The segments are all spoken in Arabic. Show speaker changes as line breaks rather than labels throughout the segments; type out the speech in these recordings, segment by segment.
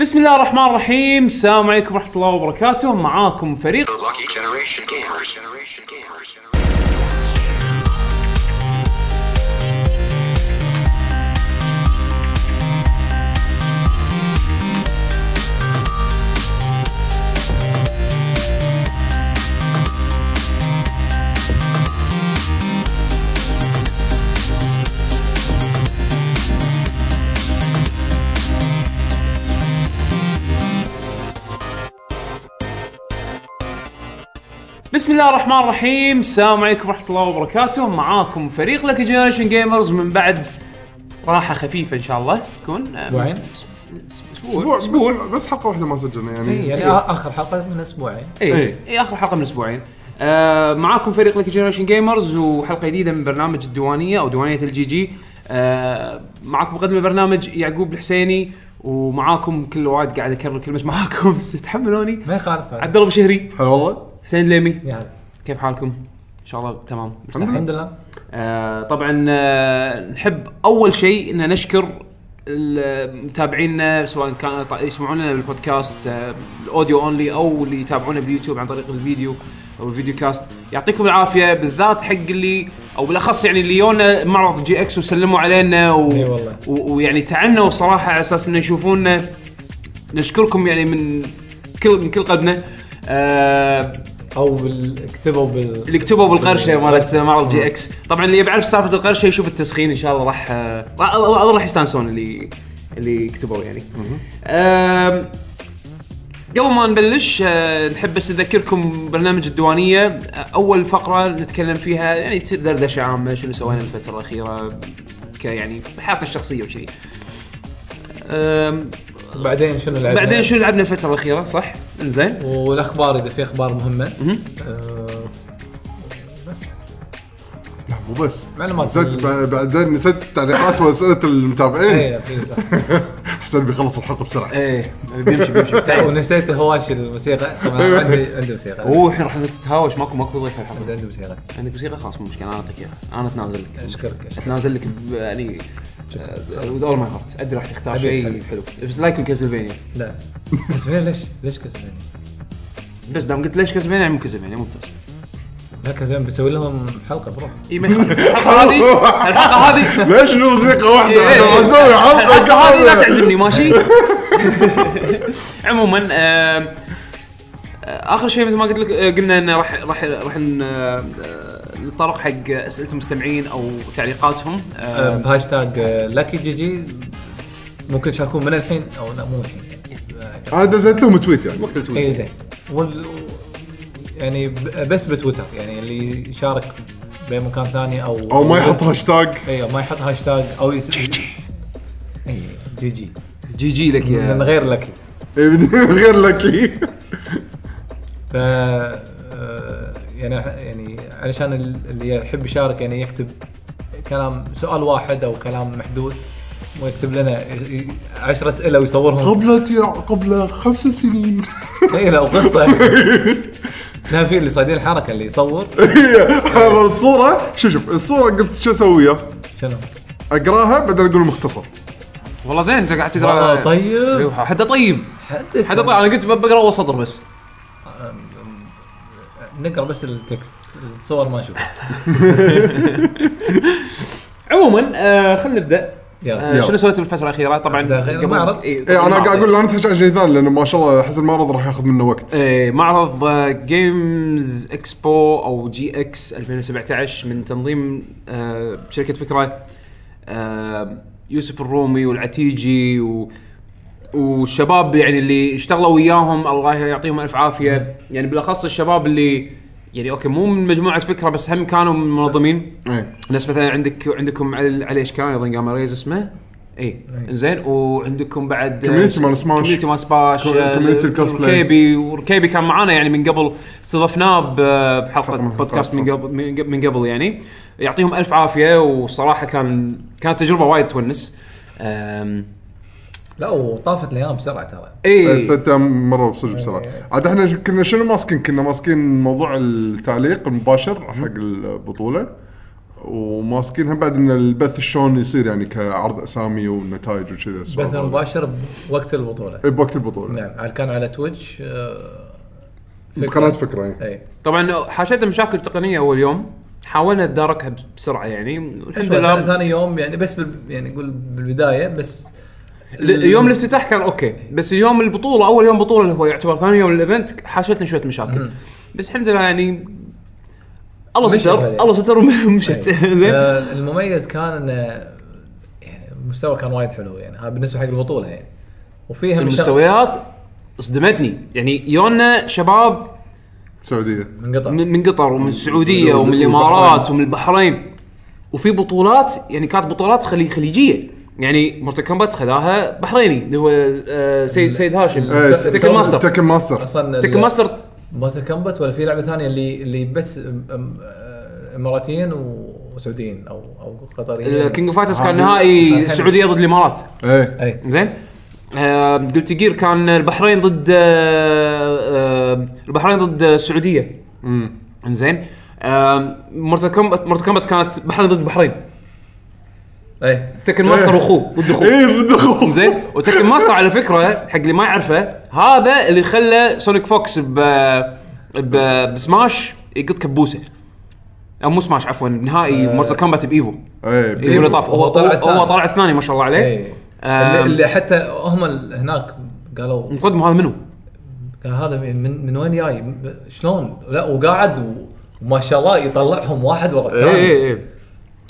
بسم الله الرحمن الرحيم السلام عليكم ورحمة الله وبركاته معاكم فريق
The Lucky Generation Gamers. Generation Gamers.
بسم الله الرحمن الرحيم السلام عليكم ورحمة الله وبركاته معاكم فريق لك جنريشن جيمرز من بعد راحة خفيفة إن شء الله تكون أه،
اسبوعين
أسبوع
اسبوع
أسبوع
بس, بس حلقه واحده ما سجلنا يعني
إي، يعني
إيه.
أسبوع.
آ- اخر حلقه من اسبوعين
إي
إي.
إي إيه. آخر حلقة من أسبوعين آه معاكم فريق لك جنريشن جيمرز وحلقة جديدة من برنامج الديوانية أو ديوانية الجي جي آه معاكم مقدم البرنامج يعقوب الحسيني ومعاكم كل وايد قاعد اكرر كلمه معاكم بس تحملوني
ما يخالف هذا.
عبد الله بشهري
هلا والله
حسين الليمي
يعني
كيف حالكم؟ ان شاء الله تمام
الحمد لله
آه طبعا آه نحب اول شيء ان نشكر ال- متابعينا سواء كانوا ط- يسمعوننا بالبودكاست آه، الاوديو اونلي او اللي يتابعونا باليوتيوب عن طريق الفيديو او الفيديو كاست يعطيكم العافيه بالذات حق اللي او بالاخص يعني اللي يونا معرض جي اكس وسلموا علينا و...
إي والله.
و... ويعني تعنوا صراحه على اساس انه يشوفونا نشكركم يعني من كل من كل قلبنا آه
او بال... كتبوا بال
اللي كتبوا بالقرشه مالت معرض جي اكس طبعا اللي يعرف سالفه القرشه يشوف التسخين ان شاء الله راح راح- راح يستانسون اللي اللي كتبوا يعني أم، قبل ما نبلش أه، نحب بس نذكركم برنامج الديوانيه أه، اول فقره نتكلم فيها يعني تصير دردشه عامه شو اللي سوينا الفتره الاخيره ك يعني حياتنا الشخصيه وكذي أم،
بعدين شنو اللي عندنا؟
بعدين شو لعبنا الفتره الاخيره صح؟ انزين
والاخبار اذا في اخبار مهمه
مهم.
آه، بس
لا مو بس
معلومات.
نسيت بع- بعدين نسيت التعليقات واسئله المتابعين
اي إيه، في صح
احسن بيخلص الحلقه بسرعه
ايه بيمشي بيمشي مستعد.
ونسيت هواش الموسيقى طبعا عندي عندي موسيقى
اوه الحين راح نتهاوش ماكو ماكو ضيف الحلقه
عندي عندي موسيقى
عندك موسيقى يعني خلاص مو مشكله انا اعطيك اياها انا اتنازل لك
اشكرك اشكرك
اتنازل لك ب- يعني وذ اول ماي هارت ادري راح تختار
حبيبي،
شيء
حبيبي.
حلو بس لايك كاسلفينيا
لا كسبان ليش ليش كسبان؟
بس دام قلت ليش كاسلفينيا يعني مو كاسلفينيا ممتاز
لا كسبان بسوي لهم حلقه بروح
اي ما يخالف. الحلقه هذه الحلقه هذه
ليش إنه موسيقى واحده
إيه،
احنا
إيه.
بنسوي حلقه
الحلقه هذه لا
كامله
تعجبني ماشي عموما آه، اخر شيء مثل ما قلت لك آه، قلنا انه راح راح راح ن- آه، نتطرق حق اسئله المستمعين او تعليقاتهم آه،
آه، بهاشتاج لاكي جي جي ممكن تشاركون من الحين او لا مو الحين
انا دزيت لهم تويت يعني
وقت التويتر
اي إيه، زين وال... يعني ب- بس بتويتر يعني اللي يشارك بمكان ثاني او
او ما يحط هاشتاج
اي أو ما يحط هاشتاج او يس... جي جي اي جي جي
جي جي لك
من
يا
غير لك
إيه، من غير لكي
ف آه، يعني يعني علشان ال- اللي يحب يشارك يعني يكتب كلام سؤال واحد او كلام محدود ويكتب لنا ي- ي- عشر اسئله ويصورهم
قبل قبل خمس سنين
اي لا وقصه لا في اللي صايدين الحركه اللي يصور
هذا الصوره شوف شوف الصوره قلت شو اسويها
شنو؟
اقراها بعدين اقول مختصر
والله زين انت قاعد تقرا
والله طيب
روح، حتى طيب
حدك
حتى طيب انا قلت بقرا اول سطر بس
نقرا بس التكست الصور ما نشوف
عموما آه خلينا نبدا
يلا
آه
يلا.
شنو سويت بالفتره الاخيره طبعا
الفترة الأخيرة معرض.
اي
اي انا إيه، قاعد اقول لا نتحش عن شيء ثاني لانه ما شاء الله احس المعرض راح ياخذ منا وقت
إيه معرض جيمز اكسبو او جي اكس 2017 من تنظيم آه شركه فكره آه يوسف الرومي والعتيجي و والشباب يعني اللي اشتغلوا وياهم الله يعطيهم الف عافيه يعني بالاخص الشباب اللي يعني اوكي مو من مجموعه فكره بس هم كانوا من المنظمين
إيه.
ناس مثلا عندك عندكم علي علي اشكال ايضا قام ريز اسمه اي زين وعندكم بعد
Community مال Smash.
كوميونتي مال سباش
Community الcosplay.
ركيبي وركيبي آه، كان معانا يعني من قبل استضفناه ب- بحلقه
حلقة من
بودكاست من
الحلقات،
قبل من قبل- من قبل يعني يعطيهم الف عافيه وصراحه كان كانت تجربه وايد تونس أم،
لا وطافت الايام بسرعه ترى
اي
ثلاث ايام مروا بصدق
إيه.
بسرعه عاد احنا ش- كنا شنو ماسكين؟ كنا ماسكين موضوع التعليق المباشر حق البطوله وماسكينها بعد ان البث شلون يصير يعني كعرض اسامي ونتائج وكذا
بث
السوالف.
مباشر بوقت البطوله
إيه، بوقت البطوله
نعم على- كان على تويتش آه، فكرة. إيه.
بقناه فكره يعني.
اي
طبعا حاشتنا مشاكل تقنيه اول يوم حاولنا نتداركها بسرعه يعني الحمد
شوي،
لله
ثاني يوم يعني بس بال يعني نقول بالبدايه بس
ل- يوم الافتتاح كان اوكي بس يوم البطوله اول يوم بطوله اللي هو يعتبر ثاني يوم الايفنت حاشتنا شويه مشاكل بس الحمد لله يعني الله
مشت
ستر
بعدين.
الله ستر ومشت زين
آه، المميز كان انه يعني المستوى كان وايد حلو يعني هذا بالنسبه حق البطوله يعني وفيها من شغ-
المستويات صدمتني يعني يونا شباب
سعوديه
من قطر
من من قطر ومن السعوديه ومن الامارات ومن البحرين وفي بطولات يعني كانت بطولات خلي خليجيه يعني مرت كومبات خذاها بحريني اللي هو آه، سيد سيد هاشم
إيه،
تكن
تكن ماستر
تكن ماستر
اصلا
تكن ماستر
موتا كمبت ولا في لعبه ثانيه اللي اللي بس أم- أم- آه، اماراتيين وسعوديين او او قطريين
كينج اوف فايترز كان
آه،
هذه-
نهائي
الحين.
السعوديه ضد الامارات
ايه
اي
زين آه، قلت جير كان البحرين ضد آه، آه، البحرين ضد السعوديه
أمم.
زين مرت كومبات مرت كومبات كانت بحرين ضد بحرين
اي
تكن ماستر واخوه ضد اخوه
إيه.
ايه ضد اخوه
زين وتكن ماستر على فكره حق اللي ما يعرفه هذا اللي خلى سونيك فوكس ب ب بسماش يقط كبوسه او مو سماش عفوا نهائي مورتال كومبات بايفو
ايه
ايفو اللي إيه، طاف هو
آه. هو طلع
هو
الثاني.
طلع الثاني ما شاء الله عليه
اي
آم.
إيه. اللي, اللي حتى هم ال- هناك قالوا
مصدم هذا منو؟
قال هذا من من- من وين جاي؟ م- شلون؟ لا وقاعد و- وما شاء الله يطلعهم واحد ورا
اي
الثاني
اي اي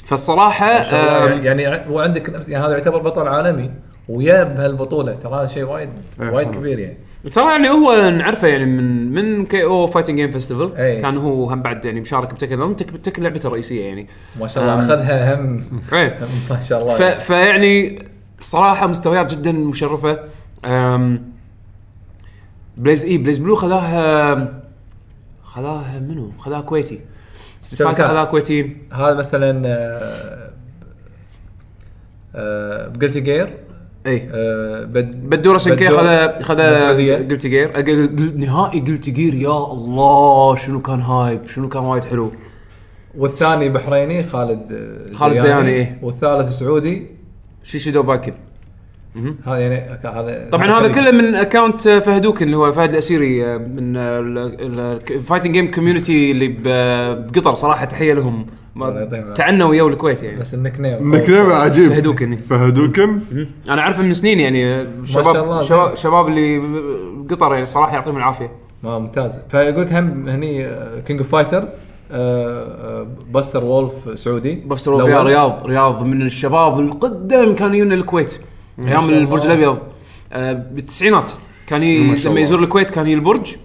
فالصراحه
ما شاء الله،
آم،
يعني يعني وعندك نفس يعني هذا يعتبر بطل عالمي ويا بهالبطوله ترى شيء وايد
إيه،
وايد
طبعاً.
كبير يعني
ترى يعني هو نعرفه يعني من من كي او فايتنج جيم فيستيفال
إي.
كان هو هم بعد يعني مشارك بتكن لأن تك تك لعبته الرئيسيه يعني
ما شاء الله
أم.
اخذها هم
ايه
هم ما شاء الله
ف...
يعني.
فيعني صراحه مستويات جدا مشرفه أم... بليز اي بليز بلو إيه، خذاها خذاها منو؟ خذاها كويتي ستريت فايتر
شركات.
خذاها كويتي
هذا مثلا آه، آه، بجلتي جير
اي
آه، بد-
بدورة سنكي
بدورة
خذا
من
خذا
السعوديه
قلت جير نهائي قلت جير يا الله شنو كان هايب شنو كان وايد حلو
والثاني بحريني خالد آه،
خالد زياني، إيه.
والثالث سعودي
شيشيدو باكر
هذا يعني ك- هذا
طبعا هذا
فريق.
كله من اكونت فهدوكن اللي هو فهد الاسيري آه، من الفايتنج جيم كوميونتي اللي ب- بقطر صراحه تحيه لهم ما-
الله يعطيهم العافية.
تعنوا ويا الكويت يعني
بس النك نيم
انك نبع عجيب
فهدوكن.
فهدوكن
انا اعرفه من سنين يعني آه،
شاء الله،
شباب
زين.
شباب, شباب اللي بقطر يعني صراحه يعطيهم العافيه
ما ممتاز فيقول لك هم هني آه، كينج اوف فايترز باستر وولف آه، سعودي
بس ترى يا
الأول.
رياض رياض من الشباب القدم كانوا يجون الكويت ايام
الله.
البرج الابيض آه، بالتسعينات كان ي-
ما شاء
لما
الله.
يزور الكويت كان يجي البرج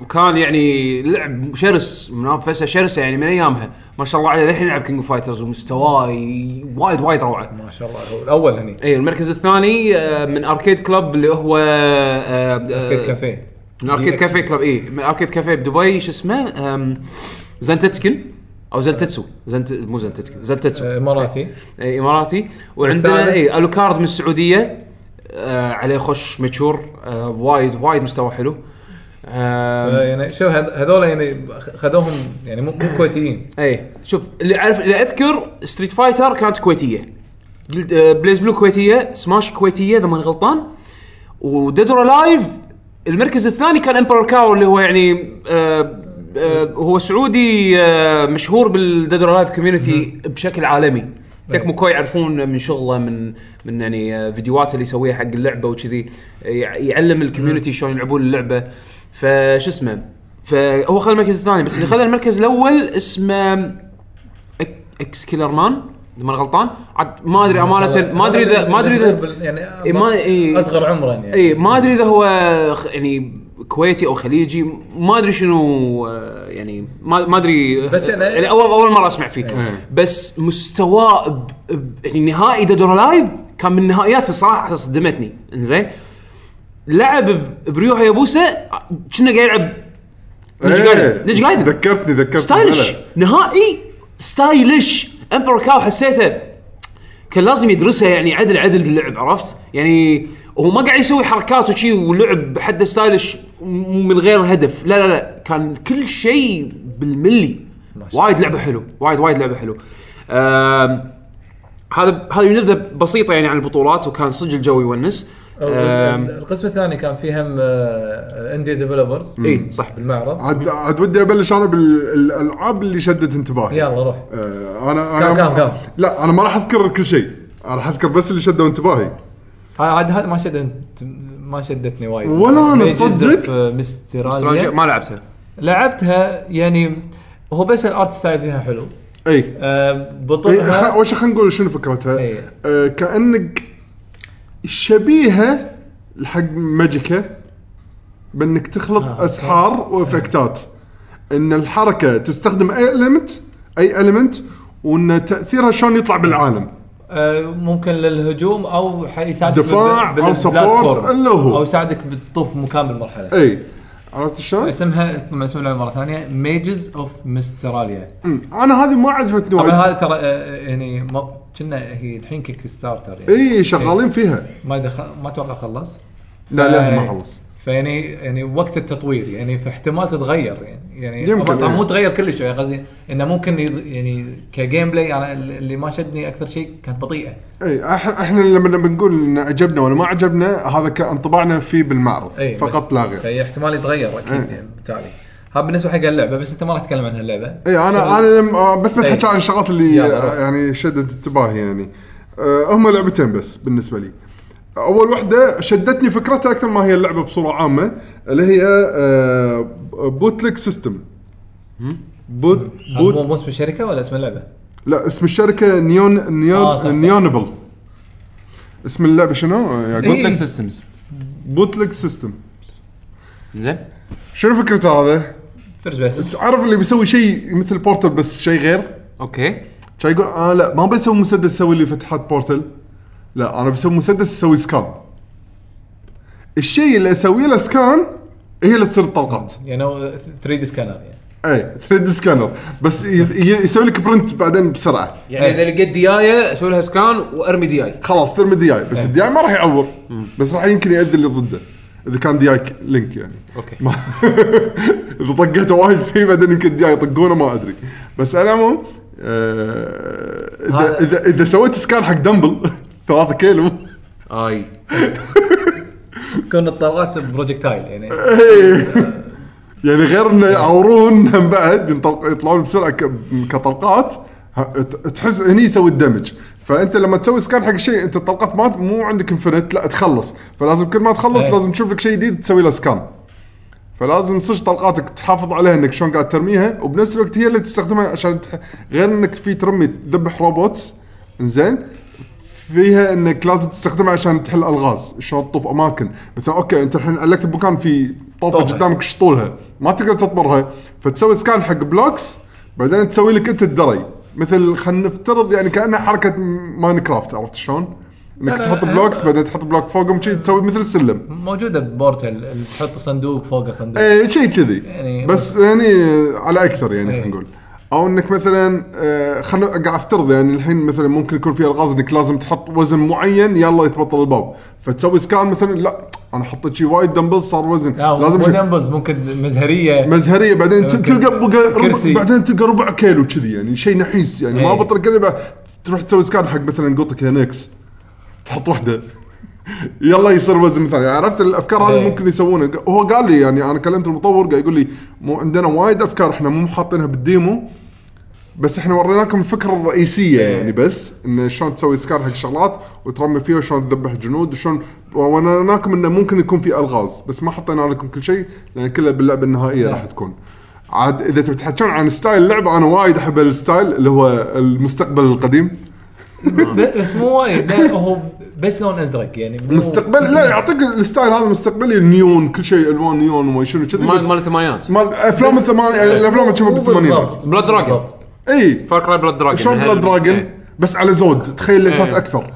وكان يعني لعب شرس منافسه شرسه يعني من ايامها ما شاء الله عليه للحين يلعب كينج اوف فايترز ومستواه ي- وايد وايد روعه
ما شاء الله هو الاول هني
اي المركز الثاني آه، من اركيد كلب اللي هو آه، آه،
كيد كافيه
من اركيد كافيه كلب اي إيه، من اركيد كافيه بدبي شو اسمه آم، زنتتسكن او زنتتسو زنت مو زنتتسكن زنتتسو
آه، اماراتي
إي، اماراتي إيه، وعندنا
والثالث؟
اي الوكارد من السعوديه آه عليه خش ماتشور آه وايد وايد مستوى حلو
آه،
آه
يعني شوف هذ- هذول يعني خذوهم يعني مو مو كويتيين
اي إيه. شوف اللي اعرف اللي اذكر ستريت فايتر كانت كويتيه قلت- آه، بليز بلو كويتيه سماش كويتيه اذا ماني غلطان وديدور لايف المركز الثاني كان امبرور كاو اللي هو يعني آه آه هو سعودي آه مشهور بالديدور لايف كوميونتي بشكل عالمي تكمو كوي يعرفون من شغله من من يعني آه، فيديوهاته اللي يسويها حق اللعبه وكذي يع- يعلم الكوميونتي شلون يلعبون اللعبه فشو اسمه فهو خذ المركز الثاني بس اللي خذ المركز الاول اسمه إك- اكس كيلر مان اذا ماني غلطان عاد ما ادري امانه ما ادري اذا ما ادري اذا
بال- يعني
إي، ما- إي.
اصغر عمرا يعني
اي إيه، ما ادري اذا هو خ- يعني كويتي او خليجي ما ادري شنو آه، يعني ما ما ادري
بس أنا-
يعني اول اول مره اسمع فيه
إيه.
بس مستواه ب- ب- يعني نهائي دادور لايف كان من النهائيات الصراحه صدمتني انزين لعب ب- بريوها يابوسا كنا قاعد يلعب نيج
إيه.
جايدن نيج جايدن
ذكرتني ذكرتني
ستايلش
هلا.
نهائي ستايلش امبر كاو حسيته كان لازم يدرسها يعني عدل عدل باللعب عرفت؟ يعني هو ما قاعد يسوي حركات وشي ولعب حد ستايلش م- من غير هدف لا لا لا كان كل شيء بالملي وايد لعبه حلو وايد وايد لعبه حلو آم، هذا هذه نبذه بسيطه يعني عن البطولات وكان صدق الجو يونس آم،
القسم الثاني كان فيه هم اندي ديفلوبرز
اي إيه، صح
بالمعرض
عاد عاد ودي ابلش انا بالالعاب اللي شدت انتباهي
يلا روح
آه، انا انا
كم- كم- كم؟
لا انا ما راح اذكر كل شيء انا راح اذكر بس اللي شدوا انتباهي
هاي آه، عاد هذا ما شدت ما شدتني وايد
ولا أنا
Mages
تصدق؟
of Mistralia.
ما لعبتها
لعبتها يعني هو بس الارت ستايل فيها حلو
اي
آه،
إي، خ-
بطولها
اول شيء خلينا نقول شنو فكرتها
إي.
آه، كانك شبيهه لحق ماجيكا بانك تخلط
آه،
آه،
أوكي.
اسحار وافكتات ان الحركه تستخدم اي المنت اي المنت وان تاثيرها شلون يطلع بالعالم
آه، ممكن للهجوم او ح- يساعدك
دفاع
بال-
أو
بال-
support
بالبلاتفورم.
إلا هو. إيه.
او يساعدك بالطوف مكان بالمرحله
اي عرفت شلون؟
اسمها طبعا اسم اللعبه مره ثانيه ميجز اوف مستراليا
مم. انا هذه ما عجبتني
طبعا
وايد
هذا ترى آه، يعني ما- كنا هي الحين كيك ستارتر يعني
اي إيه، شغالين فيها
ما دخل ما اتوقع خلص
لا لا ما
آه،
خلص
فيعني يعني وقت التطوير يعني فاحتمال تتغير يعني يعني
يمكن،
طبعاً
إيه.
مو تغير كلش يعني قصدي انه ممكن يض- يعني كجيم بلاي انا اللي ما شدني اكثر شيء كانت بطيئه
اي أح- احنا لما لما نقول ان عجبنا ولا ما عجبنا هذا كان انطباعنا فيه بالمعرض
اي
فقط
إيه، بس-
لا غير إيه.
فهي احتمال يتغير اكيد يعني بالتالي ها بالنسبه حق اللعبه بس انت ما راح تتكلم عن هاللعبه
اي انا انا لم- آه، بس بتحكي
إي.
عن الشغلات اللي
يلا،
آه،
روح.
يعني شدت انتباهي يعني آه، هم لعبتين بس بالنسبه لي اول وحده شدتني فكرتها اكثر ما هي اللعبه بصوره عامه اللي هي بوتلك سيستم بوت
ها مو
بوت
مو اسم الشركه ولا اسم اللعبه؟
لا اسم الشركه نيون نيون
آه، صح، صح.
نيونبل اسم اللعبه شنو آه، يعقوب؟
إي.
بوتلك سيستمز
بوتلك سيستم
زين
شنو فكرته هذا؟
فيرست بيرسون
تعرف اللي بيسوي شيء مثل بورتل بس شيء غير
اوكي
كان يقول اه لا ما بسوي مسدس اسوي لي فتحات بورتل لا انا بسوي مسدس اسوي سكان الشيء اللي اسوي له سكان هي اللي تصير الطلقات
يعني 3 دي سكانر يعني
اي 3 سكانر بس ي- ي- يسوي لك برنت بعدين بسرعه
إيه.
يعني اذا لقيت ديايه اسوي لها سكان وارمي دياي
خلاص ترمي دياي بس الدياي ما راح يعور بس راح يمكن يأذي اللي ضده اذا كان دياي لينك يعني
اوكي
ما اذا طقيته وايد فيه بعدين يمكن الدياي يطقونه ما ادري بس على العموم آه، اذا
هذا-
اذا اذا سويت سكان حق دمبل 3 كيلو
اي
كون الطلقات بروجكتايل يعني
إيه. يعني غير انه يعورون هم بعد ينطلق- يطلعون بسرعه ك- كطلقات ه- ت- تحس هني يسوي الدمج فانت لما تسوي سكان حق شيء انت الطلقات ما مو عندك انفنت لا تخلص فلازم كل ما تخلص
إيه.
لازم تشوف لك شيء جديد تسوي له سكان فلازم صج طلقاتك تحافظ عليها انك شلون قاعد ترميها وبنفس الوقت هي اللي تستخدمها عشان تح... غير انك في ترمي تذبح روبوتس زين فيها انك لازم تستخدمها عشان تحل الغاز شلون تطوف اماكن مثلا اوكي انت الحين علقت بمكان في طوفه
طوفة.
قدامك شطولها ما تقدر تطمرها فتسوي سكان حق بلوكس بعدين تسوي لك انت الدري مثل خلينا نفترض يعني كانها حركه ماينكرافت عرفت شلون؟ انك
أنا-
تحط
أنا-
بلوكس بعدين تحط بلوك فوقهم شي تسوي مثل سلم
موجوده ببورتل اللي تحط صندوق فوق صندوق
ايه شيء كذي
يعني
بس يعني على اكثر يعني
إيه.
خلينا نقول او انك مثلا آه، خلنا قاعد افترض يعني الحين مثلا ممكن يكون في الغاز انك لازم تحط وزن معين يلا يتبطل الباب فتسوي سكان مثلا لا انا حطيت شي وايد دمبل صار وزن
لا
لازم
مو
شي-
دمبلز آه، ممكن مزهريه
مزهريه بعدين ت-
ممكن.
تلقى بقى
كرسي.
ربع بعدين تلقى ربع كيلو كذي يعني شيء نحيس يعني ما
إيه.
بطل كذي بقى تروح تسوي سكان حق مثلا قطك هنكس تحط واحده يلا يصير وزن ثاني عرفت الافكار هذه
إيه.
ممكن يسوونها هو قال لي يعني انا كلمت المطور قاعد يقول لي مو عندنا وايد افكار احنا مو حاطينها بالديمو بس احنا وريناكم الفكره الرئيسيه
إيه.
يعني بس ان شلون تسوي سكان حق شغلات وترمي فيها وشلون تذبح جنود وشلون وريناكم انه ممكن يكون في الغاز بس ما حطينا لكم كل شيء لان كلها باللعبه النهائيه
إيه.
راح تكون عاد اذا تبي تحكون عن ستايل اللعبه انا وايد احب الستايل اللي هو المستقبل القديم
ب- بس مو وايد لا هو بس لون ازرق يعني مو-
مستقبل لا يعطيك الستايل هذا المستقبلي النيون كل شيء الوان نيون وما شنو كذي
مال
بس
مال الثمانينات
مال افلام
بس-
الثمانية
بس
الافلام
مو-
اللي كانوا
مو
بالثمانينات
بالضبط،
بلاد
مو
دراجون.
بالضبط.
اي
فار كراي بلاد دراجون
شلون بلاد دراجون
إيه.
بس على زود تخيل ليتات
إيه.
اكثر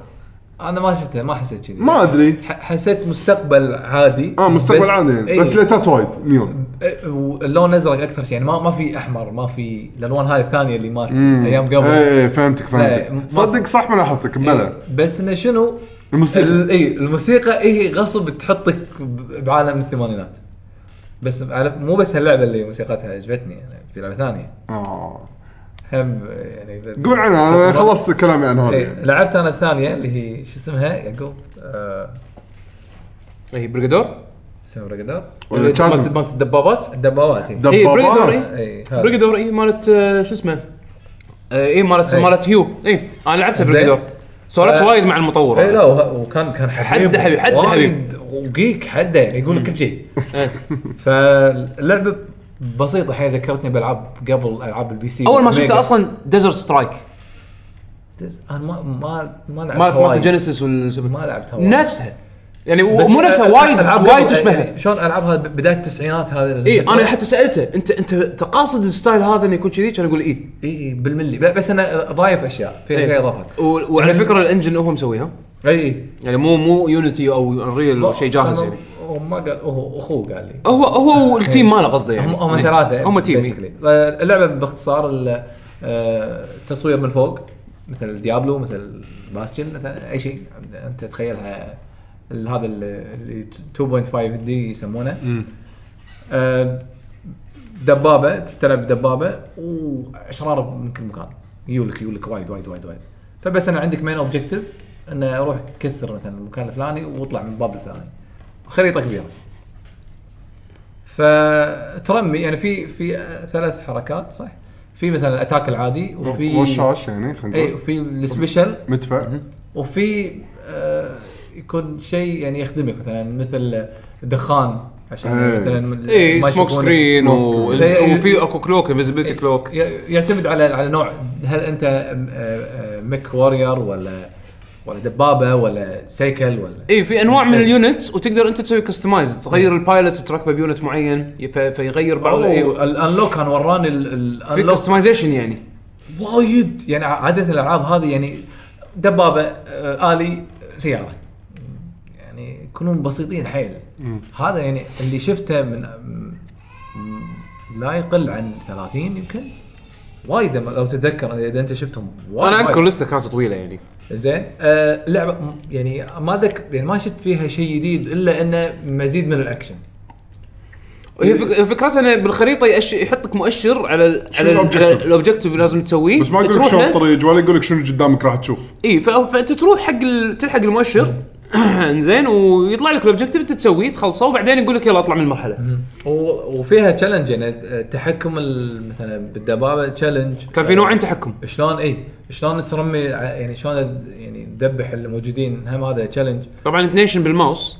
انا ما شفته ما حسيت كذي
ما ادري
ح- حسيت مستقبل عادي
اه مستقبل
بس-
عادي يعني
إيه.
بس ليتات وايد نيون
إيه، واللون ازرق اكثر شيء يعني ما ما في احمر ما في الالوان هاي الثانيه اللي مالت ايام قبل
اي اي فهمتك
إيه،
فهمتك
ما- إيه.
صدق صح ملاحظتك بلا
بس انه شنو
الموسيقى.
ال- اي الموسيقى اي غصب تحطك ب- بعالم الثمانينات بس على- مو بس هاللعبه اللي موسيقتها عجبتني يعني في لعبه ثانيه
اه
هم يعني إذا-
قول عنها انا خلصت كلامي عن
إيه،
هذا
لعبت انا الثانيه اللي هي شو اسمها يعقوب آه،
هي بريجادور
اسمها بريجادور
ولا
مالت
كازم
مالت الدبابات
الدبابات إيه. هي.
هي بريجادور
دبابات
اي
إي، إيه، هذا.
بريجادور اي إيه. مالت آه، شو اسمه آه، اي مالت
إي.
مالت هيو اي انا لعبتها
إيه. زين.
بريجادور سولفت
آه.
وايد مع المطور
اي لا وه- وكان كان حبيب
حده حبيب- حده
وايد
حبيب.
وقيك حده يعني يقول لك كل شيء
إيه.
فاللعبه بسيطه حيل ذكرتني بالعاب قبل العاب البي سي
اول ما
والأوميجا.
شفتها اصلا ديزرت سترايك
تز- انا ما ما ما لعبت
مالت مالت
وايد.
جينيسيس والسوبر
ما لعبت وايد.
نفسها يعني
بس
مو نفسها
أ- أ-
وايد
ألعاب
وايد إيه،
قبل-
تشبهها
يعني شلون العابها ب- بدايه التسعينات إيه، هذا
اي انا حتى سالته انت انت تقاصد الستايل هذا انه يكون كذي كان يقول إيه. اي
اي إيه، بالملي ب- بس انا ضايف اشياء فيها
إيه.
فيها اضافات
و- وعلى
يعني
فكره الانجن هو مسويها
اي
يعني مو مو يونيتي او انريل او شيء جاهز يعني
هو ما قال هو اخوه قال لي
هو هو والتيم ماله قصده يعني
هم هم
إيه.
ثلاثه
هم تيم
basically.
إيه.
اللعبه باختصار ال- آه، تصوير من فوق مثل ديابلو مثل باستشن مثلا اي شيء انت تتخيلها ال- هذا ال- اللي 2.5 دي يسمونه آه، دبابه تلعب دبابه واشرار من كل مكان يولك يولك وايد وايد وايد وايد فبس انا عندك مين اوبجيكتيف انه روح تكسر مثلا المكان الفلاني واطلع من الباب الفلاني خريطه كبيره فترمي يعني في في آه، ثلاث حركات صح؟ في مثلا الاتاك العادي وفي
رشاش يعني خلينا
اي
نقول
وفي السبيشل
مدفع
وفي آه يكون شيء يعني يخدمك مثلا مثل دخان عشان
إيه.
مثلا ما
اي سموك
يشوفونك.
سكرين
سموك
و-
سكرين.
وفي اكو كلوك انفيزبيلتي كلوك
ي- يعتمد على على نوع هل انت آه، آه، ميك وارير ولا ولا دبابه ولا سيكل ولا
اي في انواع من
إيه.
اليونتس وتقدر انت تسوي كستمايز تغير البايلوت تركبه بيونت معين ي- ف- فيغير بعض
أوه،
إيه.
الانلوك كان وراني ال-
في
الانلوك
كستمايزيشن يعني
وايد يعني عاده الالعاب هذه يعني دبابه آه، الي سياره يعني يكونون بسيطين حيل هذا يعني اللي شفته من م- لا يقل عن 30 يمكن وايد أما- لو تتذكر اذا انت شفتهم وايد
انا
وايد.
اذكر لسته كانت طويله يعني
زين آه لعبه م- يعني ما ذك يعني ما شفت فيها شيء جديد الا انه مزيد من الاكشن
هي فك- فكرتها انه بالخريطه يأش... يحطك مؤشر على ال...
شنو
على, ال... على
الobjectives؟
الاوبجيكتيف اللي لازم تسويه
إيه،
بس ما يقول لك شلون الطريق ولا يقول لك شنو قدامك راح تشوف
اي ف... فانت تروح حق ال... تلحق المؤشر زين ويطلع لك الاوبجيكتيف انت تسويه تخلصه وبعدين يقول لك يلا اطلع من المرحله
و- وفيها تشالنج يعني آه، تحكم ال- مثلا بالدبابه تشالنج
كان في نوعين تحكم
آه، شلون اي شلون ترمي ع- يعني شلون د- يعني تذبح اللي موجودين هم هذا تشالنج
طبعا نيشن بالماوس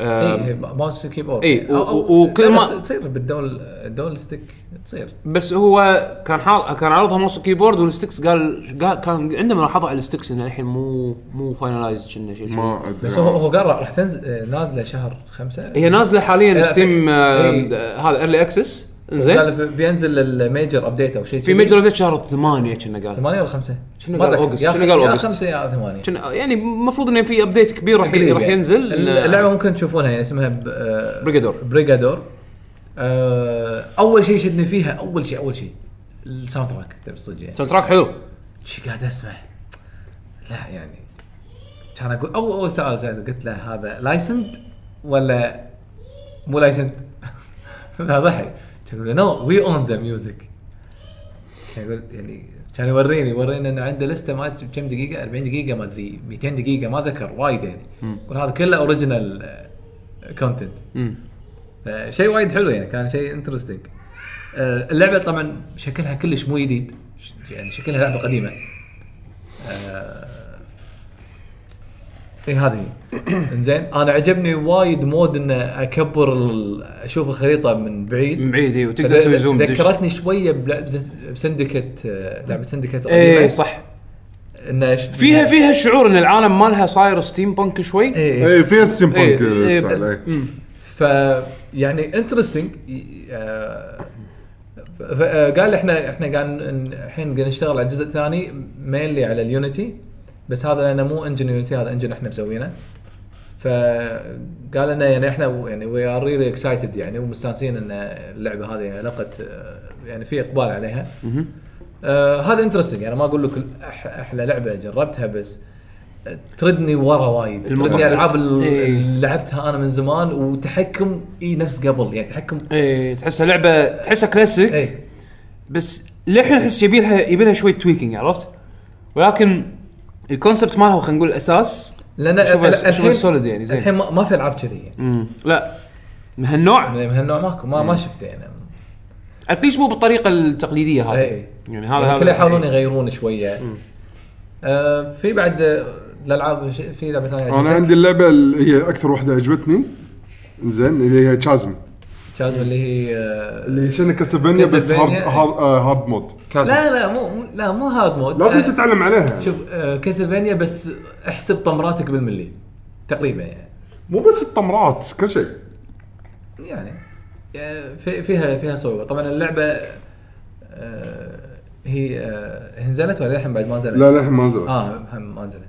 آه،
اي ماوس كيبورد
إي، و- و- وكل
لا،
ما- نعم.
تص- تصير بالدول الدول ستيك تصير
بس هو كان حال... كان عرضها ماوس وكيبورد والستكس قال... قال كان عنده ملاحظه على الستكس انه الحين مو مو فاينلايزد كنا شيء
ما ادري
بس هو هو قال راح تنزل آه، نازله شهر خمسة
هي نازله حاليا
لا،
بستيم
في-
آه،
إي.
آه، هذا ايرلي اكسس
قال
زين
في- بينزل الميجر ابديت او شيء
في ميجر ابديت شهر 8 كنا قال
ثمانية ولا خمسة؟
شنو
ما
قال
أتذكر.
أوغست؟
يا
شنو
خ-
قال
يا
أوغست؟
خمسة يا ثمانية
كنا- يعني المفروض انه في ابديت كبير راح
قريب
راح
يعني.
ينزل
اللعبه ممكن تشوفونها يعني اسمها ب- آه،
بريجادور.
بريجادور آه، اول شيء شدني فيها اول شيء اول شيء الساوند تراك تبي صدق يعني
ساوند تراك حلو
شي قاعد اسمع لا يعني كان اقول اول اول سؤال سألته قلت له هذا لايسند ولا مو لايسند ضحك كان يقول نو وي اون ذا ميوزك كان يقول يعني كان يوريني يوريني انه عنده لسته ما أدري كم دقيقه 40 دقيقه ما ادري 200 دقيقه ما ذكر وايد يعني يقول هذا كله اوريجينال كونتنت
مم.
شيء وايد حلو يعني كان شيء انترستنج اللعبه طبعا شكلها كلش مو جديد ش- يعني شكلها لعبه قديمه اي إيه، هذه زين انا عجبني وايد مود ان اكبر ال- اشوف الخريطه من بعيد
من بعيد اي وتقدر تسوي زوم دش.
ذكرتني شويه بلعب زس- بسندكت آه، لعبه سندكت
اي إيه، صح
انه
فيها فيها شعور ان العالم مالها صاير ستيم بانك شوي
اي
اي فيها السيم
إيه،
بانك
إيه،
ستايل، إيه.
مم.
ف يعني آه، انترستنج آه، قال احنا احنا قاعد ن- الحين قاعد نشتغل على الجزء الثاني مينلي على اليونيتي بس هذا لانه مو انجن يونيتي هذا انجن احنا مسوينه فقال لنا يعني احنا و- يعني وي ار ريلي اكسايتد يعني ومستانسين ان اللعبه هذه يعني لقت آه، يعني في اقبال عليها. آه هذا انترستنج انا ما اقول لك أح- احلى لعبه جربتها بس تردني ورا وايد
الموضوع-
تردني العاب ال-
إيه.
اللي لعبتها انا من زمان وتحكم اي نفس قبل يعني تحكم
إيه،
إيه.
اي تحسها لعبه تحسها كلاسيك
اي
بس للحين احس يبي لها يبي لها شويه تويكينج عرفت؟ ولكن الكونسبت مالها خلينا نقول الاساس
لان
شوف
ال-
شوف السوليد يعني زين.
الحين ما ما في العاب كذي يعني
مم. لا من هالنوع
من هالنوع ماكو ما ما شفت يعني
اتليش مو بالطريقه التقليديه هذه
اي
يعني هذا
يعني
هذا
كله يحاولون يغيرون شويه آه، في بعد آه، الالعاب ش- في لعبه ثانيه
انا
عجبتك؟
عندي اللعبه اللي هي اكثر واحده عجبتني زين اللي هي تشازم
جازم اللي هي آه،
اللي شنو كاسلفانيا بس هارد
كاسلفانيا.
هارد, آه، هارد مود
لا لا مو مو- لا مو هارد مود
لازم
آه،
تتعلم عليها
شوف آه، كاسلفانيا بس احسب طمراتك بالملي تقريبا يعني
مو بس الطمرات كل شيء
يعني آه، في فيها فيها صعوبه طبعا اللعبه آه، هي آه، هي نزلت ولا الحين بعد ما نزلت؟
لا لا ما نزلت
اه هم ما نزلت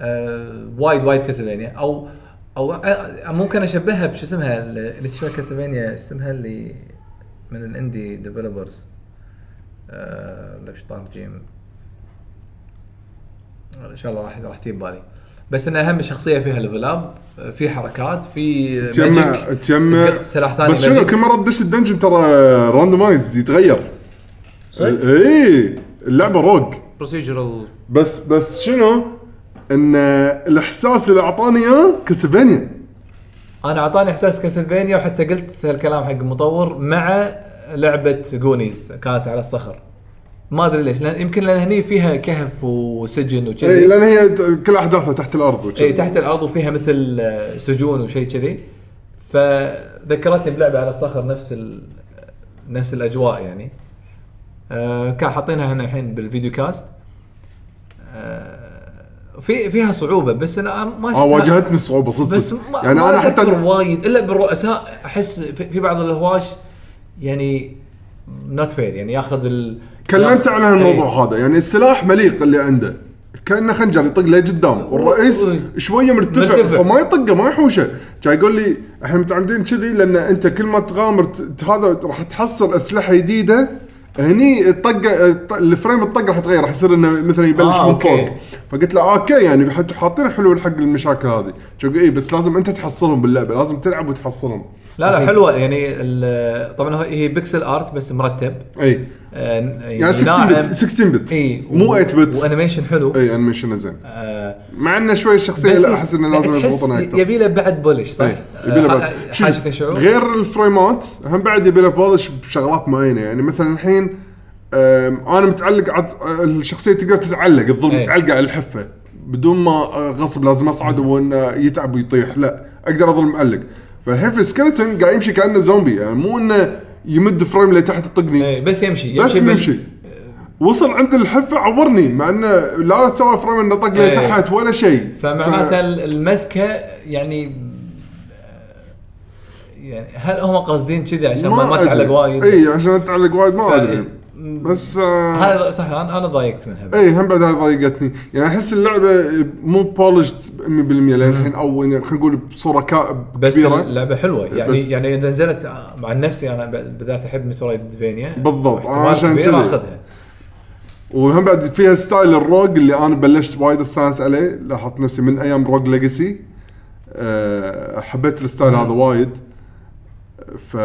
آه، وايد وايد كاسلفانيا او او آه، ممكن اشبهها بشو اسمها اللي تشبه كاسلفانيا شو اسمها اللي من الاندي ديفلوبرز ليش آه، طار جيم ان شاء الله راح راح تجيب بالي بس ان اهم شخصيه فيها ليفل اب في حركات في
تجمع
ماجيك
تجمع
تقط سلاح ثاني
بس شنو
ماجيك.
كل مره تدش الدنجن ترى راندمايزد يتغير
صدق؟
اي اللعبه روج
بروسيجرال
بس بس شنو ان الاحساس اللي اعطاني اياه كاسلفانيا
انا اعطاني احساس كاسلفينيا وحتى قلت هالكلام حق المطور مع لعبه جونيز كانت على الصخر ما ادري ليش لان يمكن لان هني فيها كهف وسجن
اي
وكذي
لان إيه، هي ت- كل احداثها تحت الارض وشي.
اي تحت الارض وفيها مثل آه، سجون وشيء كذي فذكرتني بلعبه على الصخر نفس ال... آه، نفس الاجواء يعني آه كان حاطينها هنا الحين بالفيديو كاست آه في فيها صعوبه بس انا ما
اه
شفتها
واجهتني صعوبه صدق
بس
صدق.
ما
يعني انا حتى
وايد الا بالرؤساء احس في في بعض الهواش يعني نوت فير يعني ياخذ إيه. ال
كلمت على هالموضوع هذا يعني السلاح مليق اللي عنده كانه خنجر يطق له قدام والرئيس
أوي.
شويه مرتفع,
مرتفع.
فما يطقه ما يحوشه جاي يقول لي احنا متعمدين كذي لان انت كل ما تغامر ت- ت- هذا راح تحصل اسلحه جديده هني الطقه الط- الفريم الطق راح يتغير راح يصير انه مثلا يبلش
آه،
من
أوكي.
فوق فقلت له اوكي يعني حتى حاطين حلول حق المشاكل هذه جو اي بس لازم انت تحصلهم باللعبه لازم تلعب وتحصلهم
لا لا حلوه يعني ال- طبعا هو- هي بيكسل ارت بس مرتب
اي
آه،
إيه.
إيه،
يعني 16 بت 16 بت
اي
مو 8 بت
وانيميشن حلو
اي انيميشن زين
آه،
مع انه شوي الشخصيه
بس يعني
لا احس انه لازم
تحس
يضبطونها اكثر
يبي له بعد بولش صح؟
إيه، يبي له
آه،
بعد.
آه،
شوف،
حاجه شعور
غير الفريمات هم بعد يبي له بولش بشغلات معينه يعني مثلا الحين أم، انا متعلق عط... الشخصيه تقدر تتعلق تظل
إيه.
متعلقه على الحفه بدون ما آه، غصب لازم اصعد وانه يتعب ويطيح لا اقدر اظل معلق فالحين في السكلتون قاعد يمشي كانه زومبي يعني مو انه يمد فريم لتحت يطقني
إيه، بس يمشي
بس
بال-
نمشي وصل عند الحفه عورني مع انه لا سوى فريم انه طق
إيه.
تحت ولا شيء
فمعناته ال- المسكه يعني يعني هل هم قاصدين كذي عشان ما, ما
أدري. إيه،
تعلق وايد؟
اي عشان تعلق وايد ما
ف-
ادري بس آه
هذا صح انا انا ضايقت منها بعد.
اي هم بعد هاي ضايقتني يعني احس اللعبه مو بولشد 100% لان الحين او يعني خلينا نقول بصوره كا-
بس
كبيره
اللعبه حلوه يعني
بس-
يعني اذا نزلت آه، مع نفسي انا ب- بالذات احب مترويد فينيا
بالضبط،
واحتمال
عشان
كبير
كذي.
اخذها
وهم بعد فيها ستايل الروج اللي انا بلشت وايد استانس عليه لاحظت نفسي من ايام روج ليجسي أه حبيت الستايل هذا وايد ف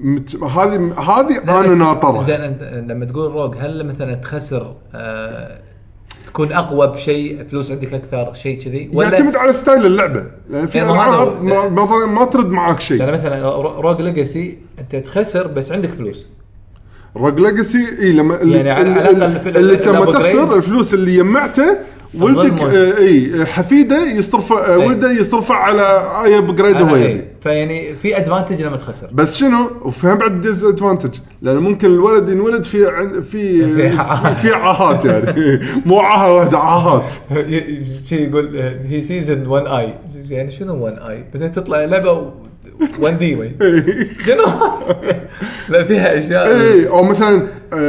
مت... هذه هذه انا
بس
ناطرها يعني
زين انت لما تقول روج هل مثلا تخسر آه تكون اقوى بشيء فلوس عندك اكثر شيء كذي ولا
يعتمد على ستايل اللعبه لان في
يعني ما
العاب
هذا-
ما- مثلا ما ترد معاك شيء
لان مثلا يعني رو- روج ليجاسي انت تخسر بس عندك فلوس
روج ليجاسي اي لما اللي,
يعني على- على الأقل في ال-
اللي تم
الأبو
تخسر
جريدز.
الفلوس اللي جمعته ولدك
الظلمة.
آه، اي آه، حفيده يصرفه آه،
إي.
ولده يصرفه على اي ابجريد
أنا
هو
إيه.
يبي
فيعني في ادفانتج لما تخسر
بس شنو وفهم بعد ديز ادفانتج لان ممكن الولد ينولد في عن- في
في عاهات.
في عاهات يعني مو عاهه واحده عاهات
شي يقول آه، هي سيزون 1 اي يعني شنو 1 اي بعدين تطلع لعبه 1 دي وي شنو لا فيها اشياء
اي او مثلا إيه،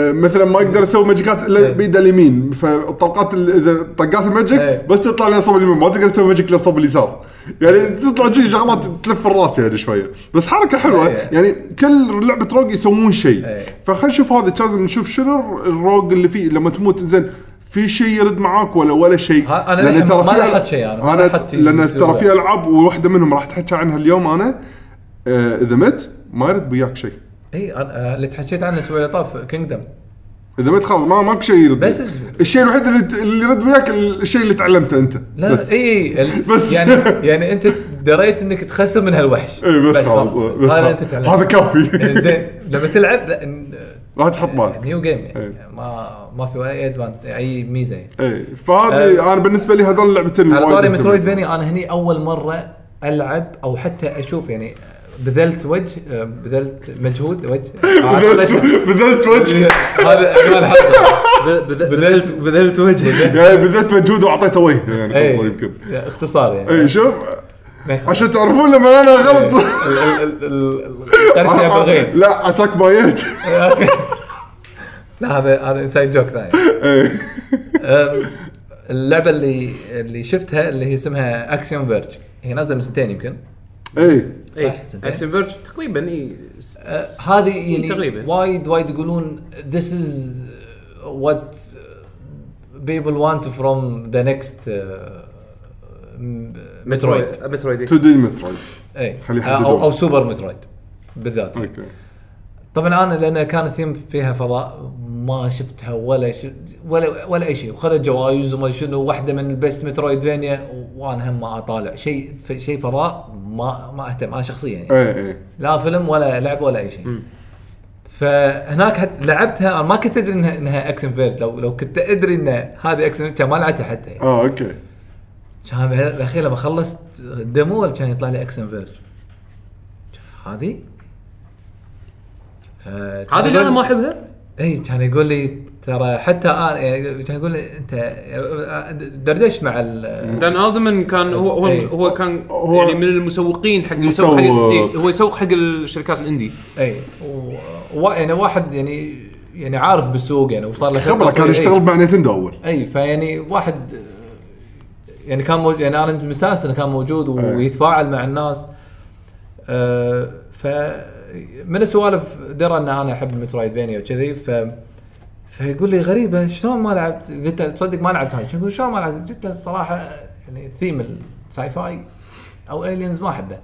آه، مثلا ما يقدر يسوي ماجيكات الا
إي.
بيده اليمين فالطلقات ال- اذا طقات الماجيك
إي.
بس تطلع لها صوب اليمين ما تقدر تسوي ماجيك لها صوب اليسار يعني تطلع شي شغلات تلف الراس يعني شويه بس حركه حلوه
إي.
يعني كل لعبه روج يسوون شيء
إي.
فخلينا نشوف هذا لازم نشوف شنو الروج اللي فيه لما تموت زين في شيء يرد معاك ولا ولا شيء
ها- أنا للحين ما
في-
لاحظت شيء أنا، ما
انا
لاحظت
لان
يصير
ترى في العاب وواحده منهم راح تحكي عنها اليوم انا آه، اذا مت ما يرد وياك شيء
اي أنا- آه، اللي تحكيت عنه الاسبوع اللي طاف كينجدم
اذا ما تخلص ما ماكو شيء يرد
بس-
الشيء الوحيد اللي اللي يرد وياك الشيء اللي تعلمته انت
لا
بس.
لا اي ال-
بس.
يعني يعني انت دريت انك تخسر من هالوحش
اي إيه، بس,
خلاص،
خلاص بس
هذا
خلاص.
انت تعلمت. يعني
هذا كافي
زين لما تلعب لا إن-
لا تحط بالك
نيو جيم يعني
إيه.
ما ما في ولا اي ادفانت اي ميزه يعني
اي إيه، فهذه انا بالنسبه لي هذول لعبتين
آه. على
وايد
طاري
مهتم.
مترويد فيني انا هني اول مره العب او حتى اشوف يعني بذلت وجه بذلت مجهود وجه آه،
بذلت بذلت وجه
هذا عنوان الحلقه بذلت بذلت وجه
يعني بذلت مجهود واعطيته وجه يعني
إيه.
قصدي يمكن إيه.
اختصار يعني
اي شوف
ما يخالف. إيه.
عشان تعرفون لما انا غلط
ال- ال- ال- ال- القرشة بالغين
لا عساك بايت
لا هذا هذا انسايد جوك ثاني
إيه.
أم، اللعبه اللي اللي شفتها اللي هي اسمها اكسيون فيرج هي نازله من سنتين يمكن
اي
إيه،
صح
اكسن فيرج تقريبا اي إيه. س-
آه، إيه. هذه يعني
تقريبا.
وايد وايد يقولون this is what people want from the next أه، مترويد
مترويد مترويد
تو دي مترويد
اي
خليه
آه،
يحددون. طيب.
او او سوبر مترويد بالذات
اوكي
طبعا انا لان كان الثيم فيها فضاء ما شفتها ولا ش... ولا ولا اي شيء وخذت جوائز وما شنو واحده من البيست مترويدفينيا وانا هم ما اطالع شيء شيء فضاء ما ما اهتم انا شخصيا يعني
اي اي
لا فيلم ولا لعب ولا اي شيء فهناك حت لعبتها أنا ما كنت ادري انها انها اكسن فيرج لو لو كنت ادري ان هذه اكسن كان ما لعبتها حتى يعني.
اه اوكي
كان بعد- الاخير لما خلصت الديمو كان يطلع لي اكسن فيرج هذه آه، كان
هذه اللي
يقول-
انا ما احبها
اي إيه، كان يقول لي ترى حتى انا يعني كان يقول لي انت دردش مع ال-
دان الدمن كان هو هو
إيه.
هو كان
هو-
يعني من المسوقين حق يسوق حق
مسوق.
إيه، هو يسوق حق الشركات الاندي
اي إيه، و- و... يعني واحد يعني يعني عارف بالسوق يعني وصار له
خبره كان
إي.
يشتغل مع نينتندو اول
اي فيعني واحد آه، يعني كان موجود يعني انا مستانس انه كان موجود ويتفاعل مع الناس آه، ف من السوالف درى ان انا احب مترايد فينيا وكذي ف فيقول لي غريبه شلون ما لعبت؟ قلت له تصدق ما لعبت هاي يقول شلون ما لعبت؟ قلت له الصراحه يعني ثيم الساي فاي او الينز ما احبه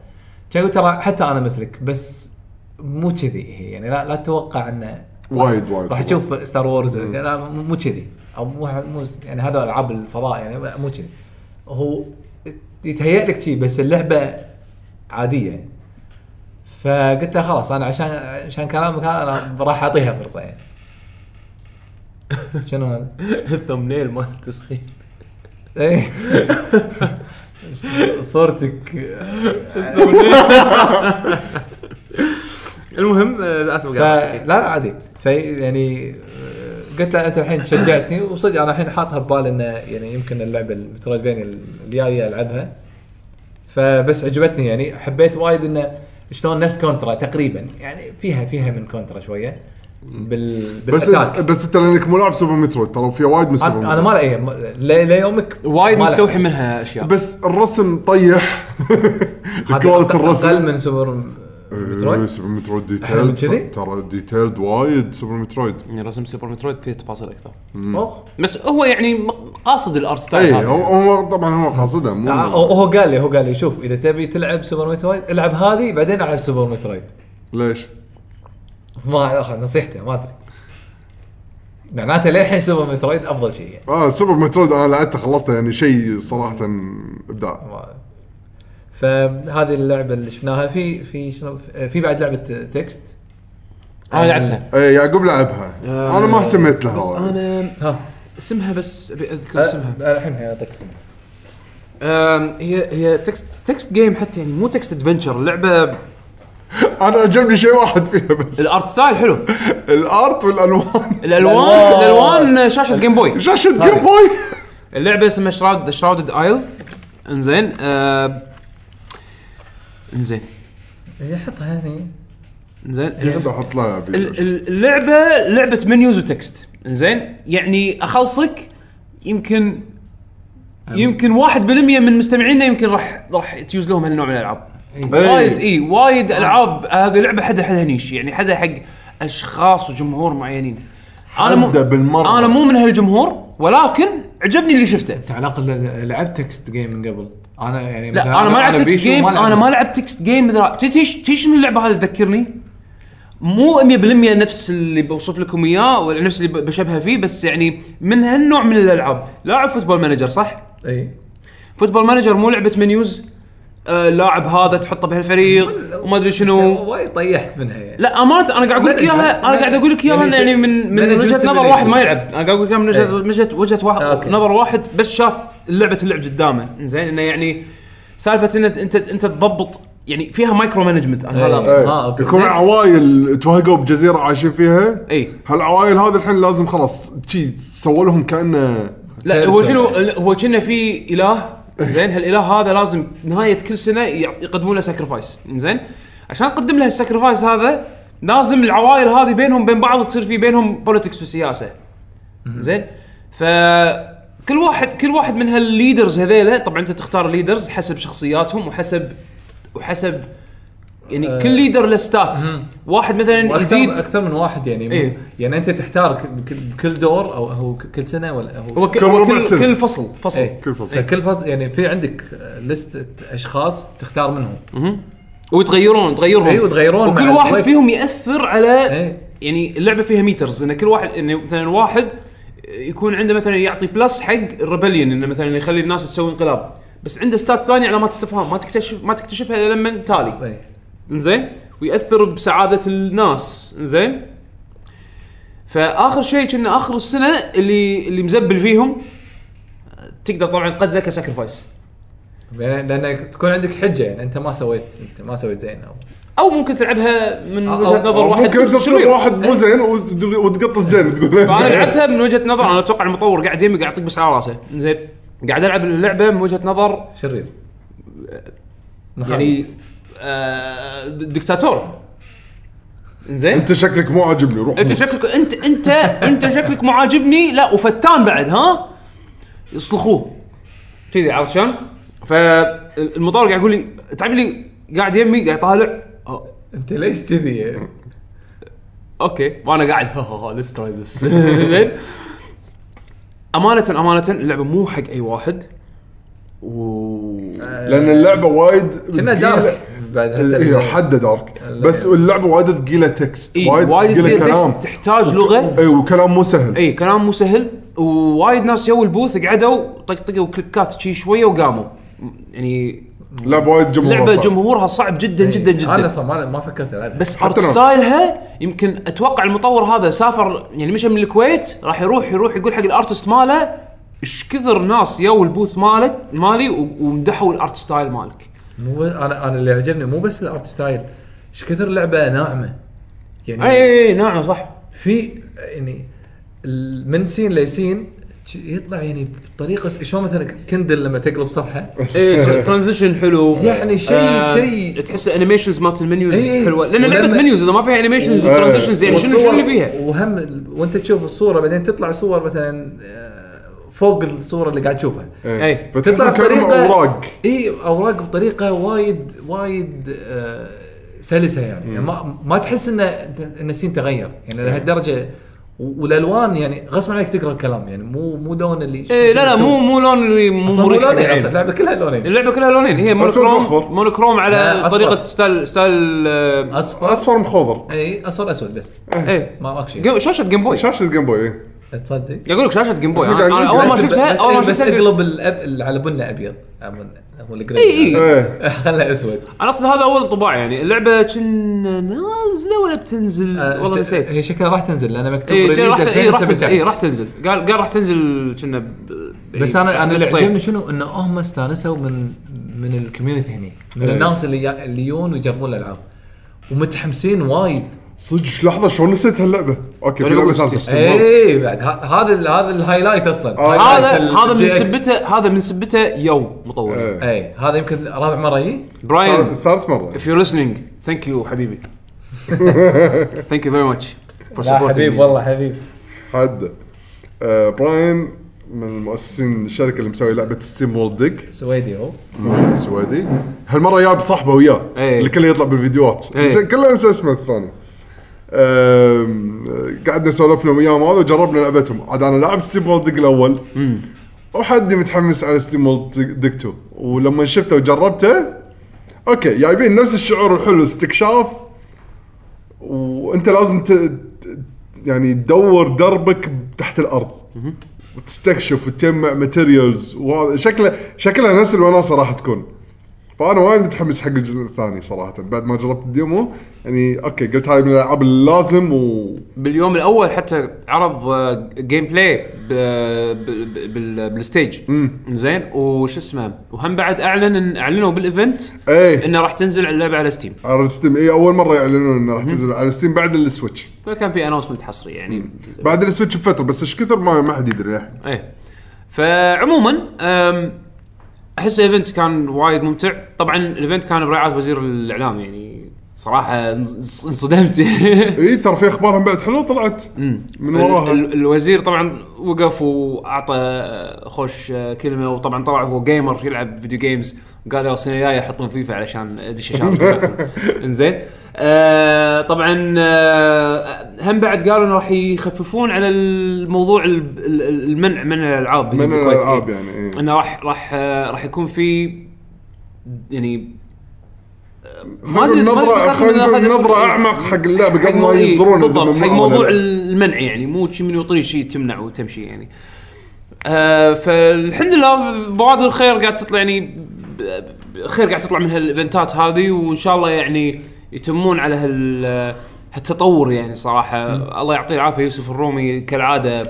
كان يقول ترى حتى انا مثلك بس مو كذي هي يعني لا لا تتوقع انه
وايد وايد
راح تشوف ستار وورز لا مو مو كذي او مو مو يعني هذا العاب الفضاء يعني مو كذي هو يتهيأ لك شيء بس اللعبه عاديه يعني. فقلت له خلاص انا عشان عشان كلامك هذا انا راح اعطيها فرصه يعني شنو هذا؟
الثمنيل مال التسخين
ايه صورتك
المهم آه، اسف
ف... لا لا عادي في يعني آه، قلت له انت الحين شجعتني وصدق انا الحين حاطها ببالي انه يعني يمكن اللعبه المترويدفينيا الجايه العبها فبس عجبتني يعني حبيت وايد انه شلون نفس كونترا تقريبا يعني فيها فيها من كونترا شويه بال
بس
بالاتاك
بس انت لانك مو لاعب سوبر مترويد ترى فيها وايد من سوبر
انا أنا ما إيه،
مترويد.
لأي- لي- ليومك
وايد
ما لعبت.
مستوحي منها اشياء
بس الرسم طيح
هذا
كواليتي
اقل
الرسم
من سوبر
إيه،
مترويد
سوبر مترويد
أحلى من كذي؟
ديتيلد ترى ديتيلد وايد سوبر مترويد
يعني رسم سوبر مترويد فيه تفاصيل اكثر
اوخ
بس هو يعني م- قاصد الارت ستايل
اي
هذا.
إيه، هو هو طبعا هو قاصده مو
طيب، آه، هو هو قال لي هو قال لي شوف اذا تبي تلعب سوبر مترويد العب هذه بعدين العب سوبر مترويد
ليش؟
ما اخذ نصيحته ما ادري معناته للحين سوبر مترويد افضل شيء يعني
اه سوبر مترويد انا لعبته خلصته يعني شيء صراحه ابداع
ما- فهذه اللعبه اللي شفناها في في شنو في بعد لعبه تكست
انا لعبتها
اي إيه، يعقوب لعبها
آه،
انا ما اهتميت لها
بس
وايد.
انا
ها
اسمها بس ابي اذكر اسمها
أه، الحين اعطيك اسمها
أم، هي هي تكست تكست جيم حتى يعني مو تكست ادفنشر اللعبه
انا عجبني شيء واحد فيها بس
الارت ستايل حلو
الارت والالوان
الالوان الالوان شاشه جيم بوي
شاشه
طيب.
جيم بوي
اللعبه اسمها شراود شراودد ايل انزين آه، انزين
إيه، حطها هني
انزين الف-
احط لها
ال-
فيديو.
ال- اللعبه لعبه منيوز وتكست انزين يعني اخلصك يمكن يمكن 1% من مستمعينا يمكن راح راح تيوز لهم هالنوع من الالعاب
إي.
وايد اي وايد العاب هذه لعبه حدا حدا نيش يعني حدا حق اشخاص وجمهور معينين انا مو
حدا بالمرة.
انا مو من هالجمهور ولكن عجبني اللي شفته
انت على الاقل لعبت تكست جيم من قبل انا يعني
لا انا ما لعبت تكست جيم انا ما لعبت تكست جيم مثل هذا. تدري تيش تيش شنو اللعبه هذه تذكرني مو 100% نفس اللي بوصف لكم اياه ولا نفس اللي ب- بشبهه فيه بس يعني من هالنوع من الالعاب لاعب فوتبول مانجر صح؟
اي
فوتبول مانجر مو لعبه منيوز آه لاعب هذا تحطه بهالفريق وما ادري شنو
وايد طيحت منها يعني
لا امانه انا قاعد اقول لك اياها انا قاعد اقول لك اياها إن يعني من من
Management
وجهه نظر
simulation.
واحد ما يلعب انا قاعد اقول لك إياها من وجهه
إيه.
وجهه وجهه واحد
أوكي.
نظر واحد بس شاف لعبه اللعب قدامه زين انه يعني سالفه ان انت انت تضبط يعني فيها مايكرو مانجمنت انا هذا
إيه.
أقصد.
إيه.
آه، أوكي.
يكون عوائل توهقوا بجزيره عايشين فيها
اي
هالعوائل هذه الحين لازم خلاص شي سووا لهم كانه
لا
كارثة.
هو شنو هو كنا في اله زين هالاله هذا لازم نهايه كل سنه يع- يقدمون له ساكرفايس زين عشان تقدم له الساكرفايس هذا لازم العوائل هذه بينهم بين بعض تصير في بينهم بوليتكس وسياسه زين ف كل واحد كل واحد من هالليدرز هذيلا طبعا انت تختار ليدرز حسب شخصياتهم وحسب وحسب
آه.
يعني كل ليدر له ستاتس واحد مثلا يزيد
اكثر اكثر من واحد يعني
إيه.
يعني انت تختار ك- بكل- بكل دور او هو ك- كل سنه ولا هو
هو ك-
كل
هو
ربع
كل
سنة.
كل فصل فصل
إيه.
كل فصل.
فكل فصل يعني في عندك لستة اشخاص تختار منهم
ويتغيرون تغيرهم
إيوه،
إيه، وتغيرون
وكل
مع
واحد
الوقت.
فيهم ياثر على
إيه.
يعني اللعبه فيها ميترز ان كل واحد ان مثلا واحد يكون عنده مثلا يعطي بلس حق الريبليون انه مثلا يخلي الناس تسوي انقلاب بس عنده ستات ثانيه علامات استفهام ما تكتشف ما تكتشفها الا لما
نعم.
تالي
إيه.
زين وياثر بسعاده الناس زين فاخر شيء كنا اخر السنه اللي اللي مزبل فيهم تقدر طبعا تقدمه كساكرفايس
يعني لان تكون عندك حجه يعني انت ما سويت انت ما سويت زين او
او ممكن تلعبها من
أو-
وجهه نظر
أو
واحد
ممكن أنت تصير
شرير.
واحد مو زين وت- وتقط الزين تقول إيه.
فانا لعبتها من وجهه نظر انا اتوقع المطور قاعد يمي قاعد يعطيك بس على راسه زين قاعد العب اللعبه من وجهه نظر
شرير
يعني آه دكتاتور زين
انت شكلك مو عاجبني روح
انت
موت.
شكلك انت انت انت شكلك مو عاجبني لا وفتان بعد ها يصلخوه كذي عرفت شلون؟ فالمطور قاعد يقول لي تعرف لي قاعد يمي قاعد طالع أه،
انت ليش كذي يعني؟
اوكي وانا قاعد ها ها ها ليتس تراي ذس زين امانه امانه اللعبه مو حق اي واحد و
لان اللعبه وايد
كنا
ثقيلة.
دارك بعد
هي
هالتلفزيون.
حد دارك بس اللعبه وايد ثقيله تكست
اي إيه، وايد
ثقيله
تقيل
كلام
تكست، تحتاج لغه
اي وكلام مو سهل
اي كلام مو سهل ووايد ناس جو البوث قعدوا طقطقوا كليكات شي شويه وقاموا يعني
لعبه وايد جمهور
لعبه
صعب.
جمهورها صعب جدا جدا
انا
جدا
اصلا ما ما فكرت العبها
بس
حتى
ارت
أنا.
ستايلها يمكن اتوقع المطور هذا سافر يعني مشى من الكويت راح يروح يروح يقول حق الارتست ماله ايش كثر ناس ياو البوث مالك مالي و- ومدحوا الارت ستايل مالك
مو انا انا اللي عجبني مو بس الارت ستايل ايش كثر لعبه ناعمه يعني
اي اي نعم صح
في يعني ال- من سين لسين ش- يطلع يعني بطريقه س- شلون مثلا كندل لما تقلب صفحه
اي ترانزيشن إيه، حلو آه،
يعني شيء- شيء-
تحس الانيميشنز مالت المنيوز
إي.
حلوه لان
ولما-
لعبه منيوز اذا ما فيها انيميشنز
إي.
وترانزيشنز يعني شنو شنو اللي فيها؟
وهم ال- وانت تشوف الصوره بعدين تطلع صور مثلا آه، فوق الصوره اللي قاعد تشوفها يعني
إي.
اي
تطلع
فتطلع كلام
بطريقه
اوراق
اي اوراق بطريقه وايد وايد آه، سلسه يعني يعني ما ما تحس انه ان السين تغير يعني لهالدرجه و- والالوان يعني غصب عليك تقرا الكلام يعني مو مو لون اللي
اي إيه، لا لا مو مو لون يعني اللي مو
اصلا مو
مريح
لونين
للعين.
اصلا اللعبه كلها لونين
اللعبه كلها لونين هي
أسود وأخضر.
مونوكروم مونوكروم على
لا، أصفر.
طريقه ستايل ستايل آه،
اصفر
اصفر مخضر
اي اصفر اسود بس
ايه
ما ماكو شيء
جو- شاشه جيم بوي
شاشه جيم بوي إي.
تصدق
يقول لك شاشه جيم بوي انا
قاعد
أنا
يقول
اول ما
بس-
شفتها
بس, إيه،
اول ما
بس
شفتها قلت-
اقلب الأب اللي على بنه ابيض أمن- هو الجري
إي، آه، إي.
ايه
خله اسود
انا اقصد هذا اول انطباع يعني اللعبه كنا نازله ولا بتنزل
آه،
والله
هي
نسيت
شكلها راح تنزل لانه مكتوب
اي
ريليز
راح اي راح تنزل
2017.
اي راح تنزل قال قال راح تنزل كنا ب- إيه،
بس
إي،
انا انا اللي
الصيف.
عجبني شنو انه هم استانسوا من من الكوميونتي هني من
إيه.
الناس اللي يا- اللي يجون ويجربون الالعاب ومتحمسين وايد
صدق إيش لحظه شلون نسيت هاللعبه اوكي في
أنا
لعبه
أقول
ثالثه
ستيس.
اي بعد ه- هذا ال- هذا الهايلايت اصلا
آه.
هايلايت
هذا
ال- آه.
هذا من
GX.
سبته هذا من سبته يو مطور
إيه.
اي هذا يمكن رابع مره يجي
براين
ثالث- ثالث مره
if you're listening thank you حبيبي thank you very much for
لا
supporting
حبيب
me.
والله حبيب
حد آه، براين من المؤسسين الشركه اللي مسوي لعبه ستيم وورد ديك
سويدي هو
مهندس سويدي هالمره جايب صاحبه وياه
إيه.
اللي كله يطلع بالفيديوهات
إيه.
زين كله نسى اسمه الثاني أم، قعدنا سولفنا وياهم هذا وجربنا لعبتهم عاد انا لاعب ستيم وورد ديك الاول وحدي متحمس على ستيم وورد ديك 2 ولما شفته وجربته اوكي جايبين نفس الشعور الحلو استكشاف و... وانت لازم ت... ت- يعني تدور دربك تحت الارض وتستكشف وتجمع ماتيريالز شكله شكلها نفس الوناسه راح تكون فانا وايد متحمس حق الجزء الثاني صراحه بعد ما جربت الديمو يعني اوكي قلت هاي من الالعاب اللازم و
باليوم الاول حتى عرض آه، جيم بلاي ب- ب- ب- بال- بالستيج زين وش اسمه وهم بعد اعلن إن- اعلنوا بالايفنت
ايه
انه راح تنزل اللعبه على ستيم
على ستيم اي اول مره يعلنون انه راح تنزل على ستيم بعد السويتش
فكان في اناونسمنت حصري يعني
بعد السويتش بفتره بس ايش كثر ما ما حد يدري الحين
ايه فعموما أم، احس الايفنت كان وايد ممتع طبعا الايفنت كان برعايه وزير الاعلام يعني صراحه انص- انصدمت
اي ترى في اخبار هم بعد حلوه طلعت من وراها
ال- ال- الوزير طبعا وقف واعطى آه، خوش آه، كلمه وطبعا طلع هو جيمر يلعب فيديو جيمز وقال يلا السنه الجايه احطهم فيفا علشان ادش عشان انزين آه طبعا آه هم بعد قالوا انه راح يخففون على الموضوع ال- ال- المنع من الالعاب
من
بالكويت.
الالعاب يعني إيه.
انه راح راح آه، راح يكون في يعني ما أدري- ما
خلينا
أدري
نظرة
بالأخير من
خلينا
الأخير-
نظرة أعمق حق اللعبة
حق
قبل ما
موضوع- إيه،
ينظرون إذا
بالضبط
ممنوع
حق
ولا
موضوع
لا.
المنع يعني مو شي من يطري شيء تمنع وتمشي يعني آه فالحمد لله بوادر الخير قاعد تطلع يعني ب- ب- خير قاعد تطلع من هالايفنتات هذه وان شاء الله يعني يتمون على هال هالتطور يعني صراحه الله يعطيه العافيه يوسف الرومي كالعاده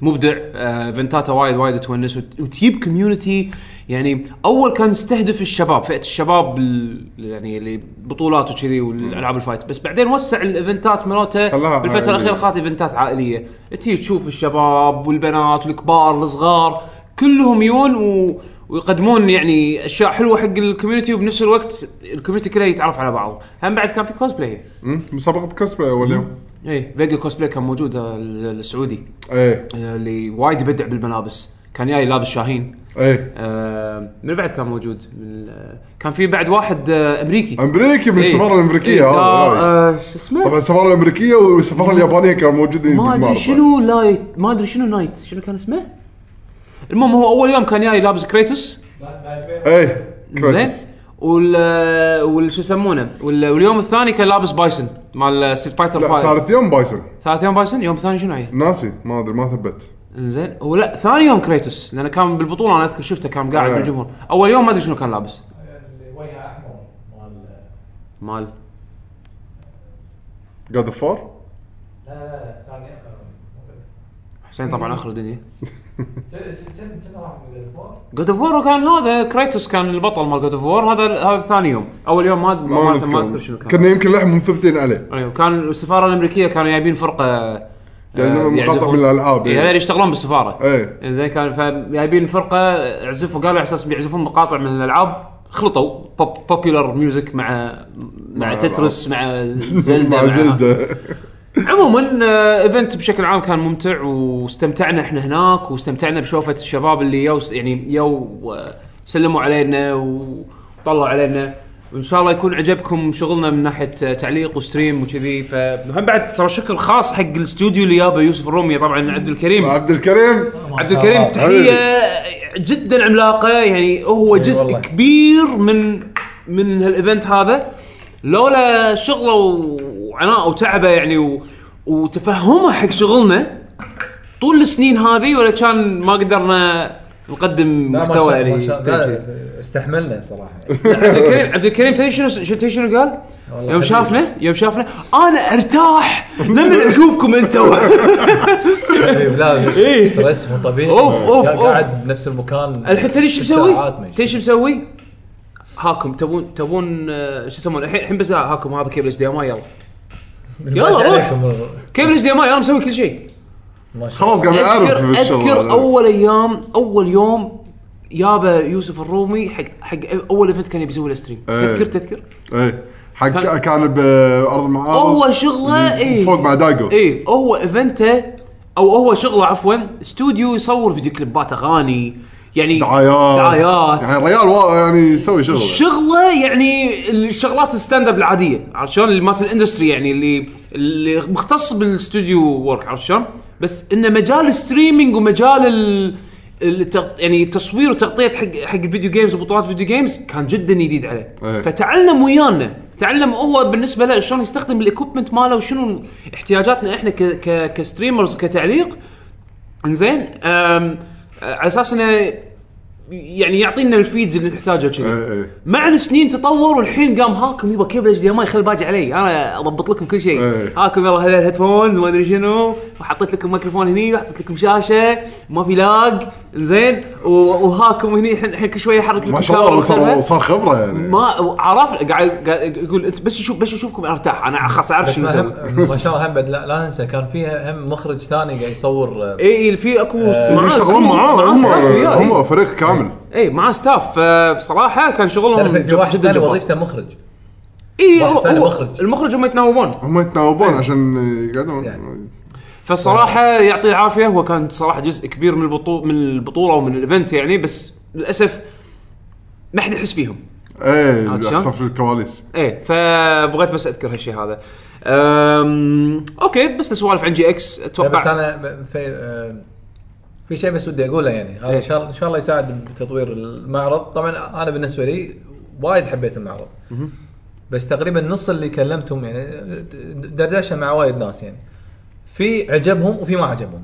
مبدع آه، ايفنتاته وايد وايد تونس وت- وتجيب كوميونتي يعني اول كان يستهدف الشباب فئه الشباب ال- يعني اللي بطولات وكذي والالعاب الفايت بس بعدين وسع الايفنتات مالته
خلاها
بالفتره
عائلية.
الاخيره خلاص ايفنتات عائليه تجي تشوف الشباب والبنات والكبار والصغار كلهم يون و... ويقدمون يعني اشياء حلوه حق الكوميونتي وبنفس الوقت الكوميونتي كله يتعرف على بعض هم بعد كان في كوسبلاي
مم، مسابقة كوسبلاي أول يوم
اي فيجا كوسبلاي كان موجود آه، ال- السعودي
إيه
آه، اللي وايد يبدع بالملابس كان جاي لابس شاهين
إيه
آه، من بعد كان موجود من آه، كان في بعد واحد آه، امريكي
أمريكي من
إيه.
السفارة
إيه،
الأمريكية هذا
آه،
هاي.
آه، شو اسمه
طبعا السفارة الأمريكية والسفارة اليابانية كانوا موجودين
ما ادري
بالمعرض.
شنو لايت ما ادري شنو نايت شنو كان اسمه المهم هو اول يوم كان جاي لابس كريتوس
إيه
زين
كويس.
وال وال شو يسمونه وال- واليوم الثاني كان لابس بايسن مال ستريت فايتر
لا
5
ثالث يوم بايسون
ثالث يوم بايسن يوم الثاني شنو عيل
ناسي ما أدري ما ثبت
زين ولا ثاني يوم كريتوس لانه كان بالبطوله انا اذكر شفته كان قاعد
آه.
بالجمهور اول يوم ما ادري شنو كان لابس
وجهه احمر مال
مال
جاد أوف فور
لا لا ثاني
حسين طبعا اخر الدنيا
كنا واحد من الفور
جود اوف وور كان هذا كريتوس كان البطل مال جود اوف وور هذا هذا ثاني يوم اول يوم ما ما, ما, ما اذكر شنو كان
كنا يمكن لحم مثبتين عليه
ايوه كان السفاره الامريكيه كانوا جايبين فرقه آه،
يعزفون مقاطع
يعزفون.
من الألعاب،
إيه،
إيه.
هذول يشتغلون بالسفاره
إيه.
زين كان فجايبين فرقه عزفوا قالوا على اساس بيعزفون مقاطع من الالعاب خلطوا بوب بوبيولار ميوزك مع مع
مع
تترس مع زلدا
مع زلدة
عموما آه، ايفنت بشكل عام كان ممتع واستمتعنا احنا هناك واستمتعنا بشوفه الشباب اللي يو يعني يو آه، سلموا علينا وطلعوا علينا وان شاء الله يكون عجبكم شغلنا من ناحيه آه، تعليق وستريم وكذي فهم بعد ترى شكر خاص حق الاستوديو اللي جابه يوسف الرومي طبعا عبد الكريم
عبد الكريم
عبد الكريم تحيه جدا عملاقه يعني هو جزء
والله.
كبير من من هالايفنت هذا لولا شغله وعناءه وتعبه يعني و وتفهمه حق شغلنا طول السنين هذه ولا كان ما قدرنا نقدم محتوى يعني ستيج.
استحملنا صراحه
عبد الكريم عبد الكريم تدري شنو تدري شنو قال؟
والله
يوم
حبيبي.
شافنا يوم شافنا انا ارتاح لما اشوفكم انتم
لا
إيه.
ستريس مو طبيعي
أوف، أوف،
قاعد-
أوف.
قاعد بنفس المكان
الحين تدري شو مسوي؟
ساعات ما
تدري شو مسوي؟ هاكم تبون تبون آه، شو يسمونه الحين الحين بس آه، هاكم هذا كيبل اتش دي ام اي يلا يلا
ما
روح.
عليكم والله.
كيبل اتش دي ام اي انا مسوي كل شيء
ما شاء
خلاص قاعد أعرف
اذكر
بالشغل
اذكر
هذا.
اول ايام اول يوم يابا يوسف الرومي حق حق اول ايفنت كان يبي يسوي له ستريم
إيه.
تذكر تذكر
إيه حق
كان-
كان بأرض المعارض
هو شغله إيه.
فوق مع دايجو
اي هو ايفنته او هو شغله عفوا استوديو يصور فيديو كليبات اغاني يعني
دعايات
دعايات
يعني الريال وا- يعني يسوي شغل
شغله يعني الشغلات الستاندرد العاديه عرفت شلون اللي مالت الاندستري يعني اللي اللي مختص بالاستوديو ورك عرفت شلون بس انه مجال الستريمينج ومجال ال التغط... يعني التصوير وتغطيه حق حق الفيديو جيمز وبطولات الفيديو جيمز كان جدا جديد عليه
إيه.
فتعلم ويانا تعلم هو بالنسبه له شلون يستخدم الاكوبمنت ماله وشنو احتياجاتنا احنا ك ك كستريمرز كتعليق انزين أم، أه، على اساس انه يعني يعطينا الفيدز اللي نحتاجه كذي
إيه، إيه.
مع السنين تطور والحين قام هاكم يبا كيبل اتش دي ام اي خلي باجي علي انا اضبط لكم كل شيء
إيه.
هاكم يلا هذا الهيدفونز ما ادري شنو وحطيت لكم ميكروفون هني وحطيت لكم شاشه ما في لاج زين و- وهاكم هني الحين الحين كل شويه يحرك لكم
ما شاء الله
كاميرا
ترى
مختلفة.
صار خبره يعني
ما عرف قاعد قاعد يقول انت بس شوف بس اشوفكم ارتاح انا خلاص اعرف
بس
شنو
ما,
اسوي
هم- ما شاء الله هم بعد لا, لا ننسى كان فيها هم مخرج ثاني قاعد يصور آه،
اي إيه، في اكو
هم آه، يشتغلون معاه هم هم فريق كامل
اي إيه، مع ستاف فبصراحه كان
تعرف
شغلهم
في
جب-
واحد
جدا
ثاني
جبار
وظيفته مخرج
اي
واحد
هو-
ثاني
هو-
مخرج.
المخرج هم يتناوبون
هم يتناوبون عشان يقعدون
يعني.
فالصراحه يعطيه العافيه هو كان صراحه جزء كبير من البطوله من البطوله ومن الايفنت يعني بس للاسف ما حد يحس فيهم
ايه
عاد شلون؟
للاسف الكواليس
ايه فبغيت بس اذكر هالشيء هذا أم... اوكي بس سوالف عن جي اكس
لا، بس
اتوقع
انا ب- في آه، في شيء بس ودي اقوله يعني هذا ان شاء الله ان شاء الله يساعد بتطوير المعرض طبعا انا بالنسبه لي وايد حبيت المعرض بس تقريبا نص اللي كلمتهم يعني دردشه مع وايد ناس يعني في عجبهم وفي ما عجبهم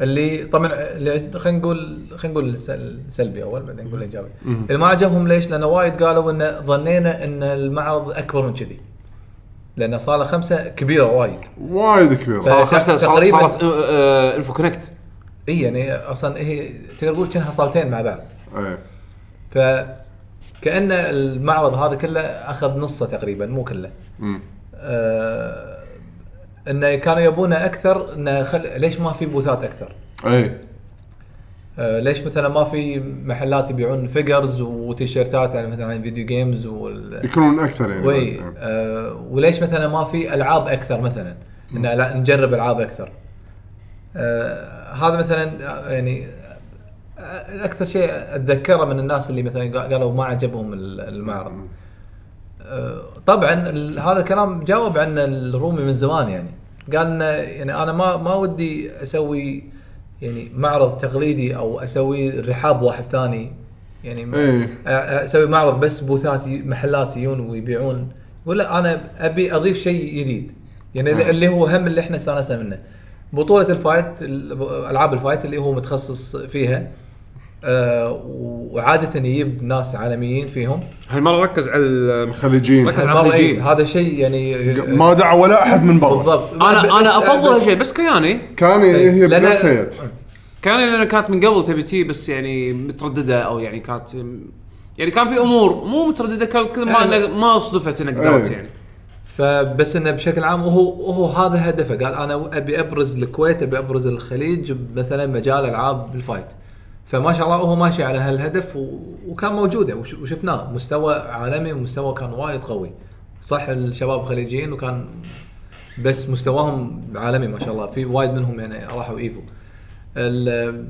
اللي طبعا اللي- خلينا نقول خلينا نقول الس- السلبي اول بعدين نقول الايجابي اللي ما عجبهم ليش؟ لانه وايد قالوا انه ظنينا ان المعرض اكبر من كذي لان صاله خمسه كبيره وايد
وايد كبير
صار خمسه صار
تقريباً-
صارت آه، آه، الفو كونكت
اي يعني اصلا هي تقدر تقول كانها صالتين مع بعض
ايه
ف كان المعرض هذا كله اخذ نصه تقريبا مو كله
مم.
آه انه كانوا يبونه اكثر انه خل... ليش ما في بوثات اكثر؟
ايه
آه ليش مثلا ما في محلات يبيعون فيجرز وتيشيرتات يعني مثلا عن فيديو جيمز وال...
يكونون اكثر يعني
وي
بعد. إيه.
آه وليش مثلا ما في العاب اكثر مثلا ان لا نجرب العاب اكثر آه هذا مثلا آه، يعني آه، اكثر شيء اتذكره من الناس اللي مثلا قا- قالوا ما عجبهم ال- المعرض آه طبعا ال- هذا الكلام جاوب عنه الرومي من زمان يعني قال انه يعني انا ما ما ودي اسوي يعني معرض تقليدي او اسوي رحاب واحد ثاني يعني ما-
إيه.
أ- اسوي معرض بس بوثات ي- محلات يجون ويبيعون ولا انا ابي اضيف شيء جديد يعني
آه.
اللي- اللي هو هم اللي احنا استانسنا منه بطوله الفايت ال- العاب الفايت اللي هو متخصص فيها آه، و- وعاده يجيب ناس عالميين فيهم
هالمره ركز على الم-
خليجيين
ركز على
المرة
الخليجيين.
إيه، هذا شيء يعني
ما دعا ولا احد من برا
بالضبط
انا
بس-
انا افضل
بس-
هالشيء بس كياني
كان هي
لأن-
بنفس هيئت
كياني لان كانت من قبل تبي تي بس يعني متردده او يعني كانت يعني كان في امور مو متردده كان كذا ما
أنا-
إنك- ما صدفت انك دارت
أي.
يعني
فبس انه بشكل عام هو هو هذا هدفه قال انا ابي ابرز الكويت ابي ابرز الخليج مثلا مجال العاب الفايت فما شاء الله هو ماشي على هالهدف و... وكان موجوده وش... وشفناه مستوى عالمي ومستوى كان وايد قوي صح الشباب خليجيين وكان بس مستواهم عالمي ما شاء الله في وايد منهم يعني راحوا ايفو ال...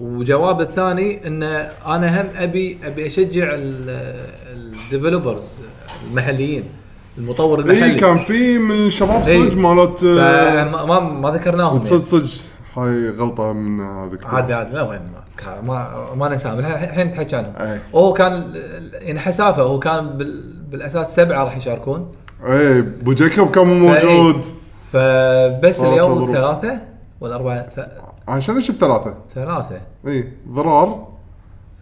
وجواب الثاني ان انا هم ابي ابي اشجع الديفلوبرز المحليين المطور المحلي
اي إيه، كان في من شباب
إيه.
صج مالت آه،
فما ما, ما ذكرناهم
صج
يعني.
صج هاي غلطه من هذاك
عادي عادي لا وين ما كان- ما, ما ننساهم الحين- الحين تحكي عنهم
أي.
هو كان يعني حسافه هو كان بال بالاساس سبعه راح يشاركون
اي ابو إيه، جيكوب كان موجود
فبس
والله
اليوم
تضرب.
ثلاثه ولا اربعه ث-
عشان اشوف ثلاثه
ثلاثه
اي ضرار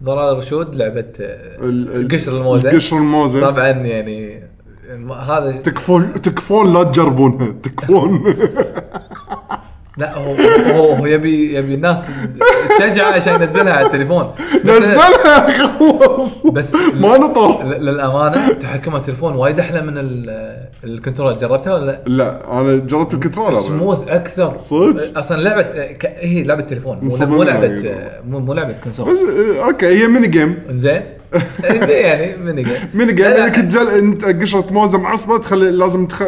ضرار رشود آه، لعبه
ال- ال-
قشر الموزه
القشر الموزه طبعا
طبعا يعني ما- هذا
تكفون تكفون لا تجربونها تكفون
لا هو هو, هو يبي يبي الناس تشجع عشان ينزلها على التليفون بس-
نزلها خلاص
بس
ما نطر
ل- للامانه تحكم التليفون وايد احلى من ال- الكنترول جربتها ولا لا؟
لا انا جربت الكنترولر
سموث اكثر
صدق؟
اصلا لعبه آه، ك- هي لعبه تليفون مو- مو
مصممة
لعبه
يعني.
مو مو لعبه
بس
كونسول
آه، اوكي هي ميني جيم
زين يعني ميني جيم
ميني جيم
لا، يعني لا.
انك تزل انت قشره موزه معصبه تخلي لازم تخ...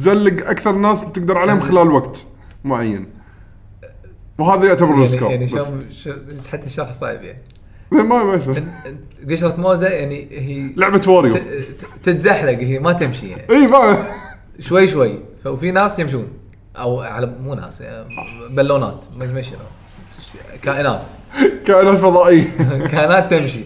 تزلق اكثر ناس تقدر عليهم
يعني-
خلال وقت معين وهذا يعتبر
يعني,
السكور
يعني
بس
شلون شلون- حتى الشرح صعب يعني
ما ما شو.
قشره موزه يعني هي
لعبه واريو
ت- ت- تتزحلق هي ما تمشي يعني
اي ما
شوي شوي ف- وفي ناس يمشون او على مو ناس يعني بالونات ما ما شنو كائنات
كائنات فضائيه
كائنات تمشي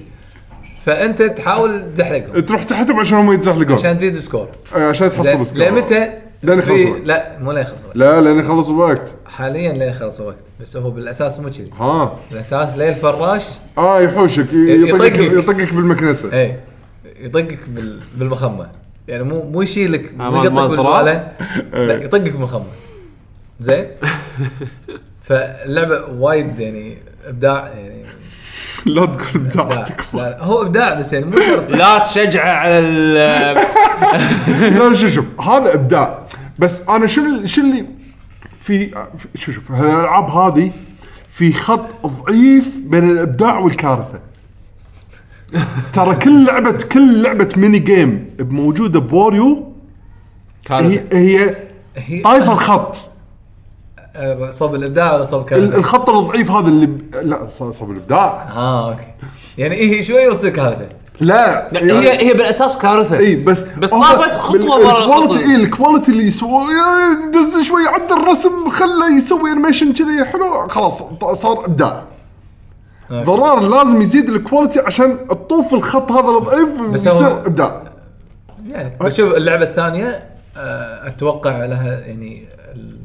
فانت تحاول تحرقهم
تروح تحتهم عشان هم يتزحلقون
عشان تزيد سكور
آه، عشان تحصل سكور
لمتى؟
لين يخلص
في-
الوقت.
لا مو لا يخلص الوقت.
لا لان يخلص الوقت
حاليا لا يخلص الوقت بس هو بالاساس مو كذي
ها
بالاساس ليه الفراش
اه يحوشك ي- يطقك
يطقك.
يطقك بالمكنسه
اي إيه، يطقك بال... بالمخمه يعني مو مو يشيلك
آه،
مو
مال-
يقطك
مال تراب؟
بالزباله لا
إيه.
يطقك بالمخمه زين فاللعبه وايد يعني ابداع يعني
لا تقول
لا,
بدعتك
لا هو ابداع بس يعني مو شرط
لا تشجعه على ال-
لا شوف شوف هذا ابداع بس انا شو ال- شو اللي في في- شوف شوف الالعاب هذه في خط ضعيف بين الابداع والكارثه ترى كل لعبه كل لعبه ميني جيم موجوده بواريو هي طيب. هي
هي
طايفه الخط
صوب الابداع ولا صوب
ال-
كارثه؟
الخط الضعيف هذا اللي ب... لا ص- صوب الابداع
اه اوكي يعني هي شوي وتصير كارثه
لا يعني- إيه.
هي هي بالاساس كارثه
اي بس
بس طافت خطوة ورا
الكواليتي
خطوة.
اي الكواليتي إيه، اللي يسوي دز شوي عدل الرسم خله يسوي انيميشن كذي حلو خلاص ط- صار ابداع
أوكي.
ضرار لازم يزيد الكواليتي عشان تطوف الخط هذا الضعيف
بس هو-
يصير ابداع
يعني بس شوف اللعبه الثانيه آه، اتوقع لها يعني ال-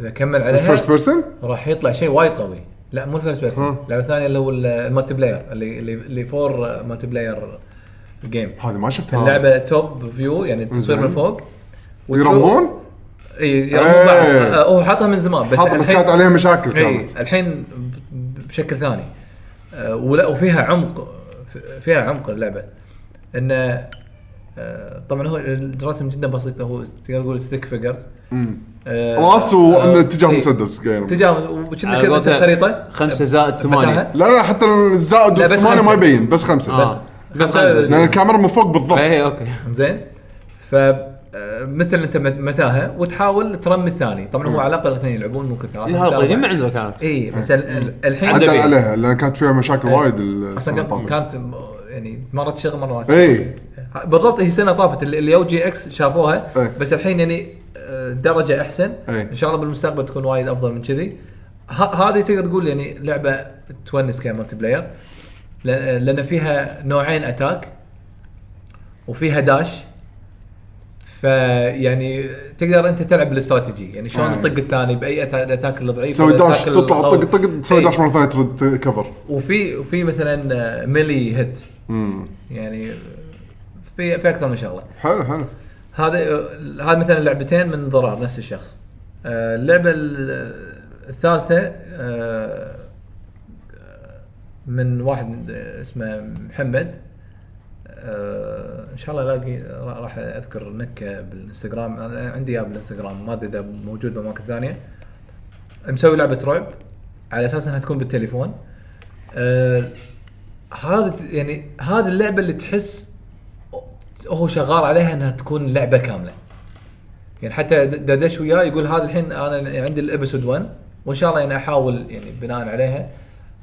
اذا كمل عليها
فيرست بيرسون
راح يطلع شيء وايد قوي لا مو الفيرست بيرسون
ها.
اللعبه الثانيه اللي هو ال- المالتي بلاير اللي اللي, اللي فور مالتي بلاير جيم
هذه ما شفتها
اللعبه توب فيو يعني تصوير من
زين.
فوق وتشوف-
يرمون
اي يرمون
إيه.
بعض آه، هو حاطها من زمان بس
حاط- بس كانت عليها مشاكل
اي
كانت
الحين ب- بشكل ثاني آه، ولا وفيها عمق ف- فيها عمق اللعبه انه آه، طبعا هو الرسم جدا بسيط هو تقدر تقول ستيك فيجرز
مم. راس واتجاه مسدس غير.
آه، إيه، اتجاه وكنا
على
كذا
قولته
مثل خريطه
خمسة زائد
بمتاهة.
ثمانية.
لا لا حتى الزائد
لا، بس
والثمانية ما
خمسة.
يبين بس خمسة
آه. إيه،
بس
بس
لان الكاميرا من فوق بالضبط
اي اوكي
زين ف آه، مثل انت مت- متاهه وتحاول ترمي الثاني طبعا هو على الاقل اثنين يلعبون ممكن ثلاثه
إيه، هذا قديم ما عنده كانت
اي بس ال- ال- الحين
عدل
عدل.
عليها لان كانت فيها مشاكل
إيه.
وايد السنة
اصلا
اللي
كانت-
طافت. إيه.
كانت م- يعني مرات شغل مرات شغل.
اي
بالضبط هي سنه طافت اللي اللي يو جي اكس شافوها
إيه.
بس الحين يعني آه، درجه احسن
إيه.
ان شاء الله بالمستقبل تكون وايد افضل من كذي ه- هذه تقدر تقول يعني لعبه تونس كمالتي بلاير ل- لان فيها نوعين اتاك وفيها داش فيعني تقدر انت تلعب بالاستراتيجي يعني شلون
إيه.
تطق الثاني باي أتا- الاتاك الضعيف
تسوي
ولا
داش
الأتاك
تطلع طق
القوي.
طق تسوي
إيه.
داش مره ثانيه ترد كفر
وفي وفي مثلا آه، ميلي هيت
امم
يعني في في اكثر من شغله
حلو حلو
هذا هذا مثلا لعبتين من ضرار نفس الشخص آه، اللعبه ال- الثالثه آه، من واحد آه، اسمه محمد آه، ان شاء الله الاقي را- راح اذكر نكه بالانستغرام انا آه، عندي اياه بالانستغرام ما ادري اذا موجود باماكن ثانيه مسوي لعبه رعب على اساس انها تكون بالتليفون آه، هذا ت- يعني هذه اللعبه اللي تحس هو شغال عليها انها تكون لعبه كامله يعني حتى د- دردش وياه يقول هذا الحين انا عندي الابيسود 1 وان شاء الله يعني احاول يعني بناء عليها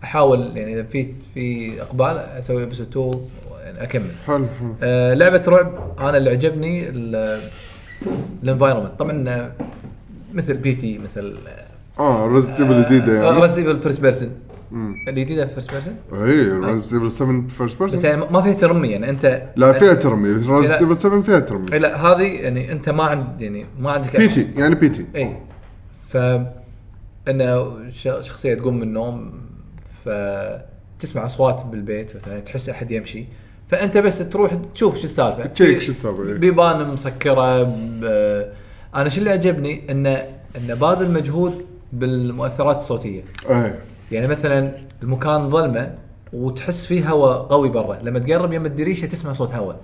احاول يعني اذا في في اقبال اسوي ابيسود 2 يعني اكمل
حلو حلو
آه لعبه رعب انا اللي عجبني الانفايرمنت طبعا آه، مثل بي تي مثل
اه ريزنت
آه،
ايفل الجديده يعني
ريزنت ايفل فيرست بيرسون
مم.
الجديده فيرست بيرسون
اي ريزنت ايفل 7 فيرست
بس
بيرسون
يعني ما فيها ترمي يعني انت
لا فيها ترمي ريزنت
لا.
ايفل 7 فيها ترمي
لا هذه يعني انت ما عند يعني ما عندك
بي تي يعني بي تي
اي ف انه ش- شخصيه تقوم من النوم فتسمع اصوات بالبيت مثلا تحس احد يمشي فانت بس تروح تشوف شو السالفه
تشيك شو السالفة، إيه.
بيبان مسكره ب- انا شو اللي عجبني انه انه باذل مجهود بالمؤثرات الصوتيه
اي
يعني مثلا المكان ظلمه وتحس فيه هواء قوي برا لما تقرب يم الدريشه تسمع صوت هواء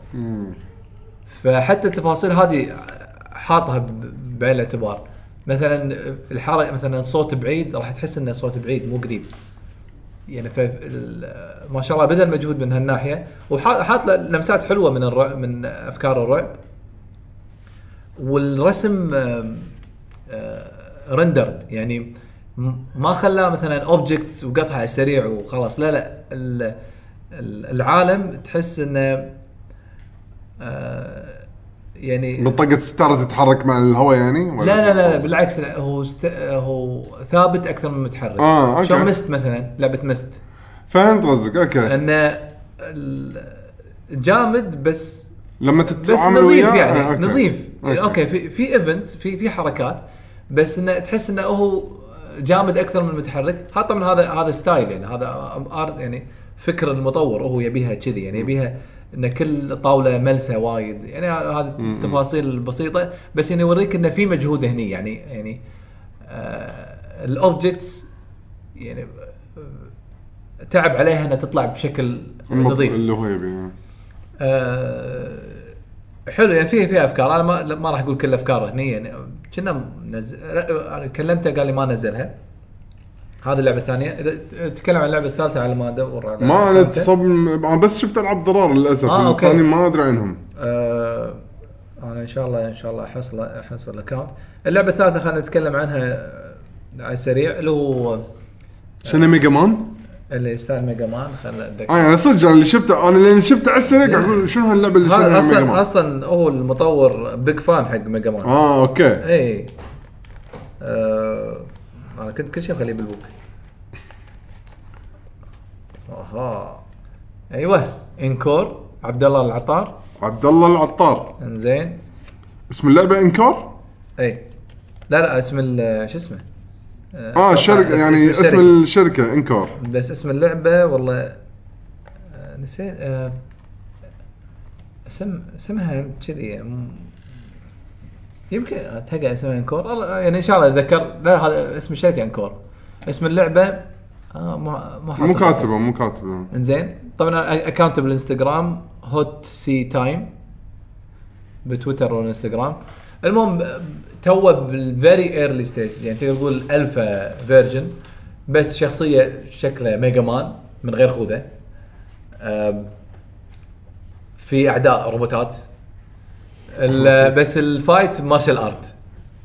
فحتى التفاصيل هذه حاطها ب- بعين الاعتبار مثلا الحركه مثلا صوت بعيد راح تحس انه صوت بعيد مو قريب يعني ف ال- ما شاء الله بذل مجهود من هالناحيه وحاط له لمسات حلوه من الرعب من افكار الرعب والرسم رندرد يعني م- ما خلاه مثلا اوبجكتس وقطعه على السريع وخلاص لا لا ال- ال- العالم تحس انه آه، يعني
منطقة ستارة تتحرك مع الهواء يعني
لا لا لا, لا بالعكس لا هو است... هو ثابت اكثر من متحرك
آه، أوكي.
شلون مست مثلا لعبه مست
فهمت قصدك اوكي
ان ال- جامد بس
لما
بس
تتعامل
نظيف
وياه
يعني
آه،
أوكي. نظيف اوكي,
أوكي.
أوكي في في ايفنتس في في حركات بس انه تحس انه هو جامد اكثر من المتحرك هذا طبعا هذا هذا ستايل يعني هذا ارت يعني فكر المطور هو يبيها كذي يعني يبيها ان كل طاوله ملسه وايد يعني هذه التفاصيل البسيطه بس يعني يوريك انه في مجهود هني يعني يعني آه الاوبجكتس يعني آه، تعب عليها انها تطلع بشكل
المط-
نظيف
اللي هو يبي
آه، حلو يعني فيه فيه افكار انا ما لا- ما راح اقول كل الافكار هني يعني كنا منزل لا، أنا كلمته قال لي ما نزلها هذه اللعبه الثانيه اذا تتكلم عن اللعبه الثالثه على ما ادور على
ما انا
كلمته.
تصب انا بس شفت العاب ضرار للاسف
آه، أوكي.
الثاني ما ادري عنهم
آه، انا ان شاء الله ان شاء الله احصل احصل اكونت اللعبه الثالثه خلينا نتكلم عنها آه، على السريع اللي هو
شنو ميجا مان؟
اللي ستايل ميجا مان خلينا اتذكر
آه يعني صدق انا اللي شفته انا اللي شفته على السريع قاعد اقول شنو هاللعبه اللي شنو
هذا
ميجا مان؟
اصلا اصلا هو المطور بيج فان حق ميجا مان
اه اوكي
اي إيه. آه انا كنت كل شيء اخليه بالبوك اها ايوه انكور عبد الله العطار
عبد الله العطار
انزين
اسم اللعبه انكار؟
اي إيه. لا لا اسم ال- شو اسمه آه،
اه الشركه يعني اسم
الشركة.
الشركه انكار
بس اسم اللعبه والله آه، نسيت آه، اسم اسمها كذي م- يمكن اتوقع اسمها انكور والله يعني ان شاء الله اتذكر لا هذا اسم الشركه انكور اسم اللعبه آه ما ما حاطط
مو
اسم.
كاتبه مو كاتبه
انزين طبعا اكونت بالانستغرام هوت سي تايم بتويتر والانستغرام المهم ب- توه بالفيري ايرلي ستيج يعني تقدر تقول الفا فيرجن بس شخصيه شكله ميجا مان من غير خوذه أم، في اعداء روبوتات ال- بس الفايت مارشال ارت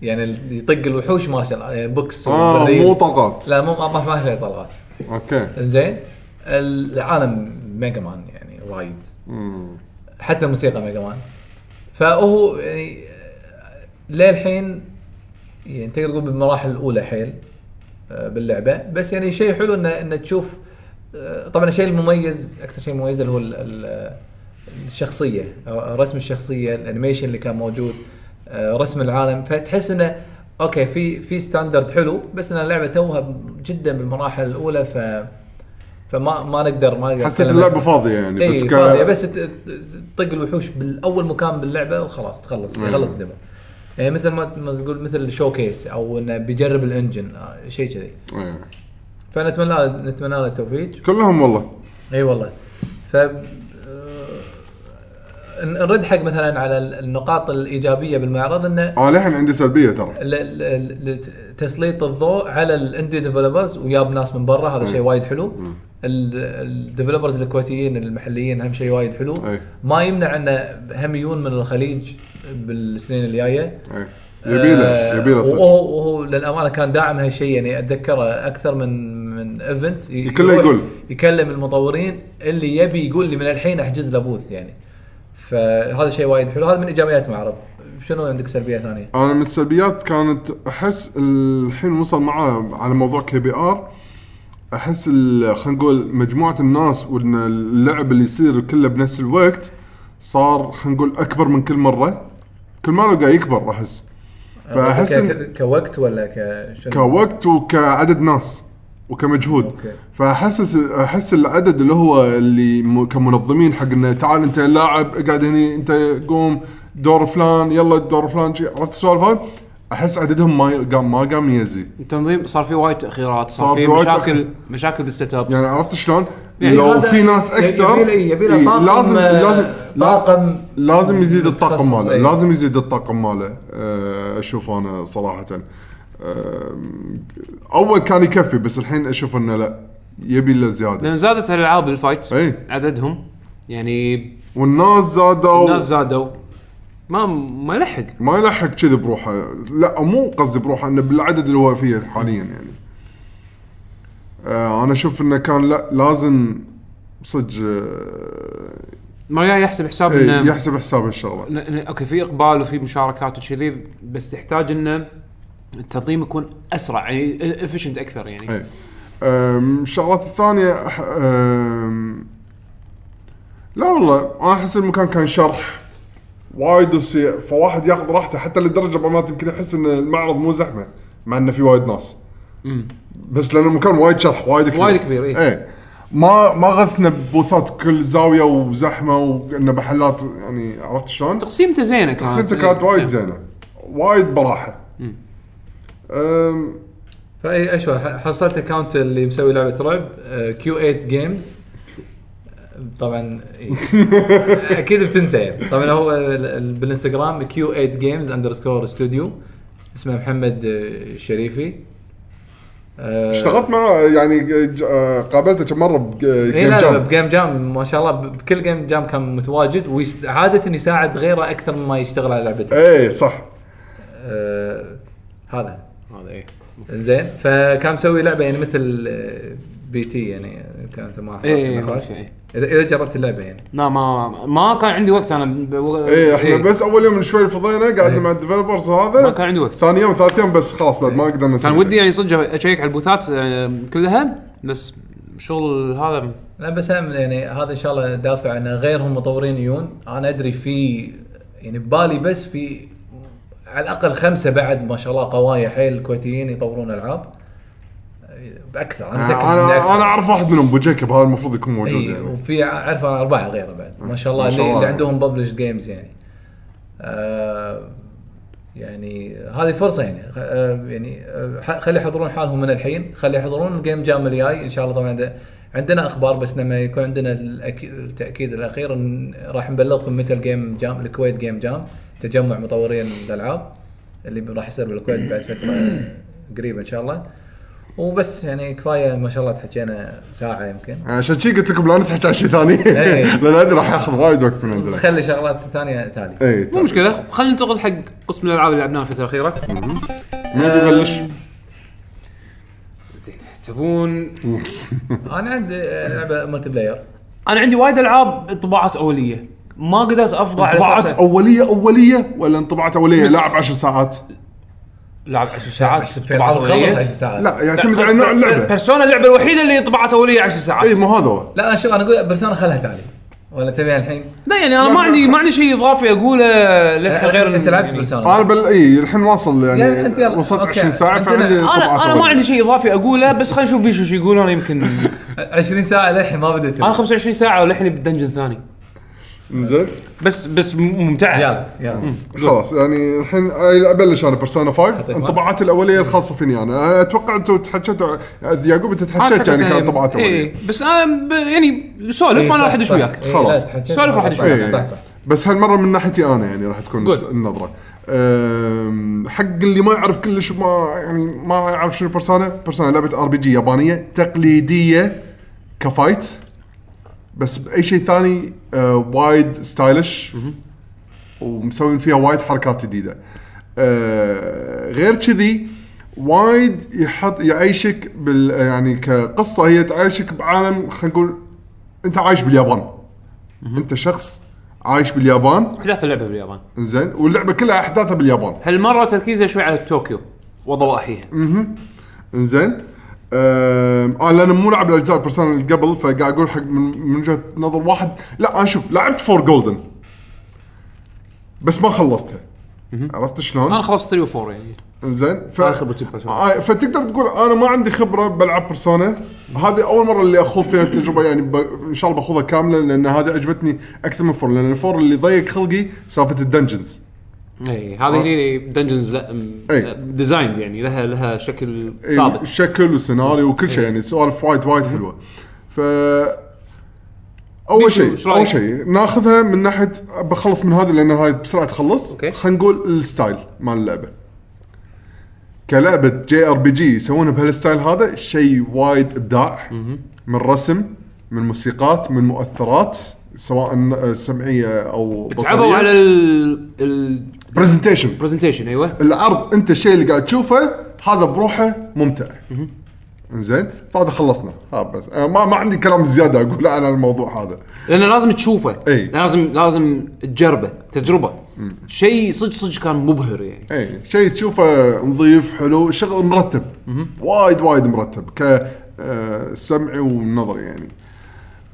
يعني اللي يطق الوحوش مارشال يعني بوكس
اه
وبريل.
مو طلقات
لا مو ما ما- ما فيها طلقات
اوكي
زين العالم ميجا مان يعني وايد
مم.
حتى الموسيقى ميجا مان فهو يعني للحين يعني تقدر تقول بالمراحل الاولى حيل آه، باللعبه بس يعني شيء حلو انه انه تشوف آه، طبعا الشيء المميز اكثر شيء مميز اللي هو ال- ال- الشخصيه آه، رسم الشخصيه الانيميشن اللي كان موجود آه، رسم العالم فتحس انه اوكي في في ستاندرد حلو بس ان اللعبه توها جدا بالمراحل الاولى ف فما ما نقدر ما نقدر
حسيت
نتكلم
اللعبه
أكثر.
فاضيه يعني
اي
ك-
فاضيه إيه، بس ت- ت- تطق الوحوش بالاول مكان باللعبه وخلاص تخلص
مم.
يخلص الدمو يعني مثل ما ما تقول مثل الشوكيس او انه بيجرب الانجن آه، شيء كذي
إيه.
فنتمنى له نتمنى له التوفيق
كلهم والله
اي والله ف آه، نرد حق مثلا على النقاط الايجابيه بالمعرض انه
انا آه، للحين عندي سلبيه ترى
ل- ل- ل- تسليط الضوء على الاندي ديفلوبرز وياب ناس من برا هذا شيء وايد حلو الديفلوبرز الكويتيين المحليين هم شيء وايد حلو
أي.
ما يمنع انه هم يجون من الخليج بالسنين اللي جايه
إيه. يبيله
أه،
يبيله صدق
وهو وهو للامانه كان داعم هالشيء يعني اتذكره اكثر من من ايفنت ي-
كله
يروح
يقول.
يكلم المطورين اللي يبي يقول لي من الحين احجز له بوث يعني فهذا شيء وايد حلو هذا من ايجابيات المعرض شنو عندك سلبيه ثانيه؟
انا من السلبيات كانت احس الحين وصل معاه على موضوع كي بي ار احس ال- خلينا نقول مجموعه الناس وان اللعب اللي يصير كله بنفس الوقت صار خلينا نقول اكبر من كل مره كل مره قاعد يكبر احس فاحس
ك-
إن-
ك- كوقت ولا ك شنو؟
كوقت وكعدد ناس وكمجهود
أوكي.
فاحسس احس العدد اللي هو اللي م- كمنظمين حق انه تعال انت لاعب قاعد هني انت قوم دور فلان يلا دور فلان شي- عرفت السوالف هاي؟ احس عددهم ما ي- قام ما قام يزي
التنظيم صار في وايد تاخيرات
صار
صار في
في وايد
مشاكل مشاكل بالسيت اب
يعني عرفت شلون؟
يعني
لو
هذا
في ناس
ي-
اكثر
يبي له- يبي له
إي،
طاقم،
لازم
آه،
لازم لا-
طاقم آه،
لازم يزيد الطاقم
متخصص،
ماله
أي.
لازم يزيد الطاقم ماله آه، اشوف انا صراحه آم، اول آه، كان يكفي بس الحين اشوف انه لا يبي له زياده
لان زادت الالعاب الفايت
اي
عددهم يعني
والناس
الناس
زادوا
زادوا ما ما لحق
ما يلحق كذي بروحه لا مو قصدي بروحه انه بالعدد اللي هو فيه حاليا يعني آه، انا اشوف انه كان لا لازم صدق آه،
مريا يحسب حساب
إيه،
انه
يحسب حساب الشغله
إن- إن- اوكي في اقبال وفي مشاركات وكذي بس تحتاج انه التنظيم يكون اسرع يعني افشنت اكثر يعني
إيه. اي أم، الشغلات الثانيه أح- أم، لا والله انا احس المكان كان شرح وايد وسيع فواحد ياخذ راحته حتى لدرجه بامانه يمكن يحس ان المعرض مو زحمه مع انه في وايد ناس بس لان المكان وايد شرح وايد كبير
وايد كبير، إيه.
ايه ما ما غثنا ببوثات كل زاويه وزحمه وانه محلات يعني عرفت شلون؟
تقسيمته زينه كانت
قسمته
إيه.
كانت وايد زينه وايد براحه أم،
فاي اشوى ح- حصلت اكونت اللي مسوي لعبه رعب آه، كيو 8 جيمز آه، طبعا إيه. اكيد بتنسى يعني طبعا هو ال- ال- بالانستغرام كيو 8 جيمز اندرسكور استوديو اسمه محمد آه، الشريفي آه،
اشتغلت مع يعني ج- آه، قابلته كم آه، مره بج-
إيه،
اي
جيم
إيه، لا لا
جام
بجيم جام ما شاء الله ب- بكل جيم جام كان متواجد وعاده يساعد غيره اكثر مما يشتغل على لعبته
ايه صح
إيه،
آه، هذا هذا ايه زين فكان مسوي لعبه يعني مثل آه، بي تي يعني كانت ما
إيه، إيه،
ما أعرف.
إيه.
اذا اذا جربت اللعبه يعني
لا ما ما كان عندي وقت انا ب- و-
ايه احنا بس اول يوم شوي فضينا قعدنا مع الديفلوبرز وهذا
إيه. ما كان عندي وقت.
ثاني يوم ثالث يوم بس خلاص بعد ما قدرنا
كان ودي يعني صدق اشيك على البوثات آه، كلها بس شغل هذا
لا بس هم يعني هذا ان شاء الله دافع ان غيرهم مطورين يون انا ادري في يعني ببالي بس في على الاقل خمسه بعد ما شاء الله قوايا حيل كويتيين يطورون آه، العاب باكثر
آه،
انا متاكد إن أكثر.
انا انا اعرف واحد منهم ابو جيكب هذا المفروض يكون موجود
إيه.
اي
يعني
إيه، وفي اعرف انا اربعه غيره بعد ما شاء الله,
ما شاء
اللي,
الله.
اللي عندهم ببلش جيمز يعني آه يعني هذه فرصه يعني خ- آه يعني آه، ح- خلي يحضرون حالهم من الحين خلي يحضرون الجيم جام الجاي ان شاء الله طبعا ده- عندنا اخبار بس لما يكون عندنا الأك- التاكيد الاخير إن راح نبلغكم متى الجيم جام الكويت جيم جام تجمع مطورين الالعاب اللي راح يصير بالكويت بعد فتره قريبه ان شاء الله وبس يعني كفايه ما شاء الله تحكينا ساعه يمكن
عشان شي قلت لكم لا نتحكي عن شيء ثاني
إيه.
لان ادري راح ياخذ وايد وقت من عندنا إيه، طيب.
خلي شغلات ثانيه تالي
اي
مو مشكله خلينا ننتقل حق قسم الالعاب اللي لعبناها الفتره الاخيره
مين ببلش؟
زين تبون
انا عندي آه، لعبه ملتي بلاير
انا عندي وايد العاب انطباعات اوليه ما قدرت افضى على إيه.
انطباعات
اساس
اوليه اوليه ولا انطباعات اوليه لاعب 10 ساعات؟
لعب عشر ساعات انطباعات
خلص 10
اوليه
ساعات
لا يعتمد على نوع اللعبه
بيرسونا اللعبه الوحيده اللي انطباعات اوليه 10
اي
ساعات
مو هذا هو
لا شو انا اقول بس انا خلها تالي ولا تبيها الحين
لا يعني انا
لا،
ما
لا،
عندي
خ-
ما عندي شيء اضافي اقوله للحين غير
انت
إن-
لعبت
يعني-
انا
برسانا
بل اي الحين واصل
يلا، أنت
يعني
يلا.
وصلت
أوكي.
20 ساعه
عندنا-
فعندي
أنا-
انطباعات
انا انا ما
أولية.
عندي شيء اضافي اقوله بس خلينا نشوف بيشو شو يقولون يمكن
20 ساعه للحين ما بديت
انا 25 ساعه وللحين بدنجن ثاني
انزين
بس بس ممتعه
يلا يلا
خلاص يعني الحين ابلش انا بيرسونا 5
حطيت
انطباعاتي الاوليه الخاصه فيني انا أنا اتوقع انتم تحكيتوا يعقوب انت
أنا
تحكيت يعني
حكيت-
كان انطباعات اوليه
إيه بس انا ب- يعني سولف انا راح ادش وياك
إيه،
خلاص.
سولف واحد إيش
إيه.
شوي صح صح
بس هالمره من ناحيتي انا يعني راح تكون
Good.
النظره أم، حق اللي ما يعرف كلش ما يعني ما يعرف شنو بيرسونا بيرسونا لعبه ار بي جي يابانيه تقليديه كفايت بس باي شيء ثاني آه، وايد ستايلش ومسوين فيها وايد حركات جديده آه، غير كذي وايد يحط يعيشك بال يعني كقصه هي تعيشك بعالم خلينا نقول انت عايش باليابان انت شخص عايش باليابان
احداث اللعبه باليابان
زين واللعبه كلها احداثها باليابان
هالمره تركيزها شوي على طوكيو وضواحيها
انزين أم، انا لان مو لاعب الاجزاء البيرسونال اللي قبل فقاعد اقول حق من من وجهه نظر واحد لا انا شوف لعبت فور جولدن بس ما خلصتها عرفت
انا
شلون؟
خلصت 3 و 4 يعني
انزين ف...
أنا خبرتي بPersona.
آه، فتقدر تقول انا ما عندي خبره بلعب بيرسونا هذه اول مره اللي اخوض فيها التجربه يعني ب... ان شاء الله باخوضها كامله لان هذه عجبتني اكثر من فور لان الفور اللي ضيق خلقي سالفه الدنجنز
اي إيه،
آه.
هذه هني دنجنز
إي.
ديزاين يعني لها لها شكل
إيه،
ثابت
شكل وسيناريو وكل
إيه.
شيء يعني سوالف وايد وايد حلوه ف اول
بيشو،
شيء
إيش رأيك؟
اول شيء ناخذها من ناحيه بخلص من هذه لان هاي بسرعه تخلص
أوكي.
خلينا نقول الستايل مال اللعبه كلعبه جي ار بي جي يسوونها بهالستايل هذا شيء وايد ابداع من رسم من موسيقات من مؤثرات سواء آه، سمعيه او
تعبوا على البرزنتيشن
برزنتيشن
ايوه
العرض انت الشيء اللي قاعد تشوفه هذا بروحه ممتع انزين فهذا خلصنا ها بس أنا ما ما عندي كلام زياده اقوله عن الموضوع هذا
لانه لازم تشوفه
إي.
لازم لازم تجربه تجربه شيء صدق صدق كان مبهر يعني
اي إيه، شيء تشوفه نظيف حلو شغل مرتب وايد وايد مرتب ك آه، سمعي ونظري يعني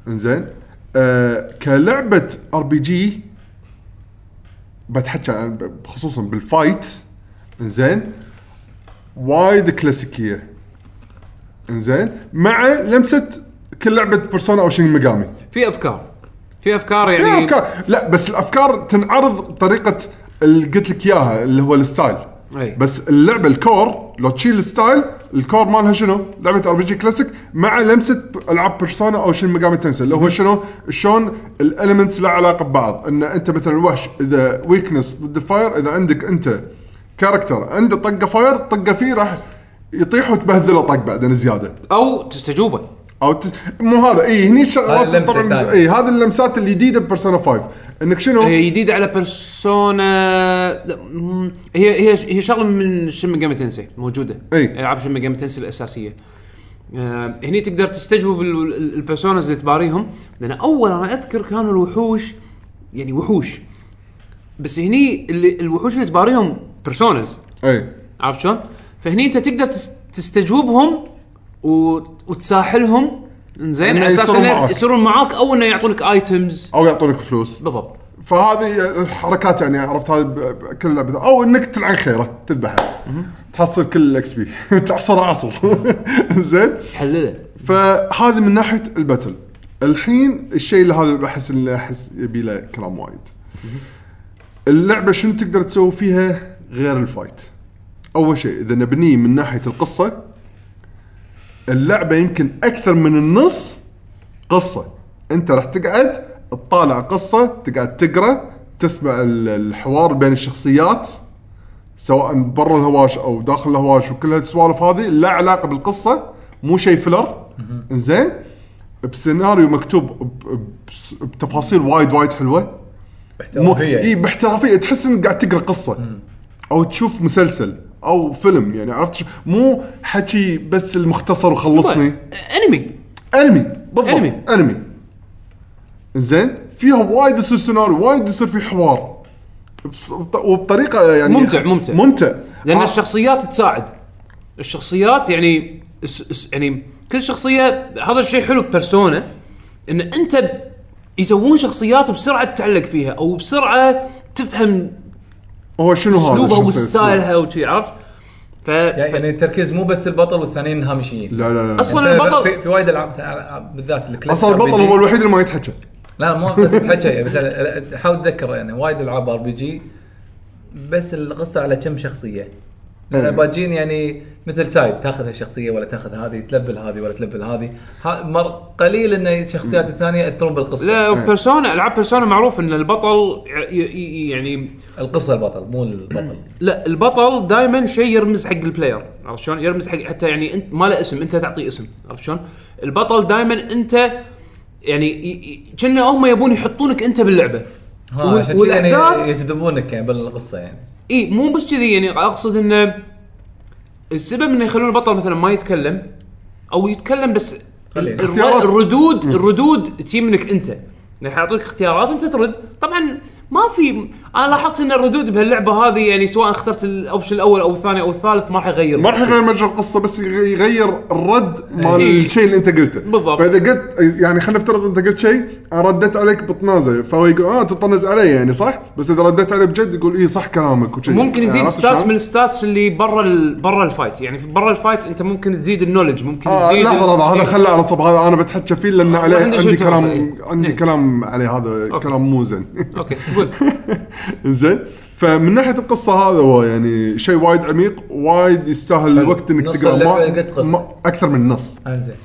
انزين آه كلعبه ار بي جي بتحكى عن- خصوصا بالفايت زين وايد كلاسيكيه انزين مع لمسه كل لعبه بيرسونا او شينج ميجامي
في افكار في افكار
في
يعني
افكار لا بس الافكار تنعرض طريقه اللي قلت لك اياها اللي هو الستايل
أي.
بس اللعبه الكور لو تشيل الستايل الكور مالها شنو؟ لعبه ار بي جي كلاسيك مع لمسه ب- العاب بيرسونا او شين ميجامي تنسل اللي هو شنو؟ شلون الاليمنتس لها علاقه ببعض ان انت مثلا وحش اذا ويكنس ضد الفاير اذا عندك انت كاركتر عنده طقه فاير طقه فيه راح يطيح وتبهذله طق بعدين زياده
او تستجوبه
او تس... مو هذا اي هني
هذه
الشغلات
اللمسة
طبعا
الثانية. إيه.
اي هذه اللمسات الجديده ببرسونا 5 انك شنو؟
هي جديده على بيرسونا لا، مم، هي هي هي شغله من شن ميجامي تنسي إيه، موجوده
أي.
العاب شن ميجامي تنسي الاساسيه آه هني تقدر تستجوب ال- ال- البيرسونز اللي تباريهم لان اول انا اذكر كانوا الوحوش يعني وحوش بس هني اللي الوحوش اللي تباريهم بيرسونز
اي
عرفت شلون؟ فهني انت تقدر تس- تستجوبهم و... وتساحلهم زين
إنه
على اساس
يعني يصيرون
انه
معاك.
يصيرون معاك او انه يعطونك ايتمز
او يعطونك فلوس
بالضبط
فهذه الحركات يعني عرفت هذه ب- ب- كل لعبه او انك تلعن خيره تذبحه تحصل كل الاكس بي تعصر عصر زين
تحلله
فهذه من ناحيه الباتل الحين الشيء اللي هذا بحس اللي احس يبي له كلام وايد اللعبه شنو تقدر تسوي فيها غير الفايت اول شيء اذا نبنيه من ناحيه القصه اللعبه يمكن اكثر من النص قصه انت راح تقعد تطالع قصه تقعد تقرا تسمع ال- الحوار بين الشخصيات سواء برا الهواش او داخل الهواش وكل هالسوالف هذه لا علاقه بالقصه مو شيء فيلر زين بسيناريو مكتوب ب- ب- بس- بتفاصيل وايد وايد حلوه مو إيه.
احترافية.
اي باحترافيه تحس انك قاعد تقرا قصه او تشوف مسلسل او فيلم يعني عرفت شو- مو حكي بس المختصر وخلصني
طيب، انمي
انمي بالضبط
أنمي.
انمي انمي زين فيها وايد يصير سيناريو وايد يصير في حوار بس- وبطريقه يعني
ممتع- ممتع.
ممتع
لان
آه،
الشخصيات تساعد الشخصيات يعني اس اس يعني كل شخصيه هذا الشيء حلو بيرسونا ان انت ب- يسوون شخصيات بسرعه تتعلق فيها او بسرعه تفهم
هو شنو هذا
اسلوبها
الشخصية؟
وستايلها وشي عرفت؟ ف
يعني التركيز مو بس البطل والثانيين هامشيين
لا لا لا
أصلاً-
اصلا
ولا البطل-
في, في وايد العاب ألعاب بالذات الكلاسيك
اصلا البطل
RPG.
هو الوحيد اللي ما يتحكى
لا لا، مو بس تحكي يعني مثلا حاول تذكر يعني وايد العاب ار بي جي بس القصه على كم شخصيه لان
إيه.
الباجين يعني مثل سايد تاخذ هالشخصيه ولا تاخذ هذه تلبل هذه ولا تلبل هذه ها- مر قليل ان الشخصيات الثانيه ياثرون بالقصه
لا بيرسونا العاب بيرسونا معروف ان البطل ي- ي- يعني
القصه البطل مو البطل
لا البطل دائما شيء يرمز حق البلاير عرفت شلون؟ يرمز حق حتى يعني انت ما له اسم انت تعطيه اسم عرفت شلون؟ البطل دائما انت يعني ي- ي- كنا هم يبون يحطونك انت باللعبه
ها،
وال-
عشان كذا يعني
والأحداث-
يجذبونك يعني بالقصه يعني
اي مو بس كذي يعني اقصد انه السبب انه يخلون البطل مثلا ما يتكلم او يتكلم بس
خليه.
ال- الر-
اختيارات.
الردود الردود تجي منك انت يعني يعطوك اختيارات وانت ترد طبعا ما في انا لاحظت ان الردود بهاللعبه هذه يعني سواء اخترت الاوبشن الاول او الثاني او الثالث ما راح يغير
ما راح يغير مجرى القصه بس يغ- يغير الرد مال
إيه.
الشيء اللي انت قلته
بالضبط.
فاذا قلت يعني خلينا نفترض انت قلت شيء انا رديت عليك بطنازه فهو يقول اه تطنز علي يعني صح بس اذا رديت عليه بجد يقول اي صح كلامك وشي.
ممكن يزيد
يعني عرفت
ستات
شلون؟
من الستاتس اللي برا ال- برا الفايت يعني في- برا الفايت انت ممكن تزيد النولج ممكن
آه
تزيد
لحظه
ال-
لحظه هذا خله على صب هذا انا بتحكى فيه لان عليه
عنده إيه. آه، شوية
عندي كلام
فرصة، إيه.
عندي كلام عليه هذا كلام مو زين
اوكي قول
زين فمن ناحيه القصه هذا هو يعني شيء وايد عميق وايد يستاهل الوقت انك
نص
تقرا
اللعبة قد قصة.
اكثر من نص
آه، زين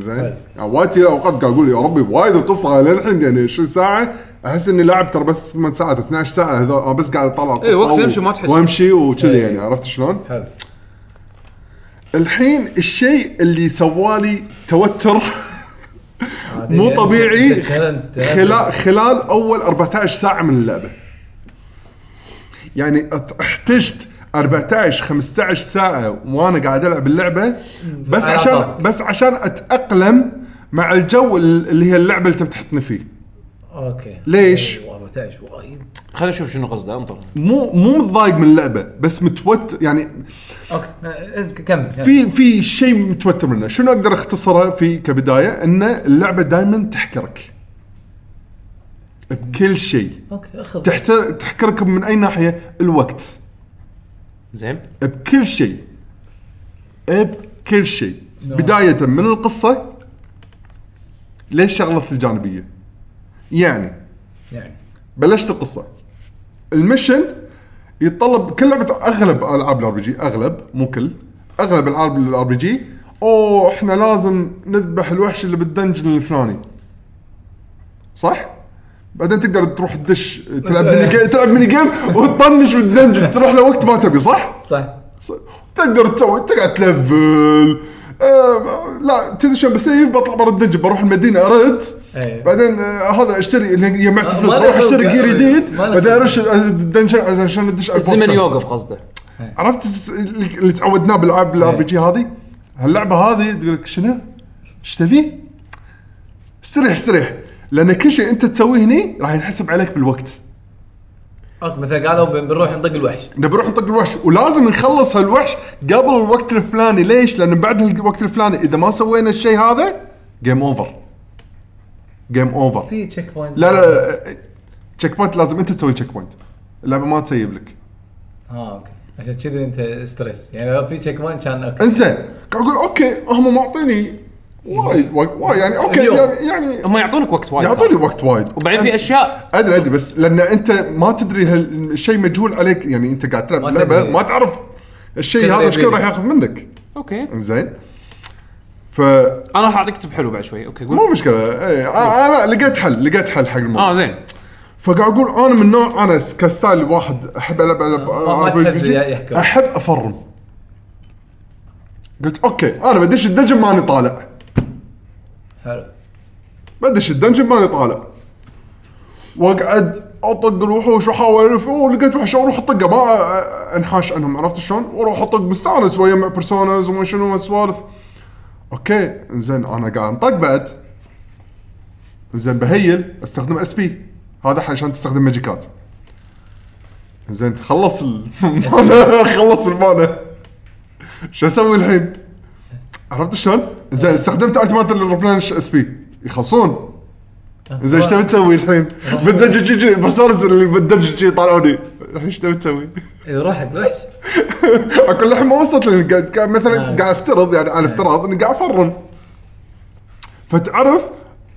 زين يعني وايد في اوقات قاعد اقول يا ربي وايد القصه للحين يعني 20 ساعه احس اني لاعب ترى بس 8 ساعات 12 ساعه هذا أنا بس قاعد اطلع القصه
إيه، وقت
و-
يمشي ما تحس.
وامشي وكذي
إيه.
يعني عرفت شلون؟
حلو
الحين الشيء اللي سوالي توتر مو
هذه- يعني
طبيعي
أنت- أنت- أنت-
خلال خلال اول 14 ساعه من اللعبه يعني أت- احتجت 14 15 ساعه وانا قاعد العب اللعبه بس
على
عشان
أعصابك.
بس عشان اتاقلم مع الجو ال- اللي هي اللعبه اللي تبي تحطني فيه
اوكي
ليش؟
أيوة، 14 وايد
خلينا نشوف شنو قصده انطر
مو مو متضايق من اللعبه بس متوتر يعني
اوكي آه، كمل كمل.
في في شيء متوتر منه شنو اقدر اختصره في كبدايه ان اللعبه دائما تحكرك بكل شيء
اوكي اخذ
تحت تحكركم من اي ناحيه الوقت
زين
بكل شيء بكل شيء بداية من القصة للشغلات الجانبية يعني
يعني
بلشت القصة المشن يتطلب كل لعبة اغلب العاب الار بي جي اغلب مو كل اغلب العاب الار بي جي اوه احنا لازم نذبح الوحش اللي بالدنجن الفلاني صح؟ بعدين تقدر تروح تدش تلعب ميني جيم تلعب ميني جيم وتطنش بالدنجن تروح لوقت ما تبي صح؟
صح
ص- تقدر تسوي تقعد تلفل آه لا تدري شلون بسيف بطلع برا الدنجن بروح المدينه ارد
أي.
بعدين آه هذا اشتري اللي جمعت
آه،
فلوس
إيه. ما له
بروح
خلق
اشتري جير
يعني.
جديد
ما له
بعدين آه،
خلق.
ارش الدنجن عشان ادش البوس
الزمن يوقف قصده
عرفت الس- اللي اللي تعودناه
إيه.
بالالعاب الار بي جي هذه هاللعبه هذه تقول لك شنو؟ ايش تبي؟ استريح استريح لان كل شيء انت تسويه هني راح ينحسب عليك بالوقت
اوكي مثلا قالوا بن- بنروح نطق الوحش
نبي نروح نطق الوحش ولازم نخلص هالوحش قبل الوقت الفلاني ليش؟ لان بعد الوقت الفلاني اذا ما سوينا الشيء هذا جيم اوفر جيم اوفر
في تشيك بوينت
لا لا تشيك بوينت لازم انت تسوي تشيك بوينت اللعبه ما تسيب لك
اه اوكي عشان كذي انت ستريس يعني لو في تشيك بوينت كان اوكي
انزين قاعد اقول اوكي هم معطيني وايد وايد وايد يعني اوكي
اليوم.
يعني, يعني
هم يعطونك وقت وايد
يعطوني
ترى.
وقت وايد
وبعدين في اشياء
ادري ادري بس لان انت ما تدري هالشيء مجهول عليك يعني انت قاعد تلعب
ما
لعبه
تدري.
ما تعرف الشيء
تدري
هذا ايش كثر
بيه.
راح ياخذ منك
اوكي
زين فمو
انا راح اعطيك تب حلو بعد شوي اوكي قول
مشكله اي انا آه، لقيت حل لقيت حل حق الموضوع
آه،
اه زين
فقاعد اقول انا من نوع انا كستايل واحد احب العب
ما- آه، ما
العب
تحب
RPG.
يحكم.
احب افرم قلت اوكي انا بدش الدنجن ماني طالع
حلو
بدش الدنجن ماني طالع واقعد اطق الوحوش واحاول الف ولقيت وحش اروح اطقه ما انحاش عنهم عرفت شلون؟ واروح اطق مستانس ويا مع بيرسونز وما شنو سوالف اوكي زين انا قاعد انطق بعد زين بهيل استخدم اس بي هذا عشان تستخدم ماجيكات زين خلص المانا خلص المانا شو اسوي الحين؟ عرفت شلون؟ زين استخدمت التيمات الريبلانش اس بي يخلصون زين
آه،
ايش تبي تسوي الحين؟ بالدرجه شي شي برسالز اللي بالدرجه شي طالعوني الحين ايش تبي تسوي؟
يروح حق الوحش
اكو الحين ما وصلت لي قاعد قاعد مثلا
آه.
قاعد افترض يعني على افتراض اني قاعد افرم فتعرف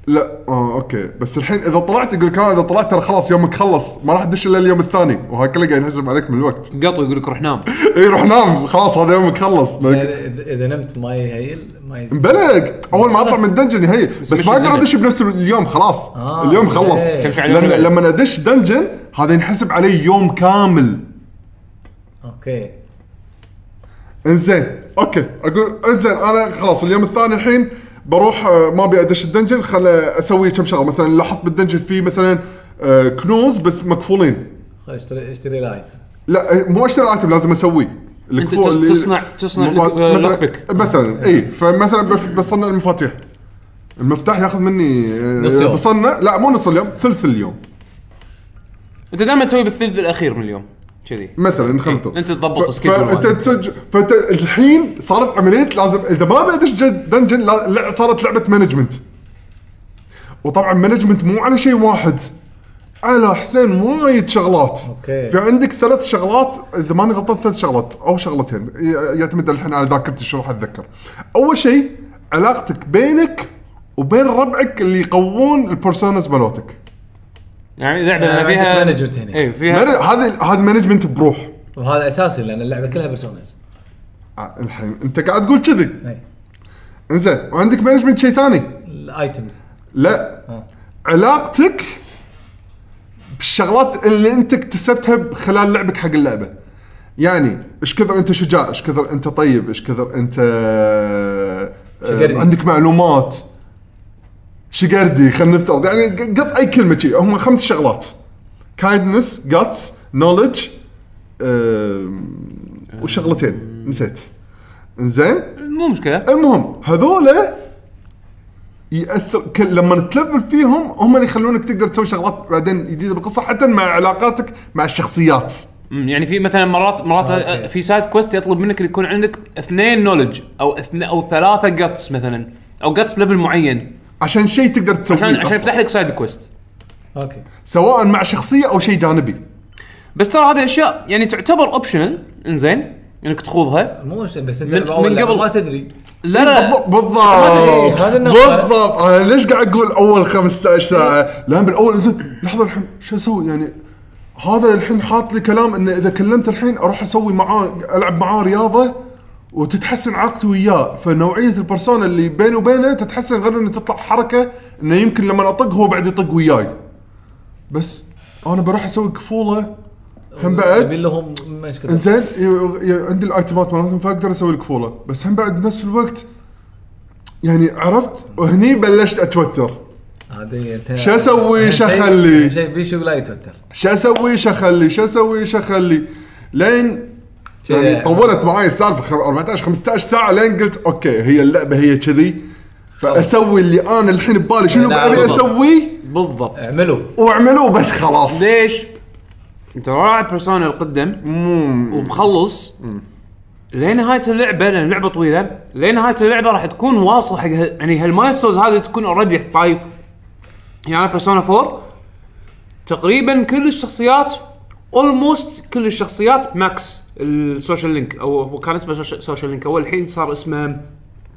لا اه اوكي بس الحين اذا طلعت يقول لك آه، اذا طلعت ترى خلاص يومك خلص ما راح تدش الا اليوم الثاني وهذا كله قاعد ينحسب عليك من الوقت
قطو يقول لك روح نام
اي روح نام خلاص هذا يومك خلص
يعني اذا إذا نمت ما يهيل ما ي...
بلا اول ما اطلع من الدنجن هي بس
مش
ما اقدر
الزمن.
ادش بنفس اليوم خلاص
آه،
اليوم خلص
إيه.
تمشي على يوم
لما
الأول.
لما ادش دنجن هذا ينحسب علي يوم كامل
اوكي
انزين اوكي اقول انزين انا خلاص اليوم الثاني الحين بروح آه، ما ابي ادش الدنجن خل اسوي كم شغله مثلا لاحظت بالدنجن في مثلا آه، كنوز بس مقفولين
خل اشتري اشتري لايت
لا آه، مو اشتري الايتم لازم اسويه
أنت
الكفو-
تس-
اللي-
تصنع- تصنع
مفا-
لك- آه،
مثلاً-
لوكبيك.
مثلا اي فمثلا بف- بصنع المفاتيح المفتاح ياخذ مني آه،
نص يوم.
بصنع لا مو نص اليوم ثلث اليوم
انت دائما تسوي بالثلث الاخير من اليوم كذي
مثلا خلينا نفترض.
إيه، أنت تضبط
ف-
schedule
فانت
مالك.
تسجل فانت الحين صارت عمليه لازم اذا ما بدش جد- دنجن لا- لا- صارت لعبه مانجمنت وطبعا مانجمنت مو على شيء واحد على حسين وايد شغلات
أوكي.
في عندك ثلاث شغلات اذا ماني غلطان ثلاث شغلات او شغلتين ي- يعتمد الحين على ذاكرتي شو راح اتذكر اول شيء علاقتك بينك وبين ربعك اللي يقوون البرسونز مالوتك
يعني لعبه
يعني
أنا فيها
عندك management هنا.
اي فيها
مانج- هذا هذا مانجمنت بروح
وهذا اساسي لان اللعبه كلها بيرسونز
آه، الحين انت قاعد تقول كذي
اي
انزين وعندك مانجمنت شيء ثاني
الايتمز
لا
ها.
علاقتك بالشغلات اللي انت اكتسبتها خلال لعبك حق اللعبه يعني ايش كثر انت شجاع ايش كثر انت طيب ايش كثر انت
شقردي.
آه عندك معلومات شقردي خلينا نفترض يعني قط اي كلمه شي هم خمس شغلات كايدنس جاتس نولج وشغلتين نسيت زين
مو مشكله
المهم هذولا ياثر ك- لما تلفل فيهم هم اللي يخلونك تقدر تسوي شغلات بعدين جديده بالقصه حتى مع علاقاتك مع الشخصيات
أمم، يعني في مثلا مرات مرات
آه، أوكي.
في سايد كويست يطلب منك إن يكون عندك اثنين نولج او اثنين او ثلاثه جاتس مثلا او جاتس ليفل معين
عشان شيء تقدر تسويه
عشان عشان
أصلاً.
يفتح لك سايد كويست
اوكي
سواء مع شخصيه او شيء جانبي
بس ترى هذه اشياء يعني تعتبر اوبشنال انزين انك تخوضها
مو ش- بس انت
من-
بأول
من
لعبة
قبل.
ما تدري
لا لا
بالضبط بالضبط
إيه، هذا النقطة.
بالضبط انا ليش قاعد اقول اول 15 ساعه؟ لان بالاول زين لحظه الحين شو اسوي يعني هذا الحين حاط لي كلام انه اذا كلمت الحين اروح اسوي معاه العب معاه رياضه وتتحسن علاقتي وياه فنوعيه البرسونا اللي بيني وبينه تتحسن غير انه تطلع حركه انه يمكن لما اطق هو بعد يطق وياي بس انا بروح اسوي كفوله هم بعد
يبي لهم مشكله
زين عندي الايتمات مالتهم فاقدر اسوي الكفوله بس هم بعد نفس الوقت يعني عرفت وهني بلشت اتوتر
هذه انت
شو أسوي؟ شو أخلي؟
شيء بيشو لا يتوتر
شو اسوي شو اخلي شو اسوي شو اخلي لين يعني طولت معاي السالفه خم- 14 15 ساعه لين قلت اوكي هي اللعبه هي كذي فاسوي اللي انا الحين ببالي شنو
نعم.
لا،
ابي
بالضبط.
اسويه
بالضبط
اعملوا
واعملوه بس خلاص
ليش؟ انت راعي بيرسونا القدم
مم.
ومخلص لنهايه اللعبه لان اللعبه طويله لنهايه اللعبه راح تكون واصل حق هال- يعني هالمايلستونز هذه تكون اوريدي طايف يعني بيرسونا 4 تقريبا كل الشخصيات اولموست كل الشخصيات ماكس السوشيال لينك او هو كان اسمه سوش- سوشيال لينك اول الحين صار اسمه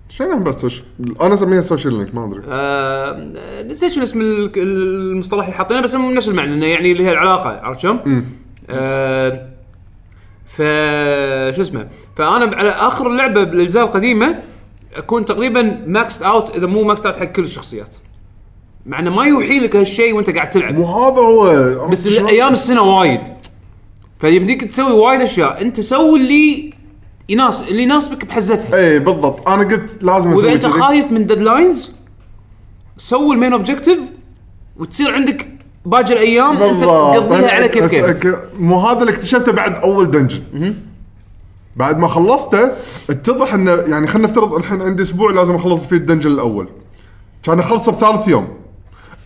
شنو بس وش- انا اسميها سوشيال لينك ما ادري
آه، نسيت شنو اسم ال- المصطلح اللي حاطينه بس هم نفس المعنى انه يعني اللي هي العلاقه عرفت شلون؟ آه، ف شو اسمه فانا على اخر اللعبه بالاجزاء القديمه اكون تقريبا ماكست اوت اذا مو ماكست اوت حق كل الشخصيات مع انه ما يوحي لك هالشيء وانت قاعد تلعب
مو هذا هو
بس
شلون-
ايام السنه وايد فيمديك تسوي وايد اشياء انت سوي اللي يناس اللي يناسبك بحزتها
اي إيه، بالضبط انا قلت لازم
واذا
اسوي
انت
كذي.
خايف من ديدلاينز سوي المين اوبجيكتيف وتصير عندك باقي الايام انت
بالضبط.
تقضيها على كيف
بس-
كيف
ك- مو هذا اللي اكتشفته بعد اول دنجن بعد ما خلصته اتضح انه يعني خلينا نفترض الحين عندي اسبوع لازم اخلص فيه الدنجن الاول كان اخلصه بثالث يوم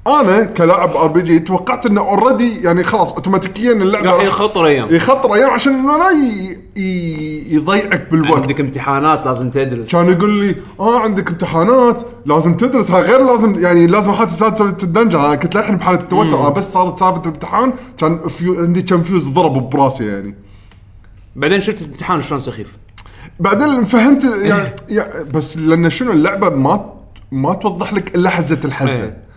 انا كلاعب ار بي جي توقعت انه اوريدي يعني خلاص اوتوماتيكيا اللعبه
راح يخطر ايام
يخطر ايام عشان لا ي- ي- يضيعك بالوقت
عندك امتحانات لازم تدرس
كان يقول لي اه عندك امتحانات لازم تدرس ها غير لازم يعني لازم حاط سالفه الدنجن انا كنت للحين بحاله التوتر انا بس صارت سالفه الامتحان كان فيو عندي كم فيوز ضرب براسي يعني
بعدين شفت الامتحان شلون سخيف
بعدين فهمت
إيه.
يعني, يعني بس لان شنو اللعبه ما ما توضح لك الا حزه الحزه
إيه.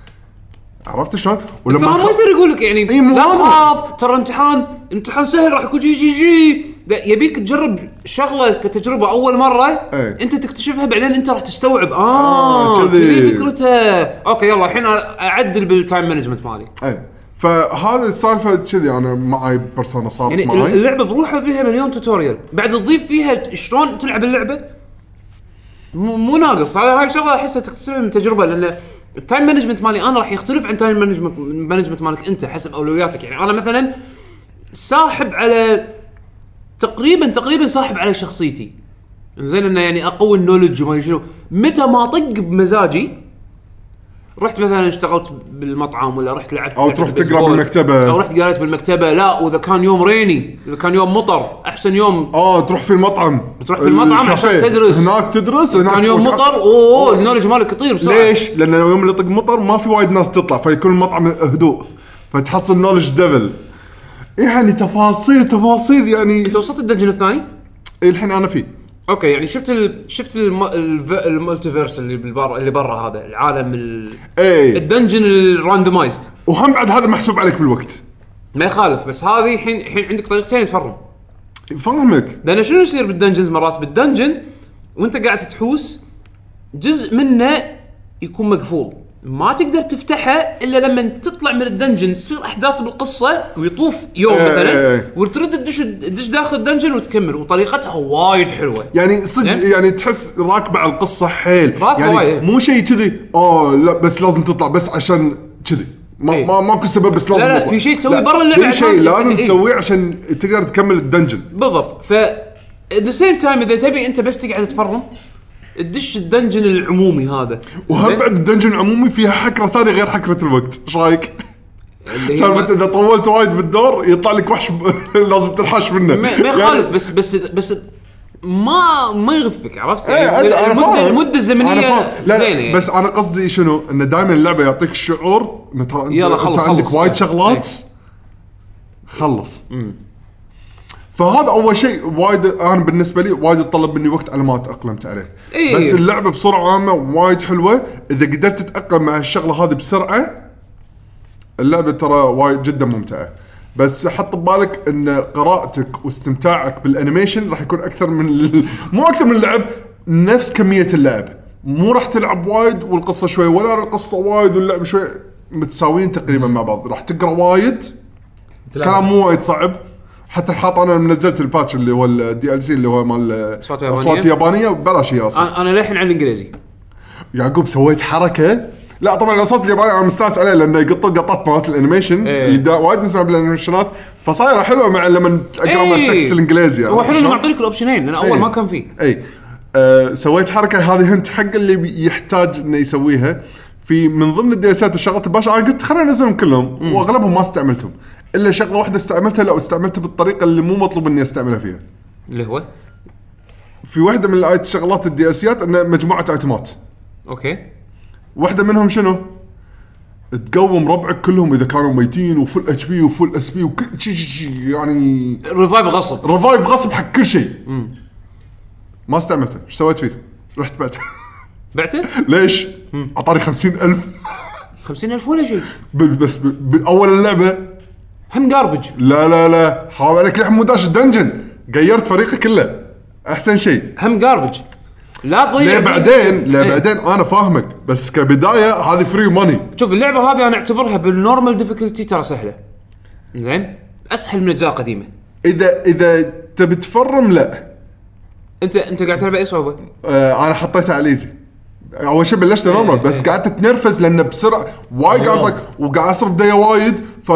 عرفت شلون؟
ترى ما
خ-
يصير يقول لك يعني
إي، مو
لا
هذا.
تخاف ترى امتحان امتحان سهل راح يكون جي جي جي لا يبيك تجرب شغله كتجربه اول مره
إيه.
انت تكتشفها بعدين انت راح تستوعب اه
آه، كذي.
كذي فكرته اوكي يلا الحين اعدل بالتايم مانجمنت مالي
ايه فهذه السالفه كذي انا معي بيرسونا صارت
يعني
معي
معي. اللعبه بروحها فيها مليون توتوريال بعد تضيف فيها شلون تلعب اللعبه مو مو ناقص هاي هاي شغله احسها تكتسبها من تجربه لان التايم مانجمنت مالي انا راح يختلف عن تايم مانجمنت مانجمنت مالك انت حسب اولوياتك يعني انا مثلا ساحب على تقريبا تقريبا ساحب على شخصيتي زين انه يعني اقوي النولج وما أدري شنو متى ما طق بمزاجي رحت مثلا اشتغلت بالمطعم ولا رحت لعبت
أو
لعبة
تروح تقرا
بيسبول.
بالمكتبة.
او رحت قريت بالمكتبه لا واذا كان يوم ريني اذا كان يوم مطر احسن يوم
اه تروح في المطعم
تروح في المطعم
الكافيه.
عشان تدرس.
هناك تدرس هناك
كان يوم
وتع-
مطر اوه أوه، النولج مالك يطير بسرعه
ليش؟ لان يوم اللي يطق مطر ما في وايد ناس تطلع فيكون المطعم هدوء فتحصل نولج دبل يعني تفاصيل تفاصيل يعني
انت وصلت الدنجن الثاني
الحين انا فيه
اوكي يعني شفت ال... شفت الم... الف... المالتيفيرس اللي بالبر اللي برا هذا العالم ال...
ايه
الدنجن الراندمايزد
وهم بعد هذا محسوب عليك بالوقت
ما يخالف بس هذه الحين الحين عندك طريقتين تفرم
فاهمك
لان شنو يصير بالدنجنز مرات بالدنجن وانت قاعد تحوس جزء منه يكون مقفول ما تقدر تفتحه الا لما تطلع من الدنجن تصير احداث بالقصه ويطوف يوم
إيه إيه
مثلا
إيه.
وترد تدش تدش داخل الدنجن وتكمل وطريقتها وايد حلوه
يعني صدق
زين.
يعني تحس راكبه على القصه حيل
راكبة
يعني
وايد.
مو شيء كذي اه لا بس لازم تطلع بس عشان كذي ما
إيه.
ما ماكو سبب بس لازم
لا،
تطلع.
في شيء تسويه
لا،
برا اللعبة
في شيء
عشان-
لازم
إيه.
تسويه عشان تقدر تكمل الدنجن
بالضبط ف ذا سيم تايم اذا تبي انت بس تقعد تفرم تدش الدنجن العمومي هذا
وهم
زين؟
بعد الدنجن عمومي فيها حكره ثانيه غير حكره الوقت ايش رايك؟
اللي هي ما-
سالفه اذا طولت وايد بالدور يطلع لك وحش ب... لازم تنحاش منه
ما ما
يعني
يخالف بس بس بس ما ما يغثك عرفت
إيه،
يعني
أنا- أنا
المده
فاهم.
المده
أنا
الزمنيه
فاهم. لا
زينه يعني
بس انا قصدي شنو انه دائما اللعبه يعطيك شعور انه ترى انت,
يلا
يلا
خلص،
انت عندك
خلص. إيه.
وايد شغلات خلص فهذا اول شيء وايد انا بالنسبه لي وايد يتطلب مني وقت على ما اتاقلمت عليه
إيه.
بس اللعبه بصوره عامه وايد حلوه اذا قدرت تتاقلم مع الشغله هذه بسرعه اللعبه ترى وايد جدا ممتعه بس حط ببالك ان قراءتك واستمتاعك بالانيميشن راح يكون اكثر من ال... مو اكثر من اللعب نفس كميه اللعب مو راح تلعب وايد والقصه شوي ولا القصه وايد واللعب شوي متساويين تقريبا مع بعض راح تقرا وايد كلام مو وايد صعب حتى حاط انا نزلت الباتش اللي هو الدي ال سي اللي هو مال
أصوات يابانية. آه.
اصوات يابانيه ببلاش هي اصلا
انا أنا للحين على الانجليزي
يعقوب سويت حركه لا طبعا الاصوات اليابانيه انا مستانس عليه لانه يقط قطات مالت الانيميشن
إيه.
اللي دا- وايد نسمع بالانيميشنات فصايره حلوه مع لما اقرا من
إيه.
التكست الانجليزي
هو حلو انه معطيك الاوبشنين لان اول
إيه.
ما كان فيه
اي آه سويت حركه هذه هنت حق اللي بي- يحتاج انه يسويها في من ضمن الدياسات الشغلات الباشا انا قلت خلينا انزلهم كلهم واغلبهم ما استعملتهم الا شغله واحده استعملتها لا استعملتها بالطريقه اللي مو مطلوب اني استعملها فيها
اللي هو
في واحده من الآيت- شغلات الدياسيات انه مجموعه ايتمات
اوكي
واحده منهم شنو؟ تقوم ربعك كلهم اذا كانوا ميتين وفل اتش بي وفل اس بي وكل شي شي شي يعني
ريفايف غصب
ريفايف غصب حق كل شيء. ما استعملته، ايش سويت فيه؟ رحت بعته
بعته
ليش؟ اعطاني 50000
50000 ولا شيء
بال- بس بال- باول اللعبه
هم جاربج
لا لا لا حرام عليك لحم مو داش الدنجن غيرت فريقي كله احسن شيء
هم جاربج لا تضيع
ليه
فلوس.
بعدين ليه
إيه.
بعدين انا فاهمك بس كبدايه هذه فري ماني
شوف اللعبه هذه انا اعتبرها بالنورمال ديفيكولتي ترى سهله زين اسهل من اجزاء قديمه
اذا اذا تبي تفرم لا
انت انت قاعد تلعب اي صعوبه؟
آه، انا حطيتها على ايزي اول شيء بلشت
إيه،
نورمال بس قعدت اتنرفز لانه بسرعه وايد قاعد أضيق، وقاعد اصرف ديا وايد ف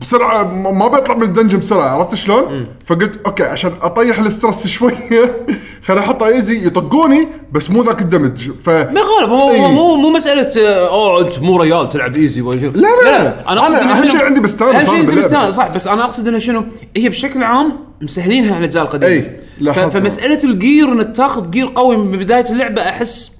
بسرعه ما ما بطلع من الدنجن بسرعه عرفت شلون؟ فقلت اوكي عشان اطيح الاسترس شويه خليني احطها ايزي يطقوني بس مو ذاك الدمج ف
ما يخالف مو
إيه.
مو مو, مو مساله آه، اوه انت مو ريال تلعب ايزي ولا شنو
لا،
انا
لا. أنا
اقصد إنه
أهم
شنو-
شيء عندي بستانس
اهم
أنا
شيء عندي
باللعبة.
بستانس صح بس انا اقصد انه شنو هي بشكل عام مسهلينها عن الاجزاء القديمه
إيه، لا
ف-
حظ.
فمساله الجير انك تاخذ جير قوي من بدايه اللعبه احس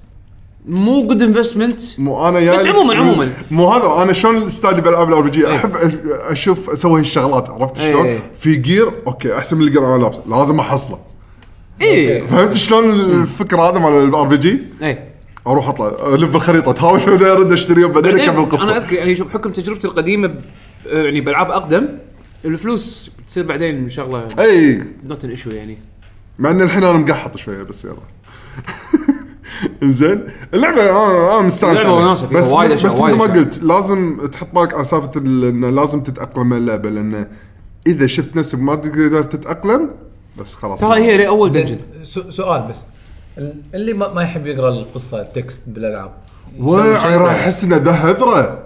مو جود انفستمنت
مو انا يا
بس عموماً- عموماً.
مو هذا انا شلون الاستاذ بالالعاب الار بي جي احب أش- اشوف اسوي هالشغلات عرفت
إيه.
شلون؟ في جير اوكي احسن من الجير انا لابسه لازم احصله
اي
فهمت شلون الفكره هذا مال الار بي جي؟
اي
اروح اطلع الف الخريطه تهاوش بعدين ارد اشتري وبعدين اكمل
انا
القصه
اذكر يعني شوف حكم تجربتي القديمه ب- آه، يعني بالعاب اقدم الفلوس بتصير بعدين شغله
اي
نوت ان ايشو يعني
مع ان الحين انا مقحط شويه بس يلا زين اللعبه انا انا مستانس
اللعبة
عليها.
وناسة فيها
بس
وايد
بس
أشياء،
مثل
وايد
ما
أشياء.
قلت لازم تحط بالك على سالفه ال- انه لازم تتاقلم مع اللعبه لان اذا شفت نفسك ما تقدر تتاقلم بس خلاص
ترى هي ري- اول دنجن
سو- سؤال بس ال- اللي ما, ما يحب يقرا القصه التكست بالالعاب يسوي شيء؟
واعي يعني راح يحس انه ده هذره
آه،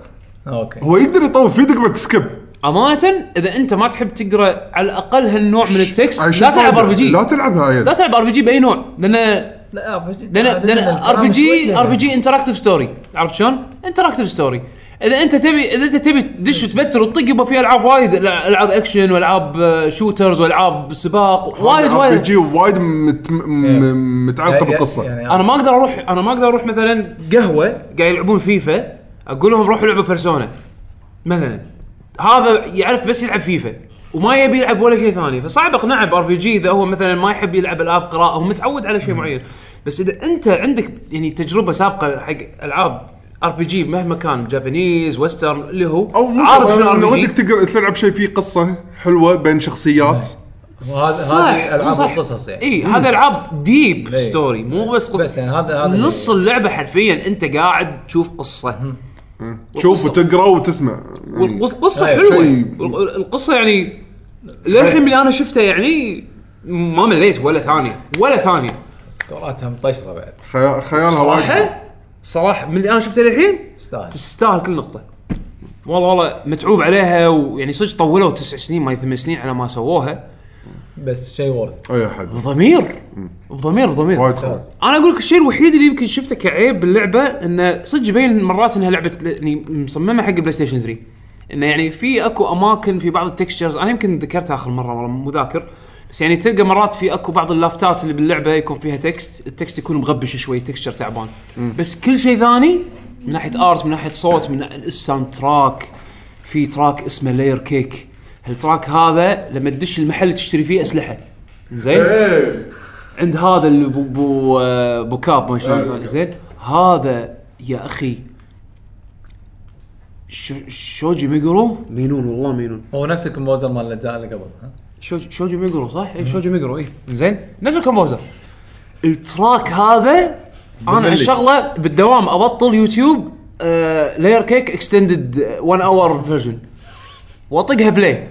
اوكي
هو يقدر يطول في دقمه تسكب
امانه اذا انت ما تحب تقرا على الاقل هالنوع من التكست
عشان
لا تلعب
فايدة.
ار بي جي
لا تلعبها عيل
لا تلعب ار بي جي باي نوع لان
لا آه، ار بي جي
لان لان ار بي جي ار بي جي انتراكتيف ستوري عرفت شلون؟ انتراكتيف ستوري اذا انت تبي اذا انت تبي تدش وتبتر وتطق يبقى في العاب وايد الع- العاب اكشن والعاب شوترز والعاب آه، سباق وايد
ار بي
وايد
جي وايد مت... م- م-
يعني-
متعلقه بالقصه
انا ما اقدر اروح انا ما اقدر اروح مثلا
قهوه
قاعد يلعبون فيفا اقول لهم روحوا لعبوا بيرسونا مثلا هذا يعرف بس يلعب فيفا وما يبي يلعب ولا شيء ثاني فصعب اقنعه بار بي جي اذا هو مثلا ما يحب يلعب العاب قراءه هو متعود على شيء معين بس اذا انت عندك يعني تجربه سابقه حق العاب ار بي جي مهما كان جابانيز وسترن اللي هو
او مو
عارف
شرط،
شنو
لو
ار بي
ودك
جي
تقدر تلعب شيء فيه قصه حلوه بين شخصيات
وهذه هذه العاب القصص يعني
اي هذا العاب ديب
إيه.
ستوري مو بس قصص
بس يعني هذا هذا اللي-
نص اللعبه حرفيا انت قاعد تشوف قصه
تشوف وتقرا وتسمع يعني
والقصه
أي
حلوه
شيء-
والق- القصه يعني للحين اللي انا شفته يعني ما مليت ولا ثانيه ولا ثانيه
سكوراتها مطشره بعد
خيا- خيالها وايد
صراحه صراحه من اللي انا شفته للحين
تستاهل
تستاهل كل نقطه والله والله متعوب عليها ويعني صدق طولوا تسع سنين ما ثمان سنين على ما سووها
بس شيء وورث
اي احد
بضمير بضمير بضمير
وايد خلاص
انا اقول لك الشيء الوحيد اللي يمكن شفته كعيب باللعبه انه صدق يبين مرات انها لعبه بلا- يعني مصممه حق بلاي ستيشن 3 انه يعني في اكو اماكن في بعض التكستشرز انا يمكن ذكرتها اخر مره والله مو ذاكر بس يعني تلقى مرات في اكو بعض اللافتات اللي باللعبه يكون فيها تكست التكست يكون مغبش شوي تكستشر تعبان بس كل شيء ثاني من ناحيه ارت من ناحيه صوت من ناحية الساوند تراك في تراك اسمه لاير كيك هالتراك هذا لما تدش المحل اللي تشتري فيه اسلحه زين
إيه.
عند هذا اللي بو بو آه، بو كاب ما شلون يقول، زين هذا يا اخي شو- شوجي ميجرو مينون والله مينون
هو نفس الكمبوزر مال الاجزاء اللي قبل ها؟
شوجي شوجي ميجرو صح؟ اي شوجي ميجرو اي زين نفس الكومبوزر التراك هذا انا الشغله بالدوام ابطل يوتيوب آه لاير كيك اكستندد 1 اور فيرجن واطقها بلاي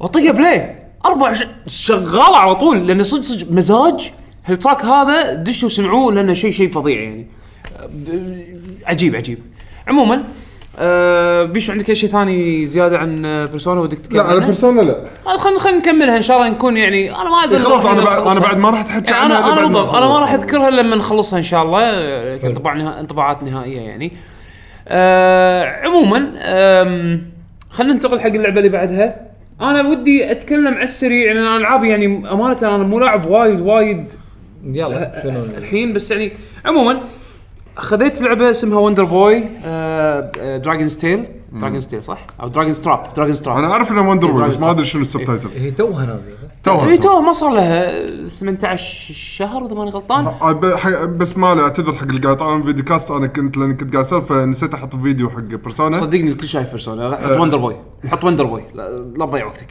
واطقها بلاي اربع ش... شغاله على طول لان صدق صدق مزاج هالتراك هذا دشوا سمعوه لانه شيء شيء فظيع يعني آه، ب- عجيب عجيب عموما آه بيشو عندك اي شيء ثاني زياده عن آه، بيرسونا ودك تتكلم
لا على
عنه؟
بيرسونا لا
آه، خلينا خلينا نكملها ان شاء الله نكون يعني انا ما ادري
إيه، خلاص انا بعد
نخلصها.
انا بعد ما راح اتحكى
يعني
عنها
انا
إلا
انا
بعد
بالضبط انا ما راح
نخلص.
اذكرها الا لما نخلصها ان شاء الله آه، كطبع نها... انطباعات نهائيه يعني آه عموما آم، خلينا ننتقل حق اللعبه اللي بعدها انا ودي اتكلم على السريع لان انا العابي يعني امانه انا مو لاعب وايد وايد
يلا شنو ال-
الحين بس يعني عموما خذيت لعبه اسمها آه، وندر بوي دراجونز تيل دراجونز تيل صح او دراجونز تراب دراجونز تراب
انا اعرف انه وندر وومن، بس
دراجون
ما ادري شنو السبتايتل
هي توها نازله صح؟
اي
توها
تو ما صار لها 18 شهر اذا ماني غلطان
آه، ب- حق- بس ما لا اعتذر حق اللي قاعد طالع فيديو كاست انا كنت لان كنت قاعد اسولف فنسيت احط فيديو حق بيرسونا
صدقني الكل شايف بيرسونا لا، حط وندر بوي حط وندر بوي لا لا تضيع وقتك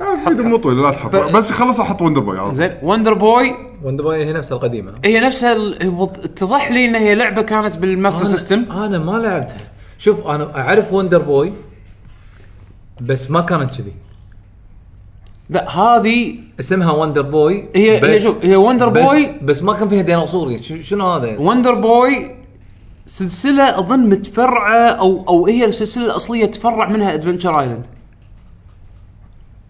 آه، فيديو مو طويل لا
ف-
تحط بس خلص احط وندر بوي على طول.
زين وندر بوي
وندر بوي هي نفسها القديمه
هي نفسها ال- وض- اتضح لي ان هي لعبه كانت بالماستر
أنا-
سيستم
انا ما لعبتها شوف انا اعرف وندر بوي بس ما كانت كذي
لا هذه
اسمها وندر بوي
هي- هي
بس-
شوف، هي وندر
بس-
بوي-
بس ما كان فيها ديناصور شو- شنو هذا؟
وندر بوي سلسله اظن متفرعه او او هي السلسله الاصليه تفرع منها ادفنتشر ايلاند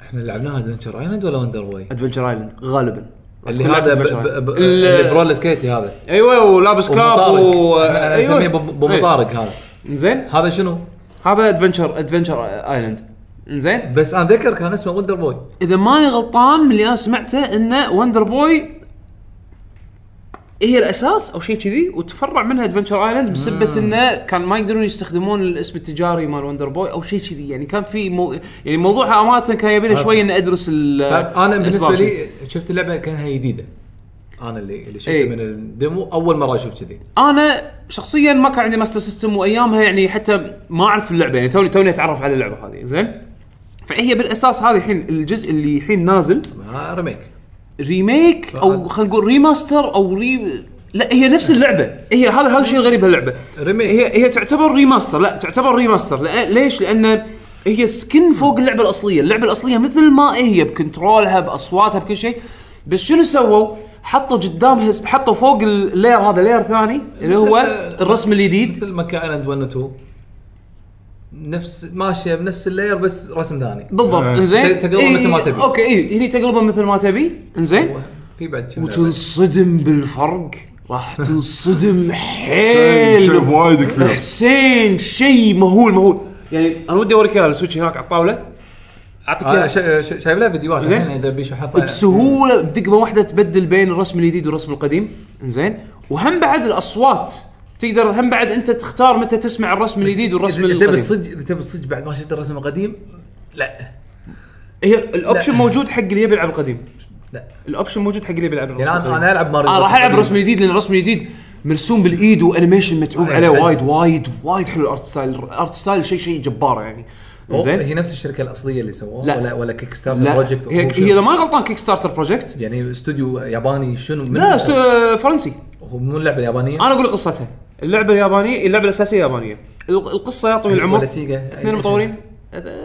احنا لعبناها ادفنشر ايلاند ولا وندر بوي؟
ادفنتشر ايلاند غالبا
اللي
لعبة
هذا ب-
Adventure Island.
ب- ب-
ال-
اللي برول سكيتي هذا
ايوه ولابس
أبو
كاب
طارق.
و
احنا
أيوة.
نسميه ب- بابو
أيوة.
طارق هذا
زين
هذا شنو؟
هذا ادفنتشر ادفنتشر ايلاند زين
بس انا ذكر كان اسمه وندر بوي
اذا ماني غلطان من اللي انا سمعته انه وندر بوي هي الاساس او شيء كذي وتفرع منها ادفنتشر ايلاند بسبه انه كان ما يقدرون يستخدمون الاسم التجاري مال وندر بوي او شيء كذي يعني كان في مو يعني موضوعها امانه كان يبي له شوي اني ادرس ال-
انا بالنسبه
الأسباب شوي.
لي شفت اللعبه كانها جديده انا اللي اللي شفته
إيه.
من الديمو اول مره اشوف كذي
انا شخصيا ما كان عندي ماستر سيستم وايامها يعني حتى ما اعرف اللعبه يعني توني توني اتعرف على اللعبه هذه زين فهي بالاساس هذه الحين الجزء اللي الحين نازل
ما ريميك
ريميك او خلينا نقول ريماستر او ري لا هي نفس اللعبه هي هذا هذا الشيء الغريب باللعبه
ريميك.
هي هي تعتبر ريماستر لا تعتبر ريماستر لا ليش لان هي سكن فوق اللعبه الاصليه اللعبه الاصليه مثل ما هي بكنترولها باصواتها بكل شيء بس شنو سووا حطوا قدامها حطوا فوق اللير هذا لير ثاني اللي هو
مثل-
الرسم الجديد
مثل مكا ايلاند 1 و 2 نفس ماشيه بنفس اللاير بس رسم ثاني
بالضبط
آه.
انزين
تقلبها مثل ما
إيه،
تبي.
اوكي اي هني تقلبها مثل ما تبي انزين
في بعد كم لعبة.
وتنصدم بالفرق راح تنصدم
شيء
حيل
شيء وايد كبير
حسين شيء مهول مهول يعني انا ودي اوريك اياها السويتش هناك على الطاوله اعطيك
آه،
اياها
شا- شا- شايف لها فيديوهات
زين.
الحين اذا بيشو حطها
بسهوله بدقمه واحده تبدل بين الرسم الجديد والرسم القديم زين وهم بعد الاصوات تقدر هم بعد انت تختار متى تسمع الرسم الجديد والرسم
اذا تبي
القديم
الصج اذا تبي الصج بعد ما شفت الرسم القديم لا
هي الاوبشن موجود حق اللي يبي يلعب القديم
لا
الاوبشن موجود حق اللي يبي يلعب الرسم
يعني انا
القديم.
انا العب ماريو
انا
بس
آه، راح العب
القديم.
الرسم الجديد لان الرسم الجديد مرسوم بالايد وانيميشن متعوب
آه،
عليه
حلو.
وايد وايد وايد حلو الارت ستايل الارت ستايل شيء شيء جبار يعني
أو-
زين
هي نفس الشركه الاصليه اللي سووها
لا.
ولا ولا كيك ستارتر
لا
بروجكت
هي هي اذا ما غلطان كيك ستارتر بروجكت
يعني استوديو ياباني شنو من
لا آه. است- آه، فرنسي
هو مو اللعبه اليابانيه
انا اقول لك قصتها اللعبه اليابانيه اللعبه الاساسيه يابانيه ال- القصه يا طويل
أي-
العمر
أيوة، ولا سيجا، أي
اثنين
شيء.
مطورين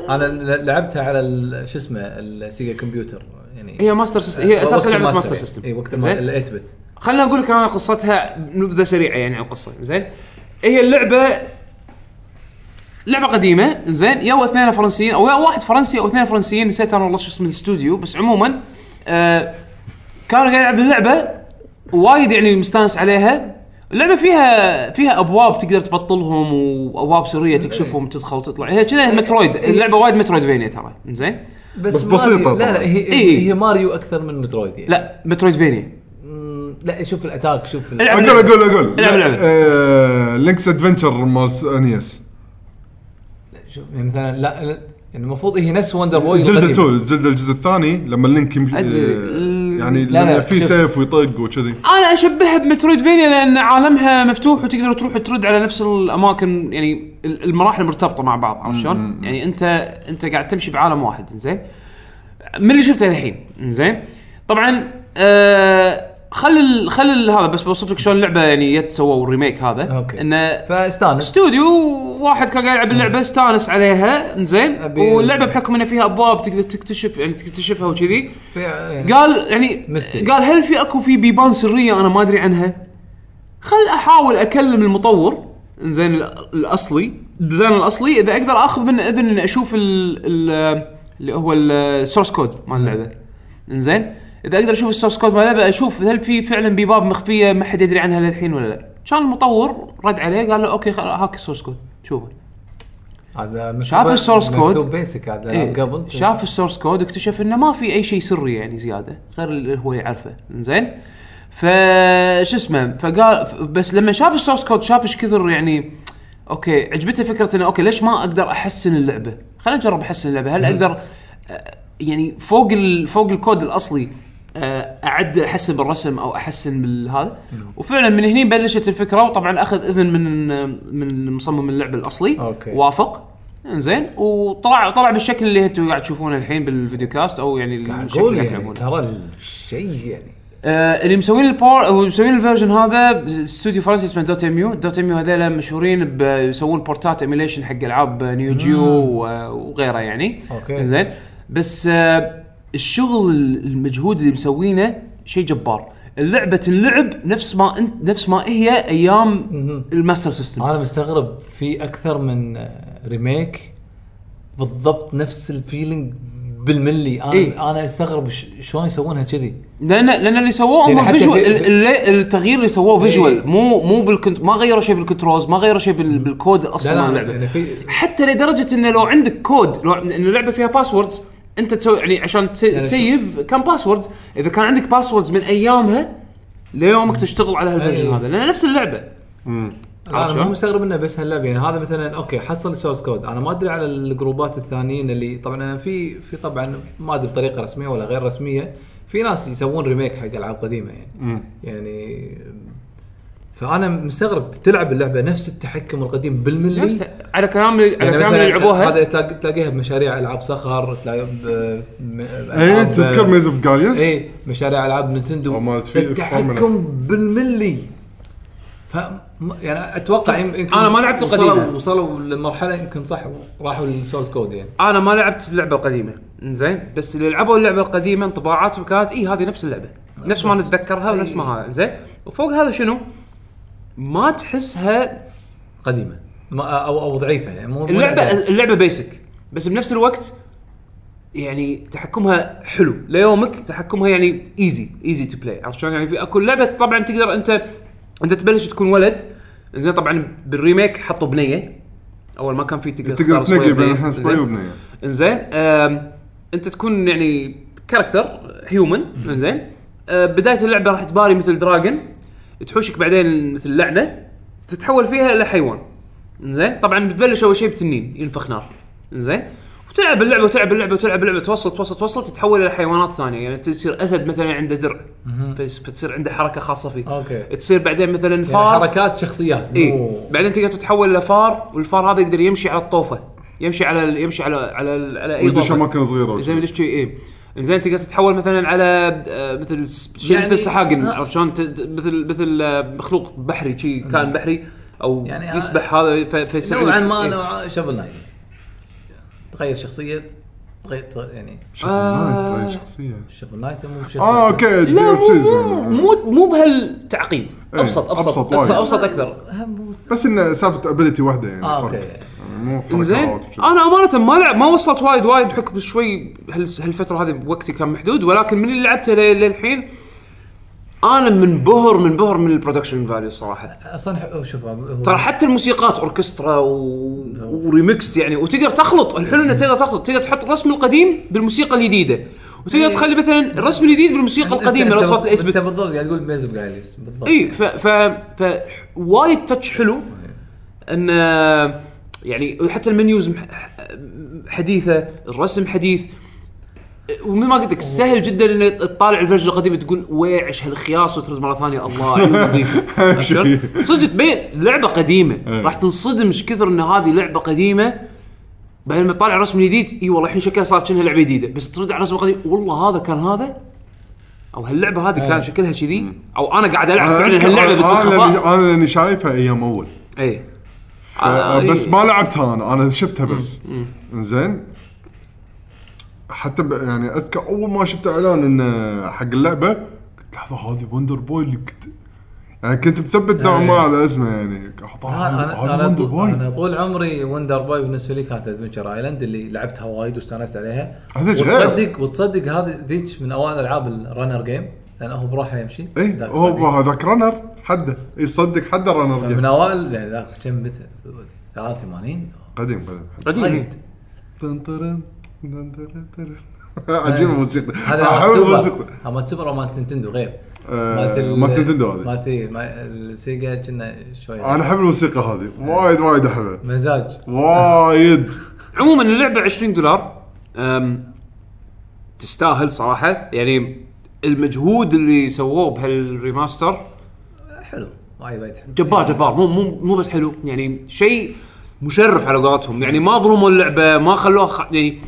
انا ل- لعبتها على ال- شو اسمه السيجا كمبيوتر يعني
هي ماستر سيستم هي اساسا
وقت
لعبه
الماستر
ماستر
يعني.
سيستم
اي وقت
زين؟
ال 8 بت
خلنا اقول لك انا قصتها نبذه سريعه يعني عن القصه زين هي اللعبه لعبه قديمه زين يا اثنين فرنسيين او يا واحد فرنسي او اثنين فرنسيين نسيت انا والله شو اسم الاستوديو بس عموما آه كانوا قاعد يلعبوا اللعبه وايد يعني مستانس عليها اللعبه فيها فيها ابواب تقدر تبطلهم وابواب سريه تكشفهم تدخل وتطلع هي كذا مترويد اللعبه وايد مترويد فينيا ترى زين
بس
ما أدري-
بسيطة
لا
طبعاً.
لا هي
إيه.
هي ماريو اكثر من مترويد يعني
لا مترويد فيني
مم، لا شوف الاتاك شوف ال-
العب
اقول اقول اقول
العب، العب.
آه، لينكس ادفنتشر مال آه، انيس
شوف يعني مثلا لا لا، يعني المفروض هي نفس وندر بوي
زلدة
القديمة.
2 زلدة الجزء الثاني لما اللينك يمشي
طيب. أدري.
آه، يعني
لا،
لما
لا،
في
شوف.
سيف ويطق وكذي
انا اشبهها بمترويد فينيا لان عالمها مفتوح وتقدر تروح ترد على نفس الاماكن يعني ال- المراحل مرتبطه مع بعض عرفت شلون؟ يعني انت انت قاعد تمشي بعالم واحد زين؟ من اللي شفته الحين زين؟ طبعا آه خل ال- خل ال- هذا بس بوصف لك شلون اللعبه يعني يت سووا الريميك هذا
أوكي.
انه
فاستانس
استوديو واحد كان قاعد يلعب اللعبه استانس عليها زين
أبي-
واللعبه بحكم انها فيها ابواب تقدر تكتشف يعني تكتشفها وكذي
في- يعني
قال يعني
Mystery.
قال هل في اكو في بيبان سريه انا ما ادري عنها؟ خل احاول اكلم المطور زين ال- الاصلي الديزاين الاصلي اذا اقدر اخذ من اذن ان اشوف ال- ال- اللي هو السورس كود مال اللعبه زين اذا اقدر اشوف السورس كود مال اللعبه اشوف هل في فعلا بيباب مخفيه ما حد يدري عنها للحين ولا لا كان المطور رد عليه قال له اوكي خل- هاك السورس كود شوفه
هذا مكتوب-
شاف السورس كود.
مكتوب بيسك هذا
إيه.
قبل
شاف السورس كود اكتشف انه ما في اي شيء سري يعني زياده غير اللي هو يعرفه زين ف شو اسمه فقال ف- بس لما شاف السورس كود شاف ايش كثر يعني اوكي عجبته فكره انه اوكي ليش ما اقدر احسن اللعبه؟ خلينا نجرب احسن اللعبه، هل اقدر آه، يعني فوق ال... فوق الكود الاصلي آه، اعدل احسن بالرسم او احسن بالهذا وفعلا من هني بلشت الفكره وطبعا اخذ اذن من من مصمم اللعبه الاصلي
أوكي.
وافق زين وطلع طلع بالشكل اللي انتم قاعد تشوفونه الحين بالفيديو كاست او يعني الشكل
قول
اللي قاعد
يعني
يلعبونه.
ترى الشيء يعني
آه اللي مسوين البور او مسوين الفيرجن هذا استوديو فرنسي اسمه دوت ام يو، دوت ام يو هذول مشهورين ب- يسوون بورتات ايميليشن حق العاب نيو جيو و- وغيرها يعني
أوكي.
زين بس آه الشغل المجهود اللي مسوينه شيء جبار اللعبه تنلعب نفس ما انت نفس ما هي ايام الماستر سيستم
انا مستغرب في اكثر من آه، ريميك بالضبط نفس الفيلينج بالملي انا
إيه.
إيه؟ انا استغرب ش- شلون يسوونها كذي
لان لان اللي سووه
يعني
هم
حتى
فيجوال
في-
ال- ال- التغيير اللي سووه
إيه.
فيجوال مو مو بالكنت ما غيروا شيء بالكنترولز ما غيروا شيء بال- بالكود
لا
الاصلي مال
لا
اللعبه
يعني في
حتى لدرجه انه لو عندك كود لو ان اللعبه فيها باسوردز انت تسوي يعني عشان تس- تسيف كم باسوردز اذا كان عندك باسوردز من ايامها ليومك تشتغل على هالفيرجن
أي.
هذا لان نفس اللعبه عرفت
انا مو
شلون؟
مستغرب انه بس هاللعب يعني هذا مثلا اوكي حصل سورس كود انا ما ادري على الجروبات الثانيين اللي طبعا انا في في طبعا ما ادري بطريقه رسميه ولا غير رسميه في ناس يسوون ريميك حق العاب قديمه يعني يعني فانا مستغرب تلعب اللعبه نفس التحكم القديم بالملي
نفس- على كلام على
يعني
كلام
مثلا
اللي يلعبوها
هذا تلاقي- تلاقيها بمشاريع العاب صخر تلاقيها ب- م-
إيه، آه،
اي
ألعاب-
إيه، تذكر ميز اوف جاليس
اي إيه، مشاريع العاب نينتندو
أو مالت في-
التحكم بالملي ف يعني اتوقع يمكن
أنا ما لعبت
وصلوا-
القديمة.
وصلوا لمرحله يمكن صح راحوا للسورس كود يعني
انا ما لعبت اللعبه القديمه زين بس اللي لعبوا اللعبه القديمه انطباعاتهم كانت اي هذه نفس اللعبه نفس ما نتذكرها ونفس ما هذا زين وفوق هذا شنو؟ ما تحسها
قديمه ما او او ضعيفه يعني مو مو
اللعبه
لعبة-
اللعبه بيسك بس بنفس الوقت يعني تحكمها حلو ليومك تحكمها يعني ايزي ايزي تو بلاي عرفت شلون يعني في اكو لعبه طبعا تقدر انت انت تبلش تكون ولد زين طبعا بالريميك حطوا بنيه اول ما كان في تقدر
تقدر
تختار صبية
تنقي
وبنية.
بين الحين سباي
إنزين.
وبنيه
انزين آم، انت تكون يعني كاركتر هيومن انزين آه، بدايه اللعبه راح تباري مثل دراجون تحوشك بعدين مثل لعنه تتحول فيها الى حيوان انزين طبعا بتبلش اول شيء بتنين ينفخ نار انزين وتلعب اللعبه وتلعب اللعبه وتلعب اللعبه توصل توصل توصل تتحول الى حيوانات ثانيه يعني تصير اسد مثلا عنده درع فس- فتصير عنده حركه خاصه فيه
اوكي.
تصير بعدين مثلا فار إيه.
يعني حركات شخصيات
اي
مو
بعدين تقدر تتحول لفار والفار هذا يقدر يمشي على الطوفه يمشي على ال- يمشي على على ال- على اي
ويدش
طوفه
اماكن صغيره وشي.
زين يدش شي اي زين تقدر تتحول مثلا على آه، مثل س- شيء
يعني-
مثل سحاقن
آه.
عرفت شلون ت- ت- مثل مثل آه، مخلوق بحري شي كائن بحري او
يعني آه،
يسبح هذا ف- فيصير
نوعا
عندك-
ما
إيه.
نوعا شبل نايت تغير شخصيه تغير تغير- يعني
شوف، ما تغير شخصيه
شبل نايت مو بشكل
اه اوكي دي
آه. لا
ال
مو
سيزون.
مو مو, مو بهالتعقيد
إيه،
ابسط ابسط
أبسط وايد.
ابسط, أبسط اكثر
بس انه سالفه ابيلتي واحده يعني
آه،
فرق.
أوكي.
يعني مو حركات
زين آه،
وشي.
انا امانه ما لعب ما وصلت وايد وايد بحكم شوي هال- هالفتره هذه وقتي كان محدود ولكن من اللي لعبته لي- للحين انا منبهر منبهر من البرودكشن فاليو صراحه
اصلا ح- شوف هو-
ترى حتى الموسيقات اوركسترا و... وريمكس يعني وتقدر تخلط الحلو انك تقدر تخلط تقدر تحط الرسم القديم بالموسيقى الجديده وتقدر تخلي مثلا الرسم الجديد بالموسيقى
إيه. أنت-
القديمه
أنت-
الاصوات الايت
انت
بت
بالضبط قاعد تقول ميز بجايليس بالضبط
اي ف إيه، ف ف وايد تاتش حلو ان آه، يعني حتى المنيوز مح- حديثه الرسم حديث ومثل ما قلت لك سهل جدا انك تطالع الفيرجن القديم تقول ويعش هالخياس وترد مره ثانيه الله عيون نظيفه عرفت شلون؟ صدق تبين لعبه قديمه راح تنصدم ايش كثر ان هذه لعبه قديمه بعدين لما تطالع الرسم الجديد اي والله الحين شكلها صارت شنها لعبه جديده بس ترد على الرسم القديم والله هذا كان هذا او هاللعبه هذه كان شكلها كذي او انا قاعد العب فعلا هاللعبه بس
إيه. أنا- أنا اللي-
بالخفاء
انا اللي شايفها ايام اول
اي
ف-
آه،
بس
إي.
ما لعبتها انا انا شفتها بس زين حتى ب- يعني اذكر اول ما شفت اعلان انه حق اللعبه قلت لحظه هذه وندر بوي اللي كنت يعني كنت مثبت
إيه.
نوعا ما على اسمه يعني أحطها،
انا
هذه
أنا-
هذه
انا
وندر
طول انا
بوي
طول عمري وندر بوي بالنسبه لي كانت ادفنشر ايلاند اللي لعبتها وايد واستانست عليها
هذا غير.
وتصدق وتصدق هذه ذيك من اوائل العاب الرنر جيم لانه هو بروحه يمشي
اي
ذاك
إيه، هو
القديم.
هو هذاك رنر حده يصدق حده رنر
من
جيم.
اوائل يعني ذاك كم متى 83
قديم قديم طيب.
قديم
وايد.
طن طرن، طن طرن طرن. عجيب الموسيقى
إيه. هذا
احب
مال
الموسيقى
سوبر ها، مال سوبر أو مال نينتندو غير
آه، مالت نينتندو هذه.
مالت إيه، مال السيجا كنا شويه
انا احب الموسيقى هذه وايد وايد احبها
مزاج
وايد
عموما اللعبه 20 دولار أم، تستاهل صراحه يعني المجهود اللي سووه بهالريماستر
حلو وايد وايد حلو
جبار
إيه.
جبار مو مو مو بس حلو يعني شيء مشرف على قولتهم يعني ما ظلموا اللعبه ما خلوها خ... يعني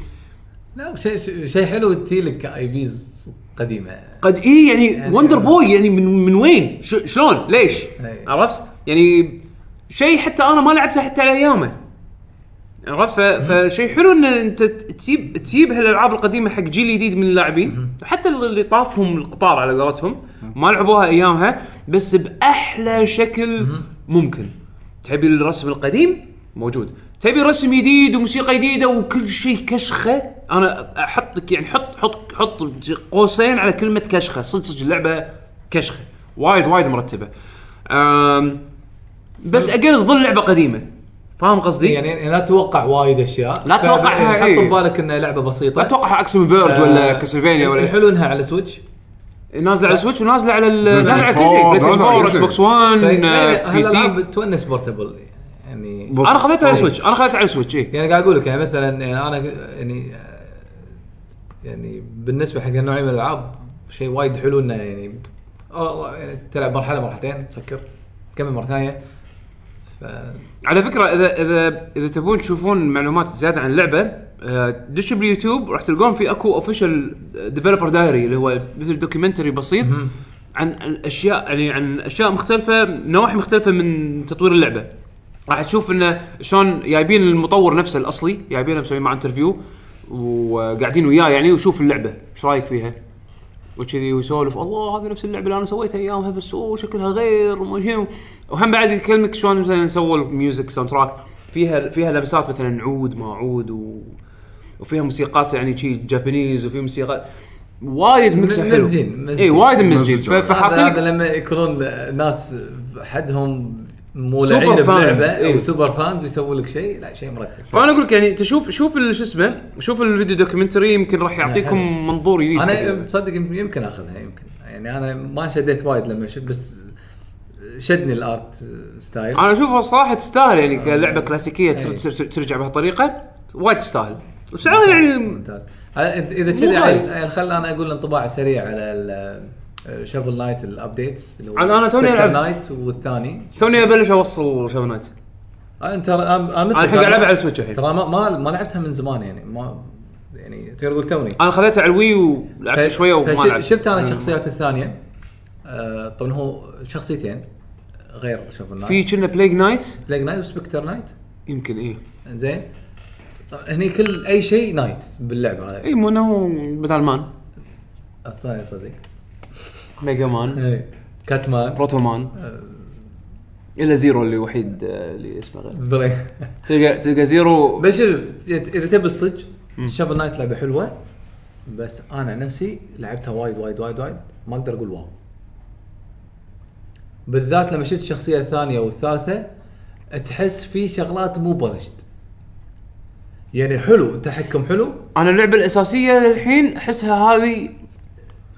لا شيء شيء حلو تجي لك اي بيز قديمه
قد اي يعني, وندر بوي يعني من من وين؟ ش... شلون؟ ليش؟
أي.
عرفت؟ يعني شيء حتى انا ما لعبته حتى على ايامه عرفت؟ ف... فشيء حلو ان انت ت- تجيب تجيب هالالعاب القديمه حق جيل جديد من اللاعبين حتى اللي طافهم القطار على قولتهم ما لعبوها ايامها بس باحلى شكل ممكن تبي الرسم القديم موجود تبي رسم جديد وموسيقى جديده وكل شيء كشخه انا احط لك يعني حط حط حط قوسين على كلمه كشخه صدق صدق اللعبه كشخه وايد وايد مرتبه أم بس اجين تظل لعبه قديمه فاهم قصدي؟ يعني
يعني لا تتوقع وايد اشياء
لا تتوقع
يعني
هاي.
حط ببالك انها لعبه بسيطه
لا اتوقع اكسن فيرج ولا كاسلفينيا ولا
الحلو انها آه، على سويتش
نازله على سويتش ونازله على ال-
بلاي
نازله على كل
ستيشن
شيء
فور،
بلاي ستيشن 4
نازلة على كل
اكس
شيء.
بوكس 1 بي سي
هالالعاب تونس بورتبل يعني
انا خذيتها على سويتش انا خذيتها على سويتش اي
يعني قاعد اقول لك يعني مثلا يعني انا يعني يعني بالنسبه حق النوعيه من الالعاب شيء وايد حلو انه يعني آه، يعني تلعب مرحله مرحلتين تسكر تكمل مره ثانيه ف
على فكره اذا اذا اذا تبون تشوفون معلومات زياده عن اللعبه آه، دشوا باليوتيوب راح تلقون في اكو اوفيشال ديفلوبر دايري اللي هو مثل دوكيومنتري بسيط عن الاشياء يعني عن اشياء مختلفه نواحي مختلفه من تطوير اللعبه راح تشوف انه شلون جايبين المطور نفسه الاصلي جايبينه مسويين معاه انترفيو وقاعدين وياه يعني وشوف اللعبه ايش رايك فيها وكذي ويسولف الله هذه نفس اللعبه اللي انا سويتها ايامها بس اوه شكلها غير وما شنو وهم بعد يكلمك شلون مثلا سووا الميوزك ساوند تراك فيها فيها لمسات مثلا عود ما عود و... وفيها موسيقات يعني شي جابانيز وفي موسيقات وايد ميكس حلو
مزجين-
اي
مزجين.
وايد مزجين
مزجين.
ف-
هذا
فحاطين لك-
هذا لما يكونون ناس حدهم
سوبر
مولعين
فانز،
بلعبه
إيه.
او سوبر فانز ويسوون لك شيء لا شيء مركز
فانا اقول لك يعني تشوف شوف ال- شو اسمه شوف الفيديو دوكيومنتري يمكن راح يعطيكم منظور جديد
انا مصدق يمكن يمكن اخذها يمكن يعني انا ما انشديت وايد لما شفت بس شدني الارت ستايل
انا اشوفها الصراحه تستاهل يعني
آه.
كلعبه كلاسيكيه تر- تر- تر- ترجع بهالطريقه وايد تستاهل وسعرها يعني
ممتاز إذا- اذا
مو غالي.
كذا خل انا اقول انطباع سريع على شافل نايت الابديتس اللي هو
أنا- أنا توني ألعب.
نايت والثاني
توني ابلش اوصل شاف نايت
آه، انت انا
انا الحين قاعد العبها على السويتش الحين
ترى ما ما, ما لعبتها من زمان يعني ما يعني تقدر تقول توني
انا خذيتها على الوي ولعبت
ف-
شويه وما
فش-
لعبت
شفت انا الشخصيات الثانيه آه، طبعا هو شخصيتين غير شافل نايت
في كنا بليج نايت
بلاك نايت وسبكتر نايت
يمكن ايه
زين طبعاً هني كل اي شيء نايت باللعبه هذه
اي منو إيه، بدل مان
أصلاً يا إيه. صديق
ميجا مان
كاتمان
بروتو مان الا زيرو اللي وحيد آه، اللي اسمه غير
بري
تلقى تلقى زيرو
بس شوف، اذا تبي الصدق شافل نايت لعبه حلوه بس انا نفسي لعبتها وايد وايد وايد وايد ما اقدر اقول واو بالذات لما شفت الشخصيه الثانيه والثالثه تحس في شغلات مو بلشت يعني حلو التحكم حلو
انا اللعبه الاساسيه للحين احسها هذه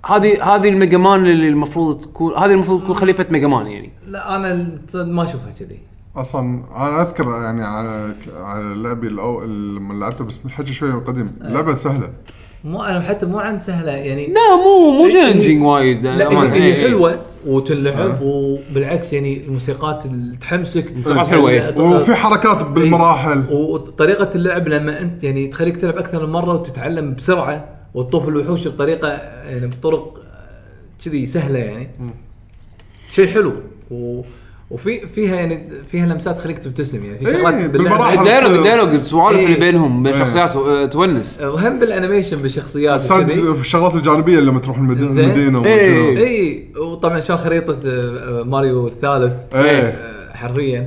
هذه هذه الميجا مان اللي المفروض تكون هذه المفروض تكون خليفه ميجا مان يعني
لا انا صد- ما اشوفها كذي
اصلا انا اذكر يعني على على لعبي الأو- لما لعبته بس الحكي شويه قديم لعبه سهله
مو انا حتى مو عن سهله يعني
لا مو مو
إيه، إيه.
تشالنجينج وايد
لا
أمان.
هي-
إيه،
هي
إيه.
حلوه وتنلعب وبالعكس يعني الموسيقات اللي تحمسك
موسيقات حلوة، إيه.
وفي حركات
إيه.
بالمراحل
وطريقه اللعب لما انت يعني تخليك تلعب اكثر من مره وتتعلم بسرعه وتطوف الوحوش بطريقه يعني بطرق آه، كذي سهله يعني شيء حلو و وفي فيها يعني فيها لمسات تخليك تبتسم يعني في
إيه،
شغلات باللعب
بالمراحل.
عدة.
الديالوج الديالوج السوالف
إيه.
اللي بينهم بين
إيه.
الشخصيات آه، تونس
وهم بالانيميشن بالشخصيات
سايد
وكذي.
الشغلات الجانبيه لما تروح المدينه
زين.
المدينه
إيه.
وكذا.
اي وطبعا شلون خريطه آه، آه، ماريو الثالث
إيه.
آه، حرفيا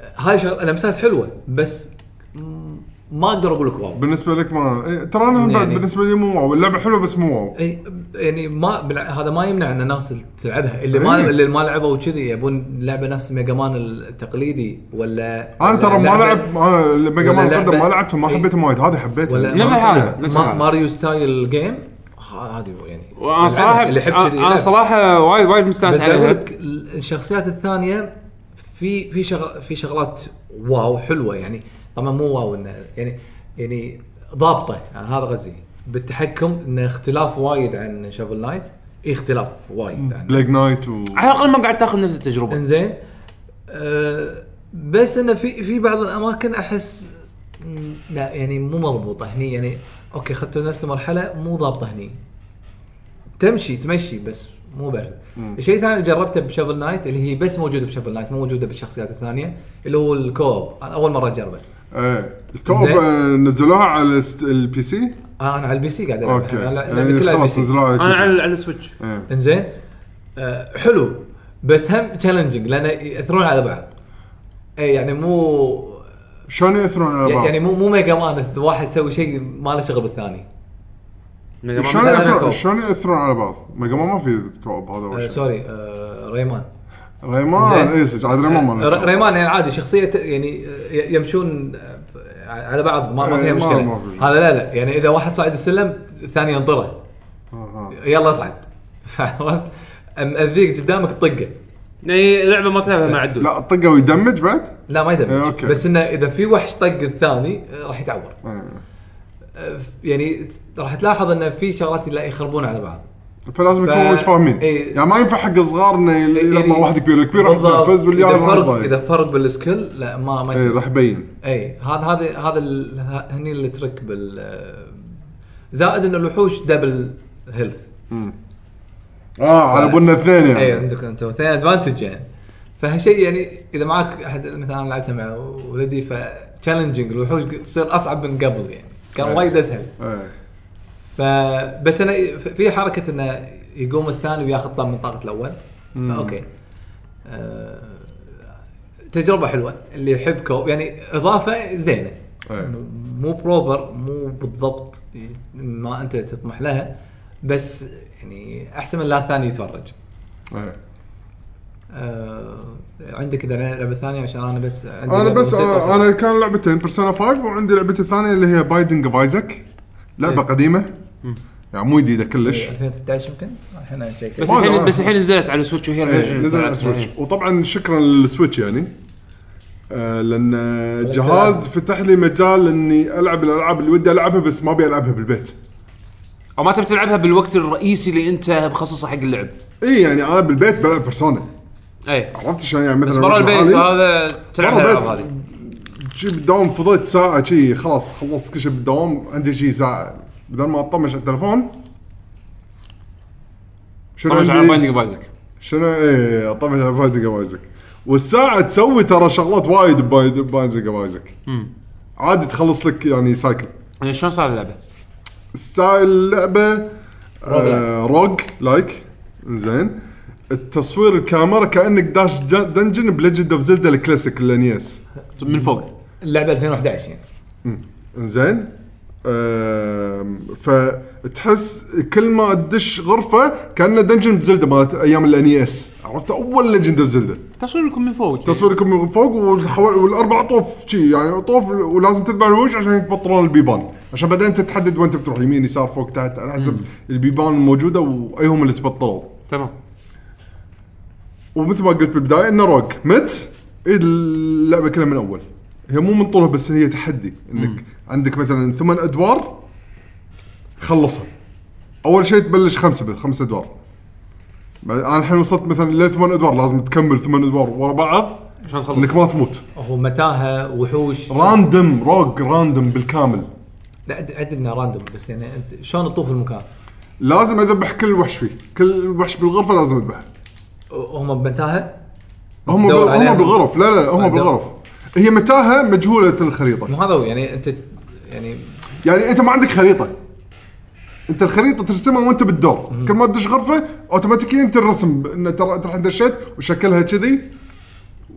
آه، هاي شغ- لمسات حلوه بس م- ما اقدر اقول لك واو
بالنسبه لك ما إيه، ترى انا بعد
يعني-
بالنسبه لي مو واو اللعبه حلوه بس مو واو
اي يعني ما بالع... هذا ما يمنع ان الناس اللي تلعبها اللي ما
إيه.
اللي ما لعبوا كذي يبون لعبه نفس ميجا مان التقليدي ولا
انا
ولا
ترى ما
لعبة-
لعب انا ميجا مان
ولا
قدر ما
لعبة-
لعبته ما
إيه.
حبيته وايد هذه حبيته
ولا-
نفس الحالة. نفس
ما...
الحالة.
ماريو ستايل جيم هذه يعني
وانا صراحه
اللي يحب كذي
انا
يلعب.
صراحه وايد وايد مستانس
بس أقول
عليها
لك ال- الشخصيات الثانيه في في شغ... في شغلات واو حلوه يعني طبعا مو واو انه يعني يعني ضابطه يعني هذا غزي بالتحكم انه اختلاف وايد عن شافل نايت إيه اختلاف وايد عن
بلاك نايت و
على الاقل ما قاعد تاخذ نفس التجربه
انزين أه بس انه في في بعض الاماكن احس مم، لا يعني مو مضبوطه هني يعني اوكي اخذت نفس المرحله مو ضابطه هني تمشي تمشي بس مو برد الشيء الثاني اللي جربته بشافل نايت اللي هي بس موجوده بشافل نايت مو موجوده بالشخصيات الثانيه اللي هو الكوب انا اول مره اجربه
ايه الكوب
زين.
آه، نزلوها على الست- البي سي
آه انا على البي سي قاعد العب
اوكي
انا لعبة
يعني
كلها على البي
خلاص
سي
نزلوها على البي
انا
سي.
على على السويتش
إيه.
انزين آه حلو بس هم تشالنجينج لان ياثرون على بعض اي يعني مو
شلون ياثرون على بعض؟
يعني مو مو ميجا مان واحد يسوي شيء ما له شغل بالثاني
ميجا مان
شلون
مثلاً أنا
ياثرون
كوب.
شلون ياثرون على بعض؟ ميجا مان ما في كوب هذا
آه
اول شيء
سوري آه ريمان
ريمان
زين.
اي صدق عاد ريمان ما
آه،
له
ر-
شغل.
ريمان يعني عادي شخصيه يعني آه، ي- يمشون آه، على بعض ما, ما
إيه،
فيها
ما-
مشكله
ما في.
هذا لا لا يعني اذا واحد صعد السلم الثاني ينطره
آه، آه.
يلا اصعد عرفت مأذيك قدامك طقه
يعني لعبه ما تلعبها مع عدو
لا طقه ويدمج بعد؟
لا ما
إيه،
يدمج
أوكي.
بس انه اذا في وحش طق الثاني آه، راح يتعور
إيه.
آه، ف- يعني راح تلاحظ انه في شغلات لا يخربون على بعض
فلازم يكونوا
ف-
متفاهمين
إيه.
يعني ما ينفع حق صغار انه يلا واحد كبير الكبير راح
يعني بالضبط.
يتنفذ واللي
اذا
يعرف طيب. راح
فرق
يضايق.
اذا فرق بالسكيل لا ما ما
إيه،
يصير
راح يبين
اي هذا هذا هذا ال- ه- هني اللي ترك بال زائد ان الوحوش دبل هيلث
اه على بنا اثنين
اي
يعني
آه. إيه، عندك انت اثنين ادفانتج يعني فهالشيء يعني اذا معك احد مثلا انا لعبتها مع ولدي ف تشالنجينج الوحوش تصير اصعب من قبل يعني كان
إيه.
وايد اسهل
إيه.
فبس انا ف- في حركه انه يقوم الثاني وياخذ طن من طاقه الاول فاوكي آه، تجربه حلوه اللي يحب كوب يعني اضافه زينه
إيه.
م- مو بروبر مو بالضبط ما انت تطمح لها بس يعني احسن من لا ثاني يتفرج
إيه.
آه، عندك اذا لعبه ثانيه عشان انا بس عندي
انا
لعبة
بس
بسيطة
آه،
خلاص.
انا كان لعبتين بيرسونا 5 وعندي لعبتي الثانيه اللي هي بايدنج اوف ايزك لعبه قديمه يعني مو جديده كلش
إيه. 2013 يمكن الحين أشيك.
بس
ما
الحين
أدري.
بس الحين نزلت على السويتش وهي
إيه،
الفيرجن
نزل على
الثالث.
السويتش وطبعا شكرا للسويتش يعني آه، لان آه، جهاز فتح لي مجال اني العب الالعاب اللي ودي العبها بس ما ابي العبها بالبيت
او ما تبي تلعبها بالوقت الرئيسي اللي انت مخصصه حق اللعب
اي يعني انا بالبيت بلعب بيرسونا
اي
عرفت شلون يعني مثلا
بس برا
أروح
البيت
لحالي.
هذا تلعب
برا
الالعاب
البيت.
هذه
شي بالدوام فضيت ساعة شي خلاص خلصت كل شيء بالدوام عندي شي ساعة بدل ما اطمش على التلفون شنو
طبعا على
عندي؟
بايندينج بايزك
شنو ايه اطمش على بايندينج بايزك والساعة تسوي ترى شغلات وايد ببايند- ببايندينج بايزك عادي تخلص لك يعني سايكل
يعني شلون صار اللعبه؟
ستايل اللعبة آه روج لايك زين التصوير الكاميرا كانك داش جا- دنجن بليجند اوف زلدا الكلاسيك E الانيس
من فوق
اللعبه 2011 يعني
انزين أم، فتحس كل ما تدش غرفه كانه دنجن بزلده مالت ايام الاني اس E عرفت اول ليجند اوف زلده
تصويركم من فوق
تصويركم من فوق والحوالي والاربع طوف شي يعني طوف ولازم تتبع الوجه عشان يتبطلون البيبان عشان بعدين تتحدد وين تبي تروح يمين يسار فوق تحت على حسب البيبان الموجوده وايهم اللي تبطلوا
تمام
ومثل ما قلت بالبدايه انه روك مت إيد اللعبه كلها من اول هي مو من طولها بس هي تحدي انك عندك مثلا ثمان ادوار خلصها اول شيء تبلش خمسه بس خمس ادوار بعد- انا الحين وصلت مثلا لثمان ادوار لازم تكمل ثمان ادوار ورا بعض
عشان تخلص
انك ما تموت
هو متاهه وحوش
راندم روك راندم بالكامل
لا أد- ادري انه راندوم بس يعني انت شلون تطوف المكان؟
لازم اذبح كل وحش فيه كل وحش بالغرفه لازم اذبحه
هم بمتاهه؟
هم
تدور
بال- هم
عليهم.
بالغرف لا لا هم
بعد-
بالغرف هي متاهه مجهوله الخريطه
مو هذا هو يعني انت يعني
يعني انت ما عندك خريطه انت الخريطه ترسمها وانت بالدور كل ما تدش غرفه اوتوماتيكيا ترسم ان ترى انت الحين دشيت وشكلها كذي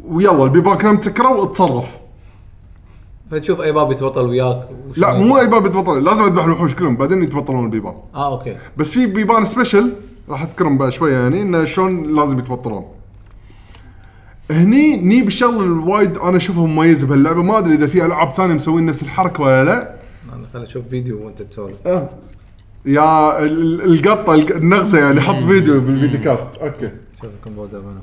ويلا البيبان كلها مسكره واتصرف
فتشوف اي باب يتبطل وياك وشلون-
لا مو اي باب يتبطل لازم اذبح الوحوش كلهم بعدين يتبطلون البيبان
اه اوكي
بس في بيبان سبيشل راح اذكرهم بعد شويه يعني انه شلون لازم يتبطلون. هني ني بالشغله الوايد انا اشوفها مميزه بهاللعبه ما ادري اذا في العاب ثانيه مسوين نفس الحركه ولا لا
انا خل اشوف فيديو وانت تسولف
يا ال- ال- القطه الق- النغزه يعني حط فيديو بالفيديو كاست اوكي
شوف الكومبوزر منه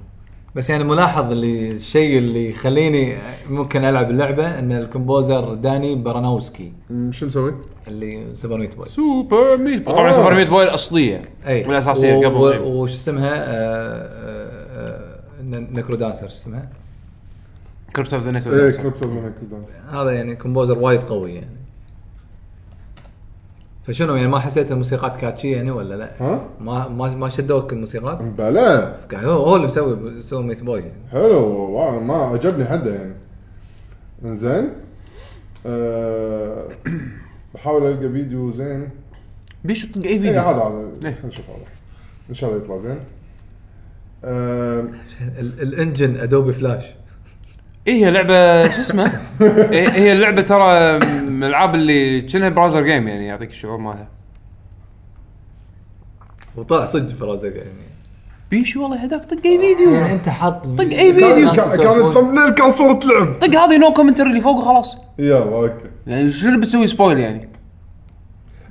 بس يعني ملاحظ اللي الشيء اللي يخليني ممكن العب اللعبه ان الكومبوزر داني برانوسكي
م، شو مسوي؟
اللي سوبر ميت بوي
سوبر ميت بوي. طبعا
آه. إيه.
سوبر ميت بوي الاصليه والاساسيه
و-
قبل طيب.
و-
الجيم.
وش اسمها آه، آه، آه، ن- نكرو دانسر شو اسمها
كريبت اوف ذا
ايه
نيكل
كريبتو من هيك دانس.
هذا يعني كومبوزر وايد قوي يعني فشنو يعني ما حسيت الموسيقات كاتشي يعني ولا لا؟
ها؟
ما ما ما شدوك الموسيقات؟
بلا
قاعد هو هو اللي مسوي سوبر ميت بوي يعني.
حلو واو، ما عجبني حدا يعني انزين آه، بحاول القى فيديو زين
بيشو طق اي
اي
فيديو
إيه، هذا هذا
إيه.
نشوف هذا ان شاء الله يطلع زين آه، آم،
ال- الانجن ادوبي فلاش
اي إيه، هي لعبه شو اسمه إيه هي اللعبه ترى من الالعاب اللي كأنها براوزر جيم يعني يعطيك الشعور مالها
وطلع صدق برازق يعني
بيشو والله هداك طق اي فيديو
يعني انت حاط طق
أي فيديو.
كان كان الثمبنيل كان صوره لعب
طق هذه نو كومنتري اللي فوق وخلاص
يلا اوكي
يعني شنو بتسوي سبويل يعني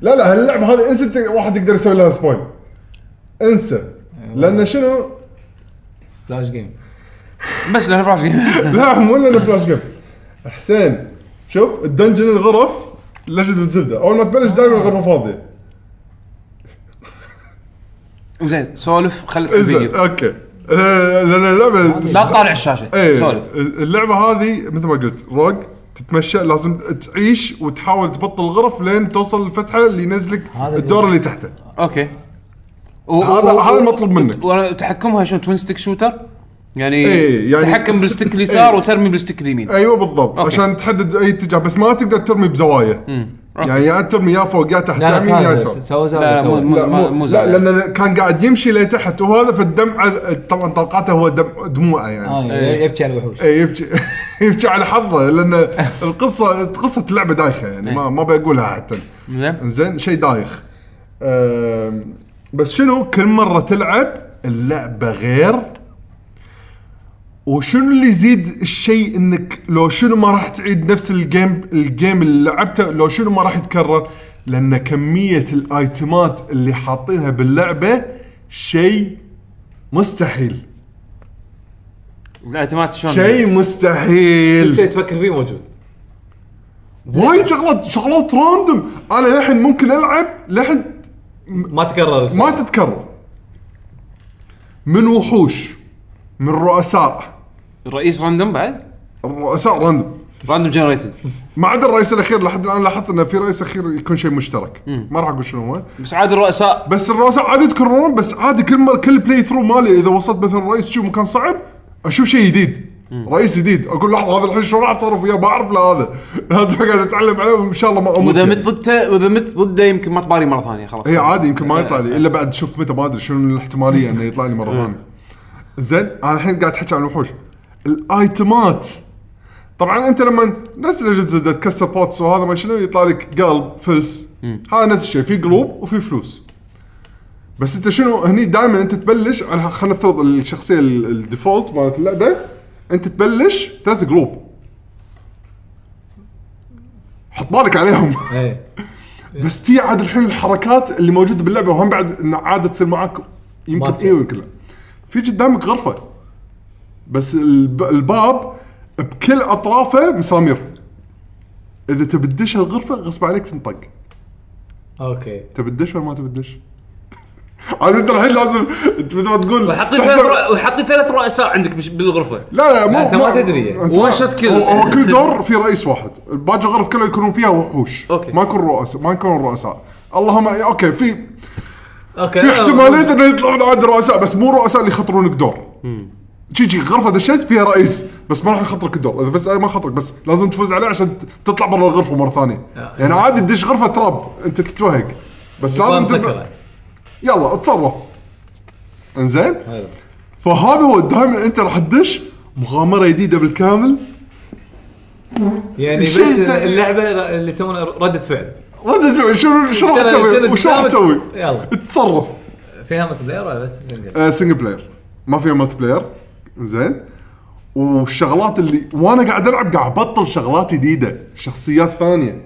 لا لا هاللعبه هذه انسى ت- واحد يقدر يسوي لها سبويل انسى
أيوة.
لان شنو
فلاش جيم
بس لانه براوزر جيم
لا مو لان فلاش جيم حسين شوف الدنجن الغرف لجنة الزبده اول ما تبلش دائما
آه.
الغرفه فاضيه
زين سولف خليك
انزين
الفيديو
اوكي آه، لان اللعبه
لا تطالع الشاشه
ايه
سولف
اللعبه هذه مثل ما قلت روج تتمشى لازم تعيش وتحاول تبطل الغرف لين توصل الفتحه اللي ينزلك الدور اللي تحته
اوكي و-
هذا-
و-
هذا
و-
المطلوب منك.
و- وتحكمها شنو توين ستيك شوتر يعني,
إيه، يعني-
تحكم بالستيك اليسار
إيه.
وترمي بالستيك اليمين آه،
ايوه بالضبط
أوكي.
عشان تحدد اي اتجاه بس ما تقدر ترمي بزوايا
أوكي.
يعني يا ترمي يا فوق يا تحت يا
لا
يمين يا
لا
يسار
سوى
لا، لا، مو-
سوى
مو-
لا
ما-
مو
مو
لا
زعلان.
لان كان قاعد يمشي لتحت وهذا فالدمعه طبعا طلقاته هو دمع دموعه
آه.
يعني
آه، يبكي
إيه.
على الوحوش
اي يبكي يبكي على حظه لان القصه قصه اللعبه دايخه
إيه.
يعني ما ما بقولها حتى
زين
زين شيء دايخ أم، بس شنو كل مره تلعب اللعبه غير وشنو اللي يزيد الشيء انك لو شنو ما راح تعيد نفس الجيم الجيم اللي لعبته لو شنو ما راح يتكرر لان كميه الايتمات اللي حاطينها باللعبه شيء مستحيل
الاعتماد شلون
شيء
كل شيء
مستحيل
تفكر فيه موجود
وايد شغلات شغلات راندوم انا للحين ممكن العب للحين
ما تكرر
ما
السؤال.
تتكرر من وحوش من رؤساء
الرئيس راندوم بعد
الرؤساء راندوم
راندوم جنريتد
ما عدا الرئيس الاخير لحد الان لاحظت انه في رئيس اخير يكون شيء مشترك ما راح اقول شنو هو
بس عاد الرؤساء
بس الرؤساء عادي يتكررون بس عادي كل مره كل بلاي ثرو مالي اذا وصلت مثلا رئيس شو مكان صعب اشوف شيء جديد رئيس جديد اقول لحظه هذا الحين شو راح اتصرف وياه ما اعرف له هذا لازم اقعد اتعلم عليه وان شاء الله ما اموت
واذا
يعني.
مت ضده واذا مت ضده يمكن ما تباري مره ثانيه خلاص
هي إيه، عادي يمكن ما يطلع لي الا بعد شوف متى ما ادري شنو الاحتماليه انه يطلع لي مره ثانيه زين انا الحين قاعد احكي عن الوحوش الايتمات طبعا انت لما نفس الجزء تكسر بوتس وهذا ما شنو يطلع لك قلب فلس هذا نفس الشيء في قلوب وفي فلوس بس انت شنو هني دائما انت تبلش على- خلينا نفترض الشخصيه ال- الديفولت مالت اللعبه انت تبلش ثلاث قلوب حط بالك عليهم
ايه
بس تي عاد الحين الحركات اللي موجوده باللعبه وهم بعد ان عاده تصير معاك
ما
يمكن
تصير.
تي ويمكن لا في قدامك غرفه بس الب- الباب بكل اطرافه مسامير اذا تبي تدش هالغرفه غصب عليك تنطق
اوكي
تبي تدش ولا ما تبي تدش؟ عاد انت الحين لازم انت مثل ما
طيب،
تقول
وحاطين
تحسب-
ثلاث رؤ- وحاطين ثلاث رؤساء عندك بش- بالغرفه
لا لا مو
لا، انت ما تدري.
انت-
وان شوت كيل.
هو- هو كل دور في رئيس واحد باقي الغرف كلها يكونون فيها وحوش
اوكي.
ما يكون رؤساء ما يكون رؤساء اللهم اوكي في
اوكي
في احتماليه انه يطلعون عاد رؤساء بس مو رؤساء اللي يخطرونك دور شي شي غرفه دشيت فيها رئيس بس ما راح يخطرك الدور اذا بس ما خطرك بس لازم تفوز عليه عشان ت- تطلع برا الغرفه مره ثانيه يعني عادي تدش غرفه تراب انت تتوهق بس لازم تب...
مسكره
يلا اتصرف انزين فهذا هو دائما انت راح تدش مغامره جديده بالكامل
يعني بس
الشيء ده-
اللعبه اللي يسمونها رده فعل
ما تدري شنو شنو راح
شنو-
تسوي
شنو
وش راح
قدامك؟
تسوي
يلا.
تتصرف
فيها ملتي بلاير ولا بس سنجل؟
آه، سنجل بلاير ما فيها ملتي بلاير زين والشغلات اللي وانا قاعد العب قاعد ابطل شغلات جديده شخصيات ثانيه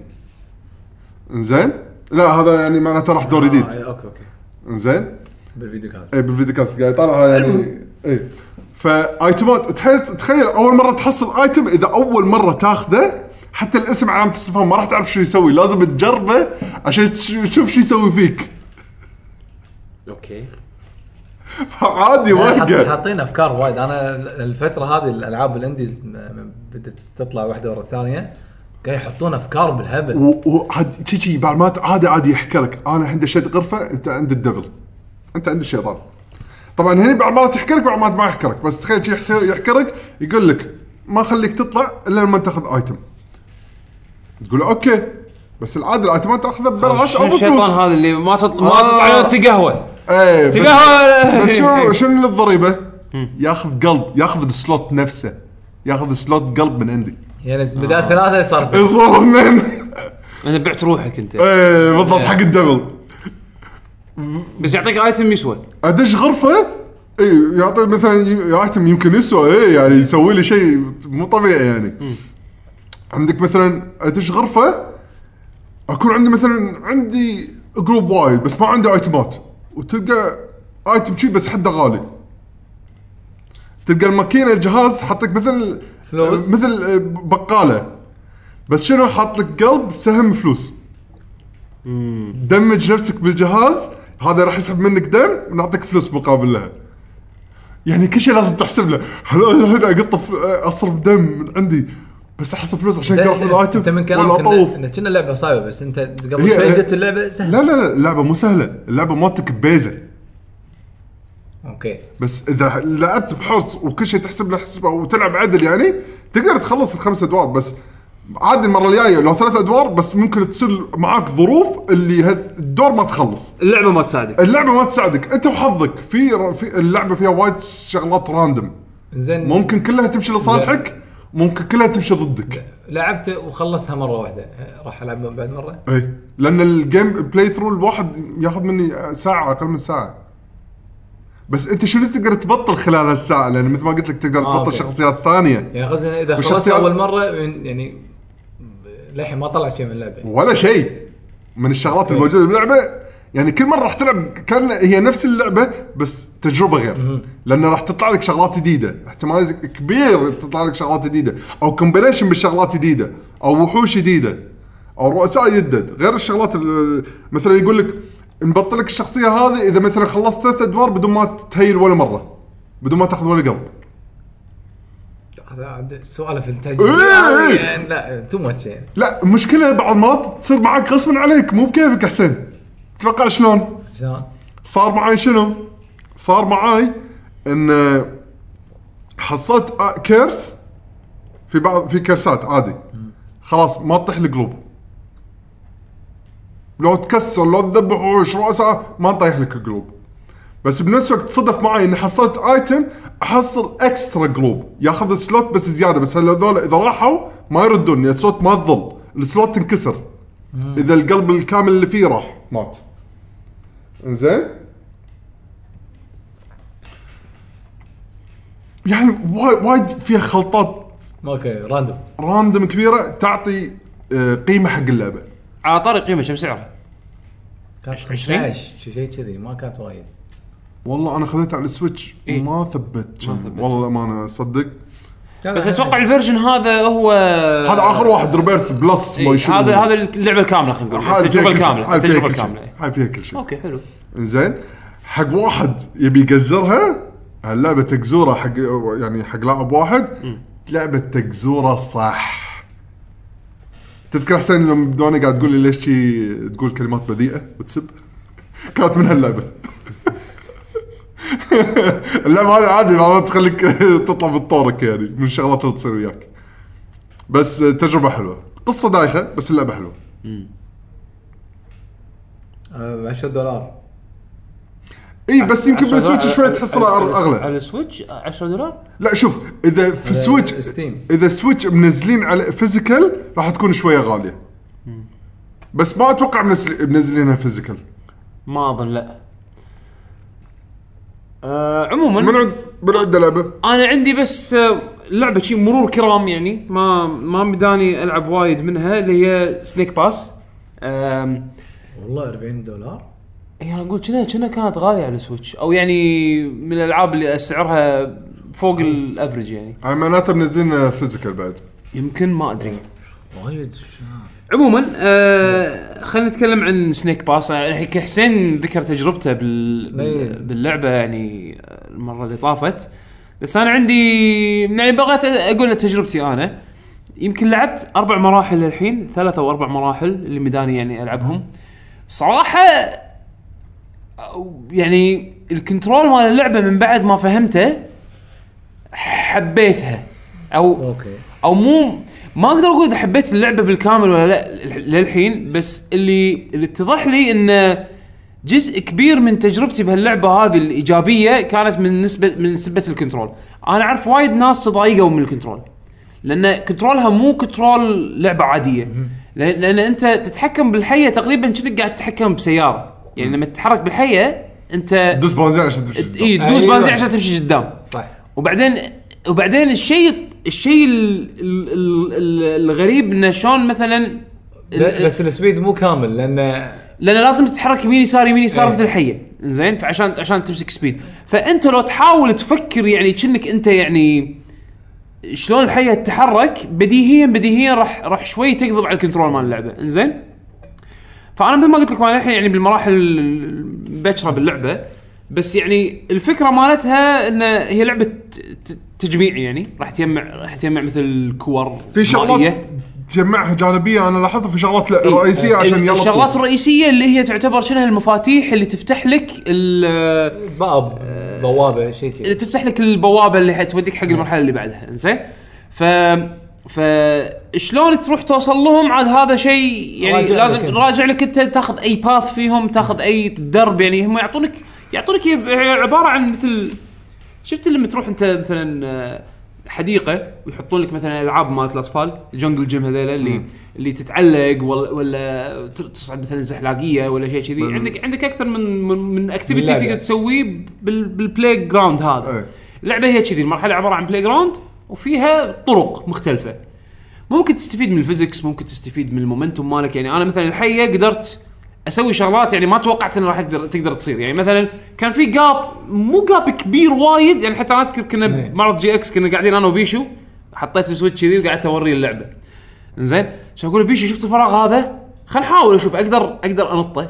زين لا هذا يعني معناته راح دور جديد
آه، اوكي اوكي
زين
بالفيديو كاست
اي بالفيديو كاست قاعد يطالعها يعني اي فايتمات تخيل تخيل اول مره تحصل ايتم اذا اول مره تاخذه حتى الاسم علامه استفهام ما راح تعرف شو يسوي لازم تجربه عشان تش- تشوف شو يسوي فيك
اوكي
عادي
حاط-
واقع
حاطين افكار وايد انا الفتره هذه الالعاب الانديز م- م- بدت تطلع واحده ورا الثانيه قاعد يحطون افكار بالهبل
و- وعاد شي شي بعد ما ت- عادي عادي يحكي لك انا عندي شد غرفه انت عند الدبل انت عند الشيطان طبعا هني بعد مرات يحكي لك بعد مرات ما يحكي لك بس تخيل شي يحكي- يحكي لك يقول لك ما خليك تطلع الا لما تاخذ ايتم تقول له اوكي بس العاده الايتمات تاخذها ببلاش او
شنو
بفلوس
الشيطان هذا اللي ما تطلع ما
آه.
تطلع عليه تقهوه
ايه بس-
تقهوى.
بس شنو شنو الضريبه؟ ياخذ قلب ياخذ السلوت نفسه ياخذ سلوت قلب من عندي
يعني بدال
آه.
ثلاثه صار بس.
يصير اثنين
انا بعت روحك انت
ايه بالضبط حق الدبل
بس يعطيك ايتم يسوى
ادش غرفه اي إيه، يعطي مثلا ي- ايتم يمكن يسوى اي يعني يسوي لي شيء مو طبيعي يعني عندك مثلا ادش غرفه اكون عندي مثلا عندي جروب وايد بس ما عندي ايتمات وتلقى ايتم شي بس حده غالي تلقى الماكينه الجهاز حط لك مثل
فلوس.
مثل بقاله بس شنو حاط لك قلب سهم فلوس دمج نفسك بالجهاز هذا راح يسحب منك دم ونعطيك فلوس مقابل لها يعني كل شيء لازم تحسب له هل أنا الحين اقط ف- اصرف دم من عندي بس احصل فلوس عشان
زين،
اخذ ايتم
انت من
ولا
كلامك
اطوف
إن- ان كنا لعبه صعبه بس انت قبل
هي-
شوي
هي-
قلت اللعبه سهله
لا لا لا اللعبه مو سهله اللعبه موتك ببيزه
اوكي
بس اذا لعبت بحرص وكل شيء تحسب له حسبه وتلعب عدل يعني تقدر تخلص الخمس ادوار بس عادي المره الجايه لو ثلاث ادوار بس ممكن تصير معاك ظروف اللي هد- الدور ما تخلص
اللعبه ما تساعدك
اللعبه ما تساعدك انت وحظك في, ر- في اللعبه فيها وايد شغلات راندم
زين
ممكن كلها تمشي لصالحك ممكن كلها تمشي ضدك
لعبت وخلصها مره واحده أه، راح العب بعد مره
اي لان الجيم بلاي ثرو الواحد ياخذ مني ساعه اقل من ساعه بس انت شنو تقدر تبطل خلال هالساعه لان مثل ما قلت لك تقدر
آه،
تبطل
أوكي.
شخصيات ثانيه
يعني قصدي اذا خلصت
والشخصيات-
اول مره يعني للحين ما طلع شيء من اللعبه
ولا شيء من الشغلات الموجوده باللعبه يعني كل مره راح تلعب كان هي نفس اللعبه بس تجربه غير لان راح تطلع لك شغلات جديده احتمال كبير تطلع لك شغلات جديده او كومبينيشن بالشغلات جديده او وحوش جديده او رؤساء جدد غير الشغلات ال- مثلا يقول لك نبطل لك الشخصيه هذه اذا مثلا خلصت ثلاث ادوار بدون ما تهيل ولا مره بدون ما تاخذ ولا قلب
هذا عاد سؤاله في التجزئه
إيه، إيه.
يعني لا تو ماتش يعني
لا المشكله بعض المرات تصير معك غصبا عليك مو بكيفك حسين تتوقع شلون؟
شلون؟
صار معاي شنو؟ صار معاي ان آه، حصلت آه، كيرس في بعض في كرسات عادي خلاص ما تطيح القلوب لو تكسر لو تذبح وحوش رؤساء ما تطيح لك القلوب بس بنفس الوقت صدف معي اني حصلت ايتم احصل اكسترا قلوب ياخذ السلوت بس زياده بس هلا هذول اذا راحوا ما يردون السلوت ما تظل السلوت تنكسر اذا القلب الكامل اللي فيه راح مات انزين يعني وايد وايد فيها خلطات
اوكي راندوم
راندوم كبيره تعطي آه، قيمه حق اللعبه
على طاري قيمه كم سعرها؟
كانت
20.
15 شيء كذي ما كانت وايد
والله انا خذيتها على السويتش
إيه.
ما ثبت والله ما انا صدق
بس اتوقع الفيرجن هذا هو
آه. هذا اخر واحد ريبيرث بلس ما يشوف
آه. إيه، هذا هذا اللعبه الكامله خلينا نقول التجربه الكامله التجربه الكامله
هاي فيها كل شيء
اوكي حلو
زين حق واحد يبي يقزرها هاللعبه تقزوره حق يعني حق لاعب واحد لعبه تقزوره صح تذكر حسين لما بدوني قاعد تقول لي ليش شي تقول كلمات بذيئه وتسب كانت من هاللعبه اللعبه هذه عادي ما تخليك تطلع من طورك يعني من الشغلات اللي تصير وياك بس تجربه حلوه قصه دايخه بس اللعبه حلوه
آه، 10 دولار
اي بس يمكن بالسويتش شوي تحصلها اغلى
على السويتش 10 دولار
لا شوف اذا في
آه،
سويتش
ستيم.
اذا سويتش منزلين على فيزيكال راح تكون شويه غاليه بس ما اتوقع منزل- منزلينها فيزيكال
ما اظن لا آه عموما
من عند من عند لعبه
انا عندي بس آه، لعبه شي مرور كرام يعني ما ما بداني العب وايد منها اللي هي سنيك باس آم،
والله 40 دولار
يعني اقول كنا كنا كانت غاليه على السويتش او يعني من الالعاب اللي سعرها فوق الافرج يعني
هاي معناتها منزلين فيزيكال بعد
يمكن ما ادري
وايد
عموما آه خلينا نتكلم عن سنيك باس الحين حسين ذكر تجربته بال...
إيه.
بال... باللعبه يعني المره اللي طافت بس انا عندي يعني بغيت اقول لك تجربتي انا يمكن لعبت اربع مراحل الحين ثلاثة او اربع مراحل اللي مداني يعني العبهم صراحه أو- يعني الكنترول مال اللعبه من بعد ما فهمته حبيتها او
اوكي
او مو ما اقدر اقول اذا حبيت اللعبه بالكامل ولا لا للحين بس اللي اللي اتضح لي ان جزء كبير من تجربتي بهاللعبه هذه الايجابيه كانت من نسبه من نسبه الكنترول انا اعرف وايد ناس تضايقوا من الكنترول لان كنترولها مو كنترول لعبه عاديه لأن, لان انت تتحكم بالحيه تقريبا كأنك قاعد تتحكم بسياره يعني لما تتحرك بالحيه انت
دوس بنزين عشان تمشي
اي تدوس
أيوة.
بنزين عشان تمشي قدام
صح
وبعدين وبعدين الشيء الشيء ال- ال- ال- ال- الغريب انه شلون مثلا
لا، بس السبيد مو كامل لان
لان لازم تتحرك يمين يسار يمين يسار
إيه.
مثل الحيه زين فعشان عشان تمسك سبيد فانت لو تحاول تفكر يعني كأنك انت يعني شلون الحيه تتحرك بديهيا بديهيا راح راح شوي تقضب على الكنترول مال اللعبه زين فانا مثل ما قلت لكم انا الحين يعني بالمراحل البكره باللعبه بس يعني الفكره مالتها ان هي لعبه ت- ت- تجميع يعني راح تجمع راح تجمع مثل كور
في شغلات
مائية.
تجمعها جانبيه انا لاحظت في شغلات لا
إيه.
رئيسيه عشان يلا
الشغلات
طول.
الرئيسيه اللي هي تعتبر شنها المفاتيح اللي تفتح لك ال-
باب بوابه شيء كذي
اللي تفتح لك البوابه اللي حتوديك حق المرحله اللي بعدها زين ف ف شلون تروح توصل لهم عاد هذا شيء يعني
راجع لك
لازم
أنت.
راجع لك انت تاخذ اي باث فيهم تاخذ اي درب يعني هم يعطونك يعطونك هي عباره عن مثل شفت لما تروح انت مثلا آه، حديقه ويحطون لك مثلا العاب مالت الاطفال الجنجل جيم هذيلا اللي اللي تتعلق ولا ولا ت- تصعد مثلا زحلاقيه ولا شيء كذي عندك عندك اكثر من من, من اكتيفيتي
لعبة.
تقدر تسويه بال بالبلاي جراوند هذا
إيه.
اللعبه هي كذي المرحله عباره عن بلاي جراوند وفيها طرق مختلفه ممكن تستفيد من الفيزكس ممكن تستفيد من المومنتوم مالك يعني انا مثلا الحيه قدرت اسوي شغلات يعني ما توقعت ان راح تقدر تقدر تصير يعني مثلا كان في جاب مو جاب كبير وايد يعني حتى انا اذكر كنا بمعرض جي اكس كنا قاعدين انا وبيشو حطيت السويتش كذي وقعدت اوريه اللعبه زين عشان اقول له بيشو شفت الفراغ هذا خلينا نحاول اشوف اقدر اقدر انطه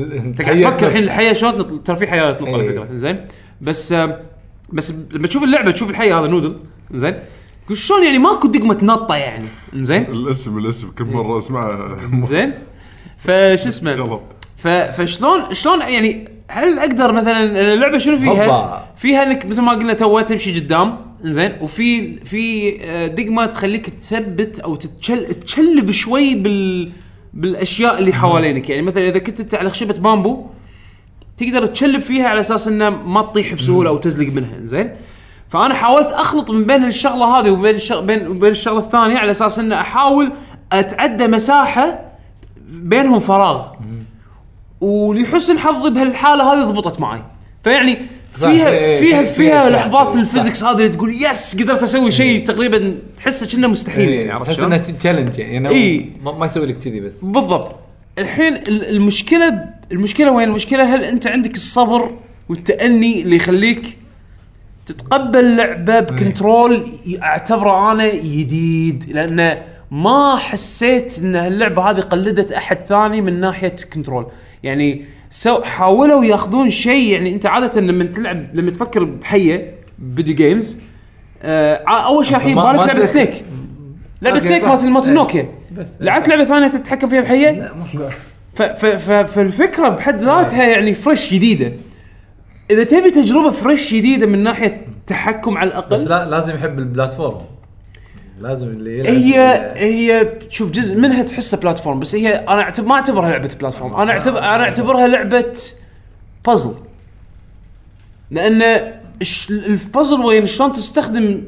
انت قاعد تفكر الحين الحياه شلون تنط ترى في حياه تنط على
إيه.
فكره زين بس آه، بس لما تشوف اللعبه تشوف الحيه هذا نودل زين تقول شلون يعني ماكو دقمه نطه يعني زين
الاسم الاسم كل مره اسمعها
إيه. زين فش اسمه
غلط
ف- فشلون شلون يعني هل اقدر مثلا اللعبه شنو
هوبا.
فيها؟ فيها انك مثل ما قلنا تو تمشي قدام زين وفي في آه، دقمه تخليك تثبت او تتشل تشلب شوي بال بالاشياء اللي حوالينك يعني مثلا اذا كنت انت على خشبه بامبو تقدر تشلب فيها على اساس انه ما تطيح بسهوله او تزلق منها زين فانا حاولت اخلط من بين الشغله هذه وبين الشغ... بين وبين الشغله الثانيه على اساس انه احاول اتعدى مساحه بينهم فراغ ولحسن حظي بهالحاله هذه ضبطت معي فيعني فيها
إيه،
فيها
في-
فيها
فيها
لحظات
صح.
الفيزكس هذه اللي تقول يس قدرت اسوي شيء تقريبا تحسه كأنه مستحيل يعني عرفت
إيه، تحس
شلون؟
انه تشالنج يعني
إي.
ما ما يسوي لك كذي بس
بالضبط الحين ال- المشكله المشكله وين المشكله هل انت عندك الصبر والتأني اللي يخليك تتقبل لعبه بكنترول ي- اعتبره انا جديد لانه ما حسيت ان هاللعبه هذه قلدت احد ثاني من ناحيه كنترول يعني سو حاولوا ياخذون شيء يعني انت عاده لما تلعب لما تفكر بحيه فيديو جيمز آه ع- اول شيء الحين
ما-
بالك
ما
لعبه
أدري-
سنيك لعبه
أوكي،
سنيك
صح.
مالت مالت
إيه.
نوكيا
بس
لعبت لعبه ثانيه تتحكم فيها بحيه
لا ما في
ف ف ف فالفكره بحد ذاتها يعني فريش جديده اذا تبي تجربه فريش جديده من ناحيه تحكم على الاقل
بس لا لازم يحب البلاتفورم لازم اللي يلعب
هي هي شوف جزء منها تحسها بلاتفورم بس هي انا اعتبر ما اعتبرها لعبه بلاتفورم انا اعتبر انا اعتبرها لعبه بازل لان الش- البازل وين شلون تستخدم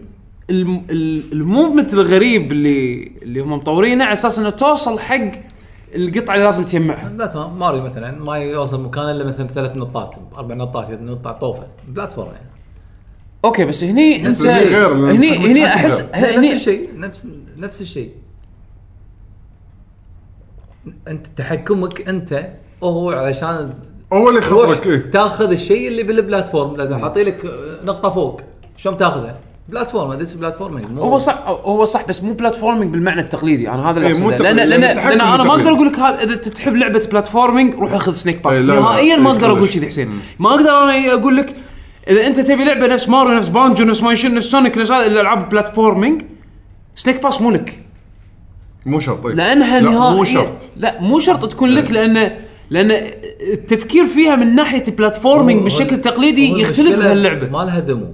الم- ال- الموفمنت الغريب اللي اللي هم مطورينه على اساس انه توصل حق القطعه اللي لازم تجمعها
بلاتفورم ماريو مثلا ما يوصل مكان الا مثلا ثلاث نطات اربع نطات
يعني
نطة طوفه بلاتفورم يعني
اوكي بس هني انت
هني يعني غير لأن
هني
الحكم
هني
تحسن
احس
نفس
هني
الشيء نفس نفس الشيء انت تحكمك انت هو علشان
هو اللي
تروح
يخطرك ايه
تاخذ الشيء اللي بالبلاتفورم لازم حاطين لك نقطه فوق شلون تاخذها؟ بلاتفورم يعني. ذيس بلاتفورمينج
هو صح هو صح بس مو بلاتفورمينج بالمعنى التقليدي انا هذا اللي
إيه، مو
اقصده لان
تقليدي،
لان
لأن التحكم
لأن انا ما
بالتقليد.
اقدر اقول لك هذا اذا انت تحب لعبه بلاتفورمينج روح اخذ سنيك باس
إيه، لا، لا،
نهائيا ما
إيه،
اقدر اقول
كلش.
كذي حسين ما اقدر انا اقول لك اذا انت تبي لعبه نفس ماريو نفس بانجو نفس مانشن نفس سونيك نفس هذه الالعاب البلاتفورمينج سنيك باس مو لك
مو شرط إيه.
لانها
لا،
نهائيا
مو شرط
لا مو شرط تكون لك لان لان التفكير فيها من ناحيه البلاتفورمينج
هو-
بالشكل التقليدي يختلف بهاللعبه
ما لها دمو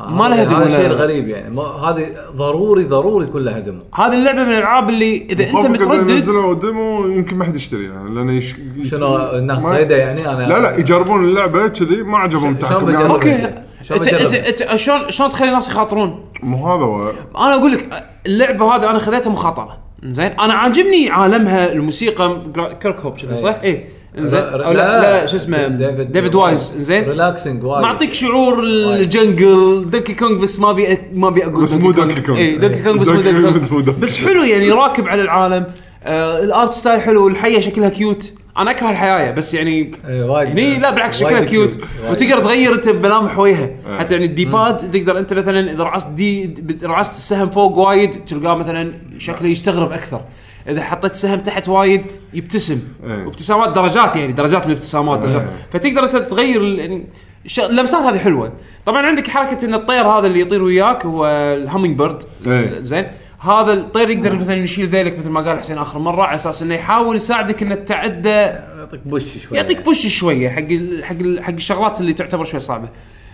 ما لها دمو،
هذا
لا،
الشيء
لا.
الغريب يعني ما- هذه ضروري ضروري يكون لها دمو
هذه اللعبه من الالعاب اللي اذا انت
خوفك إذا
متردد
نزلوا ديمو يمكن ما حد يشتريها لانه يش...
شنو الناس
ما-
صيده يعني انا
لا لا يجربون اللعبه كذي ما عجبهم
شلون
التحكم
بيجربون؟
يعني
اوكي
شلون
انت
بجربها؟
انت أنت شلون شلون تخلي الناس يخاطرون؟
مو هذا هو
انا اقول لك اللعبه هذه انا خذيتها مخاطره زين انا عاجبني عالمها الموسيقى جرا- كيرك هوب شنو صح؟ اي زين
ر- ر-
إيه. لا, لا, لا شو اسمه ديفيد, وايز زين
ريلاكسنج وايد
معطيك شعور الجنجل دونكي كونغ بس ما بي ما بي اقول
بس مو دونكي كونغ.
اي دونكي إيه، كونغ بس مو
دونكي
دونكي
كونغ بس مو
كونغ
دونكي
بس
كونغ.
حلو يعني راكب على العالم آه الارت ستايل حلو الحيه شكلها كيوت انا اكره الحياه بس يعني
إيه، وايد
هني لا بالعكس شكلها
وايد
كيوت
وايد.
وتقدر تغير انت بملامح وجهه
إيه.
حتى يعني الديباد تقدر انت مثلا اذا رعست دي ب- رعست السهم فوق وايد تلقاه مثلا شكله يستغرب اكثر اذا حطيت سهم تحت وايد يبتسم
ايه.
وابتسامات درجات يعني درجات من الابتسامات درجات فتقدر انت تغير ال- يعني الش- اللمسات هذه حلوه طبعا عندك حركه ان الطير هذا اللي يطير وياك هو الهامينج بيرد
ايه.
زين هذا الطير يقدر مثلا يشيل ذيلك مثل ما قال حسين اخر مره على اساس انه يحاول يساعدك انك تعدى
يعطيك بوش شوي
يعطيك بوش شويه حق ال حق ال حق الشغلات اللي تعتبر شوي صعبه.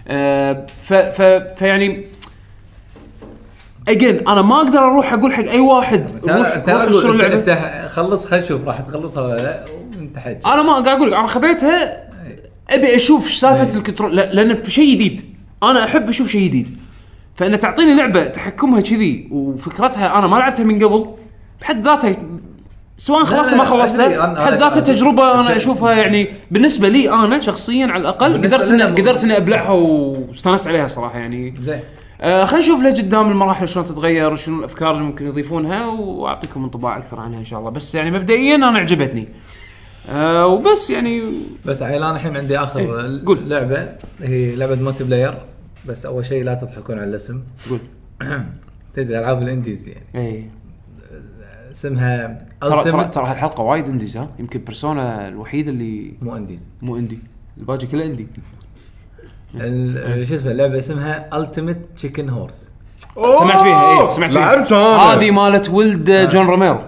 آه ف ف فيعني اجين انا ما اقدر اروح اقول حق اي واحد روح
تعال
روح
تعال
اشتري
قول،
اللعبة.
انت انت خلص خل شوف راح تخلصها ولا لا وانت حج
انا ما قاعد اقول لك، انا خذيتها ابي اشوف إيش
إيه.
سالفه الكنترول لا- لان في شيء جديد انا احب اشوف شيء جديد فان تعطيني لعبه تحكمها كذي وفكرتها انا ما لعبتها من قبل بحد ذاتها سواء خلصتها ما
لا، أدري،
خلصتها
أنا-
بحد
أنا-
ذاتها
أنا-
تجربه انا
أنت-
اشوفها يعني بالنسبه لي انا شخصيا على الاقل
بالنسبة
قدرت إن
لنا مو-
قدرت اني ابلعها واستانست عليها صراحه يعني
زين
آه خلينا نشوف لقدام المراحل شلون تتغير وشنو الافكار اللي ممكن يضيفونها واعطيكم انطباع اكثر عنها ان شاء الله بس يعني مبدئيا انا عجبتني آه وبس يعني
بس عيل انا الحين عندي اخر
إيه، قول.
لعبه هي لعبه مالتي بلاير بس اول شيء لا تضحكون على الاسم
قول.
تدري العاب الانديز يعني
اي
اسمها
ترى ترى
Ultimate-
ترى هالحلقه وايد انديز ها يمكن بيرسونا الوحيده اللي
مو انديز
مو اندي الباقي كله اندي إيه.
ال- شو اسمه اللعبه اسمها التيمت تشيكن هورس
سمعت
إيه،
فيها اي سمعت فيها
لعبتها
هذه مالت ولد جون روميرو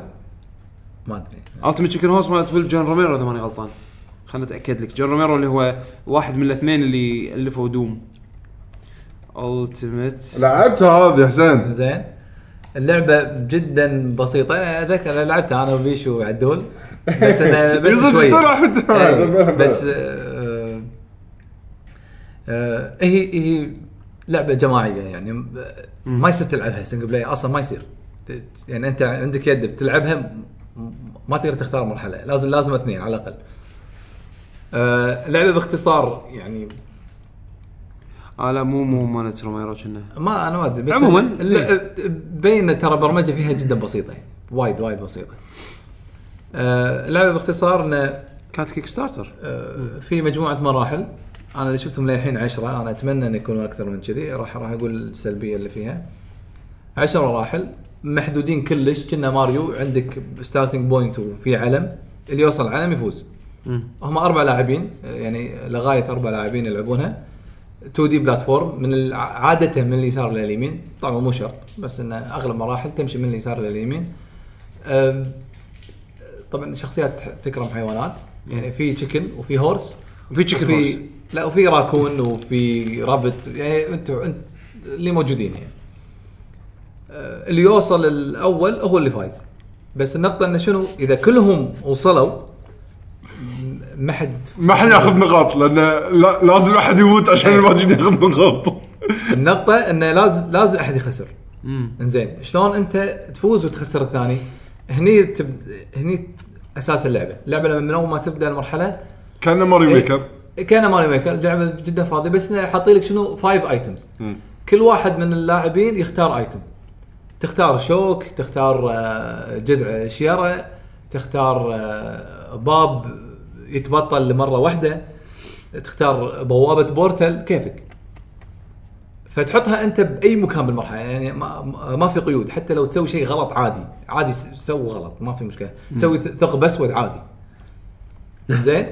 ما ادري
التيمت تشيكن هوس مالت ولد جون روميرو اذا ماني غلطان خلنا اتاكد لك جون روميرو اللي هو واحد من الاثنين اللي الفوا دوم التيمت
لعبتها هذه يا حسين
زين اللعبه جدا بسيطه انا اذكر أنا لعبتها انا وبيشو وعدول بس انا بس
يزن
شوي
لعبتها.
إيه، بس آه، آه، هي هي لعبه جماعيه يعني م- ما يصير تلعبها سنجل بلاي اصلا ما يصير ت- يعني انت عندك يد بتلعبها م- م- ما تقدر تختار مرحله لازم لازم اثنين على الاقل آه، اللعبه باختصار يعني
اه لا مو مو مالت روميرو كنا
ما انا ما ادري بس
عموماً.
لا، بين ترى برمجه فيها جدا بسيطه يعني وايد وايد بسيطه آه، اللعبه باختصار انه
كانت كيك ستارتر
آه، في مجموعه مراحل انا اللي شفتهم للحين عشرة انا اتمنى ان يكونوا اكثر من كذي راح راح اقول السلبيه اللي فيها عشر مراحل محدودين كلش كنا ماريو عندك ستارتنج بوينت وفي علم اللي يوصل العلم يفوز هم اربع لاعبين آه، يعني لغايه اربع لاعبين يلعبونها 2 دي بلاتفورم من الع- عاده من اليسار لليمين طبعا مو شرط بس ان اغلب مراحل تمشي من اليسار لليمين آم، طبعا شخصيات تكرم حيوانات يعني في تشيكن وفي هورس
وفي chicken horse.
وفي لا وفي راكون وفي رابت يعني انتوا انت اللي موجودين يعني آه، اللي يوصل الاول هو اللي فايز بس النقطه انه شنو اذا كلهم وصلوا م- ما حد
ما حد ياخذ نقاط لان لا- لازم احد يموت عشان
إيه.
الماجد ياخذ نقاط
النقطة انه لازم لازم احد يخسر. انزين شلون انت تفوز وتخسر الثاني؟ هني تب... هني اساس اللعبة، اللعبة لما من اول ما تبدا المرحلة
كان
إيه.
ماريو ميكر
كان ماري ميكر اللعبة جدا فاضية بس إنه حاطين لك شنو فايف ايتمز. كل واحد من اللاعبين يختار ايتم. تختار شوك، تختار آه، جذع شيرة، تختار آه، باب يتبطل لمرة واحدة، تختار بوابة بورتل كيفك. فتحطها انت باي مكان بالمرحله يعني ما, ما في قيود حتى لو تسوي شيء غلط عادي عادي س- سوي غلط ما في مشكله تسوي ث- ثقب اسود عادي زين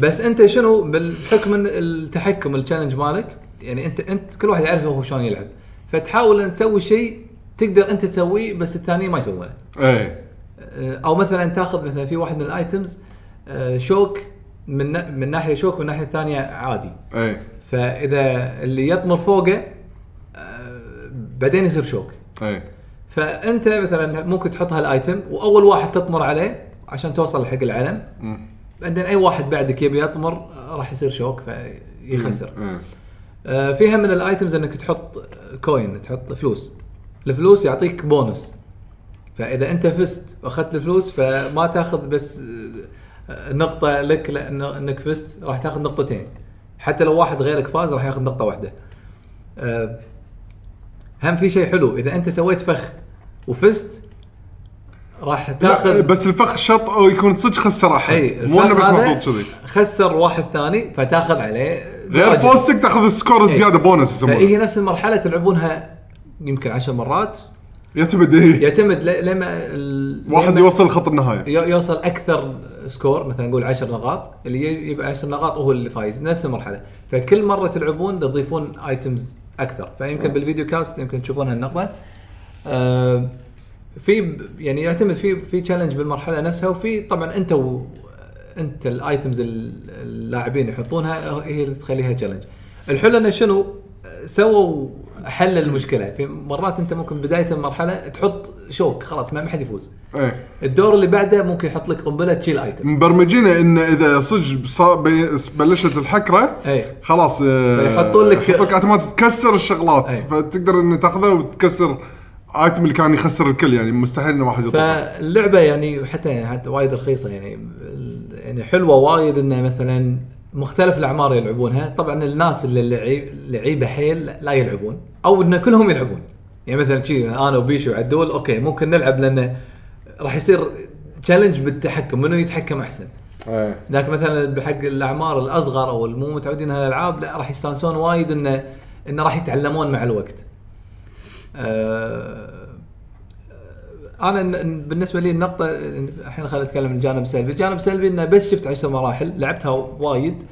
بس انت شنو بالحكم إن التحكم التشالنج مالك يعني انت انت كل واحد يعرف هو شلون يلعب فتحاول ان تسوي شيء تقدر انت تسويه بس الثاني ما يسوونه
ايه
او مثلا تاخذ مثلا في واحد من الايتمز آه، شوك من نا- من ناحيه شوك من ناحيه ثانيه عادي
ايه
فاذا اللي يطمر فوقه آه، بعدين يصير شوك
ايه
فانت مثلا ممكن تحط هالايتم واول واحد تطمر عليه عشان توصل حق العلم
مم.
بعدين اي واحد بعدك يبي يطمر آه، راح يصير شوك فيخسر
ايه
آه، فيها من الايتمز انك تحط كوين تحط فلوس الفلوس يعطيك بونس فاذا انت فزت واخذت الفلوس فما تاخذ بس آه، نقطه لك لأن- انك فزت راح تاخذ نقطتين حتى لو واحد غيرك فاز راح ياخذ نقطه واحده آه، هم في شيء حلو اذا انت سويت فخ وفزت راح
لا
تاخذ
بس الفخ شرط أو يكون صدق خسر احد
اي
مو انه
الفخ
بس
هذا
محطوط كذي
خسر واحد ثاني فتاخذ عليه
غير
درجة.
فوزتك تاخذ السكور
إيه.
الزياده بونس
فهي
يسمونه
نفس المرحله تلعبونها يمكن عشر مرات
يعتمد ايه
يعتمد ل- لما ال-
واحد
لما
يوصل خط النهايه
يو- يوصل اكثر سكور مثلا نقول 10 نقاط اللي ي- يبقى 10 نقاط هو اللي فايز نفس المرحله فكل مره تلعبون تضيفون ايتمز اكثر فيمكن بالفيديو كاست يمكن تشوفون هالنقطه آه، في ب- يعني يعتمد في في تشالنج بالمرحله نفسها وفي طبعا انت و انت الايتمز ال- اللاعبين يحطونها هي اللي تخليها تشالنج الحلو انه شنو آه، سووا حل المشكله في مرات انت ممكن بدايه المرحله تحط شوك خلاص ما ما حد يفوز
ايه
الدور اللي بعده ممكن يحط لك قنبله تشيل ايتم
مبرمجينه ان اذا صدق صا- بي- بلشت الحكره
ايه.
خلاص آه،
فيحطون لك-
يحطون لك اعتماد تكسر الشغلات
ايه.
فتقدر ان تاخذه وتكسر ايتم اللي كان يخسر الكل يعني مستحيل انه واحد يطلع
فاللعبه يعني حتى يعني حتى وايد رخيصه يعني ال- يعني حلوه وايد انه مثلا مختلف الاعمار يلعبونها طبعا الناس اللي لعي- لعيبه حيل لا يلعبون او ان كلهم يلعبون يعني مثلا شي انا وبيشو وعدول اوكي ممكن نلعب لانه راح يصير تشالنج بالتحكم منو يتحكم احسن
ايه
لكن مثلا بحق الاعمار الاصغر او المو متعودين على الالعاب لا راح يستانسون وايد انه انه راح يتعلمون مع الوقت. آه، انا ن- ن- بالنسبه لي النقطه الحين خلينا نتكلم عن الجانب السلبي، الجانب السلبي انه بس شفت 10 مراحل لعبتها وايد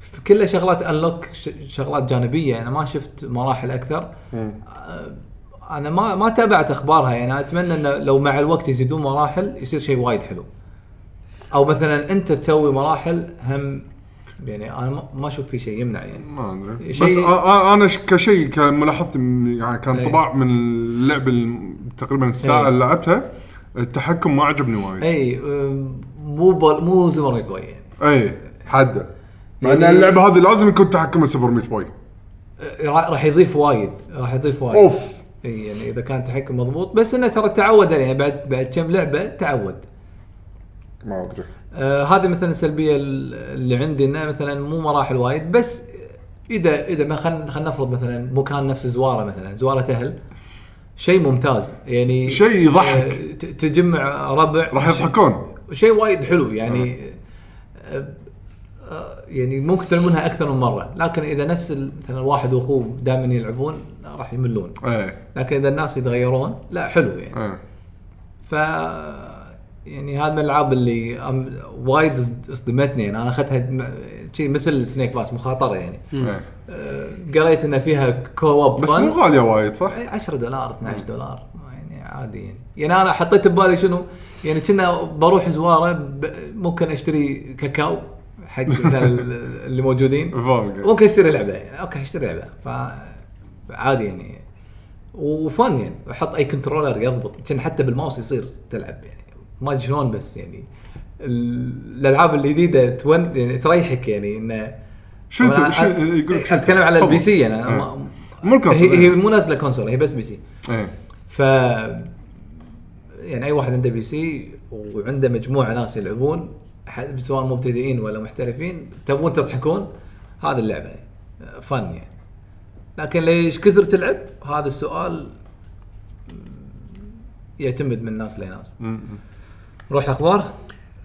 ف- كلها شغلات انلوك شغلات جانبيه انا ما شفت مراحل اكثر.
إيه.
آه، انا ما ما تابعت اخبارها يعني اتمنى انه لو مع الوقت يزيدون مراحل يصير شيء وايد حلو. او مثلا انت تسوي مراحل هم يعني انا ما- ما اشوف في شيء يمنع يعني
ما ادري بس
شيء-
أ- أ- انا ش- كشيء كان ملاحظتي من- يعني كان
ايه.
طباع من اللعب الم- تقريبا الساعه
ايه.
اللي لعبتها التحكم ما عجبني وايد
اي أم، مو بول مو سوبر ميت بوي يعني
اي حده إيه. مع ان
يعني-
اللعبه هذه لازم يكون تحكمها سوبر ميت بوي
أه، را- راح يضيف وايد راح يضيف وايد
اوف
اي يعني اذا كان تحكم مضبوط بس انه ترى تعود عليه يعني بعد بعد كم لعبه تعود
ما ادري
آه هذه مثلا السلبيه ال- اللي عندي انه مثلا مو مراحل وايد بس اذا اذا ما خلينا خلينا نفرض مثلا مكان نفس زواره مثلا زواره اهل شيء ممتاز يعني
شيء يضحك.
آه، ت- تجمع ربع
راح يضحكون
شيء وايد حلو يعني آه، آه، يعني ممكن تلعبونها اكثر من مره لكن اذا نفس ال- مثلا واحد واخوه دائما يلعبون راح يملون
ايه
لكن اذا الناس يتغيرون لا حلو يعني
ايه
ف يعني هذا من الالعاب اللي أم- وايد صد- صدمتني يعني انا اخذتها م- شي مثل سنيك باس مخاطره يعني
إيه.
أه، قريت ان فيها كواب
بس مو غاليه وايد صح؟
إيه.
10 إيه، دولار 12 دولار يعني عادي يعني يعني انا حطيت ببالي شنو يعني كنا بروح زواره ب... ممكن اشتري كاكاو حق مثلا ال- اللي موجودين
فاهم
ممكن اشتري لعبه يعني. اوكي اشتري لعبه ف عادي يعني وفن يعني احط اي كنترولر يضبط كان حتى بالماوس يصير تلعب يعني ما ادري شلون بس يعني ال- الالعاب الجديده تون يعني تريحك يعني انه
شو
طبعاً
تبي- شو-
أنا-
يقول لك شو
اتكلم على
تفضل.
البي سي يعني أنا
إيه.
ما-
مو الكونسول،
هي, هي
إيه.
مو نازله كونسول هي بس بي سي
ايه
ف يعني اي واحد عنده بي سي وعنده مجموعه ناس يلعبون ح- سواء مبتدئين ولا محترفين تبون تضحكون هذه اللعبه فن يعني لكن ليش كثر تلعب هذا السؤال يعتمد من ناس لناس نروح الاخبار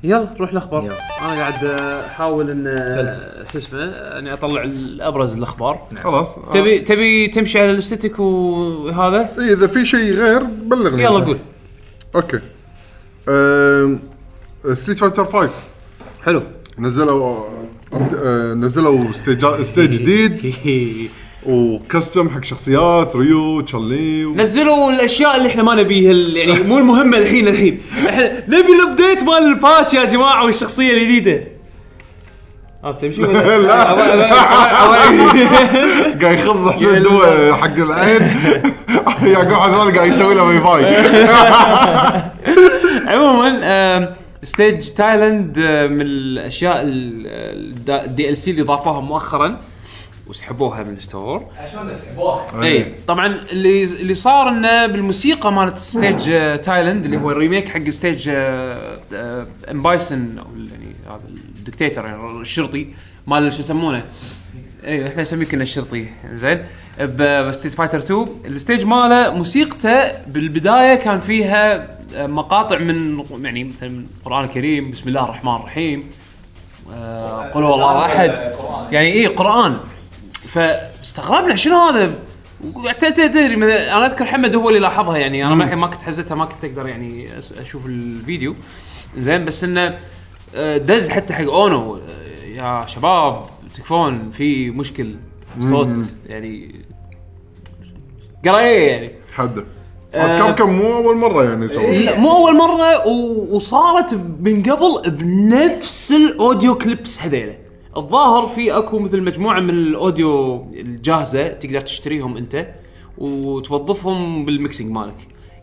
يلا روح الاخبار
يلا.
انا قاعد آه، احاول ان آه،
سألت.
شو اسمه اني اطلع الابرز الاخبار
خلاص
تبي تبي تمشي على الاستيك وهذا
إيه، اذا في شيء غير بلغني
يلا قول
اوكي ستريت فايتر 5
حلو
نزلوا أبد- آه، نزلوا ستيج ستيج جديد وكستم حق شخصيات ريو تشالي و...
نزلوا الاشياء اللي احنا ما نبيها ال- يعني مو المهمه الحين الحين احنا نبي الابديت مال الباتش يا جماعه والشخصيه الجديده اه تمشي ولا
لا.
أبا- أبا- أبا- أبا-
قاعد يخض حسين دوا حق العين يعقوب حسين قاعد يسوي له واي فاي
عموما آم، ستيج تايلاند آه، من الاشياء الدي ال سي اللي ضافوها مؤخرا وسحبوها من الستور
إيه. يعني
اي طبعا إيه. اللي اللي صار انه بالموسيقى مالت ستيج آه، تايلاند اللي هو الريميك حق ستيج آه، آه، ام بايسن او ال- يعني هذا الدكتاتور يعني الشرطي مال شو يسمونه اي احنا نسميه كنا الشرطي زين ب- بستيت فايتر 2 الستيج ماله موسيقته بالبدايه كان فيها آه، مقاطع من يعني مثلا من القران الكريم بسم الله الرحمن الرحيم آه، قل هو الله احد يعني اي قران فاستغربنا شنو هذا ت- ت- تدري مثلاً انا اذكر حمد هو اللي لاحظها يعني انا ما ما كنت حزتها ما كنت اقدر يعني أس- اشوف الفيديو زين بس انه آه، دز حتى حق اونو آه، يا شباب تكفون في مشكل صوت يعني قرايه يعني
حد كم كم مو اول مره يعني يسوي
لا مو اول مره و... وصارت من قبل بنفس الاوديو كليبس هذيله الظاهر في اكو مثل مجموعه من الاوديو الجاهزه تقدر تشتريهم انت وتوظفهم بالميكسينج مالك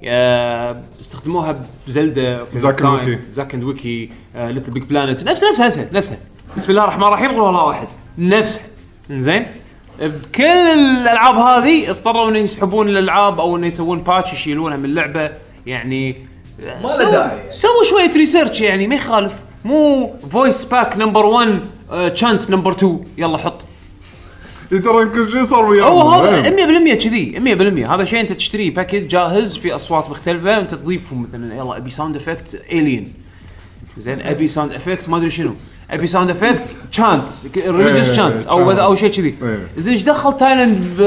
آه، استخدموها بزلدا
زاك اند ويكي.
زاك اند ويكي ليتل بيج بلانت نفسها نفسها نفسها نفسها بسم الله الرحمن الرحيم قول الله واحد نفسها زين بكل الالعاب هذه اضطروا ان يسحبون الالعاب او ان يسوون باتش يشيلونها من اللعبه يعني ما
له داعي.
سووا شويه ريسيرش يعني ما يخالف مو فويس باك نمبر 1 تشانت نمبر 2 يلا حط
ترى كل شيء صار إيه. وياه
هو هذا 100% كذي 100% هذا شيء انت تشتريه باكج جاهز في اصوات مختلفه انت تضيفهم مثلا يلا ابي ساوند افكت الين زين ابي ساوند افكت ما ادري شنو ابي ساوند افكت تشانت ريليجيس
إيه،
تشانت او
chant.
او شيء كذي
إيه.
زين ايش دخل تايلاند ب-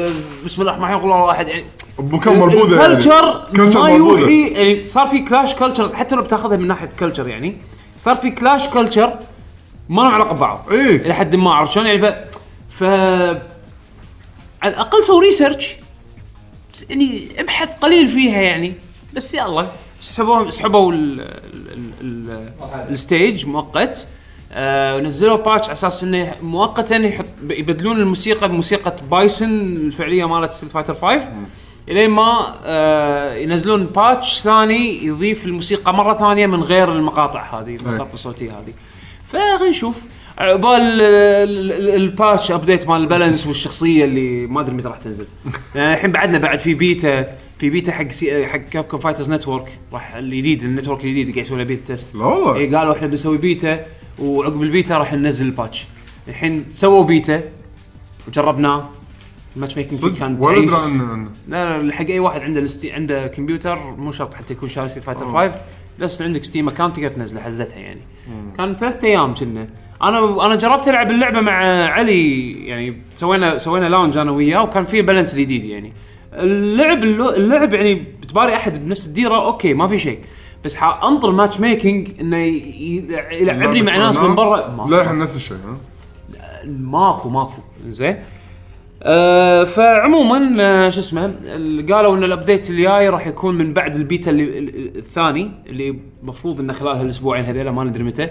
ب- بسم الله الرحمن الرحيم قول الله واحد يعني
بمكان مربوذه يعني.
الكلتشر
Culture
ما
مربوذة.
يوحي يعني صار في كلاش كلتشرز حتى لو بتاخذها من ناحيه كلتشر يعني صار في كلاش كلتشر ما لهم علاقه ببعض
إيه.
الى حد ما عرفت شلون يعني ف, ف... على الاقل سوي ريسيرش يعني ابحث قليل فيها يعني بس يلا سحبوا سحبوا ال- ال- ال- الستيج مؤقت آه، ونزلوا باتش على اساس انه مؤقتا يحط يبدلون الموسيقى بموسيقى بايسن الفعليه مالت ستريت فايتر 5 الين ما آه، ينزلون باتش ثاني يضيف الموسيقى مره ثانيه من غير المقاطع هذه المقاطع الصوتيه هذه فخلينا نشوف عقبال ال- ال- الباتش ابديت مال البالانس والشخصيه اللي ما ادري متى راح تنزل يعني الحين بعدنا بعد في بيتا في بيتا حق سي حق كابكوم فايترز نتورك راح الجديد النتورك الجديد قاعد يسوي له بيتا تيست
لا والله.
إي قالوا احنا بنسوي بيتا وعقب البيتا راح ننزل الباتش الحين سووا بيتا وجربناه الماتش ميكنج فيه
صدق
كان
ولا
تعيس
ادري عن عن-
لا لا حق اي واحد عنده الستي... عنده كمبيوتر مو شرط حتى يكون شاري ستريت فايتر 5 بس عندك ستيم اكونت تقدر تنزله حزتها يعني كان ثلاث ايام كنا انا انا جربت العب اللعبه مع علي يعني سوينا سوينا لونج انا وياه وكان في بالانس جديد يعني اللعب اللو- اللعب يعني بتباري احد بنفس الديره اوكي ما في شيء بس حانطر ماتش ميكنج انه ي- ي- يلعبني مع ناس من برا ما-
لا احنا نفس الشيء ها
ماكو ماكو زين أه فعموما آه، شو اسمه ال- قالوا ان الابديت الجاي راح يكون من بعد البيتا اللي ال- ال- الثاني اللي المفروض انه خلال هالاسبوعين هذيلا ما ندري متى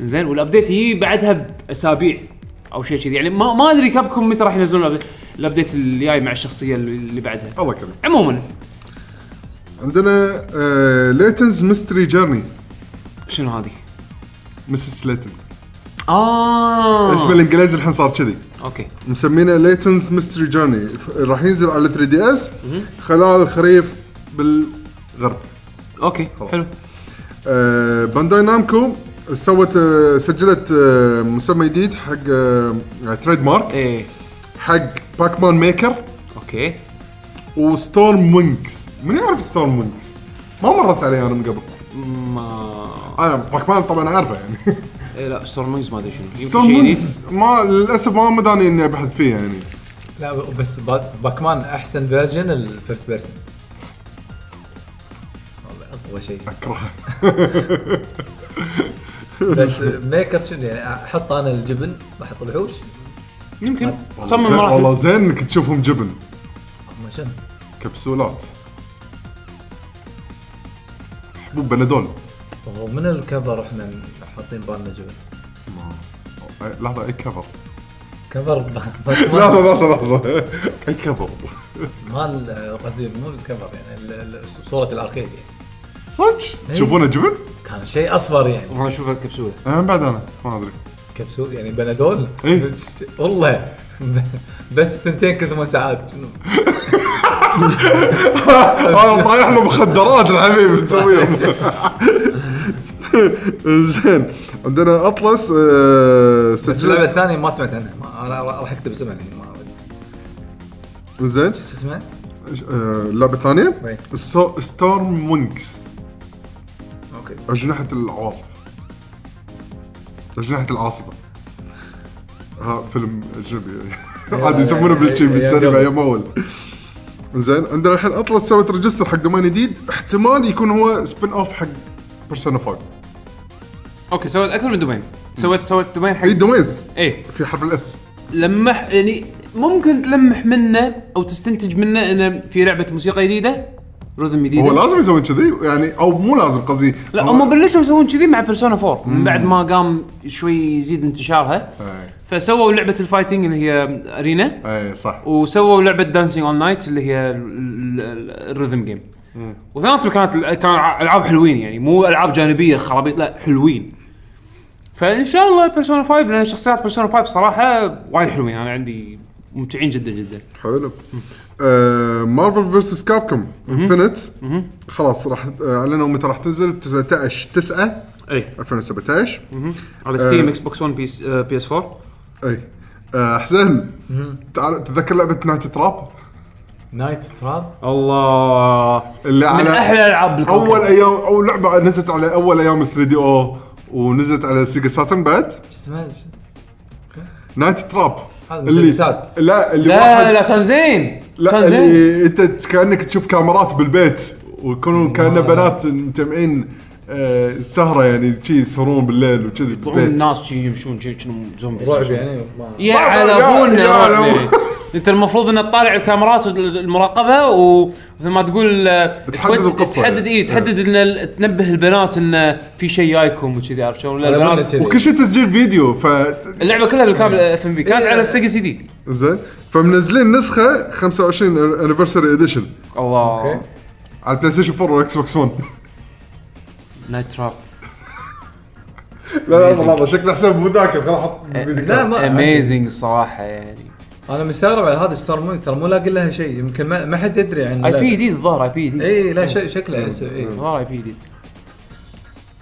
زين والابديت يجي بعدها باسابيع او شيء كذي يعني ما, ما ادري كابكم متى راح ينزلون الأب- الابديت الجاي مع الشخصيه اللي اللي بعدها
الله يكرمك
عموما
عندنا آه، ليتنز ميستري جيرني
شنو هذه؟
مسز ليتن
اه
اسمه الانجليزي الحين صار كذي
اوكي
مسمينه ليتنز ميستري جيرني راح ينزل على 3 دي اس خلال الخريف بالغرب
اوكي حلو
آه، بانداي نامكو سوت آه، سجلت آه، مسمى جديد حق آه، تريد مارك
ايه
حق باك مان ميكر
اوكي
وستورم وينكس من يعرف ستورم وينكس؟ ما مرت علي انا من قبل
ما
انا باك مان طبعا اعرفه يعني
إيه لا ستورم وينجز ما ادري شنو يمكن
ستورم
شيء جديد.
وينكس ما للاسف ما مداني اني ابحث فيه يعني
لا بس با- باكمان احسن فيرجن الفيرست بيرسون اقوى شيء
اكرهه
بس ميكر شنو يعني احط انا الجبن بحط الوحوش
يمكن صمم
زين-
مراحل
والله زين انك تشوفهم جبن
ما شنو
كبسولات حبوب بنادول
وهو من الكفر احنا حاطين بالنا جبن
أي- لحظه اي كفر
كفر ب- باكمان
لحظه لحظه لحظه اي كفر
مال آه، قصدي مو الكفر يعني ال- ال- صوره الاركيد يعني
صدق
إي.
تشوفونه جبن؟
كان شيء اصفر يعني
انا اشوف الكبسوله
أنا من بعد انا ما ادري
كبسول يعني بنادول
إيه.
والله بس ثنتين كل ثمان ساعات شنو
انا طايح له مخدرات الحبيب مسويهم زين عندنا اطلس آه،
بس اللعبه
سجلت
الثانيه ما سمعت عنها ما انا راح اكتب اسمها الحين ما
زين
شو اسمها؟
آه، اللعبه الثانيه
إي.
ستو- ستورم وينكس
اوكي
أجنحة العواصف أجنحة العاصفة ها فيلم أجنبي عادي يسمونه بالشي بالسينما يا مول زين عندنا الحين اطلس سوت ريجستر حق دومين جديد احتمال يكون هو سبين اوف حق بيرسونا 5
اوكي سويت اكثر من دومين سويت سويت دومين حق
في دومينز
ايه
في حرف الاس
لمح يعني ممكن تلمح منه او تستنتج منه انه في لعبه موسيقى جديده رذم جديده
هو لازم يسوون كذي يعني او مو لازم قصدي
إيه. لا
هو-
هم بلشوا يسوون كذي مع بيرسونا 4 من بعد ما قام شوي يزيد انتشارها
اي
فسووا لعبه الفايتنج اللي هي ارينا
اي إيه، صح
وسووا لعبه دانسينج اون نايت اللي هي ال- ال- ال- الريذم جيم واثنيناتهم كانت كانوا ع- العاب حلوين يعني مو العاب جانبيه خرابيط لا حلوين فان شاء الله بيرسونا 5 لان شخصيات بيرسونا 5 صراحه وايد حلوين انا عندي ممتعين جدا جدا
حلو آه، مارفل فيرسس كابكوم انفنت خلاص راح آه، اعلنوا متى راح تنزل ب 19 9
اي
2017
إيه. على ستيم
أه.
اكس بوكس 1 بيس آه، بي اس 4
اي آه، حسين تعال تتذكر لعبه نايت تراب
نايت تراب
الله
اللي
من احلى العاب بالكوكب
اول ايام اول لعبه نزلت على اول ايام 3 دي او ونزلت على سيجا ساتن بعد
شو اسمها؟
نايت تراب
هذا مسلسلات.
لا اللي
لا
واحد
لا كان زين
لا
كان زين
اللي انت كانك تشوف كاميرات بالبيت ويكونوا كانه بنات مجمعين آه، سهره يعني شي يسهرون بالليل وكذي
يطلعون
بالبيت
الناس شي يمشون شي كأنهم زومبي
رعب يعني ما-
يا
طبعاً،
على
يا- يا على
ابونا
أبونا.
انت المفروض انك تطالع الكاميرات والمراقبه ومثل ما تقول آه،
بتحدد
تود-
القصة
تحدد
يعني.
اي تحدد ان ال- تنبه البنات ان في شيء جايكم وكذي عرفت شلون لا،
على بالنا
البنات-
كذي. إيه.
وكل شيء تسجيل فيديو ف
اللعبه كلها بالكامل اف ام في كانت على السيجا سي دي
زين فمنزلين نسخه 25 انيفرساري اديشن
الله
أوكي.
على البلاي ستيشن 4 والاكس بوكس 1
نايت تراب
لا لا لحظه شكله حساب مو ذاكر خليني احط
آه،
فيديو
لا
كاست.
ما
اميزنج الصراحه يعني
انا مستغرب على هذا ستار مون ترى مو لاقي لها شيء يمكن ما, ما حد يدري عن
اي بي
اللعبة.
جديد الظاهر اي بي جديد
اي لا شيء شكله يس- إي.
الظاهر اي بي جديد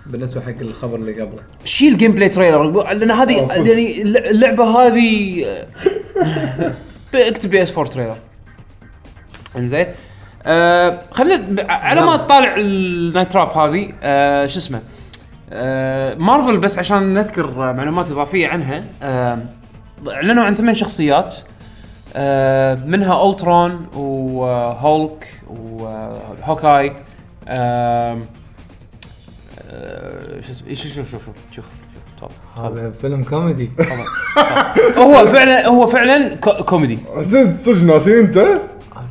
بالنسبه حق الخبر اللي قبله
شيل جيم بلاي تريلر لان هذه يعني اللعبه هذه اكتب بي اس 4 تريلر انزين آه خلينا على ما تطالع النايت تراب هذه آه شو اسمه آه مارفل بس عشان نذكر معلومات اضافيه عنها آه اعلنوا عن ثمان شخصيات آه منها الترون وهولك وهوكاي آه آه، شو اسمه شوف شوف شوف شوف شوف تفضل
هذا فيلم كوميدي
هو فعلا هو فعلا كو- كوميدي
زين صدق ناسي انت؟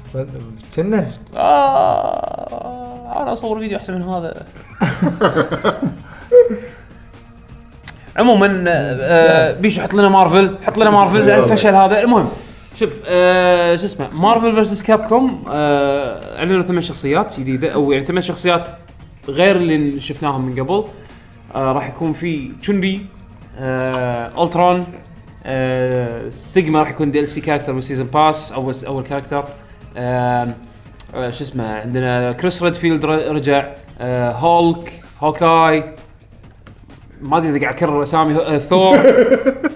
صدق كنا
آه انا اصور فيديو احسن من هذا عموما آه بيشو حط لنا مارفل حط لنا مارفل لأن الفشل هذا المهم شوف آه شو اسمه مارفل فيرسس كاب كوم آه اعلنوا ثمان شخصيات جديده او يعني ثمان شخصيات غير اللي شفناهم من قبل آه راح يكون في تشونري آه الترون آه سيجما راح يكون دي ال سي كاركتر من سيزون باس اول اول كاركتر آم، آه شو اسمه عندنا كريس ريدفيلد ر- رجع آه هولك هوكاي ما ادري اذا قاعد اكرر اسامي آه ثور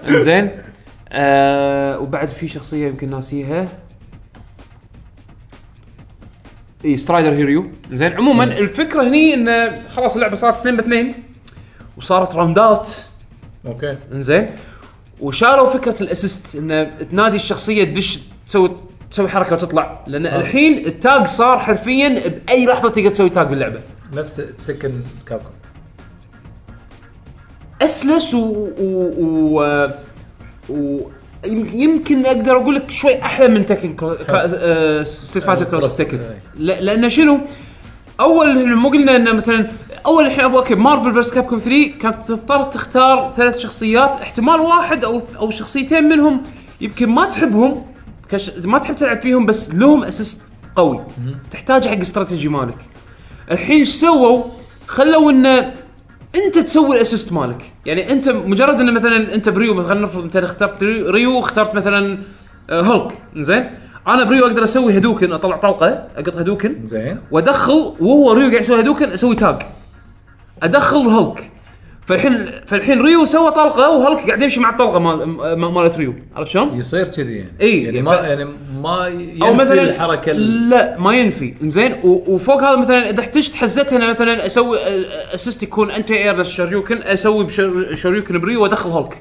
انزين آه وبعد في شخصيه يمكن ناسيها اي سترايدر هيريو زين عموما الفكره هني ان خلاص اللعبه صارت 2 ب 2 وصارت راوندات
اوكي
انزين وشالوا فكره الاسيست ان تنادي الشخصيه تدش تسوي تسوي حركه وتطلع لان آه. الحين التاج صار حرفيا باي لحظه تقدر تسوي تاج باللعبه
نفس تكن كابكم
اسلس و و, و... و... يم- يمكن اقدر اقول لك شوي احلى من تكن كرو... آه... ستريت فايتر
آه،
كروس
كروس،
تكن
آه.
ل... لان شنو؟ اول مو قلنا انه مثلا اول الحين ابو اوكي مارفل فيرس كابكوم 3 كانت تضطر تختار ثلاث شخصيات احتمال واحد او او شخصيتين منهم يمكن ما تحبهم كش... ما تحب تلعب فيهم بس لهم اسيست قوي تحتاج حق استراتيجي مالك الحين ايش سووا؟ خلوا انه انت تسوي الاسيست مالك يعني انت مجرد انه مثلا انت بريو مثلا خلينا نفرض انت اخترت ريو- ريو اخترت مثلا آه، هولك زين انا بريو اقدر اسوي هدوكن اطلع طلقه اقط هدوكن
زين
وادخل وهو ريو قاعد يسوي هدوكن اسوي تاج ادخل هولك فالحين فالحين ريو سوى طلقه وهولك قاعد يمشي مع الطلقه مال م- مالت ريو عرفت شلون؟
يصير كذي يعني
إي،
يعني
ف-
ما يعني ما ينفي
او مثلا
الحركه ال-
لا ما ينفي زين و- وفوق هذا مثلا اذا احتجت حزتها انا مثلا اسوي أ- اسيست يكون انت اير نفس شريوكن اسوي بشر- شريوكن بريو وادخل هولك إيه؟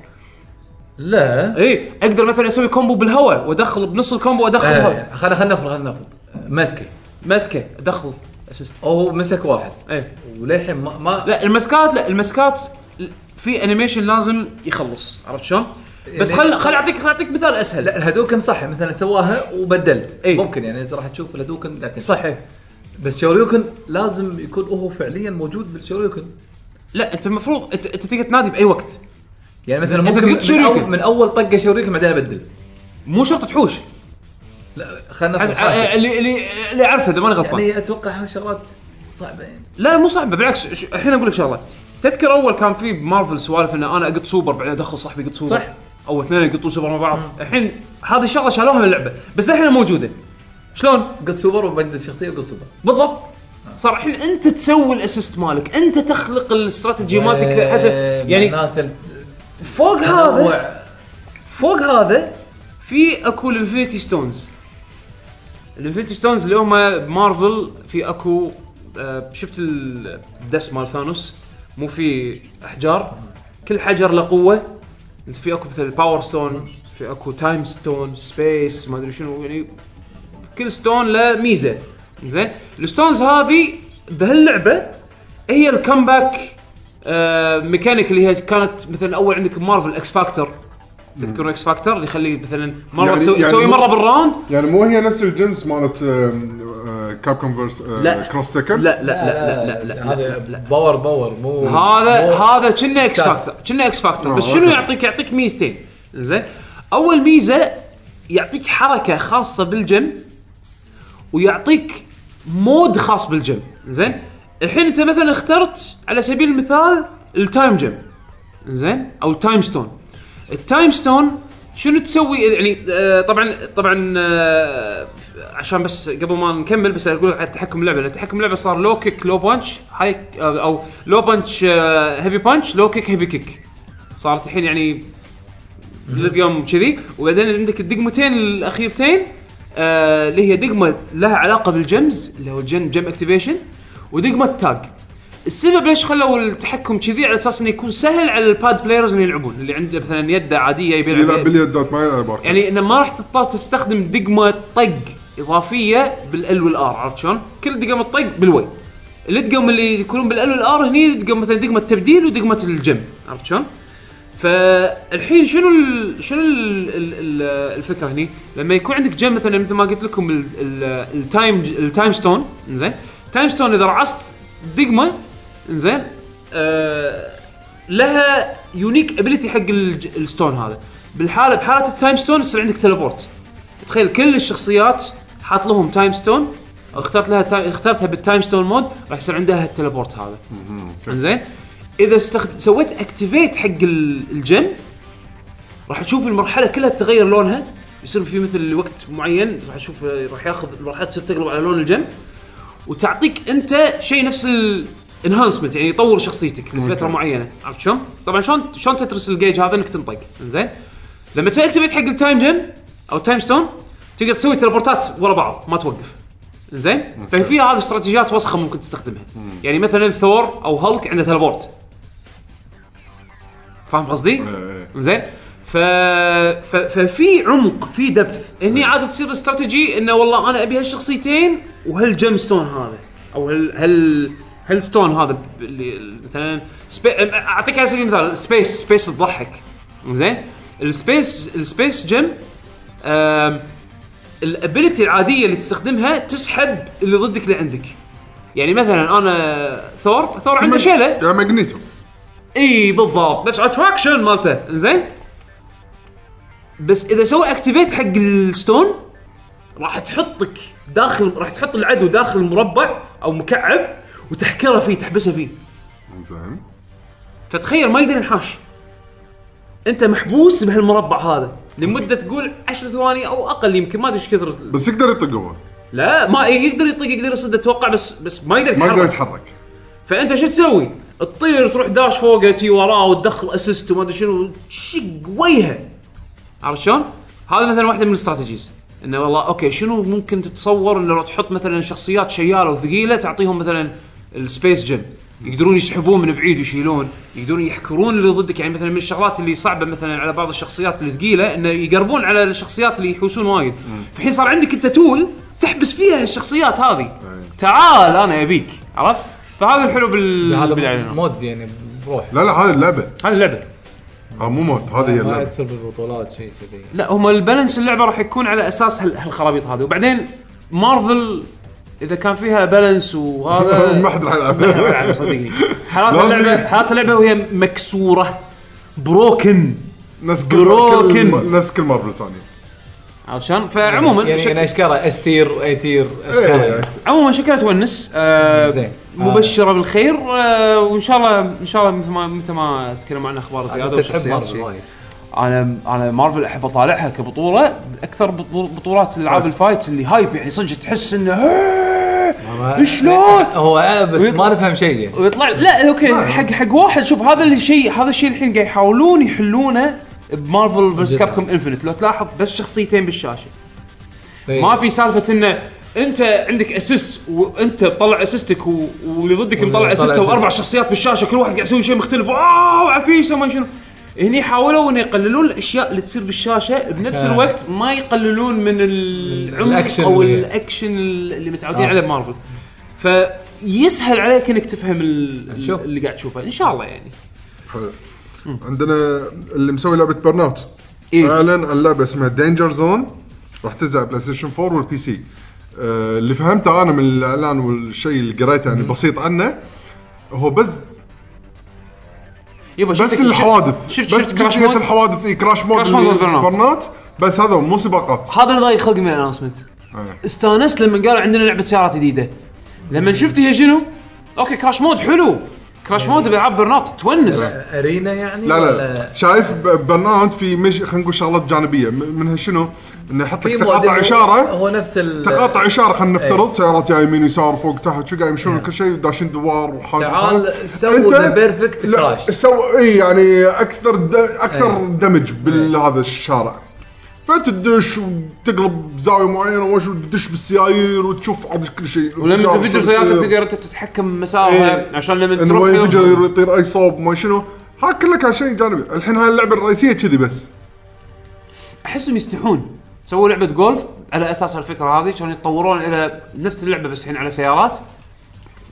لا
اي اقدر مثلا اسوي كومبو بالهواء وادخل بنص الكومبو وادخل آه. هولك
آه، خلنا خلنا نفرض خلنا نفرض مسكه
مسكه ادخل اسيست
او مسك واحد
اي
وللحين ما, ما
إيه. لا المسكات لا المسكات في انيميشن لازم يخلص عرفت شلون؟ بس
يعني-
خل خل اعطيك خل اعطيك مثال اسهل
لا الهدوكن صح مثلا سواها وبدلت
إي.
ممكن يعني إذا راح تشوف الهدوكن لكن
صحيح
بس شوريوكن لازم يكون هو فعليا موجود بالشوريوكن
لا انت المفروض انت, انت تقدر تنادي باي وقت
يعني مثلا
إذا
ممكن
تقول
من,
شوريوكن.
أول من اول طقه شوريوكن بعدين ابدل
مو شرط تحوش
لا خلينا
عز-
نفرض
ع-
خاشة.
اللي اللي اللي اعرفه اذا ماني غلطان
يعني اتوقع هالشغلات صعبه يعني
لا مو صعبه بالعكس ش- الحين اقول لك شغله تذكر اول كان في بمارفل سوالف ان انا اقط سوبر بعدين ادخل صاحبي يقط سوبر
صح.
او اثنين يقطون سوبر مع بعض الحين هذه الشغله شالوها من اللعبه بس الحين موجوده شلون؟
قلت سوبر وبدل شخصيه وقلت سوبر
بالضبط صار الحين انت تسوي الاسيست مالك انت تخلق الاستراتيجي مالتك حسب
آه،
يعني
معناته ال-
فوق هذا
تنوع.
فوق هذا في اكو الانفينيتي ستونز الانفينيتي ستونز اللي هم مارفل في اكو آه، شفت الدس مال ثانوس مو في احجار كل حجر له قوه في اكو مثل باور ستون في اكو تايم ستون سبيس ما ادري شنو يعني كل ستون له ميزه زين الستونز هذه بهاللعبه هي الكمباك آه ميكانيك اللي هي كانت مثلا اول عندك مارفل اكس فاكتور تذكرون اكس فاكتور اللي يخليه مثلا مره
يعني-
يعني تسوي
يعني
يعني
مو-
مره بالراوند
يعني مو هي نفس الجنس مالت آه، كاب كونفرس
لا.
كروس تكن
لا لا لا لا لا لا, لا, لا,
هذا باور باور مو
هذا
مو-
هذا كنا اكس
ستاتس.
فاكتور كنا اكس فاكتور
آه،
بس شنو
أوكي.
يعطيك يعطيك ميزتين زين اول ميزه يعطيك حركه خاصه بالجيم ويعطيك مود خاص بالجيم زين الحين انت مثلا اخترت على سبيل المثال التايم جيم زين او التايم ستون التايم ستون شنو تسوي يعني آه طبعا طبعا آه عشان بس قبل ما نكمل بس اقول لك على تحكم اللعبه لان تحكم اللعبه صار لو كيك لو بانش هاي آه، او لو بانش آه هيفي بانش لو كيك هيفي كيك صارت الحين يعني لا تقوم كذي وبعدين عندك الدقمتين الاخيرتين آه، اللي هي دقمه لها علاقه بالجمز اللي هو الجم جم اكتيفيشن ودقمه تاج السبب ليش خلوا التحكم كذي على اساس انه يكون سهل على الباد بلايرز ان يلعبون اللي عنده مثلا يده عاديه يبي
يلعب باليدات ما يلعب باركود
يعني انه ما راح تضطر تستخدم دقمه طق اضافيه بالال والار عرفت شلون؟ كل دقمه طق بالوي الدقم اللي يكونون بالال والار هني دقم مثلا دقمه تبديل ودقمه الجم عرفت شلون؟ فالحين شنو ال شنو ال ال ال الفكره هني؟ لما يكون عندك جيم مثلا مثل ما قلت لكم ال- ال- التايم التايم ستون زين التايم ستون اذا رعصت دقمه زين آه لها يونيك ابيلتي حق الج- الستون هذا بالحاله بحاله التايم ستون يصير عندك تليبورت تخيل كل الشخصيات حاط لهم تايم ستون اخترت لها تا... اخترتها بالتايم ستون مود راح يصير عندها التليبورت هذا زين اذا استخد... سويت اكتيفيت حق ال- الجيم راح تشوف المرحله كلها تغير لونها يصير في مثل وقت معين راح تشوف راح ياخذ المرحله تصير تقلب على لون الجيم وتعطيك انت شيء نفس الانهانسمنت يعني يطور شخصيتك لفتره معينه عرفت شلون؟ طبعا شلون شلون تترس الجيج هذا انك تنطق زين لما تسوي اكتيفيت حق التايم جيم او تايم ستون تقدر تسوي تلبورتات ورا بعض ما توقف زين ففي هذه استراتيجيات وسخه ممكن تستخدمها يعني مثلا ثور او هالك عنده تلبورت فاهم قصدي؟
آه،
زين ف... ف... ففي عمق في دبث هني عاده تصير استراتيجي انه والله انا ابي هالشخصيتين وهالجيم ستون هذا او هال هال هالستون هذا اللي مثلا سبي... اعطيك على سبيل المثال سبيس سبيس تضحك زين السبيس السبيس جيم الابيلتي العاديه اللي تستخدمها تسحب اللي ضدك اللي عندك يعني مثلا انا ثور ثور عنده شيله
يا ماجنيتو
اي بالضبط نفس اتراكشن مالته زين بس اذا سوى اكتيفيت حق الستون راح تحطك داخل راح تحط العدو داخل مربع او مكعب وتحكره فيه تحبسه فيه
زين
فتخيل ما يقدر ينحاش انت محبوس بهالمربع هذا لمده تقول 10 ثواني او اقل يمكن ما ادري ايش كثر
بس يقدر يطق هو
لا ما يقدر يطق يقدر يصد اتوقع بس بس ما يقدر
ما
يتحرك
يقدر يتحرك
فانت شو تسوي؟ تطير تروح داش فوقه تي وراه وتدخل اسيست وما ادري شنو تشق وجهه عرفت شلون؟ هذا مثلا واحده من الاستراتيجيز انه والله اوكي شنو ممكن تتصور انه لو تحط مثلا شخصيات شياله وثقيله تعطيهم مثلا السبيس جيم يقدرون يسحبون من بعيد ويشيلون يقدرون يحكرون اللي ضدك يعني مثلا من الشغلات اللي صعبه مثلا على بعض الشخصيات الثقيله انه يقربون على الشخصيات اللي يحوسون وايد فالحين صار عندك انت تول تحبس فيها الشخصيات هذه تعال انا ابيك عرفت فهذا الحلو بال
هذا
بالإعلانات.
مود يعني بروح
لا لا هذه اللعبه
هذه اللعبه
آه مو موت هذه هي
ما
اللعبه
ياثر بالبطولات شيء كذي
لا هم البالانس اللعبه راح يكون على اساس هال- هالخرابيط هذه وبعدين مارفل اذا كان فيها بالانس وهذا
ما حد راح
ما راح يلعب،
يلعب
صدقني حالات
لازم-
اللعبه حالات اللعبه وهي مكسوره بروكن
نفس كل
بروكن.
كل- نفس كل مره ثانيه
عرفت شلون؟ فعموما
يعني
شك...
انا اشكره استير وايتير
إيه،
اشكره
عموما شكلها تونس آه
زين.
مبشره بالخير آه وان شاء الله ان شاء الله مثل ما متى ما تكلم عن اخبار زياده
انت آه، تحب
وشخصيات
مارفل
شيء.
وايد.
انا انا مارفل احب اطالعها كبطوله اكثر بطو- بطولات
آه.
العاب الفايت اللي هايب يعني صدق تحس انه
ما-
شلون؟
إيه، هو آه، بس ما نفهم شيء يعني
ويطلع لا اوكي حق حق واحد شوف هذا الشيء هذا الشيء الحين قاعد يحاولون يحلونه بمارفل فيرس
جزء.
كابكوم انفنت لو تلاحظ بس شخصيتين بالشاشه
إيه.
ما في سالفه انه انت عندك اسيست وانت مطلع اسيستك و... واللي ضدك مطلع
مطلع
اسيسته
assist.
واربع شخصيات بالشاشه كل واحد قاعد يسوي شيء مختلف واو عفيسه ما شنو هني حاولوا انه يقللون الاشياء اللي تصير بالشاشه بنفس
عشان-
الوقت ما يقللون من العمق
الأكشن
او
اللي-
الاكشن اللي متعودين
آه.
عليه بمارفل فيسهل عليك انك تفهم ال-
نشوف.
اللي قاعد تشوفه ان شاء الله يعني
حلو عندنا اللي مسوي لعبه برن اوت
إيه.
اعلن عن لعبه اسمها دينجر زون راح تنزل على بلاي ستيشن 4 والبي سي آه، اللي فهمته انا من الاعلان والشيء اللي قريته يعني بسيط عنه هو بس
يبا
بس
شفتك-
الحوادث
شفت
بس
شفت كراش
جزئيه
مود
الحوادث اي كراش مود
كراش مود
اللي-
والبرن أوت.
برن اوت بس هذا مو سباقات
هذا اللي ضايق خلقي من الانونسمنت استانست لما قالوا عندنا لعبه سيارات جديده لما شفت هي شنو؟ اوكي كراش مود حلو كراش مود بالعاب برن اوت تونس
ارينا يعني
لا
ولا-
لا شايف ب- برنامج في مش خلينا نقول شغلات جانبيه م- منها شنو؟ انه يحط
في
لك
موديل
تقاطع
هو-
اشاره
هو نفس ال إيه.
تقاطع اشاره خلينا نفترض سيارات جايه يمين يسار فوق تحت شو قاعد يمشون كل شيء داشين دوار وحاجة
نعم. تعال سووا ذا بيرفكت كراش
سو اي يعني اكثر د... اكثر
إيه.
دمج بهذا الشارع فتدش وتقلب زاويه معينه وش وتدش بالسيايير وتشوف عاد كل شيء
ولما تنفجر سيارتك
شو يصير.
تقدر انت تتحكم مسارها
إيه.
عشان لما
انه ما
تروح
ينفجر يطير اي صوب ما شنو ها كله كان شيء جانبي الحين هاي اللعبه الرئيسيه كذي بس
احسهم يستحون سووا لعبه جولف على اساس الفكره هذه كانوا يتطورون الى نفس اللعبه بس الحين على سيارات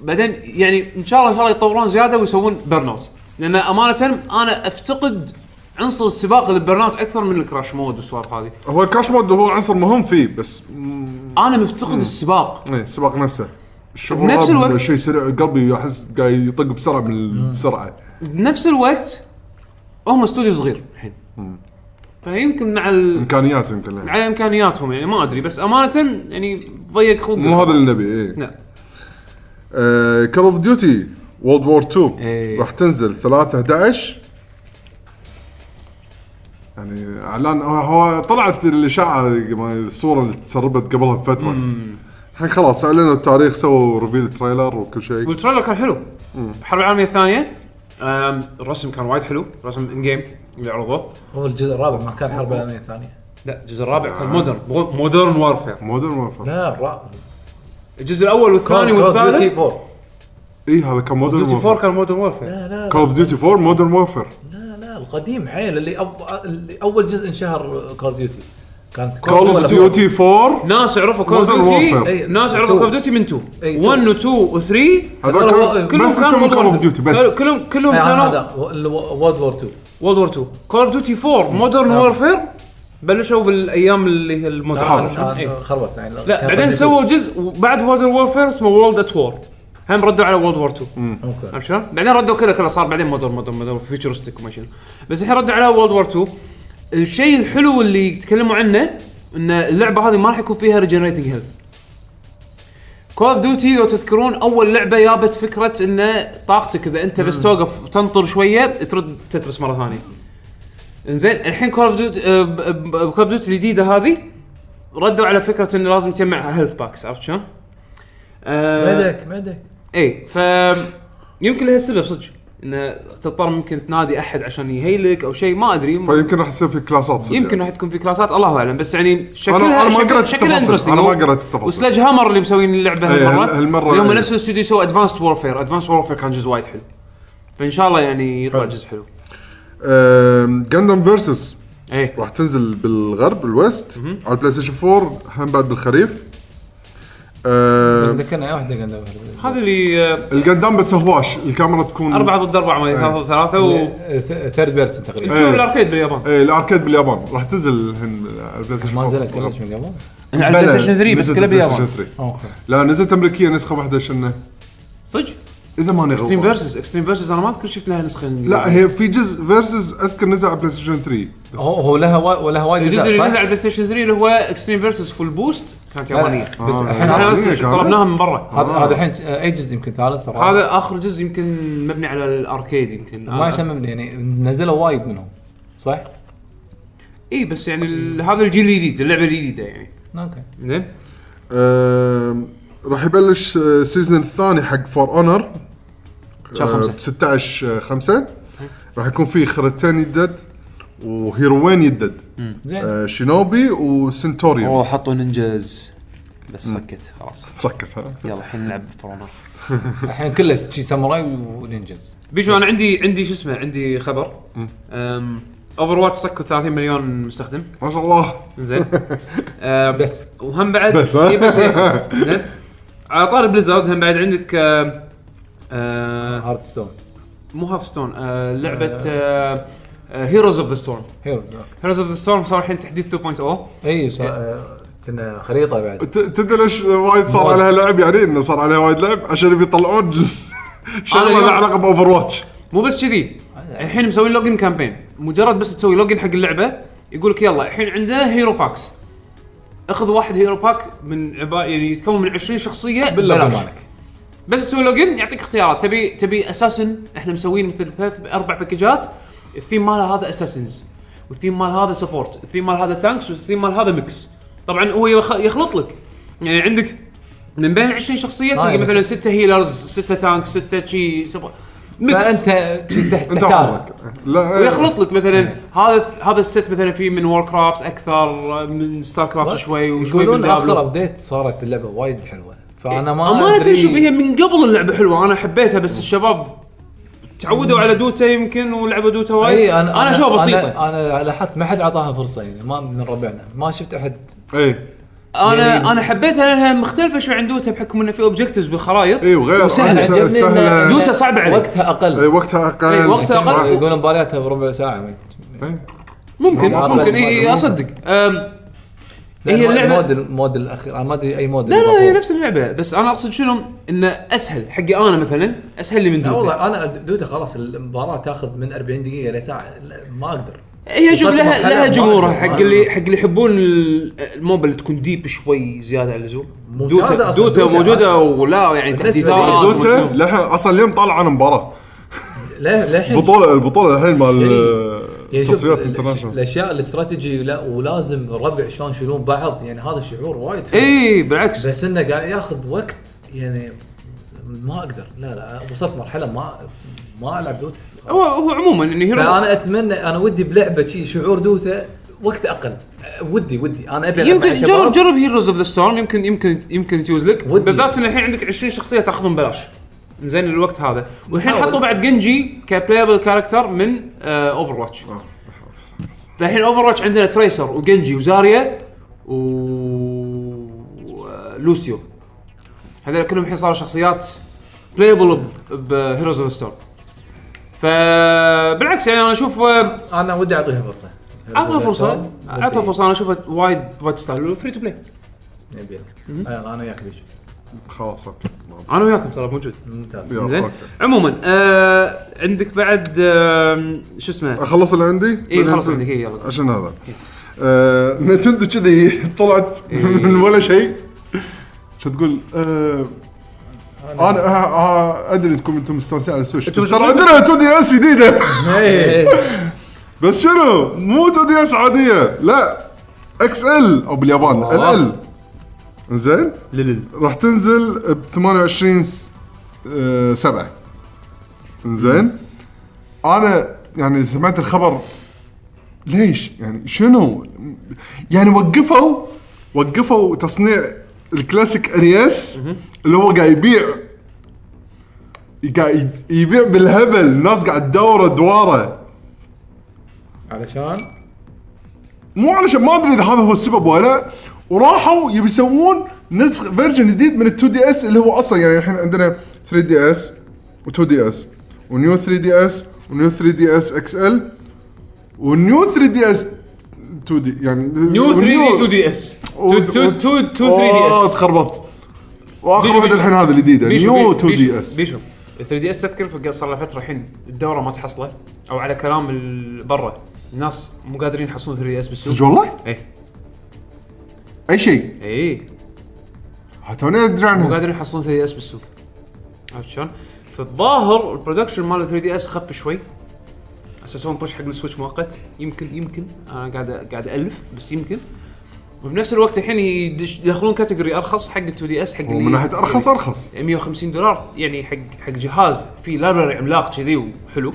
بعدين يعني ان شاء الله ان شاء الله يتطورون زياده ويسوون برن اوت لان امانه انا افتقد عنصر السباق للبرن اوت اكثر من الكراش مود والسوالف هذه
هو الكراش مود هو عنصر مهم فيه بس م-
انا مفتقد السباق
إيه، السباق نفسه الشعور
بنفس
هذا إنه
الوقت-
شيء سريع قلبي احس قاعد يطق بسرعه من السرعه
بنفس الوقت هم استوديو صغير الحين فيمكن مع ال...
امكانيات يمكن لها.
على امكانياتهم يعني ما ادري بس امانه يعني ضيق خلق
مو هذا اللي نبي ايه
نعم
كول اوف ديوتي وولد وور 2
إيه.
راح تنزل 3 11 يعني اعلان هو- هو طلعت الاشاعه ما- الصوره اللي تسربت قبلها بفتره الحين خلاص اعلنوا التاريخ سووا ريفيل تريلر وكل شيء
والتريلر كان حلو الحرب العالميه الثانيه أم، الرسم كان وايد حلو رسم ان جيم اللي عرضوه
هو الجزء الرابع ما كان حرب العالميه الثانيه
لا الجزء الرابع
آه.
كان مودرن مودرن وارفير
مودرن وورفير
لا الرابع
الجزء الاول والثاني
Call of Duty
والثالث
4
اي هذا كان مودرن
ديوتي 4
وورفير
كان مودرن وارفير
لا لا
كول اوف ديوتي 4 مودرن وورفير
لا لا القديم حيل اللي, أب... اللي اول جزء انشهر كول ديوتي كانت
كول اوف ديوتي 4
ناس عرفوا كول اوف
Modern Warfare.
ديوتي
أي،
ناس عرفوا
two.
كول اوف ديوتي من 2
أي،
1 و 2 و 3
هذول
هو-
كانوا-
كلهم
بس
كانوا
اسمهم كول اوف ديوتي بس
كلهم كلهم كانوا
آه، هذا وورد وور 2
وولد وور 2 كول اوف ديوتي 4 مودرن
نعم.
وارفير بلشوا بالايام اللي هي المودرن
الحرب.
إي.
أنا آه، خربت يعني
إيه. لا بعدين سووا جزء وبعد وورد وورفير اسمه وورلد ات وور هم ردوا على وورد وور 2
اوكي
عرفت شلون؟ بعدين ردوا كذا كذا صار بعدين مودرن مودرن مودرن فيوتشرستيك وما شنو بس الحين ردوا على وورد وور 2 الشيء الحلو اللي تكلموا عنه ان اللعبه هذه ما راح يكون فيها ريجنريتنج هيلث كول اوف ديوتي لو تذكرون اول لعبه جابت فكره ان طاقتك اذا انت بس توقف وتنطر شويه ترد تترس مره ثانيه. انزين الحين كول اوف ديوتي كول اوف ديوتي الجديده هذه ردوا على فكره انه لازم تجمع هيلث باكس عرفت شلون؟ آه،
ميدك ميدك
اي إيه، ف يمكن لها السبب صدق انه تضطر ممكن تنادي احد عشان يهيلك او شيء ما ادري
فيمكن راح يصير في كلاسات طيب، صدق
يمكن
يعني.
راح تكون في كلاسات الله اعلم بس يعني شكلها
أنا- أنا ما
شكل-
قريت
شكلها
التفاصيل.
interesting.
أنا ما
و-
قريت التفاصيل.
وسلاج هامر اللي مسوين اللعبه
إيه،
هالمره
هالمرة
اللي هم
إيه.
نفس الاستوديو سووا ادفانسد وورفير ادفانسد وورفير كان جزء وايد حلو فان شاء الله يعني يطلع جزء حلو
آه، جاندم فيرسس
ايه
راح تنزل بالغرب بالويست على البلاي ستيشن 4 هم بعد بالخريف آه
ذكرنا اي واحده قدام
هذا اللي آه،
القدام بس هواش الكاميرا تكون
أربعة ضد أربعة ما
إيه.
أدري، ثلاثة ضد ثلاثة و
ثيرد بيرسون تقريبا
شوف الاركيد باليابان
ايه الاركيد باليابان راح تنزل الحين على البلاي ستيشن
ما
4.
نزلت ليش من قبل؟
على البلاي
بلى،
ستيشن 3 بس
نزلت
كله
البلاي ستيشن
باليابان
3.
اوكي
لا نزلت امريكيه نسخه واحده شنه
صدق
اذا ماني
اكستريم
غلطان
فيرسز اكستريم فيرسز انا ما اذكر شفت لها نسخه
لا هي في جزء فيرسز اذكر نزل على بلاي ستيشن 3
هو هو لها وا- ولها وايد
الجزء اللي
اجزاء
نزل
صح؟
على البلاي ستيشن 3 اللي هو اكستريم فيرسز فول بوست كانت يابانيه
لا،
بس
آه،
احنا
يابانية
أنا
كانت.
طلبناها من برا
هذا هذا الحين اي جزء يمكن ثالث رابع.
هذا آه. اخر جزء يمكن مبني على الاركيد يمكن
ما عشان مبني يعني نزلوا وايد منهم صح؟
اي بس يعني ال- هذا الجيل الجديد اللعبه الجديده يعني
اوكي
زين
آم، راح يبلش السيزون الثاني حق آه، فور اونر
شهر خمسة.
ب 16 5 راح يكون في خريطتين يدد وهيروين يدد
زين
آه، شينوبي وسنتوريوم
طيب. حطوا نينجاز بس سكت خلاص
تسكت ها
يلا الحين نلعب فرونر
الحين كله شي ساموراي ونينجز
بيشو انا عندي عندي شو اسمه عندي خبر اوفر واتش سكوا 30 مليون مستخدم
ما شاء الله
زين
بس
وهم بعد
بس، ها؟
إي بس إي. زين على طار بليزرد هم بعد عندك آم، آه،
هارت ستون
مو آه، هاف ستون لعبه آه، هيروز اوف ذا ستورم
هيروز
هيروز اوف ذا ستورم صار الحين تحديث oh. 2.0
اي صا- آه، كنا خريطه بعد
ت- تدري ليش وايد صار
وايد.
عليها لعب يعني انه صار عليها وايد لعب عشان يبي يطلعون شغله
اليوم-
لها علاقه باوفر واتش
مو بس كذي الحين مسوين لوجن كامبين مجرد بس تسوي لوجن حق اللعبه يقول لك يلا الحين عندنا هيرو باكس اخذ واحد هيرو باك من عبا يعني يتكون من 20 شخصيه
باللعبة
ببلاش.
مالك.
بس تسوي لوجن يعطيك اختيارات تبي تبي اساسن احنا مسوين مثل ثلاث اربع باكجات الثيم مال هذا اساسنز والثيم مال هذا سبورت الثيم مال هذا تانكس والثيم مال هذا ميكس طبعا هو يخ- يخلط لك يعني عندك من بين 20 شخصيه تلقى
يعني.
مثلا سته هيلرز سته تانكس سته شي سبورت ميكس
فانت تحت
انت
تحتار
حظك لا إيه.
إيه.
ويخلط لك مثلا هذا هذا الست مثلا فيه من وور كرافت اكثر من ستار كرافت شوي وشوي من
يقولون اخر
دابلو
ابديت صارت اللعبه وايد حلوه فانا ما
امانه شوف هي من قبل اللعبه حلوه انا حبيتها بس الشباب تعودوا على دوتا يمكن ولعبوا دوتا وايد
اي
انا انا شو بسيطه
انا, أنا لاحظت ما حد اعطاها فرصه يعني ما من ربعنا ما شفت احد
اي
يعني-
انا انا حبيتها لانها مختلفه شوي عن دوتا بحكم انه في اوبجكتيفز بالخرائط
اي إيه، وغير
وسهل.
أسهل-
عجبني
سهلة.
ان
دوتا صعبة عليك.
وقتها اقل
اي وقتها اقل
إي، وقتها أقل.
صح.
يقولون مبارياتها بربع ساعه ما-
إي.
ممكن
ما- ما-
ممكن
ما-
اي
ما-
اصدق أم،
لأن
هي اللعبة-
المود المود الاخير انا ما ادري اي مود
لا لا هي
المفروض.
نفس اللعبه بس انا اقصد شنو انه اسهل حقي انا مثلا اسهل لي من
لا
دوتا
والله انا دوتا خلاص المباراه تاخذ من 40 دقيقه لساعه لا، ما اقدر
هي شوف
وصلت
لها
مرحلة
لها
ما-
جمهورها
ما-
حق اللي حق اللي يحبون ال- الموبا اللي تكون ديب شوي زياده عن اللزوم
ممتازة
دوتا,
أصلاً
دوتا
دوتا.
موجوده ولا يعني
بالنسبة لي
تحديثات
دوتا
ومشنو.
للحين اصلا اليوم طالع عن مباراه
لا للحين
البطوله البطوله الحين مال آه،
يعني إيه. شوف
تصفيات
ال-
انترناشونال
الاشياء الاستراتيجي لا ولازم ربع شلون يشيلون بعض يعني هذا شعور وايد حلو
اي إيه، بالعكس
بس انه قاعد ياخذ وقت يعني ما اقدر لا لا وصلت مرحله ما ما العب دوتا
هو هو عموما يعني هيرو
فانا اتمنى انا ودي بلعبه شي شعور دوتا وقت اقل أه، ودي ودي انا ابي ألعب مع
يمكن
الشباب.
جرب جرب هيروز اوف ذا ستورم يمكن يمكن يمكن تيوز لك
ودي.
بالذات ان الحين عندك 20 شخصيه تاخذهم ببلاش زين الوقت هذا والحين
نحاول.
حطوا بعد جنجي كبلايبل كاركتر من اوفر واتش
آه.
فالحين اوفر واتش عندنا تريسر وجنجي وزاريا و آه، لوسيو هذول كلهم الحين صاروا شخصيات بلايبل بهيروز اوف ستورم فبالعكس يعني انا اشوف آه،
انا ودي اعطيها فرصه
اعطها فرصه اعطها فرصه انا اشوفها وايد وايد تستاهل فري تو بلاي
نبيل انا وياك بيش
خلاص اوكي
انا وياكم ترى موجود
ممتاز
يلا،
زين
أوكي.
عموما آه عندك بعد آه شو اسمه
اخلص اللي عندي
اي خلاص إيه، عندك اي يلا إيه.
عشان هذا آه، نتندو كذي طلعت من ولا شيء شو تقول آه، انا آه، آه، ادري انكم انتم مستانسين على السويتش بس ترى عندنا 2 دي اس جديده
إيه،
بس شنو مو 2 دي اس عاديه لا اكس ال او باليابان ال
آه.
ال زين راح تنزل ب 28 7 زين انا يعني سمعت الخبر ليش يعني شنو يعني وقفوا وقفوا تصنيع الكلاسيك ارياس اللي هو قاعد يبيع قاعد يبيع بالهبل الناس قاعد تدور دواره
علشان
مو علشان ما ادري اذا هذا هو السبب ولا وراحوا يبي يسوون نسخ فيرجن جديد من ال 2 دي اس اللي هو اصلا يعني الحين عندنا 3 دي اس و2 دي اس ونيو 3 دي اس ونيو 3 دي اس اكس ال ونيو 3 دي اس 2 دي يعني
نيو 3 دي 2 دي اس 2 2 2 3 دي اس
آه، تخربط واخر
بيشو
واحده
بيشو.
الحين هذه الجديده
بيشو-
نيو
بيشو-
2 دي اس
بيشو 3 دي اس تذكر صار له فتره الحين الدوره ما تحصله او على كلام ال- برا الناس مو قادرين يحصلون 3 دي اس
صدق
بالسوق
والله
ايه
اي شيء
ايه
توني ادري
مو
عنها
قادرين يحصلون 3 دي اس بالسوق عرفت شلون؟ فالظاهر البرودكشن مال 3 دي اس خف شوي اساسا بوش حق السويتش مؤقت يمكن يمكن انا قاعد قاعد الف بس يمكن وبنفس الوقت الحين يدش- يدخلون كاتيجوري ارخص حق 2 دي اس حق
ومن ناحيه ارخص ارخص
150 دولار يعني حق حق جهاز فيه لابراري عملاق كذي وحلو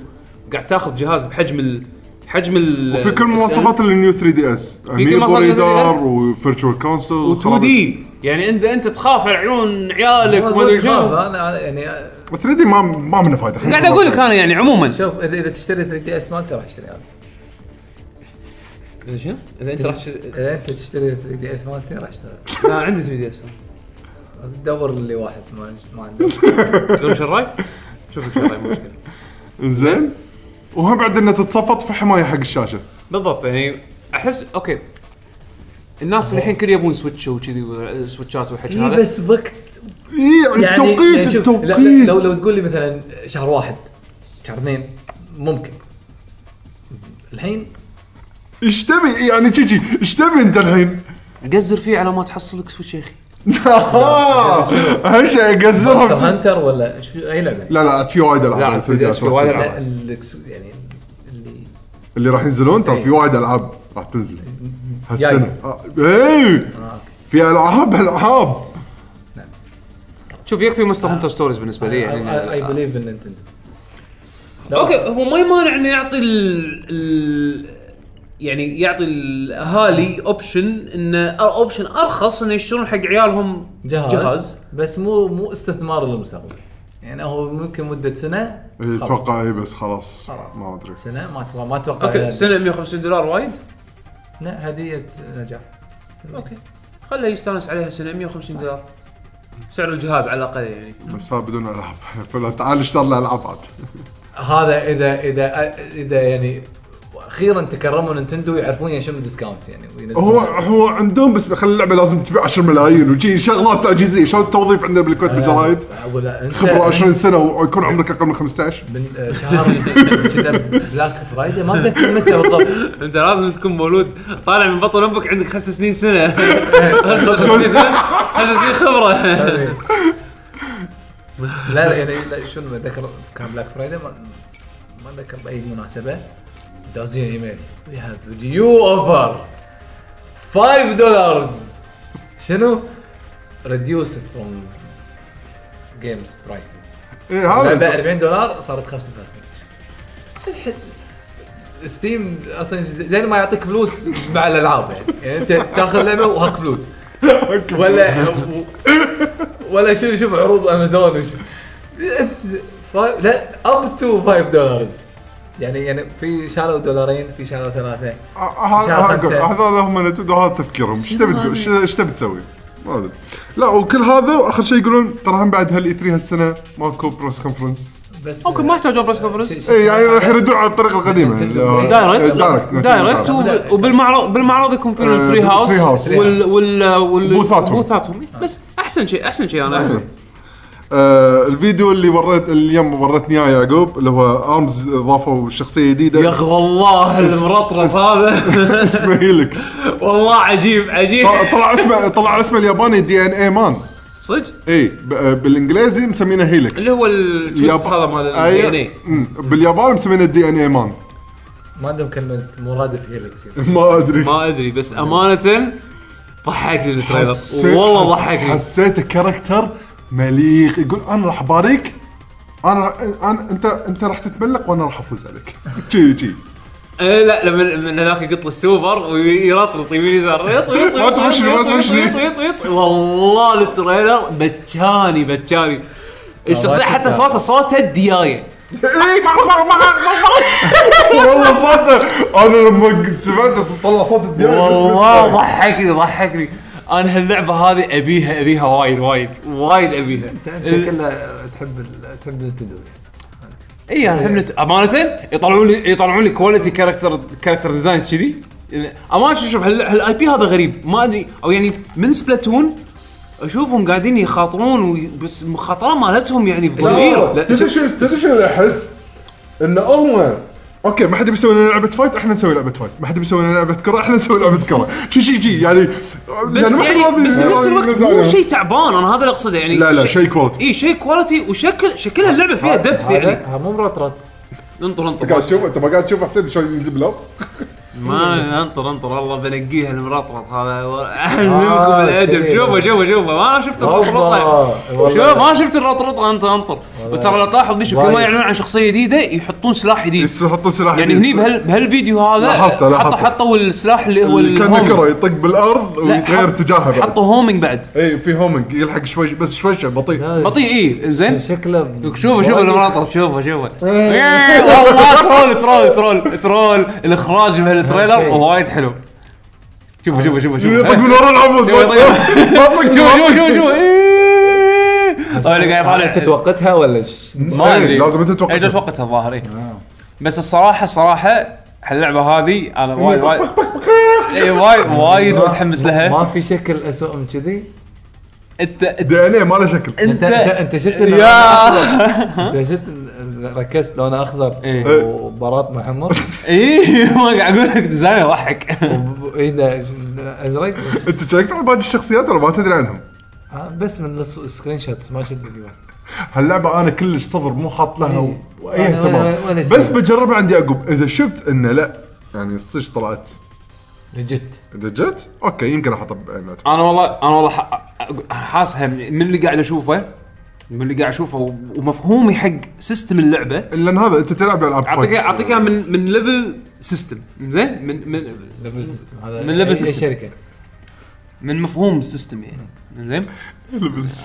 قاعد تاخذ جهاز بحجم ال حجم ال
وفي كل مواصفات النيو 3 دي اس اميبو
مواصفات ال 3DS.
ريدر وفيرتشوال كونسول
و2 دي يعني انت انت تخاف على عيون عيالك
ما
وما ادري
أقول خلاص،
شنو
انا أنا يعني
3 دي ما ما منه فايده
قاعد اقول لك انا يعني عموما
شوف اذا إذا تشتري 3 دي اس مالتي راح اشتري هذا
شنو؟ اذا انت راح تشتري-
اذا انت تشتري 3 دي اس مالتي راح اشتري
لا عندي 3 دي اس
دور لي واحد ما ما عنده
تدرون شو الراي؟ شوف ان شاء الله مو مشكله
زين وهم بعد انها تتصفط في حمايه حق الشاشه
بالضبط يعني احس اوكي الناس الحين كل يبون سويتش وكذي و- سويتشات والحكي
اي
هذا
بس وقت
اي يعني التوقيت
شوف، لا-
التوقيت
لو لو تقول لي مثلا شهر واحد شهر اثنين ممكن الحين
ايش تبي يعني تشي ايش تبي انت الحين؟
قزر فيه على ما تحصل لك سويتش يا اخي
اهم شيء
مونستر
اقزرها بت-
هانتر ولا شو اي لعبه؟
لا لا في وايد
لا،
العاب
في- في وايد ألعاب.
لا الإكس- يعني اللي
اللي راح ينزلون ترى في وايد العاب راح تنزل هالسنه
جاي.
آه، اي في العاب العاب
شوف يكفي مونستر
آه.
هانتر ستوريز بالنسبه لي
اي
يعني
بليف ان نينتندو
اوكي آه. هو ما يمانع انه يعطي ال ال يعني يعطي الاهالي اوبشن انه اوبشن ارخص انه يشترون حق عيالهم
جهاز,
جهاز.
جهاز بس مو مو استثمار للمستقبل يعني هو ممكن مده سنه
إيه،
خلاص.
اتوقع اي بس خلاص
خلاص.
ما ادري
سنه ما اتوقع ما اتوقع
اوكي
يعني-
سنه 150 دولار وايد
لا هديه نجاح
اوكي خله يستانس عليها سنه 150 دولار سعر الجهاز على الاقل يعني
بس ها بدون العاب فلا تعال اشتغل الالعاب عاد
هذا اذا اذا اذا يعني اخيرا تكرموا نينتندو يعرفون يشموا ديسكاونت يعني وينزلون
هو هو عندهم بس خلي اللعبه لازم تبيع 10 ملايين وشي شغلات تعجيزيه شلون التوظيف عندنا
آه.
بالكويت بالجرايد
اقول لا، انت-
خبره 20 سنه ويكون عمرك اقل من 15
من آه، شهر كنا بلاك فرايداي ما اتذكر متى بالضبط
انت لازم تكون مولود طالع من بطن امك عندك خمس سنين سنه خمس سنين خبره
لا لا يعني لا شنو اتذكر كان بلاك فرايداي ما ما اتذكر باي مناسبه دازين ايميل وي هاف يو اوفر 5 دولار شنو؟ ريديوس فروم جيمز برايسز
اي
ب
إيه، هذا
40 دولار صارت 35 ستيم اصلا زين ما يعطيك فلوس مع الالعاب يعني, يعني انت تاخذ لعبه وهاك فلوس ولا ولا شو شوف عروض امازون وشو فا- لا اب تو 5 دولار يعني يعني في شالوا دولارين في شالوا ثلاثه
آه، آه،
شهر
آه،
خمسة.
هذا هم نتندو هذا تفكيرهم ايش تبي تقول إيش- ايش تبي تسوي؟ ما أدري. لا وكل هذا واخر شيء يقولون ترى هم بعد هالاي 3 هالسنه ماكو بريس كونفرنس
بس
اوكي ما يحتاجون بريس كونفرنس
شي- شي-
اي يعني راح يردون على الطريقه القديمه
دايركت
إيه، دايركت
دايركت وب- وبالمعرض بالمعرض يكون في
آه،
التري هاوس
التري هاوس.
وال وال وال
وبوثاتهم.
بوثاتهم بس احسن شيء احسن شيء انا
آه، الفيديو اللي وريت اليوم ورتني اياه يعقوب اللي هو ارمز ضافوا شخصيه
يا
جديده
اخي والله المرطرف هذا
اسمه هيلكس
والله عجيب عجيب
طلع طلع اسمه طلع اسمه الياباني دي ان اي مان
صدق
اي ب- آه، بالانجليزي مسمينه هيلكس
اللي هو التويست هذا مال
أيوه.
إيه. الدي ان اي
باليابان مسمينه دي ان اي مان
ما عندهم كلمه مرادف هيلكس
ما ادري
ما ادري بس امانه ضحكني التريلر
حسيت-
والله
حس-
ضحكني
حسيته كاركتر مليق يقول انا راح باريك انا راح انا انت انت راح تتملق وانا راح افوز عليك جي جي
إيه لا لما لما هذاك يقط السوبر ويرطرط يمين يسار يط- يط-
ما تدري شنو- ما تدري شنو.
يط- يط- يط- والله التريلر بتشاني بتشاني الشخصيه حتى صوته صوته الديايه
إيه، والله صوته انا لما سمعته طلع صوت الدياي.
والله ضحكني ضحكني انا هاللعبه هذه ابيها ابيها وايد وايد وايد ابيها
إيه.
انت كلها تحب ال- تحب نينتندو يعني.
اي
إيه.
انا حملت امانه يطلعون لي يطلعون لي كواليتي كاركتر كاركتر ديزاينز كذي امانه شوف شوف هال- هالاي بي هذا غريب ما ادري او يعني من سبلاتون اشوفهم قاعدين يخاطرون وي- بس المخاطره مالتهم يعني بطريقه
تدري شو تدري شو اللي احس؟ انه هم اوكي ما حد بيسوي لنا لعبه فايت احنا نسوي لعبه فايت، ما حد بيسوي لنا لعبه كره احنا نسوي لعبه كره، شي شي شي يعني
بس
ما حد راضي-
يعني بس بنفس الوقت مو
يعني-
شيء تعبان انا هذا اللي اقصده يعني
لا لا شيء كواليتي
اي شيء كواليتي وشكل شكلها اللعبه فيها دبث يعني
ها مو مرطرط
انطر انطر
انت قاعد تشوف انت ما قاعد تشوف حسين شلون ينزل لاب
ما انطر انطر الله بنقيها المرطرط هذا
آه،
اعلمكم الادب
كذي.
شوفوا شوفوا شوفوا ما شفت الرطرطه شوف ما شفت الرطرطه انت انطر وترى لو تلاحظ بيشو كل ما
والله.
يعلنون عن شخصيه جديده يحطون سلاح جديد
يحطوا سلاح
يعني
جديد.
هني بهال بهالفيديو هذا
لاحظته- لاحظته.
حطوا حطوا السلاح اللي هو
اللي كان
الهومينج.
كره يطق بالارض
لا،
ويتغير
حط-
اتجاهه بعد
حطوا هومينج بعد
اي في هومنج يلحق شوي بس شوي شوي بطيء
بطيء اي زين
يعني شكله
شوفوا شوفوا المناطر شوفوا شوفوا إيه، والله ترول ترول ترول ترول الاخراج من التريلر وايد حلو شوفوا شوفوا شوفوا شوفوا
يطق من ورا العمود ما
يطق-
يطق
شوفوا شوفوا شوفوا شوفوا إيه. طبعا اللي قاعد يطالع
انت توقتها ولا ش-
ما
إيه،
ادري
لازم أنت آه. توقتها.
اجت وقتها الظاهر اي بس الصراحه الصراحه هاللعبه هذه انا وايد وايد إي، وايد وايد متحمس لها
ما في شكل اسوء من كذي
انت انت
دي ان اي ما له شكل
انت انت انت شفت إن
يا
أنا- انت شفت إن ركزت لونه اخضر
إيه.
وبراطمه حمر
اي إيه، ما قاعد اقول لك ديزاين يضحك
وب- ايه ايده ازرق
انت شيكت على باقي الشخصيات ولا ما تدري عنهم؟
آه، بس من الص- السكرين شوتس ما شد الجوال
هاللعبه انا كلش صفر مو حاط لها و-
إيه.
واي
وأنا- وأنا-
اهتمام
وأنا
بس
شوف.
بجربها عند يعقوب اذا شفت انه لا يعني صج طلعت
لجت
لجت اوكي يمكن احطها بعينات
انا والله انا والله ح- أق- حاسها من اللي قاعد اشوفه من اللي قاعد اشوفه و- ومفهومي حق سيستم اللعبه
لان هذا انت تلعب العاب
اعطيك
فايت.
اعطيك إياها من من ليفل سيستم زين من من
ليفل سيستم هذا
من ليفل
أي-
سيستم.
أي شركه
من مفهوم السيستم يعني زين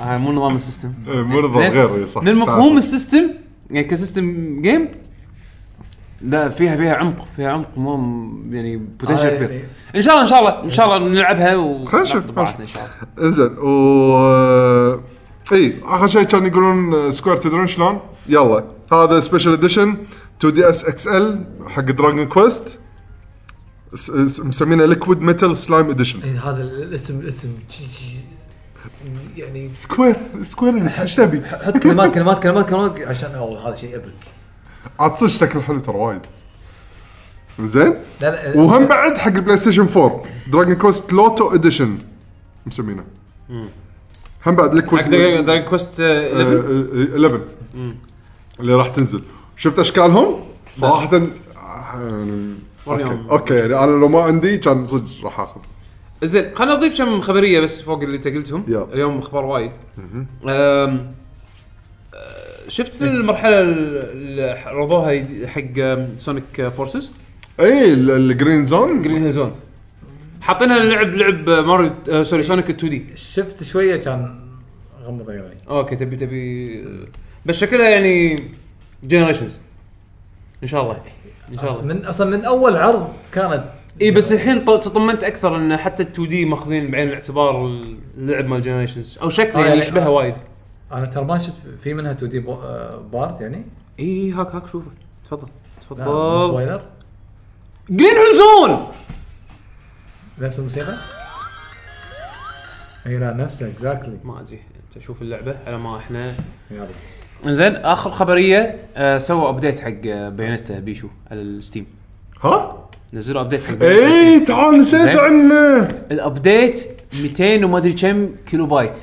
هاي مو نظام السيستم
إيه، مو نظام
زين؟
غير صح طيب.
من
تعرف.
نعم. مفهوم السيستم يعني كسيستم جيم لا فيها فيها عمق فيها عمق مو يعني بوتنشل
آه،
كبير
يعني-
ان شاء الله ان شاء الله ان شاء الله نلعبها و
خلنا نشوف،
ناخذ بعضنا ان شاء الله
انزين و اي اخر شيء كانوا يقولون سكوير تدرون شلون؟ يلا هذا سبيشل اديشن 2 دي اس اكس ال حق دراجون كويست e, مسمينه ليكويد ميتال سلايم اديشن
إيه، هذا الاسم الاسم جي- جي- يعني
سكوير سكوير انكس ايش تبي؟
حط كلمات كلمات كلمات كلمات عشان اوه هذا شيء ابك
عاد صدق شكله حلو ترى وايد زين
لا لا
وهم بعد حق البلاي ستيشن 4 دراجون كويست لوتو اديشن مسمينه هم بعد
حق
ليكويد
دراجون كويست
آه، آه، 11 اللي راح تنزل شفت اشكالهم صراحه آه، اوكي
اليوم.
اوكي يعني انا لو ما عندي كان صدق راح اخذ
زين خليني اضيف كم خبريه بس فوق اللي انت قلتهم
يلا.
اليوم اخبار وايد أم، أه، شفت
إيه.
المرحله اللي عرضوها حق أم، سونيك فورسز
اي ال- الجرين زون
جرين هيل زون حاطينها لعب لعب ماريو آه، سوري سونيك 2 دي
شفت شويه كان غمض عيوني
اوكي تبي تبي بس شكلها يعني جنريشنز ان شاء الله ان شاء الله
من اصلا من اول عرض كانت
اي بس الحين ط- تطمنت اكثر ان حتى ال 2 دي ماخذين بعين الاعتبار اللعب مال جنريشنز او شكله
آه،
يعني
يعني-
يشبهها وايد
انا ترى ما شفت في منها 2 دي بارت يعني
اي هاك هاك شوفه تفضل
لا، مو
تفضل
سبويلر
جرين هيل زون
نفس الموسيقى اي لا نفسها اكزاكتلي
ما ادري انت شوف اللعبه على ما احنا
يلا
زين اخر خبريه آه سووا ابديت حق آه، بياناتا بيشو على الستيم
ها؟
نزلوا ابديت حق بياناتا
اي تعال نسيت
زين.
عنه
الابديت 200 وما ادري كم كيلو بايت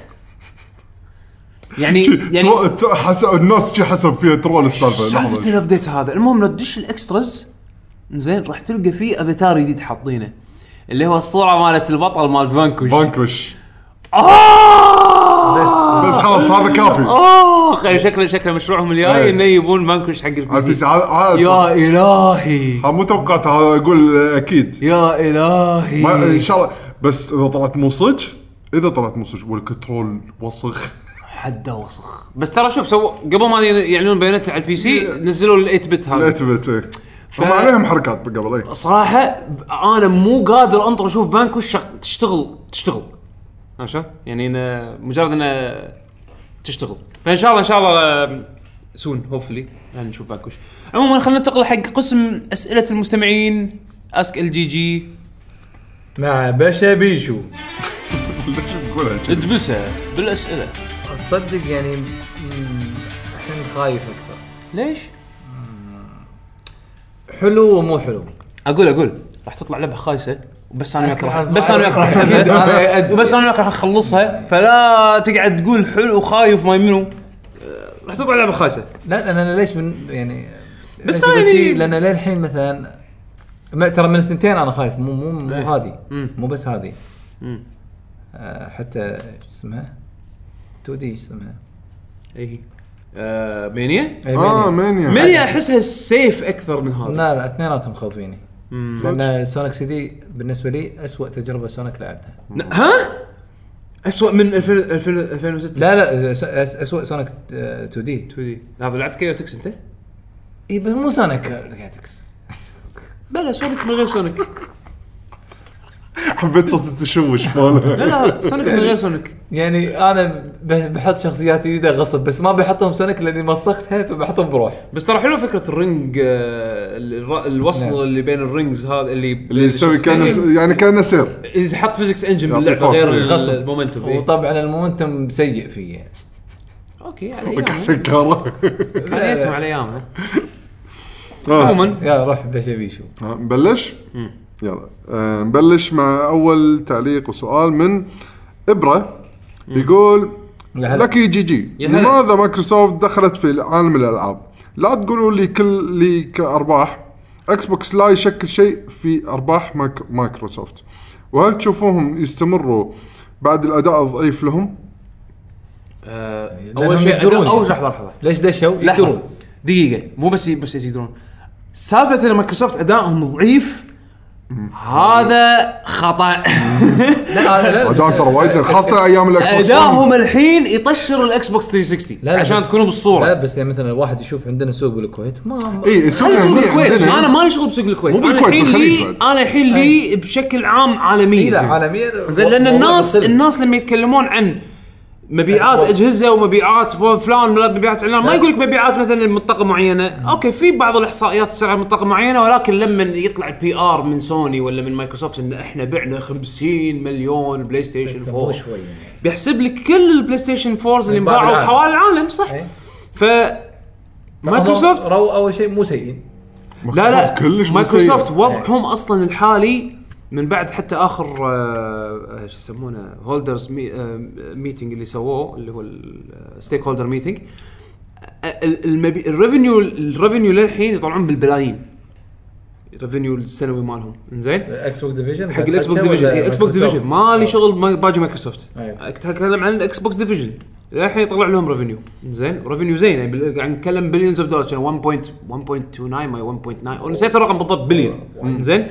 يعني يعني
ترو- ت- حسب الناس شي حسب فيها ترول السالفه
سالفه
لحظة.
الابديت هذا المهم لو تدش الاكسترز زين راح تلقى فيه افاتار جديد حاطينه اللي هو الصوره مالت البطل مالت فانكوش
بانكوش
آه!
بس خلاص هذا كافي
اخ يعني شكله شكله مشروعهم الجاي
إيه.
انه يبون فانكوش حق البي
عزيز
سي
هذا هذا-
يا الهي
ها مو توقعت هذا اقول اكيد
يا الهي
ما ان شاء الله بس اذا طلعت مو صج اذا طلعت مو صج والكنترول وسخ
حده وسخ بس ترى شوف سو قبل ما يعلنون بياناته على البي سي
إيه.
نزلوا ال 8 بت هذا
الاتبت ايه فما عليهم حركات قبل إيه؟ اي
صراحة انا مو قادر انطر اشوف بانكو شغ... تشتغل تشتغل عرفت شلون؟ يعني أنا مجرد انها تشتغل فان شاء الله ان شاء الله سون هوبفلي يعني نشوف بانكوش عموما خلينا ننتقل حق قسم اسئله المستمعين اسك ال جي جي
مع باشا بيشو
ليش تقولها كذي؟
ادبسه بالاسئله
تصدق يعني مم، الحين خايف اكثر
ليش؟
حلو ومو حلو
اقول اقول راح تطلع لعبه خايسه وبس انا وياك راح- بس انا وياك
أكيد، أنا
راح
أدري.
وبس انا وياك راح نخلصها فلا تقعد تقول حلو وخايف ما منو راح تطلع لعبه خايسه
لا لأن انا ليش من يعني
بس
ليش
ترى
أقول
يعني-
شي؟ لان لين الحين مثلا ما ترى من الثنتين انا خايف مو مو مو
إيه.
هذه
مم.
مو بس هذه
مم.
آه، حتى شو اسمها 2 دي شو اسمها
اي آه مانيا
أي مانيا.
اه مانيا
مانيا احسها سيف اكثر من هذا
لا لا اثنيناتهم مخوفيني لان سونيك سيدي بالنسبه لي اسوء تجربه سونيك لعبتها
ن- ها اسوء من 2000 2000 2006
لا لا أس- أس- آه، اسوء سونيك 2 دي
2 دي هذا لعبت كيوتكس انت؟
اي إيه، بس مو سونيك جاتكس
بلا سونيك من غير سونيك
حبيت صوت التشوش
لا
ماله
لا سونيك من غير سونيك
يعني انا ب- بحط شخصيات جديده غصب بس ما بحطهم سونيك لاني مسختها فبحطهم بروح
بس ترى حلوه فكره الرنج آه، الر- الوصل
نعم.
اللي بين الرينجز هذا اللي
اللي يسوي كان يعني كان سير
إذا حط فيزكس انجن
يعطيه
باللعبه
فرص،
غير
إيه.
ال- المومنتوم إيه.
وطبعا المومنتم سيء فيه
اوكي على ايامها
سكره
كانيتهم على ايامها
آه.
عموما
يا روح بشا بيشو
ها، نبلش؟ يلا آه، نبلش مع اول تعليق وسؤال من ابره يقول
يا هلا.
لكي جي جي
يا هلا.
لماذا مايكروسوفت دخلت في عالم الالعاب؟ لا تقولوا لي كل لي كارباح اكس بوكس لا يشكل شيء في ارباح مايك- مايكروسوفت وهل تشوفوهم يستمروا بعد الاداء الضعيف لهم؟
لأنهم
اول شيء
يقدرون
اول
يعني.
لحظه لحظه
ليش دشوا؟
لحظه
يقدرون
دقيقه مو بس بس يقدرون سالفه ان مايكروسوفت ادائهم ضعيف هذا خطا
لا لا
اداء ترى وايد زين خاصه ايام الاكس بوكس
ادائهم الحين يطشر الاكس بوكس 360
لا،
عشان
بس-
تكونوا
لا
بالصوره
بس يعني مثلا واحد يشوف عندنا سوق بالكويت ما
اي السوق
خلي سوق
هني
الكويت
عندنا.
انا مالي شغل بسوق الكويت
مو
انا
بالكويت،
الحين
بالخليج
لي
بعد.
انا الحين لي بشكل عام عالميا
إيه، لا عالميا
لان
موضوع
الناس
مختلف.
الناس لما يتكلمون عن مبيعات
Xbox.
اجهزه ومبيعات فلان ولا مبيعات اعلان ما يقول لك مبيعات مثلا منطقه معينه اوكي في بعض الاحصائيات تسعر منطقه معينه ولكن لما يطلع البي ار من سوني ولا من مايكروسوفت ان احنا بعنا 50 مليون بلاي ستيشن
إيه،
4
مو شوي يعني.
بيحسب لك كل البلاي ستيشن 4 اللي
بعض
انباعوا
العالم.
حوالي العالم صح
إيه.
ف مايكروسوفت
هم رو اول شيء مو سيئين
لا لا
كلش
مايكروسوفت وضعهم اصلا الحالي من بعد حتى اخر آه، آه، شو يسمونه هولدرز ميتنج اللي سووه اللي هو آه، الستيك هولدر ميتنج آه، الريفنيو الريفنيو للحين يطلعون بالبلايين الريفنيو السنوي مالهم زين
اكس بوك ديفيجن
حق الاكس بوكس ديفيجن اكس بوكس ديفيجن إيه، مالي شغل ما- باجي مايكروسوفت
أيوة.
اتكلم عن الاكس بوكس ديفيجن للحين يطلع لهم ريفينيو زين ريفينيو زين يعني بال- قاعد نتكلم بليونز اوف دولار كان 1.1.29 ما 1.9 أو نسيت الرقم بالضبط بليون زين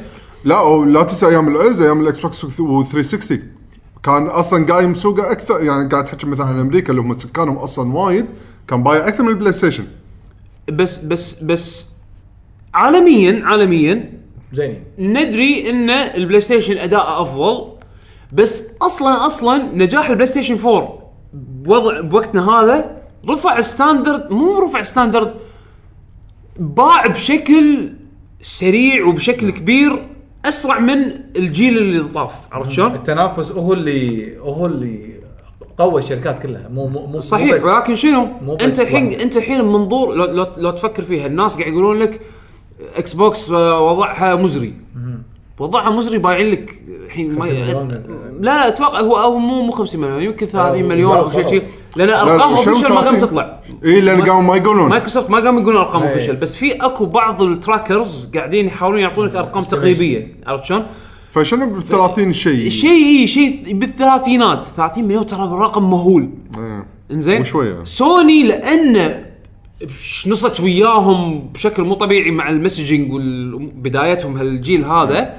لا ولا تنسى ايام العز ايام الاكس بوكس و 360 كان اصلا قايم سوقه اكثر يعني قاعد تحكي مثلا عن امريكا اللي هم سكانهم اصلا وايد كان بايع اكثر من البلاي ستيشن
بس بس بس عالميا عالميا
زينين
ندري ان البلاي ستيشن اداءه افضل بس اصلا اصلا نجاح البلاي ستيشن 4 بوضع بوقتنا هذا رفع ستاندرد مو رفع ستاندرد باع بشكل سريع وبشكل كبير اسرع من الجيل اللي طاف عرفت شلون؟
التنافس هو اللي هو اللي قوى الشركات كلها مو مو مو مو
صحيح
بس-
ولكن شنو؟
مو بس
انت الحين
واحد.
انت الحين منظور لو, لو, لو تفكر فيها الناس قاعد يقولون لك اكس بوكس آه، وضعها مزري وضعها مزري بايعين لك الحين ما
50 مليون.
لا لا اتوقع هو او مو مو 50 مليون يمكن 30
أو-
مليون او
لا،
شيء
خلاص.
شيء لان ارقام اوفيشال ما قامت تطلع
اي لان إيه، قاموا ما يقولون
مايكروسوفت ما قام يقولون ارقام
إيه.
اوفيشال بس في اكو بعض التراكرز قاعدين يحاولون يعطونك ارقام تقريبيه عرفت شلون؟
فشنو بال 30
إيه.
شيء إيه.
شيء اي شيء بالثلاثينات 30 مليون ترى رقم مهول
إيه.
انزين
وشوية.
سوني لان نصت وياهم بشكل مو طبيعي مع المسجنج وبدايتهم هالجيل هذا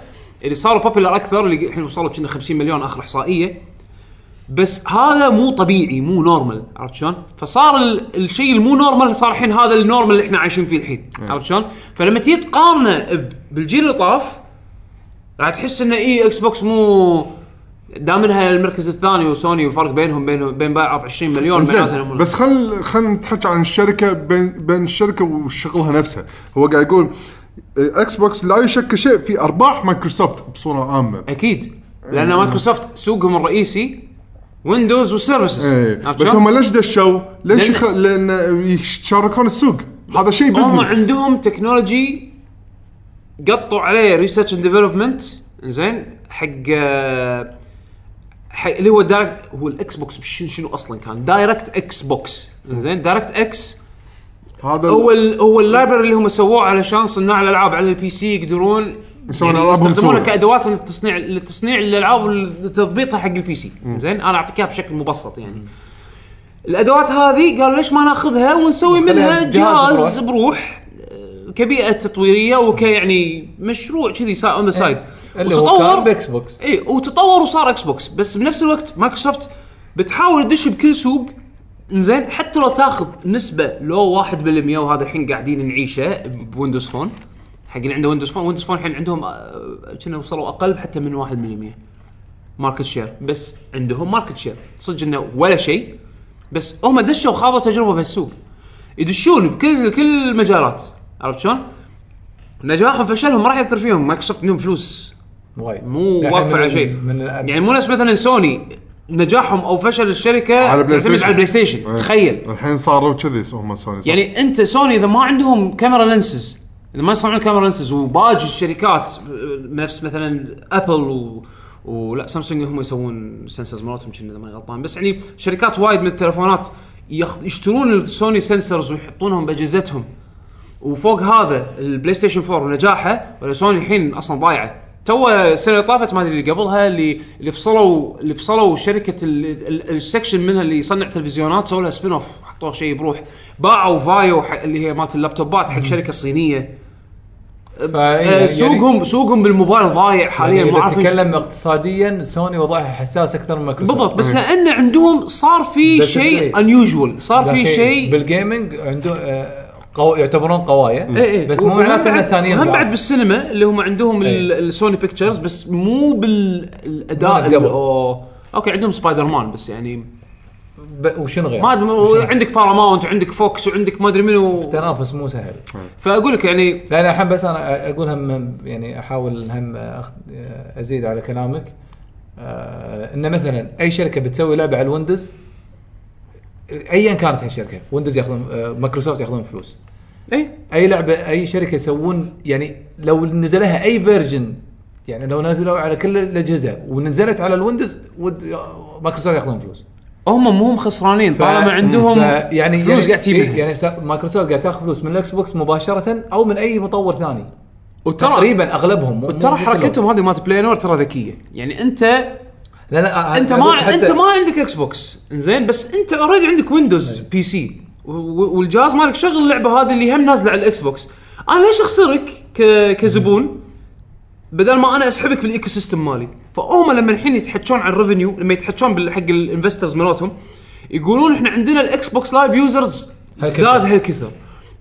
اللي صاروا بوبيلر اكثر اللي الحين وصلوا كنا 50 مليون اخر احصائيه بس هذا مو طبيعي مو نورمال عرفت شلون؟ فصار ال- الشيء المو نورمال صار الحين هذا النورمال اللي احنا عايشين فيه الحين
إيه.
عرفت شلون؟ فلما تيجي تقارنه ب- بالجيل اللي طاف راح تحس انه اي اكس بوكس مو دامنها المركز الثاني وسوني وفرق بينهم بين بين بعض 20 مليون معناته
زين
إنهم-
بس خل خل نتحكي عن الشركه بين بين الشركه وشغلها نفسها هو قاعد يقول إيه، اكس بوكس لا يشكل شيء في ارباح مايكروسوفت بصوره عامه
اكيد لان مايكروسوفت سوقهم الرئيسي ويندوز وسيرفيسز
ايه
إيه. عرفت
بس
شلون؟
هم ليش دشوا؟ ليش
لأن-
يخ... لان يشاركون السوق هذا شيء بزنس
هم عندهم تكنولوجي قطوا عليه ريسيرش اند ديفلوبمنت زين حق آه، حق اللي هو دايركت هو الاكس بوكس شنو شنو اصلا كان دايركت اكس بوكس زين دايركت اكس
هذا
هو ال هو اللايبرري اللي هم سووه علشان صناع الالعاب على البي سي يقدرون
يسوون
يعني
ألعابهم
يستخدمونه
سوى.
كادوات للتصنيع لتصنيع الالعاب وتضبيطها حق البي سي زين انا اعطيك اياها بشكل مبسط يعني الادوات هذه قالوا ليش ما ناخذها ونسوي
ونخليها
منها
جهاز
جهاز بروح آه، كبيئه تطويريه وكيعني يعني مشروع كذي اون ذا سايد
اللي هو كان باكس بوكس
اي وتطور وصار اكس بوكس بس بنفس الوقت مايكروسوفت بتحاول تدش بكل سوق زين حتى لو تاخذ نسبه لو 1% وهذا الحين قاعدين نعيشه بويندوز فون حق اللي عنده ويندوز فون ويندوز فون الحين عندهم آه، كنا وصلوا اقل حتى من 1% ماركت شير بس عندهم ماركت شير صدق انه ولا شيء بس هم دشوا وخاضوا تجربه بهالسوق يدشون بكل كل المجالات عرفت شلون؟ نجاحهم فشلهم ما راح ياثر فيهم مايكروسوفت عندهم فلوس
وايد
مو
يعني
واقفه
من-
على شيء
من
يعني مو نفس مثلا سوني نجاحهم او فشل الشركه
على بلاي
تعتمد
ستيشن.
على البلاي ستيشن
إيه.
تخيل
الحين صاروا كذي هم سوني صار.
يعني انت سوني اذا ما عندهم كاميرا لينسز اذا ما يصنعون كاميرا لينسز وباقي الشركات آه، نفس مثلا ابل و ولا سامسونج هم يسوون سنسرز مراتهم كنا اذا ماني غلطان بس يعني شركات وايد من التلفونات يخ... يشترون السوني سنسرز ويحطونهم باجهزتهم وفوق هذا البلاي ستيشن 4 ونجاحه ولا سوني الحين اصلا ضايعه تو السنه اللي طافت ما ادري اللي قبلها اللي اللي فصلوا اللي فصلوا شركه ال- ال- السكشن منها اللي يصنع تلفزيونات سووا لها سبين اوف حطوها شيء بروح باعوا فايو حق- اللي هي مالت اللابتوبات حق شركه صينيه آه، سوقهم سوقهم بالموبايل ضايع حاليا ما
يعني
اعرف
اذا
إيش-
يعني تتكلم اقتصاديا سوني وضعها حساس اكثر من مايكروسوفت
بالضبط بس لان عندهم صار في
That's
شيء
great.
انيوجوال صار في
لكن
شيء
بالجيمنج عنده آه، قو... يعتبرون قوايا
إيه إيه.
بس مو
وبعد-
معناته ان ثانيين
هم بعد
ضعف.
بالسينما اللي هم عندهم ال-
إيه.
السوني بيكتشرز بس مو
مو
بالاداء
نفس قبل.
أو... اوكي عندهم سبايدر مان بس يعني
ب... وشنو غير؟
ما يعني أدري- عندك باراماونت وعندك فوكس وعندك ما ادري منو
التنافس مو سهل
فاقول لك يعني
لا لا الحين بس انا اقول هم يعني احاول هم أخ... ازيد على كلامك آه انه مثلا اي شركه بتسوي لعبه على الويندوز ايا كانت هالشركه ويندوز ياخذون آه، مايكروسوفت ياخذون فلوس
اي
اي لعبه اي شركه يسوون يعني لو نزلها اي فيرجن يعني لو نزلوا على كل الاجهزه ونزلت على الويندوز ود مايكروسوفت ياخذون فلوس
هم مو هم خسرانين طالما عندهم
ف- يعني
فلوس قاعد تجيب
إيه،
منها.
يعني سا- مايكروسوفت قاعد تاخذ فلوس من الاكس بوكس مباشره او من اي مطور ثاني
وترى
تقريبا اغلبهم مو- مو-
ترى
مو كلهم.
حركتهم هذه مالت بلاي نور ترى ذكيه يعني انت
لا آه، يعني لا
انت ما انت ما عندك اكس بوكس زين بس انت اوريدي عندك ويندوز بي سي و- و- والجهاز مالك شغل اللعبه هذه اللي هم نازله على الاكس بوكس انا ليش اخسرك ك- كزبون بدل ما انا اسحبك بالايكو سيستم مالي فهم لما الحين يتحكون عن الريفنيو لما يتحكون بال- حق الانفسترز مالتهم يقولون احنا عندنا الاكس بوكس لايف يوزرز زاد هالكثر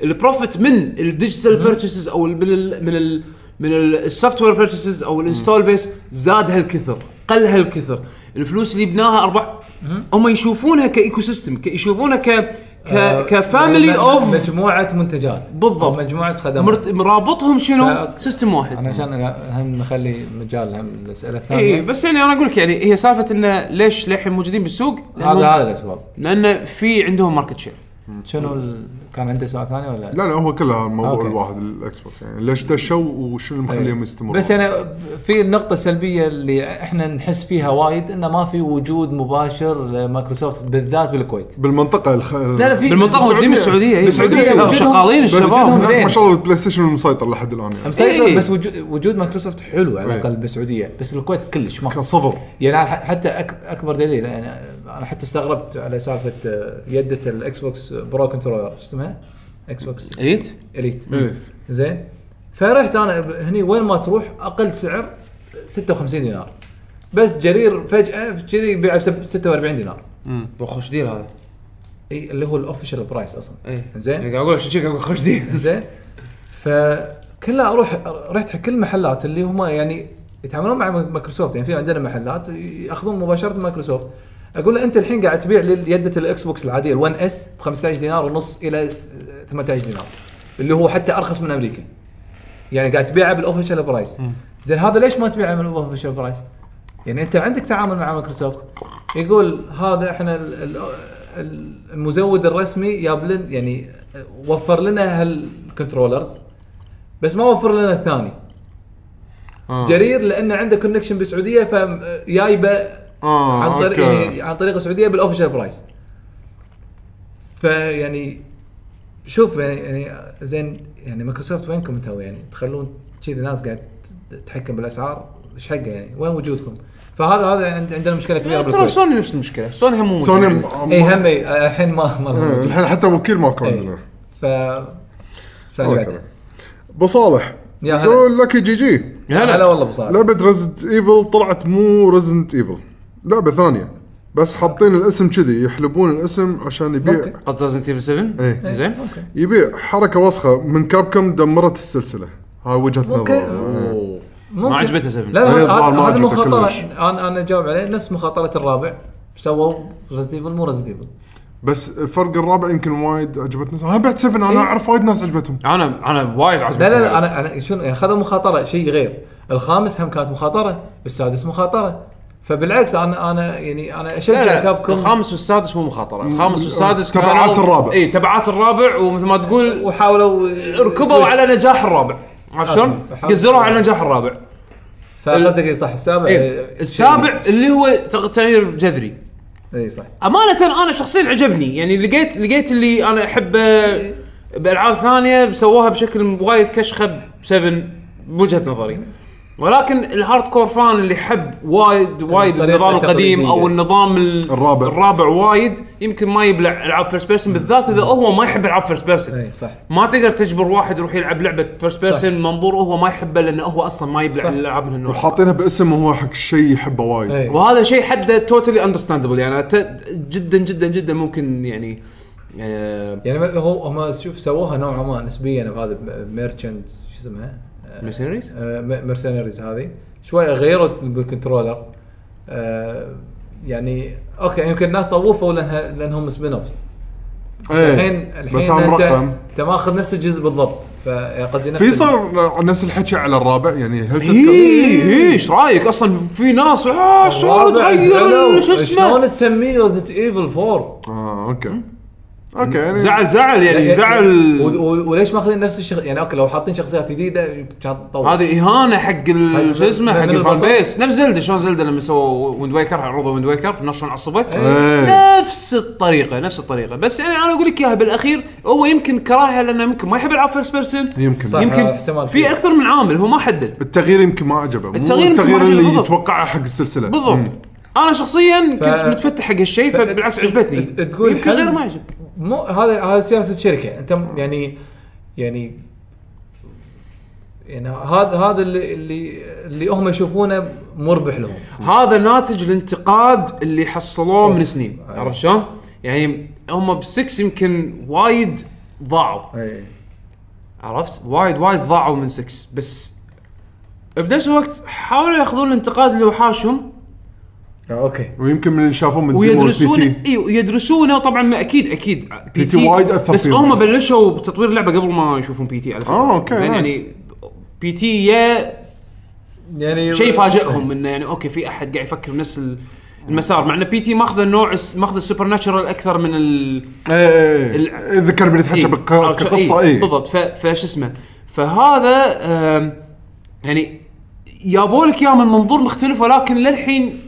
البروفيت من الديجيتال بيرتشز او ال- من ال من ال من السوفت وير بيرتشز او الانستول بيس زاد هالكثر قل هالكثر الفلوس اللي بناها ارباح هم يشوفونها كايكو سيستم ك- يشوفونها ك
آه،
ك
يعني
كفاميلي اوف
مجموعه منتجات
بالضبط.
أو مجموعه خدمات
مرت- مرابطهم شنو
ف-
سيستم واحد
انا عشان هم نخلي مجال هم الاسئله
اي
الثانيه
بس يعني انا اقول لك يعني هي سالفه انه ليش للحين موجودين بالسوق؟
هذا
لأنهم-
هذا الاسباب
لان في عندهم ماركت شير
شنو ال... كان عنده سؤال ثاني ولا
لا لا هو كله الموضوع
أوكي. إيه.
الواحد الاكس بوكس يعني ليش دشوا وشنو اللي مخليهم يستمرون
بس يعني- انا في النقطه السلبيه اللي احنا نحس فيها وايد انه ما في وجود مباشر لمايكروسوفت بالذات بالكويت
بالمنطقه الخ...
لا لا في
بالمنطقه موجودين بالسعوديه
إيه.
اي
بالسعودية.
بالسعوديه شغالين
بس
الشباب
عندهم زين.
هناك ما شاء الله البلاي ستيشن المسيطر لحد الان يعني
مسيطر
إيه.
بس وجود, وجود مايكروسوفت حلو على
إيه.
الاقل بالسعوديه بس الكويت كلش ما
كان صفر
يعني ح- حتى أك- اكبر دليل يعني انا حتى استغربت على سالفه آه، يده الاكس بوكس برو كنترولر شو اسمها؟ اكس بوكس
اليت
اليت
إيه.
زين فرحت انا ب- هني وين ما تروح اقل سعر 56 دينار بس جرير فجاه كذي يبيع ب 46 دينار
خوش ديل هذا
اي اللي هو الاوفيشال برايس اصلا
اي
زين
قاعد اقول شيك اقول خوش ديل
زين فكلها اروح رحت حق كل المحلات اللي هم يعني يتعاملون مع مايكروسوفت يعني في عندنا محلات ياخذون مباشره مايكروسوفت اقول له انت الحين قاعد تبيع لي يده الاكس بوكس العاديه ال1 اس ب 15 دينار ونص الى س- 18 دينار اللي هو حتى ارخص من امريكا يعني قاعد تبيعها بالاوفيشال برايس زين هذا ليش ما تبيعها من الاوفيشال برايس؟ يعني انت عندك تعامل مع مايكروسوفت يقول هذا احنا ال- ال- ال- المزود الرسمي جاب لنا يعني وفر لنا هالكنترولرز بس ما وفر لنا الثاني
آه.
جرير لانه عنده كونكشن بالسعوديه فجايبه
آه،
عن طريق
أوكي.
يعني عن طريق السعوديه بالاوفيشال برايس فيعني يعني، شوف يعني, يعني زين يعني مايكروسوفت وينكم انتم يعني تخلون كذي ناس قاعد تتحكم بالاسعار ايش حقه يعني وين وجودكم؟ فهذا هذا عند- عندنا مشكله كبيره
إيه، ترى
بالكويت
سوني نفس المشكله سوني إيه، هم مو
سوني
موجودين.
م-
اي هم إي، آه، الحين ما ما
آه،
لهم
الحين حتى وكيل ماكو
إيه.
عندنا
ف
الله
سلام
يكرمك. ابو صالح
يا هلا.
يقول لك جي جي
هلا.
هلا والله بصراحه
لعبه ريزنت ايفل طلعت مو ريزنت ايفل لعبه ثانيه بس حاطين الاسم كذي يحلبون الاسم عشان يبيع
قصد ريزنت ايفل 7
إيه.
ايه
زين
يبيع حركه وسخه من كابكم دمرت السلسله هاي وجهه نظر
ممكن.
إيه.
ما عجبته 7
لا لا
هي
هذا-
الظاهر ما
هذا
عجبته
مخاطره
كلش.
انا انا جاوب عليه نفس مخاطره الرابع سووا ريزد ايفل مو ريزد ايفل
بس الفرق الرابع يمكن وايد عجبت ناس ها بعد 7
إيه.
انا اعرف وايد ناس عجبتهم
انا انا وايد عجبني
لا لا لا انا انا شنو يعني خذوا مخاطره شيء غير الخامس هم كانت مخاطره السادس مخاطره فبالعكس انا انا يعني انا
لا،
اشجع
لا،
كاب كوم
الخامس والسادس مو مخاطره الخامس والسادس
تبعات الرابع.
اي تبعات الرابع ومثل ما تقول
وحاولوا
ركبوا على نجاح الرابع عرفت شلون؟
أوكي.
قزروها على نجاح الرابع
ف فقصدك إي صح السابع آه،
إيه. السابع اللي هو تغ- تغيير جذري
اي إيه، صح
امانه انا شخصيا عجبني يعني لقيت لقيت اللي آه، انا احبه بالعاب ثانيه سووها بشكل وايد كشخه ب 7 بوجهه نظري ولكن الهارد كور فان اللي حب وايد وايد
الطريقة
النظام القديم
التقليدية.
او النظام ال-
الرابع.
الرابع وايد يمكن ما يبلع العاب فيرست بيرسون بالذات اذا هو ما يحب العاب فيرست بيرسون
اي إيه، صح
ما تقدر تجبر واحد يروح يلعب لعبه فيرست بيرسون منظور هو ما يحبه لانه هو اصلا ما يبلع الالعاب من هالنوع
وحاطينها باسم هو حق شيء يحبه وايد
إيه.
وهذا شيء حده توتالي اندرستاندبل يعني ت- جدا جدا جدا ممكن يعني آه،
يعني ما- هو هم شوف سووها نوعا ما نسبيا بهذا ميرشنت شو اسمها؟
Mercenaries؟
مرسينيريز هذه شوي غيرت بالكنترولر آه، يعني اوكي يمكن الناس طوفوا لانها لانهم سبين اوفز
إيه.
الحين
بس
الحين
هم
انت
رقم
انت ماخذ نفس الجزء بالضبط فقصدي نفس
في
ال-
صار نفس الحكي على الرابع يعني هل
اي اي ايش رايك اصلا في ناس اه شلون
الرابع زعلوا.
تغير شو اسمه
شلون تسميه ريزنت ايفل 4
اه اوكي اوكي يعني
زعل زعل يعني
إيه، و-
زعل
و- وليش ماخذين نفس الشخص يعني اوكي لو حاطين شخصيات جديده كان تطور
هذه اهانه حق ال-
هذه
شو اسمه
من-
حق
من
الفان
البطل.
بيس نفس زلده شلون زلده لما سووا ويند ويكر عرضوا ويند ويكر الناس شلون عصبت
إيه.
نفس الطريقه نفس الطريقه بس يعني انا اقول لك اياها بالاخير هو يمكن كراهه لانه يمكن ما يحب يلعب فيرست بيرسون
يمكن
صح.
يمكن
احتمال
في
فيه.
اكثر من عامل هو ما حدد
التغيير يمكن ما عجبه مو
التغيير يمكن ما
التغيير
عجبه،
اللي
بالضبط.
يتوقعه حق السلسله
بالضبط
مم.
انا شخصيا
ف-
كنت متفتح حق هالشيء
ف-
فبالعكس عجبتني
ت- تقول
يمكن
حلو.
غير ما يعجب
مو هذا هذا سياسه شركه انت م- يعني يعني يعني هذا هذا اللي اللي اللي هم يشوفونه مربح لهم
هذا ناتج الانتقاد اللي حصلوه من سنين
أي.
عرفت شلون؟ يعني هم بسكس يمكن وايد ضاعوا
اي
عرفت؟ وايد وايد ضاعوا من 6 بس بنفس الوقت حاولوا ياخذون الانتقاد اللي وحاشهم
اوكي
ويمكن من اللي شافوه من ديمو
ويدرسون
البي تي
اي يدرسونه طبعا اكيد اكيد بي
تي وايد أثر
بس
فيهم.
هم بلشوا بتطوير اللعبه قبل ما يشوفون بي تي على فكره
آه، أوكي،
زين،
نايس.
يعني بي تي يا
يعني
شيء فاجئهم انه يعني اوكي في احد قاعد يفكر بنفس ال- المسار مع ان بي تي ماخذ النوع الس- ماخذ السوبر ناتشرال اكثر من ال
ايه
ال-
إيه. اتذكر من
إيه،
يتحكى إيه.
عرفت شو-
كقصه اي
بالضبط ف- فش اسمه فهذا آم، يعني جابوا لك اياه من منظور مختلف ولكن للحين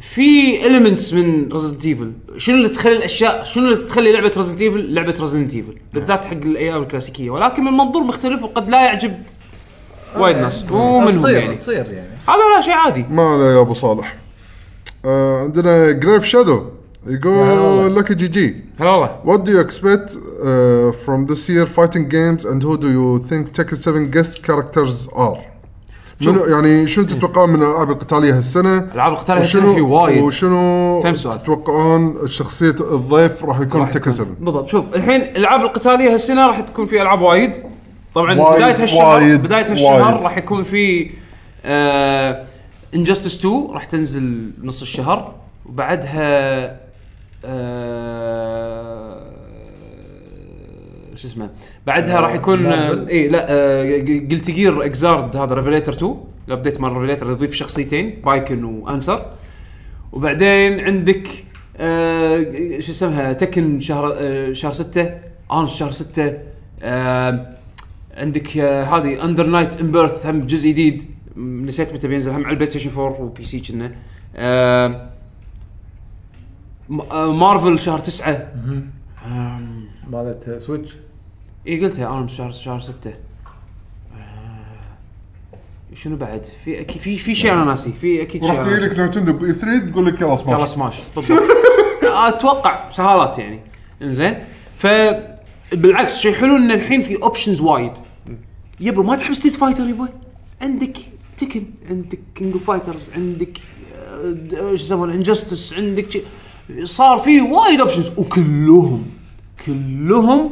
في elements من ريزنت ايفل شنو اللي تخلي الاشياء شنو اللي تخلي لعبه ريزنت ايفل لعبه ريزنت ايفل بالذات حق الايام الكلاسيكيه ولكن من منظور مختلف وقد لا يعجب وايد ناس ومنهم
تصير
يعني
تصير يعني
هذا لا شيء عادي
ما لا يا ابو صالح آه عندنا جريف شادو يقول لك جي جي
هلا والله
What do you expect uh, from this year fighting games and who do you think Tekken 7 guest characters are؟ منو يعني شنو تتوقعون من الالعاب القتاليه هالسنه؟
ألعاب القتال هالسنة في وايد.
وشنو
فهم سؤال.
تتوقعون شخصيه الضيف راح يكون تكن 7؟
بالضبط شوف الحين الالعاب القتاليه هالسنه راح تكون في العاب وايد طبعا
وايد،
بدايه هالشهر
وايد،
بدايه هالشهر
وايد.
راح يكون في آه انجستس 2 راح تنزل نص الشهر وبعدها آه شو اسمه بعدها راح يكون
مارفل.
اي لا آه، قلت جير اكزارد هذا ريفليتر 2 الابديت مال ريفليتر يضيف شخصيتين بايكن وانسر وبعدين عندك آه شو اسمها تكن شهر آه شهر 6 انس شهر 6 آه عندك آه هذه اندر نايت ان بيرث هم جزء جديد م- نسيت متى بينزل هم على البلاي ستيشن 4 وبي سي كنا آه م- آه، مارفل شهر 9
مالت سويتش
اي إيه، قلتها انا شهر شهر 6 شنو بعد؟ في اكيد في في شيء انا ناسي في اكيد شيء
وراح
أنا
تجي لك نينتندو باي 3 تقول لك يلا
يلا
سماش
سماش بالضبط اتوقع سهالات يعني انزين ف بالعكس شيء حلو ان الحين في اوبشنز وايد يبا ما تحب ستيت فايتر يبا عندك تكن عندك كينج اوف فايترز عندك آه، د- آه، شو يسمونه انجستس عندك شي- صار في وايد اوبشنز وكلهم كلهم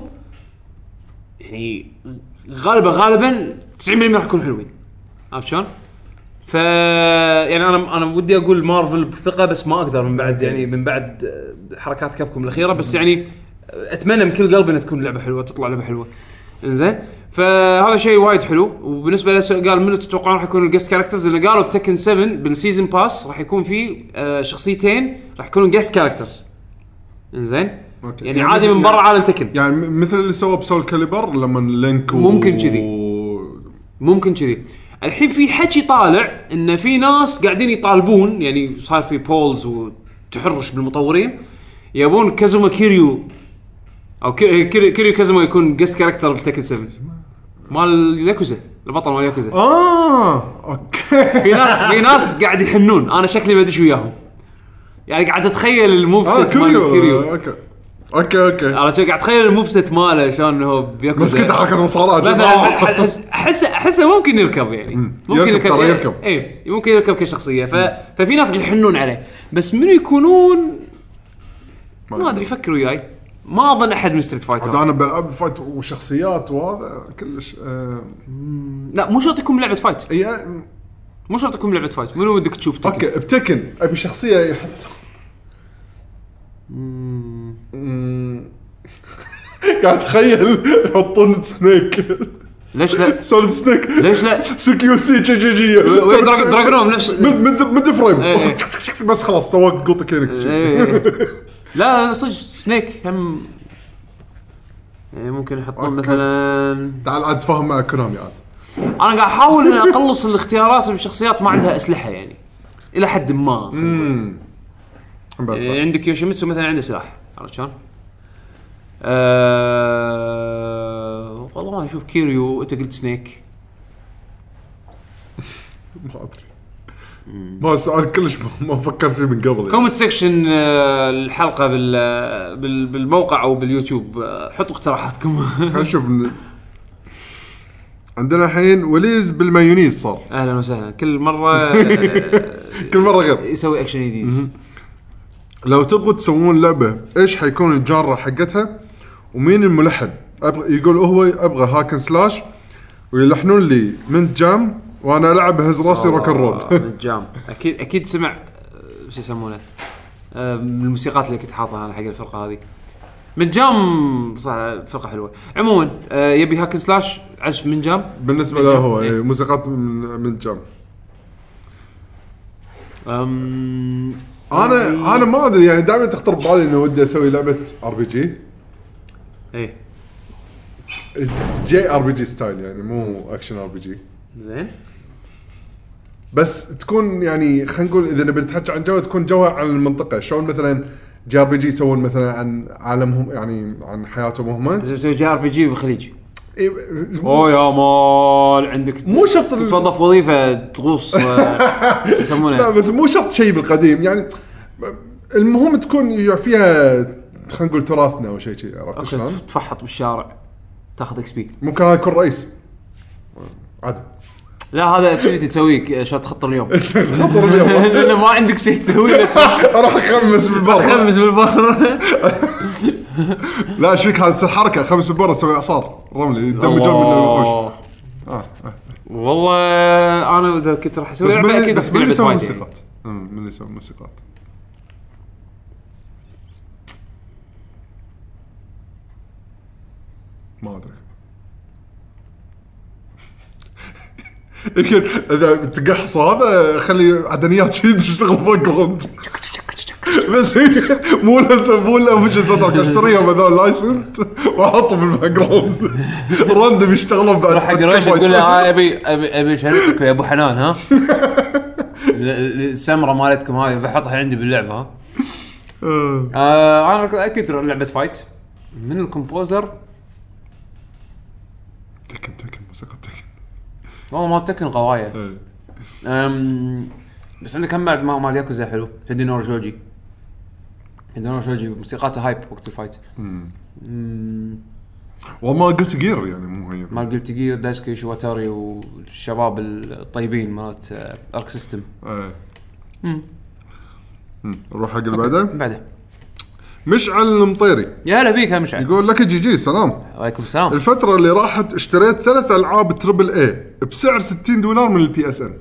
يعني غالبا غالبا 90% راح يكونوا حلوين عرفت شلون؟ ف يعني انا انا ودي اقول مارفل بثقه بس ما اقدر من بعد يعني من بعد آه، حركات كابكم الاخيره بس يعني آه، اتمنى من كل قلبي انها تكون لعبه حلوه تطلع لعبه حلوه انزين فهذا شيء وايد حلو وبالنسبه له سؤال قال منو تتوقعون راح يكون الجست كاركترز لان قالوا بتكن 7 بالسيزون باس راح يكون في آه، شخصيتين راح يكونون جست كاركترز انزين
أوكي.
يعني
يعني
عادي من
مثل-
برا عالم تكن
يعني م- مثل اللي سووه بسول كاليبر لما لينك و...
ممكن كذي. ممكن كذي الحين في حكي طالع ان في ناس قاعدين يطالبون يعني صار في بولز وتحرش بالمطورين يبون كازوما كيريو او كي- كيريو كيريو كازوما يكون جست كاركتر بتكن 7 مال ياكوزا البطل مال ياكوزا
اه اوكي
في ناس في ناس قاعد يحنون انا شكلي ما ادش وياهم يعني قاعد اتخيل الموف
اه
سيت مال
كيريو
كيريو
اوكي اوكي اوكي
عرفت شلون؟ قاعد اتخيل الموف سيت ماله شلون هو بياكل
بس كنت حركه مصارعه
مثلا احس احس احسه ممكن يركب يعني ممكن
يركب ترى يركب.
اي ممكن يركب كشخصيه ف... ففي ناس قاعد يحنون عليه بس منو يكونون ما ادري فكروا وياي ما اظن احد من ستريت
عاد
فايتر
انا بالعب فايت وشخصيات وهذا كلش آه،
لا مو شرط يكون لعبه فايت
اي آه،
مو شرط يكون لعبه فايت منو ودك تشوف تكن؟
اوكي بتكن ابي شخصيه يحط مم. قاعد اتخيل يحطون سنيك
ليش لا
سوليد سنيك
ليش لا
سي كيو سي جي جي جي
ويا دراج- دراجونوف نفس-
مد مد مد فريم
إيه، إيه.
بس خلاص سواك قوطه كينكس
إيه، إيه. لا لا صدق سنيك هم إيه، ممكن يحطون
أوكي.
مثلا
تعال عاد تفاهم مع كونامي عاد
انا قاعد احاول اني اقلص الاختيارات بشخصيات ما عندها اسلحه يعني الى حد ما
بعد
إيه،
صح.
عندك يوشيميتسو مثلا عنده سلاح عرفت شلون؟ أه... والله ما اشوف كيريو انت قلت سنيك
ما ادري ما السؤال كلش ما- ما فكرت فيه من قبل يعني.
كومنت سيكشن آه، الحلقه بال... آه، بال... بالموقع او باليوتيوب آه، حطوا اقتراحاتكم
خلينا نشوف ن- عندنا الحين وليز بالمايونيز صار
اهلا وسهلا كل مره آه،
كل مره غير
يسوي اكشن جديد
لو تبغوا تسوون لعبه ايش حيكون الجاره حقتها ومين الملحن أبغى يقول هو ابغى هاكن سلاش ويلحنون لي من جام وانا العب هز راسي روك أند رول
آه، جام اكيد اكيد سمع آه، شو يسمونه آه، من الموسيقات اللي كنت حاطها انا حق الفرقه هذه من جام صح فرقه حلوه عموما آه، يبي هاكن سلاش عزف من جام
بالنسبه له هو إيه، موسيقات من من جام
أم،
انا انا ما ادري يعني دائما تخطر ببالي انه ودي اسوي لعبه ار بي جي
ايه
جي ار بي جي ستايل يعني مو اكشن ار بي جي
زين
بس تكون يعني خلينا نقول اذا نبي نتحكي عن جو تكون جوها عن المنطقه شلون مثلا جي ار بي جي يسوون مثلا عن عالمهم يعني عن حياتهم هم
لازم تسوي جي ار بي جي بالخليج
إيه،
اوه يا مال عندك
مو شرط ال-
تتوظف وظيفه تغوص آه، شو
لا
يسمونه
بس مو شرط شيء بالقديم يعني المهم تكون يعني فيها خلينا نقول تراثنا او شيء شيء عرفت
أوكي،
شلون؟
تفحط بالشارع تاخذ اكس بي
ممكن هذا يكون رئيس عادي
لا هذا اكتيفيتي تسويك شلون تخطر اليوم
خطر اليوم
لانه ما عندك شيء تسويه لا تروح
اروح اخمس بالبر
تخمس بالبر
لا ايش فيك هذه الحركه خمس بالبر اسوي اعصار رملي يدمجون من آه، الوحوش
الله. والله انا اذا كنت راح اسوي
بس
لعبه
من
اكيد
بس
بس
من
بلعبه
اللي يسوي
وايد يعني.
موسيقات أمم، من اللي يسوي موسيقات ما ادري يمكن اذا تقحص هذا خلي عدنيات شي تشتغل باك جراوند بس مو لازم مو لا مش صدرك اشتريهم هذول لايسنس واحطهم بالباك جراوند راندم يشتغلون بعد
حق ريش تقول له "آه، ها ابي ابي ابي شريطك يا ابو حنان ها ال- ال- السمره مالتكم هذه بحطها عندي باللعبه ها
آه.
آه، انا رك- اكيد لعبه فايت من الكومبوزر
تكن تكن موسيقى تكن إيه.
والله ما تكن قوايه أم، بس عندك هم بعد ما- مال ياكوزا حلو هيدينور جوجي هيدينور جوجي موسيقاته هايب وقت الفايت أم،
والله قلت جير يعني مو هي
مال قلت جير دايسكي شواتاري والشباب الطيبين مالت آه، ارك سيستم
ايه مم. نروح حق اللي بعده
بعده
مشعل المطيري
يا هلا بيك يا مشعل
يقول لك جي جي سلام
عليكم السلام
الفترة اللي راحت اشتريت ثلاث العاب تربل اي بسعر 60 دولار من البي اس ان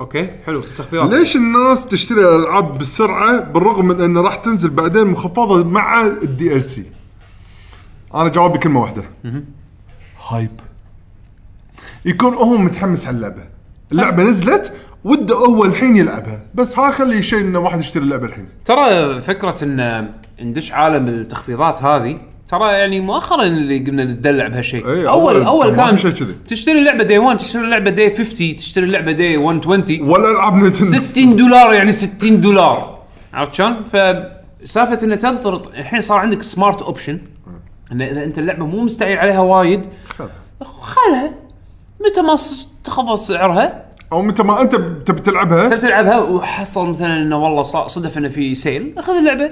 اوكي حلو تخفيضات
ليش الناس تشتري الالعاب بسرعة بالرغم من انه راح تنزل بعدين مخفضة مع الدي ال سي انا جوابي كلمة واحدة هايب يكون هو متحمس على اللعبة اللعبة نزلت وده هو الحين يلعبها بس ها خلي شيء انه واحد يشتري اللعبة الحين
ترى فكره ان ندش عالم آه، التخفيضات هذه ترى يعني مؤخرا اللي قمنا نتدلع بهالشيء
إيه،
اول
أول-
اول
ما
كان
في شيء كذي.
تشتري لعبه دي 1 تشتري لعبه دي 50 تشتري لعبه دي 120
ولا العاب نينتندو
60 دولار يعني 60 دولار عرفت شلون؟ فسالفه انه تنطر الحين صار عندك سمارت اوبشن انه اذا انت اللعبه مو مستعيل عليها وايد خلها متى ما ص- تخفض سعرها
او متى ما انت تبي تلعبها
تبي تلعبها وحصل مثلا انه والله صا- صدف انه في سيل اخذ اللعبه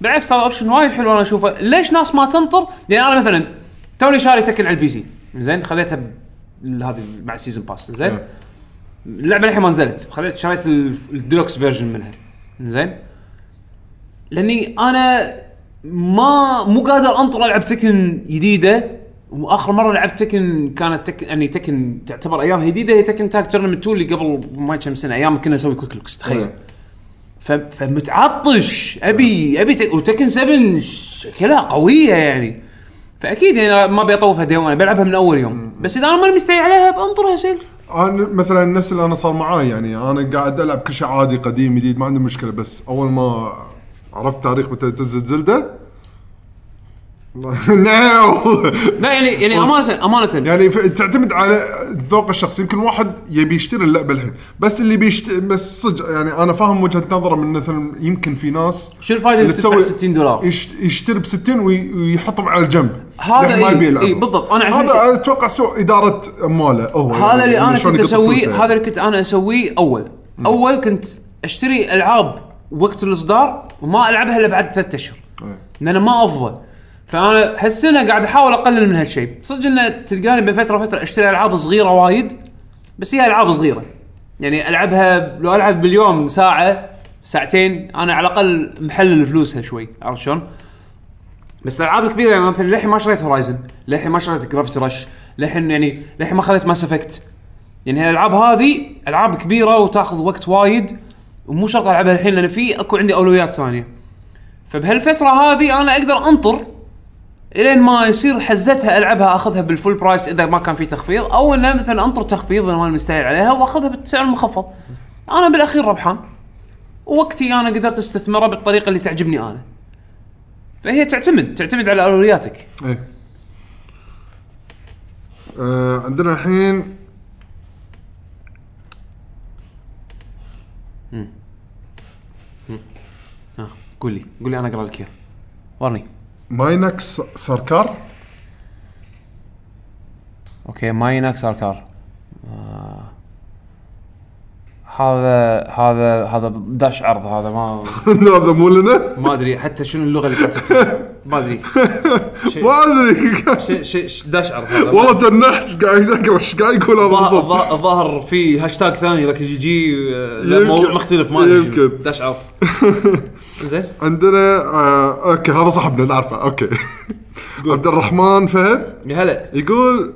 بالعكس هذا اوبشن وايد حلو انا اشوفه ليش ناس ما تنطر؟ يعني انا مثلا توني شاري تكن على البي سي زين خذيتها ب- هذه مع السيزون باس زين
إيه.
اللعبه الحين ما نزلت خذيت شريت ال- الديلوكس فيرجن منها زين لاني انا ما مو قادر انطر العب تكن جديده واخر مره لعبت تكن كانت تكن يعني تكن تعتبر ايام جديده هي تكن تاك تورنمنت 2 اللي قبل ما كم سنه ايام كنا نسوي كويك لوكس تخيل ف... فمتعطش ابي ابي تك... وتكن 7 شكلها قويه يعني فاكيد يعني ما بيطوفها دي وانا بلعبها من اول يوم بس اذا انا ماني مستعجل عليها بنطرها سيل
انا مثلا نفس اللي انا صار معاي يعني انا قاعد العب كل شيء عادي قديم جديد ما عندي مشكله بس اول ما عرفت تاريخ متى تنزل زلده ناو
لا يعني يعني امانه امانه
نعم. يعني ف- تعتمد على الذوق الشخصي يمكن واحد يبي يشتري اللعبه الحين بس اللي بيشت بس صدق يعني انا فاهم وجهه نظره من مثلا يمكن في ناس
شو الفائده
اللي
اللي تدفع
تسوي
60 دولار؟
يشت- يشتري ب 60 وي- ويحطهم على الجنب
هذا
لحين ما
إي-
يبي يلعب.
إي بالضبط، أنا عشان
هذا اتوقع سوء اداره امواله هو
هذا اللي
يعني
انا
شلون
كنت
يقط
اسويه
فلوسه.
هذا اللي كنت انا اسويه اول اول كنت اشتري العاب وقت الاصدار وما العبها الا بعد ثلاثة اشهر
آه. ايه.
لان انا ما افضل فانا هالسنه قاعد احاول اقلل من هالشيء صدق ان تلقاني بين فتره وفتره اشتري العاب صغيره وايد بس هي العاب صغيره يعني العبها لو العب باليوم ساعه ساعتين انا على الاقل محلل فلوسها شوي عرفت شلون؟ بس الالعاب الكبيره يعني مثلا للحين ما شريت هورايزن، للحين ما شريت جرافيتي رش، للحين يعني للحين ما خذيت ماس افكت. يعني هالالعاب هذه العاب كبيره وتاخذ وقت وايد ومو شرط العبها الحين لان في اكو عندي اولويات ثانيه. فبهالفتره هذه انا اقدر انطر الين ما يصير حزتها العبها اخذها بالفول برايس اذا ما كان في تخفيض او انه مثلا انطر تخفيض اذا ما أنا مستعجل عليها واخذها بالسعر المخفض. انا بالاخير ربحان. ووقتي انا قدرت استثمره بالطريقه اللي تعجبني انا. فهي تعتمد تعتمد على اولوياتك
ايه آه عندنا الحين
ها قول لي قول لي انا اقرا لك اياه ورني
ماينكس ساركار
اوكي مايناكس اركار آه. هذا هذا هذا داش عرض هذا ما
هذا مو لنا
ما ادري حتى شنو اللغه اللي كاتب فيها ما ادري
ما ادري
ش- ش- ش- داش عرض هذا
والله تنحت قاعد اقرا ايش قاعد يقول هذا
الظا-
بالضبط
الظا- الظاهر في هاشتاج ثاني لك جي جي آه، لا،
يمكن.
موضوع مختلف ما ادري شنو.
يمكن.
داش عرض زين
عندنا آه اوكي هذا صاحبنا نعرفه اوكي عبد الرحمن فهد
يا هلا
يقول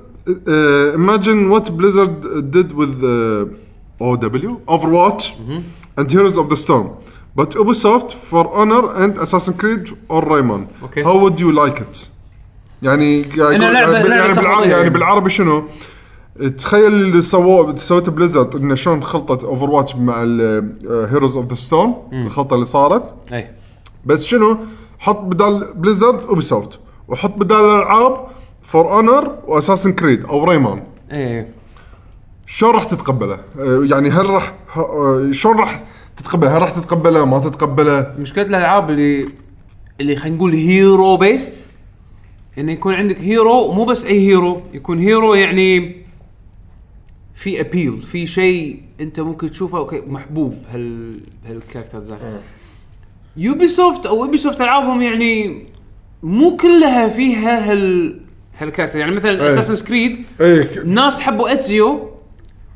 آه، imagine what Blizzard did with uh, OW Overwatch and Heroes of the Storm but Ubisoft for Honor and Assassin's Creed or Rayman
Okay.
how would you like it يعني قاعد
إنه
يقول-
لعبة-
يعني
لعبة
بالعربي-
تقليدية.
يعني بالعربي شنو تخيل اللي سووه سويته بليزرد انه شلون خلطت اوفر واتش مع آه، هيروز اوف ذا ستورم الخلطه اللي صارت
اي
بس شنو؟ حط بدال بليزرد اوبسوفت وحط بدال الالعاب فور اونر واساسن كريد او ريمان
اي
شلون راح تتقبله؟ آه، يعني هل راح ه- آه، شلون راح تتقبله؟ هل راح تتقبله ما تتقبله؟
مشكله الالعاب اللي اللي خلينا نقول هيرو بيست انه يكون عندك هيرو مو بس اي هيرو يكون هيرو يعني في ابيل في شيء انت ممكن تشوفه اوكي محبوب هال هالكاركتر زين يوبي سوفت او يوبي سوفت العابهم يعني مو كلها فيها هال هالكاركتر يعني مثلا
إيه.
اساسن سكريد
اي
ناس حبوا اتزيو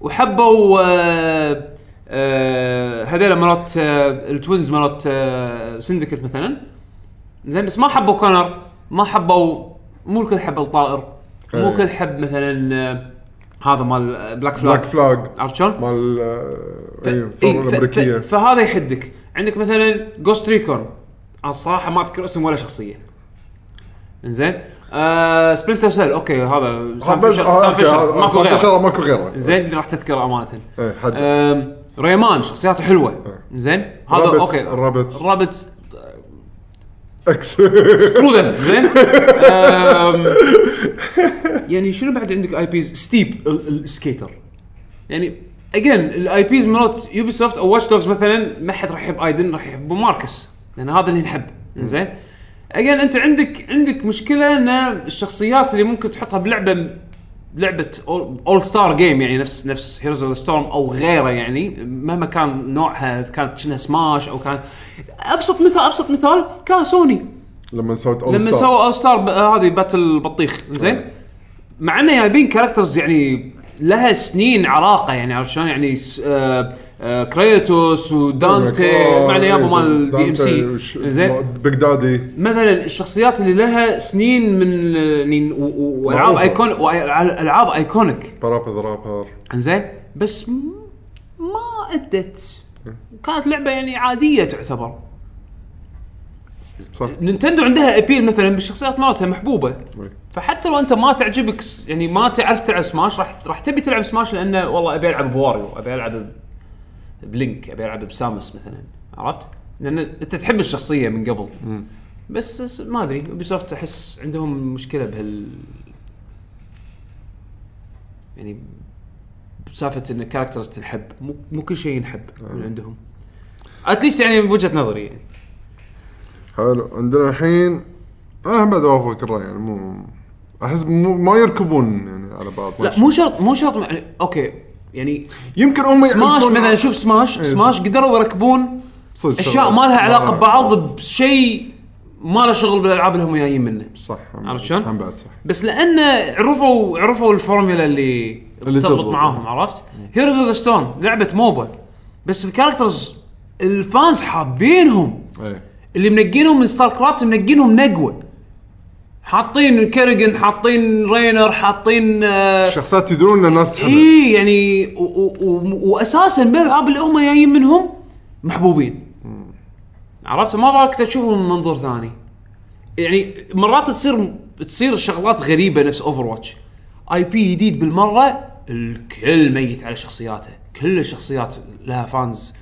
وحبوا آه، آه، هذيلا مرات آه، التوينز مرات آه، سندكت مثلا زين بس ما حبوا كونر ما حبوا مو الكل حب الطائر مو
إيه.
الكل حب مثلا آه، هذا مال بلاك فلاج
بلاك فلاج
عرفت شلون؟
مال آه، اي
ف- إيه،
الثوره
ف-
الامريكيه
ف- فهذا يحدك عندك مثلا جوست ريكون انا الصراحه ما اذكر اسم ولا شخصيه زين آه سبلنتر سيل اوكي هذا سام
بس-
فيشر
آه،
سام
أوكي،
فيشر
هذا-
ماكو
صار
غيره
فشل، ماكو غيره
زين اللي راح تذكره امانه
إيه، حد.
آم، ريمان شخصياته حلوه زين هذا
رابت-
اوكي
الرابت.
رابت
اكس
ترو زين أم، يعني شنو بعد عندك اي بيز ستيب ال- السكيتر يعني اجين الاي بيز مرات يوبي سوفت او واتش دوجز مثلا ما حد راح يحب ايدن راح يحب ماركس لان هذا اللي نحب زين اجين انت عندك عندك مشكله ان الشخصيات اللي ممكن تحطها بلعبه لعبه اول ستار جيم يعني نفس نفس هيروز اوف ستورم او غيره يعني مهما كان نوعها إذا كانت شنها سماش او كان ابسط مثال ابسط مثال كان سوني
لما سويت اول
لما
ستار.
سووا اول ستار ب- آه، هذه باتل بطيخ زين مع انه جايبين كاركترز يعني لها سنين عراقه يعني عرفت شلون يعني س- آه، آه، كريتوس ودانتي
آه،
مع اليابو
إيه،
مال دي ام سي
دانتي،
زين
بيج دادي
مثلا الشخصيات اللي لها سنين من يعني و- و- والعاب
معروفة.
ايكون والعاب ايكونيك
برابر رابر
زين بس م- ما ادت
إيه.
كانت لعبه يعني عاديه تعتبر
صح
نينتندو عندها ابيل مثلا بالشخصيات مالتها محبوبه
إيه.
فحتى لو انت ما تعجبك س- يعني ما تعرف تلعب سماش راح راح تبي تلعب سماش لانه والله ابي العب بواريو ابي العب ب- بلينك ابي العب بسامس مثلا عرفت؟ لان انت تحب الشخصيه من قبل بس س- ما ادري اوبيسوفت احس عندهم مشكله بهال يعني بسالفه ان الكاركترز تنحب مو مو كل شيء ينحب من عندهم اتليست يعني بوجهه نظري يعني
حلو عندنا الحين انا هم بعد اوافقك الراي يعني مو احس مو ما يركبون يعني على بعض ما
لا
شاء
مو شرط مو شرط يعني اوكي يعني
يمكن هم
سماش
يعرفون-
مثلا شوف سماش سماش قدروا يركبون
إيه. صدق
اشياء
شغلات.
ما لها علاقه ببعض بشيء ما له شغل بالالعاب اللي هم جايين منه
صح هم-
عرفت شلون؟
هم بعد صح
بس لان عرفوا عرفوا الفورمولا اللي
اللي
تربط
تضبط.
معاهم عرفت؟ هيروز اوف ذا ستون لعبه موبا بس الكاركترز الفانز حابينهم
اي
اللي منقينهم من ستار كرافت منقينهم نقوه حاطين كيرجن حاطين رينر حاطين آه،
الشخصيات يدرون ان الناس تحبها
اي يعني و- و- و- واساسا بالالعاب اللي هم جايين منهم محبوبين عرفت ما بالك تشوفهم من منظور ثاني يعني مرات تصير تصير شغلات غريبه نفس اوفر واتش اي بي جديد بالمره الكل ميت على شخصياته كل الشخصيات لها فانز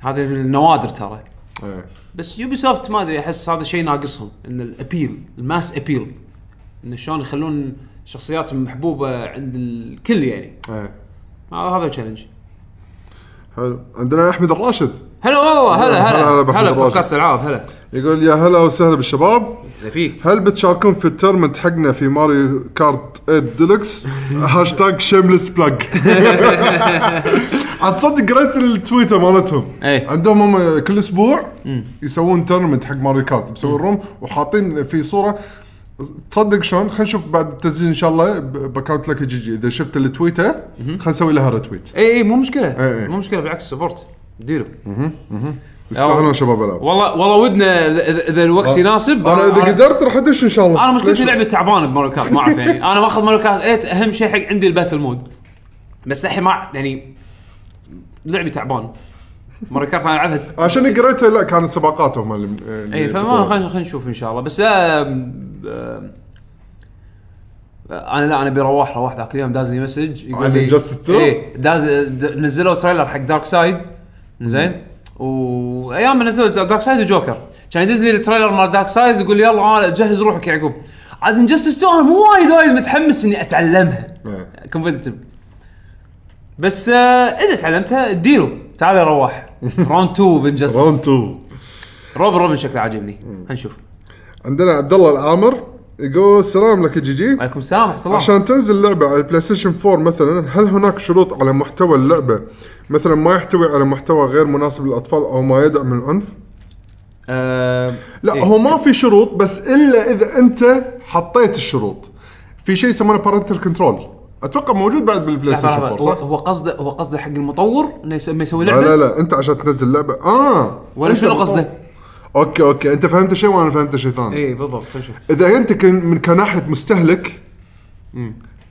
هذا من النوادر ترى
إيه.
بس يوبي سوفت ما ادري احس هذا شيء ناقصهم ان الابيل الماس ابيل ان شلون يخلون شخصيات محبوبه عند الكل يعني
إيه.
آه، هذا هذا تشالنج
حلو عندنا احمد الراشد
هلا والله هلا
هلا هلا
هلا هلا
بأحمد الراجل.
بودكاست العاب هلا
يقول يا هلا وسهلا بالشباب
اذا فيك
هل بتشاركون في التورنمنت حقنا في ماريو كارت 8 ديلكس هاشتاج شيمليس بلاج عاد تصدق قريت التويتر مالتهم
أي.
عندهم هم كل اسبوع يسوون تورنمنت حق ماريو كارت بيسوون روم وحاطين في صوره تصدق شلون خلينا نشوف بعد التسجيل ان شاء الله ب- باكونت لك جي جي اذا شفت التويته خلينا نسوي لها ريتويت
اي اي إيه، مو مشكله
إي، إي.
مو مشكله بالعكس سبورت ديروا
يستاهلون شباب العاب
والله والله ودنا إذا- اذا إذا الوقت يناسب
انا اذا قدرت راح ادش ان شاء الله
انا مشكلتي
ليش لا؟
لعبه تعبانه بماريو كارت ما اعرف يعني انا ماخذ ماريو كارت 8 اهم شيء حق عندي الباتل مود بس الحين ما يعني لعبي تعبان ماريو كارت انا العبها
عشان قريتها لا كانت سباقات هم اللي
اي
اللي
إيه، فما
بالطور.
خلينا خلينا نشوف ان شاء الله بس آه، لا انا لا انا ابي رواح رواح ذاك اليوم دازني مسج
عن
يقول لي
Injustice 2?
اي داز د- نزلوا تريلر حق دارك سايد زين وايام ما نزلوا دارك سايد وجوكر كان يدز لي التريلر مال دارك سايد يقول لي يلا آه، جهز روحك يا يعقوب عاد انجستس 2 انا مو وايد وايد متحمس اني اتعلمها
إيه.
كومبتتف بس آه، اذا تعلمتها ديرو تعال يا رواح راوند 2 بانجستس
راوند 2
روبن روبن شكله عاجبني هنشوف
عندنا عبد الله العامر يقول السلام لك يا جي جي
عليكم السلام ورحمه الله
عشان تنزل لعبه على البلاي ستيشن 4 مثلا هل هناك شروط على محتوى اللعبه مثلا ما يحتوي على محتوى غير مناسب للاطفال او ما يدعم العنف
آه،
لا
إيه.
إيه؟ هو ما في شروط بس الا اذا انت حطيت الشروط في شيء يسمونه بارنتال كنترول اتوقع موجود بعد بالبلاي
لحظة،
ستيشن
لحظة.
4
هو-
صح
هو قصده هو قصده حق المطور انه يس- ما يسوي
لا
لعبه
لا لا انت عشان تنزل لعبه اه
ولا
أنت-
شنو قصده؟
اوكي اوكي انت فهمت شيء وانا فهمت شيء ثاني
اي إيه، بالضبط خلينا نشوف
اذا انت كن من كناحيه مستهلك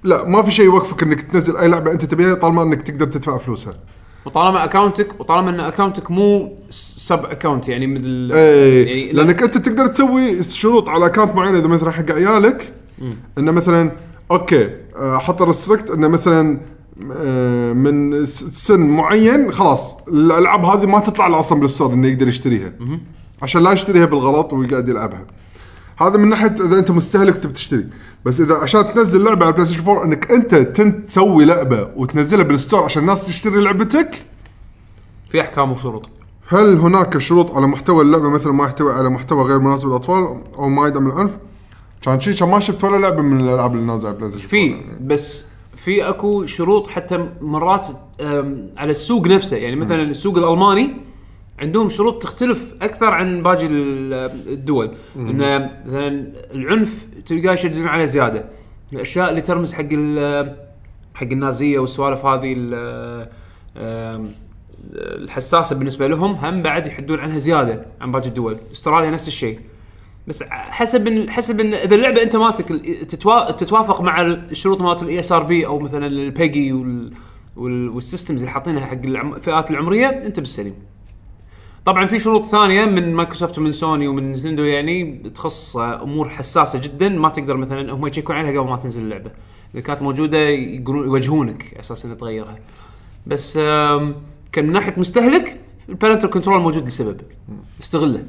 لا ما في شيء يوقفك انك تنزل اي لعبه انت تبيها طالما انك تقدر تدفع فلوسها
وطالما اكونتك وطالما ان اكونتك مو سب اكونت يعني مثل
اي
يعني لا-
لانك انت إيه، تقدر تسوي شروط على اكونت معين اذا مثلا حق عيالك انه مثلا اوكي آه، حط ريستريكت انه مثلا آه، من س- سن معين خلاص الالعاب هذه ما تطلع له اصلا بالستور انه يقدر يشتريها عشان لا يشتريها بالغلط ويقعد يلعبها هذا من ناحيه اذا انت مستهلك تبي تشتري بس اذا عشان تنزل لعبه على بلاي ستيشن 4 انك انت تن- تسوي لعبه وتنزلها بالستور عشان الناس تشتري لعبتك
في احكام وشروط
هل هناك شروط على محتوى اللعبه مثل ما يحتوي على محتوى غير مناسب للاطفال او ما يدعم العنف؟ كان شيء كان ما شفت ولا لعبه من الالعاب اللي نازله على بلاي ستيشن
في
4.
بس في اكو شروط حتى مرات أم، على السوق نفسه يعني مثلا السوق الالماني عندهم شروط تختلف اكثر عن باقي ال- الدول ان مثلا العنف تلقاه يشددون عليه زياده الاشياء اللي ترمز حق ال- حق النازيه والسوالف هذه ال- أم، الحساسه بالنسبه لهم هم بعد يحدون عنها زياده عن باقي الدول استراليا نفس الشيء بس حسب إن- حسب إن اذا اللعبه انت مالتك ال- تتوا- تتوافق مع الشروط مالت E الاي اس ار بي او مثلا البيجي وال وال- والسيستمز اللي حاطينها حق العم- الفئات العمريه انت بالسليم. طبعا في شروط ثانيه من مايكروسوفت ومن سوني ومن نينتندو يعني تخص امور حساسه جدا ما تقدر مثلا هم يشيكون عليها قبل ما تنزل اللعبه. اذا كانت موجوده يقولون يوجهونك على اساس انك تغيرها. بس آم، كان من ناحيه مستهلك البارنتال كنترول موجود لسبب استغله.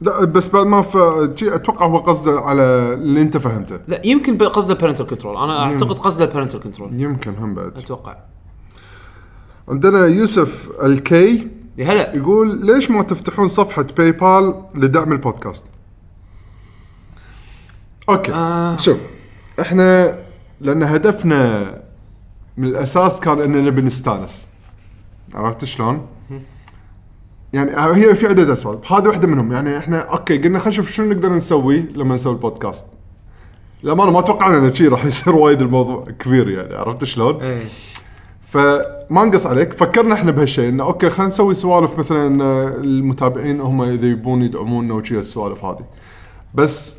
لا بس بعد ما ف... شي اتوقع هو قصده على اللي انت فهمته
لا يمكن ب- قصده بارنتال كنترول انا اعتقد قصده بارنتال كنترول
يمكن هم بعد
اتوقع
عندنا يوسف الكي
يا هلا
يقول ليش ما تفتحون صفحه باي بال لدعم البودكاست؟ اوكي آه. شوف احنا لان هدفنا من الاساس كان اننا بنستانس عرفت شلون؟ يعني هي في عدة اسباب، هذه واحدة منهم، يعني احنا اوكي قلنا خلينا نشوف شنو نقدر نسوي لما نسوي البودكاست. للامانه ما توقعنا ان شيء راح يصير وايد الموضوع كبير يعني عرفت شلون؟
ايه
فما نقص عليك فكرنا احنا بهالشيء انه اوكي خلينا نسوي سوالف مثلا آه، المتابعين هم اذا يبون يدعمونا وشي السوالف هذه بس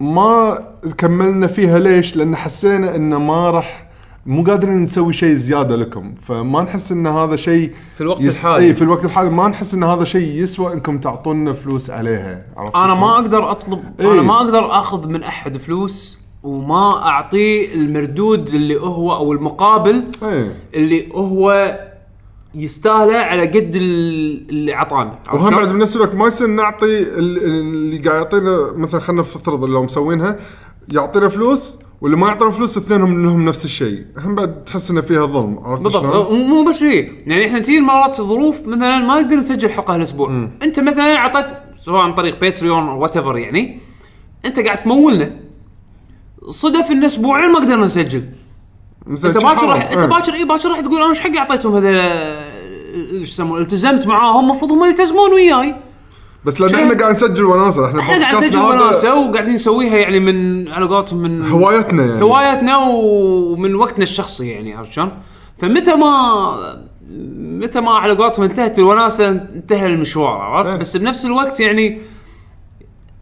ما كملنا فيها ليش؟ لان حسينا انه ما راح مو قادرين نسوي شيء زياده لكم فما نحس ان هذا شيء
في الوقت
اي
الحالي
في الوقت الحالي ما نحس ان هذا شيء يسوى انكم تعطونا فلوس عليها عرفت
انا
شلون؟
ما اقدر اطلب
إيه.
انا ما اقدر اخذ من احد فلوس وما اعطيه المردود اللي هو او المقابل
ايه
اللي هو يستاهله على قد ال- اللي عطانا عرفت
وهم
شلون؟
بعد بنفس الوقت ما يصير نعطي ال- اللي قاعد يعطينا مثلا خلينا نفترض لو مسوينها يعطينا فلوس واللي ما يعطينا فلوس اثنينهم لهم نفس الشيء هم بعد تحس ان فيها ظلم عرفت
بالضبط
شلون؟
مو بس هي يعني احنا تجي مرات ظروف مثلا ما نقدر نسجل حلقه هالاسبوع انت مثلا اعطيت سواء عن طريق باتريون او وات ايفر يعني انت قاعد تمولنا صدف ان اسبوعين ما قدرنا نسجل
مثلاً
انت
شي
باكر
حرام.
راح انت
إيه.
باكر اي باكر راح تقول انا ايش حقي اعطيتهم هذا ال- ايش يسمونه التزمت معاهم المفروض هم يلتزمون وياي
بس لان
شو-
احنا قاعد نسجل وناسه احنا
احنا قاعد
بودكاستنا
نسجل
هذا
وناسه وقاعدين نسويها يعني من على قولتهم من
هوايتنا يعني
هواياتنا ومن وقتنا الشخصي يعني عرفت شلون؟ فمتى ما متى ما على قولتهم انتهت الوناسه انتهى المشوار عرفت؟
إيه.
بس بنفس الوقت يعني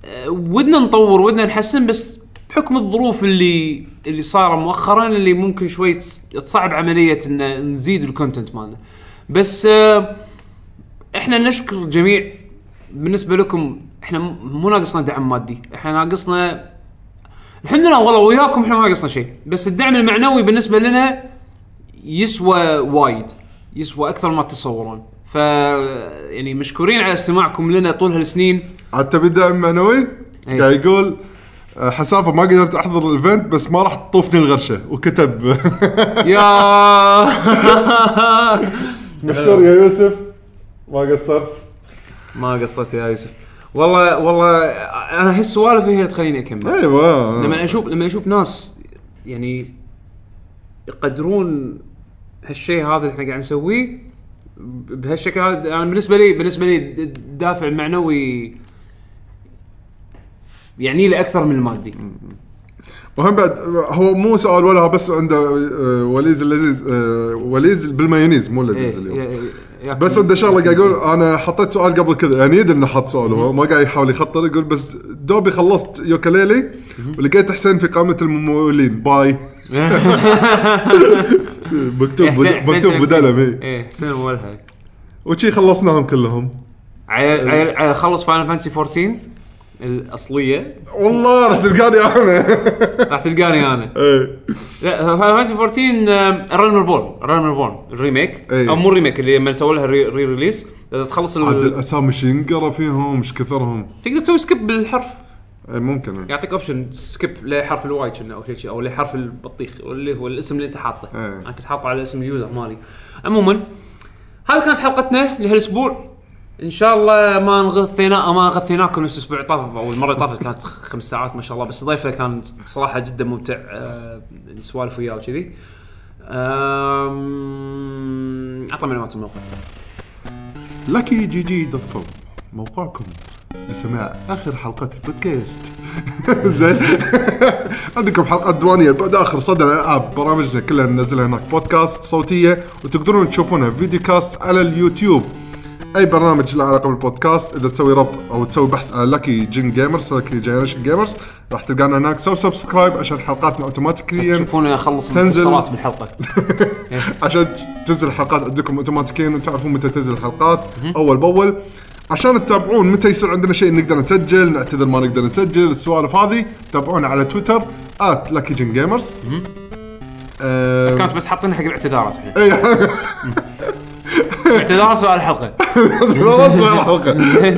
آه، ودنا نطور ودنا نحسن بس بحكم الظروف اللي اللي صار مؤخرا اللي ممكن شوي تس- تصعب عمليه ان نزيد الكونتنت مالنا. بس آه، احنا نشكر الجميع بالنسبه لكم احنا م- مو ناقصنا دعم مادي، احنا ناقصنا الحمد لله والله وياكم احنا ما ناقصنا شيء بس الدعم المعنوي بالنسبه لنا يسوى وايد يسوى اكثر ما تتصورون ف يعني مشكورين على استماعكم لنا طول هالسنين
عاد تبي دعم معنوي
إيه.
قاعد يقول آه، حسافه ما قدرت احضر الايفنت بس ما راح تطوفني الغرشه وكتب
يا
مشكور يا يوسف ما قصرت
ما قصرت يا يوسف والله والله انا هالسوالف هي اللي تخليني اكمل لما
ايوه
اشوف لما اشوف ناس يعني يقدرون هالشيء هذا اللي احنا قاعد نسويه ب- بهالشكل هذا انا بالنسبه لي بالنسبه لي د- د- دافع معنوي يعني لي اكثر من المادي
وهم بعد هو مو سؤال ولا هو بس عنده آه، وليز اللذيذ آه، وليز بالمايونيز مو
إيه،
لذيذ اليوم
يا- ياكم-
بس عنده شغله قاعد يقول انا حطيت سؤال قبل كذا يعني يدري انه حط سؤال هو ما قاعد يحاول يخطر يقول بس دوبي خلصت يوكليلي ولقيت حسين في قائمه الممولين باي
إيه،
مكتوب
حسين- حسين
مكتوب
شنو-
بدلهم اي
ايه حسين مولها
وشي خلصناهم كلهم
عيل- عيل- عيل خلص فاينل فانسي 14 الاصليه
والله راح تلقاني انا
راح تلقاني انا
إيه.
لا فاينل 14 رانر بورن رانر بورن الريميك
إيه.
او مو الريميك اللي لما سووا لها ري ري ريليس اذا تخلص ال-
عاد الاسامي شو ينقرا فيهم ايش كثرهم
تقدر تسوي سكيب بالحرف
اي ممكن إيه.
يعطيك اوبشن سكيب لحرف الواي كنا او شيء شي او لحرف البطيخ واللي هو الاسم اللي انت حاطه
إيه.
انا كنت حاطه على اسم اليوزر مالي عموما هذه كانت حلقتنا لهالاسبوع ان شاء الله ما نغثينا ما غثيناكم نفس الاسبوع اللي طاف او المره اللي طافت كانت خمس ساعات ما شاء الله بس ضيفه كان صراحه جدا ممتع آه، نسوالف وياه وكذي آم، اعطى معلومات الموقع
لكي جي جي دوت كوم موقعكم لسماع اخر حلقات البودكاست زين عندكم حلقات ديوانيه بعد اخر صدى الالعاب برامجنا كلها ننزلها هناك بودكاست صوتيه وتقدرون تشوفونها فيديو كاست على اليوتيوب اي برنامج له علاقه بالبودكاست اذا تسوي ربط او تسوي بحث على لكي جين جيمرز لكي جنريشن جيمرز راح تلقانا هناك سو سبسكرايب عشان حلقاتنا اوتوماتيكيا
شوفونا اخلص
تنزل.
المختصرات بالحلقه
عشان تنزل الحلقات عندكم اوتوماتيكيا وتعرفون متى تنزل الحلقات اول باول عشان تتابعون متى يصير عندنا شيء نقدر نسجل نعتذر ما نقدر نسجل السوالف هذه تابعونا على تويتر ات لاكي جن جيمرز
كانت بس حاطين حق الاعتذارات الحين
إيه.
اعتذارات سؤال الحلقه
ما تصير الحلقه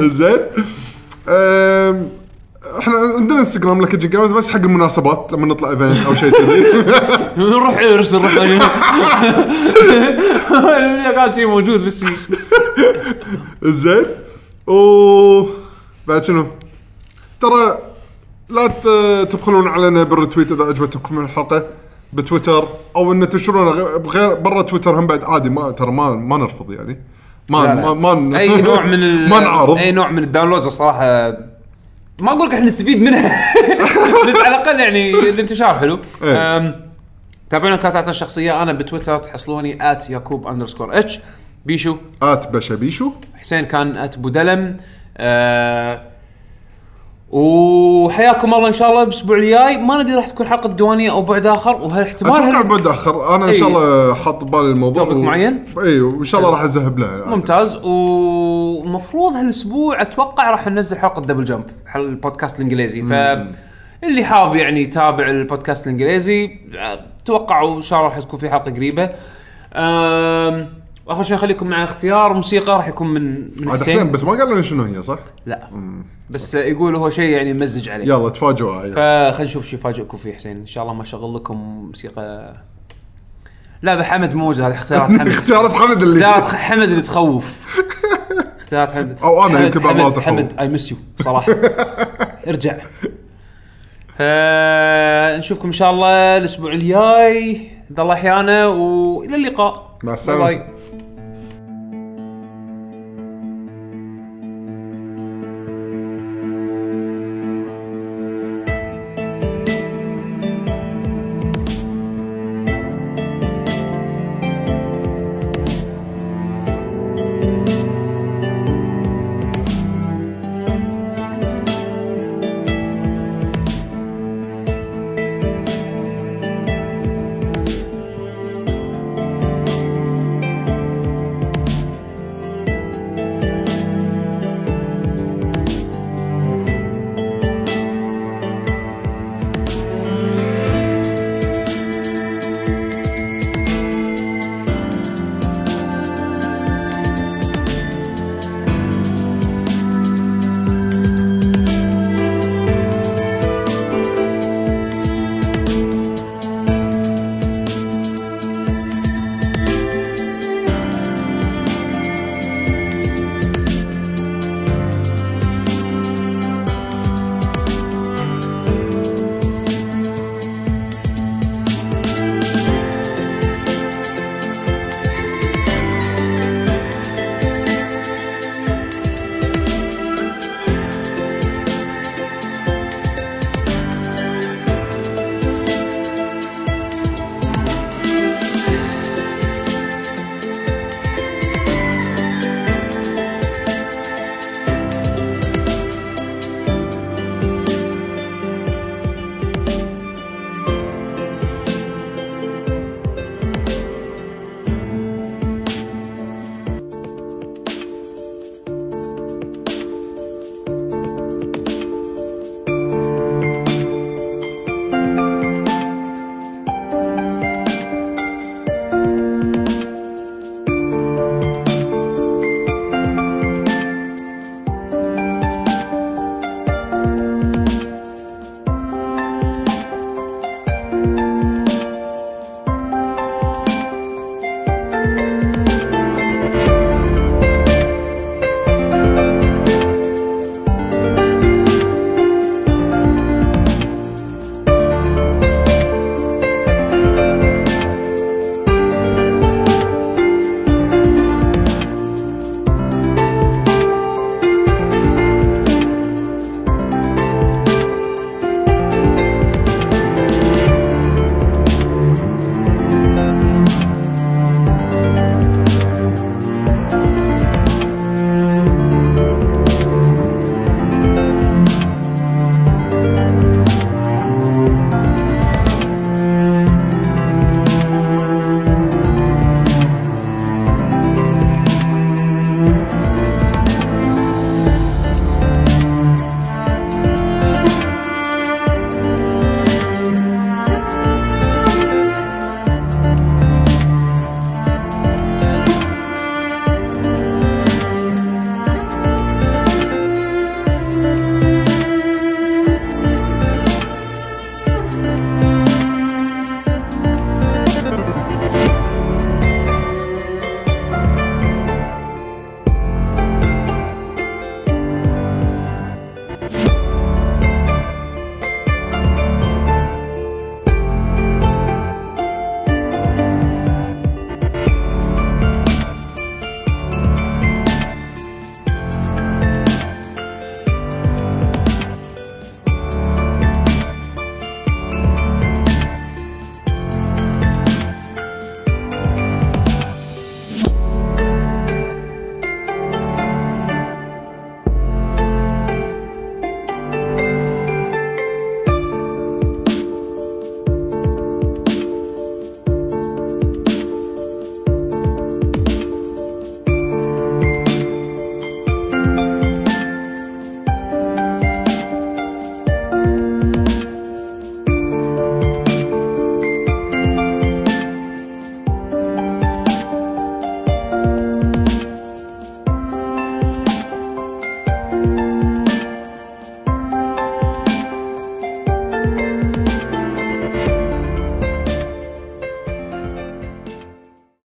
زين أم، احنا عندنا انستغرام لاكي جن جيمرز بس حق المناسبات لما نطلع ايفنت او شيء كذي
نروح ارس نروح كان شيء موجود بس
زين و بعد شنو؟ ترى لا ت- تبخلون علينا بالريتويت اذا عجبتكم الحلقه بتويتر او ان تنشرونها غ- بغير برا تويتر هم بعد عادي ما ترى ما ما نرفض يعني ما
لا لا.
ما, ما
اي نوع من ال...
ما نعارض
اي نوع من الداونلودز الصراحه ما اقول لك احنا نستفيد منها بس على الاقل يعني الانتشار حلو
إيه.
أم، تابعونا كاتباتنا الشخصيه انا بتويتر تحصلوني ات يعقوب اندرسكور اتش بيشو
ات بشبيشو
حسين كان ات بودلم آه وحياكم الله ان شاء الله بالاسبوع الجاي ما ندري راح تكون حلقه دوانيه او بعد اخر وهالاحتمال
اتوقع
هل-
بعد اخر انا ان شاء
إي.
الله حاط ببالي الموضوع
توبك معين؟
اي وان شاء الله راح اذهب له
ممتاز ومفروض هالاسبوع اتوقع راح ننزل حلقه دبل جمب حل البودكاست الانجليزي ف اللي حاب يعني يتابع البودكاست الانجليزي توقعوا ان شاء الله راح تكون في حلقه قريبه أم، واخر شيء خليكم مع اختيار موسيقى راح يكون من من
عاد حسين بس ما قال لنا شنو هي صح؟
لا بس يقول هو شيء يعني مزج عليه
يلا تفاجئوا عيال.
فخلينا نشوف شو يفاجئكم فيه حسين ان شاء الله ما شغل لكم موسيقى لا بحمد موجود هذه اختيارات حمد
اختيارات حمد
اختيارات
اللي
حمد اللي تخوف اختيارات حمد
أو أنا
حمد-
يمكن بعض
حمد
مرات
حمد
أخوف.
اي مس يو صراحه ارجع آه، فنشوفكم ان شاء الله الاسبوع الجاي اذا الله احيانا والى اللقاء
مع السلامة.
باي باي.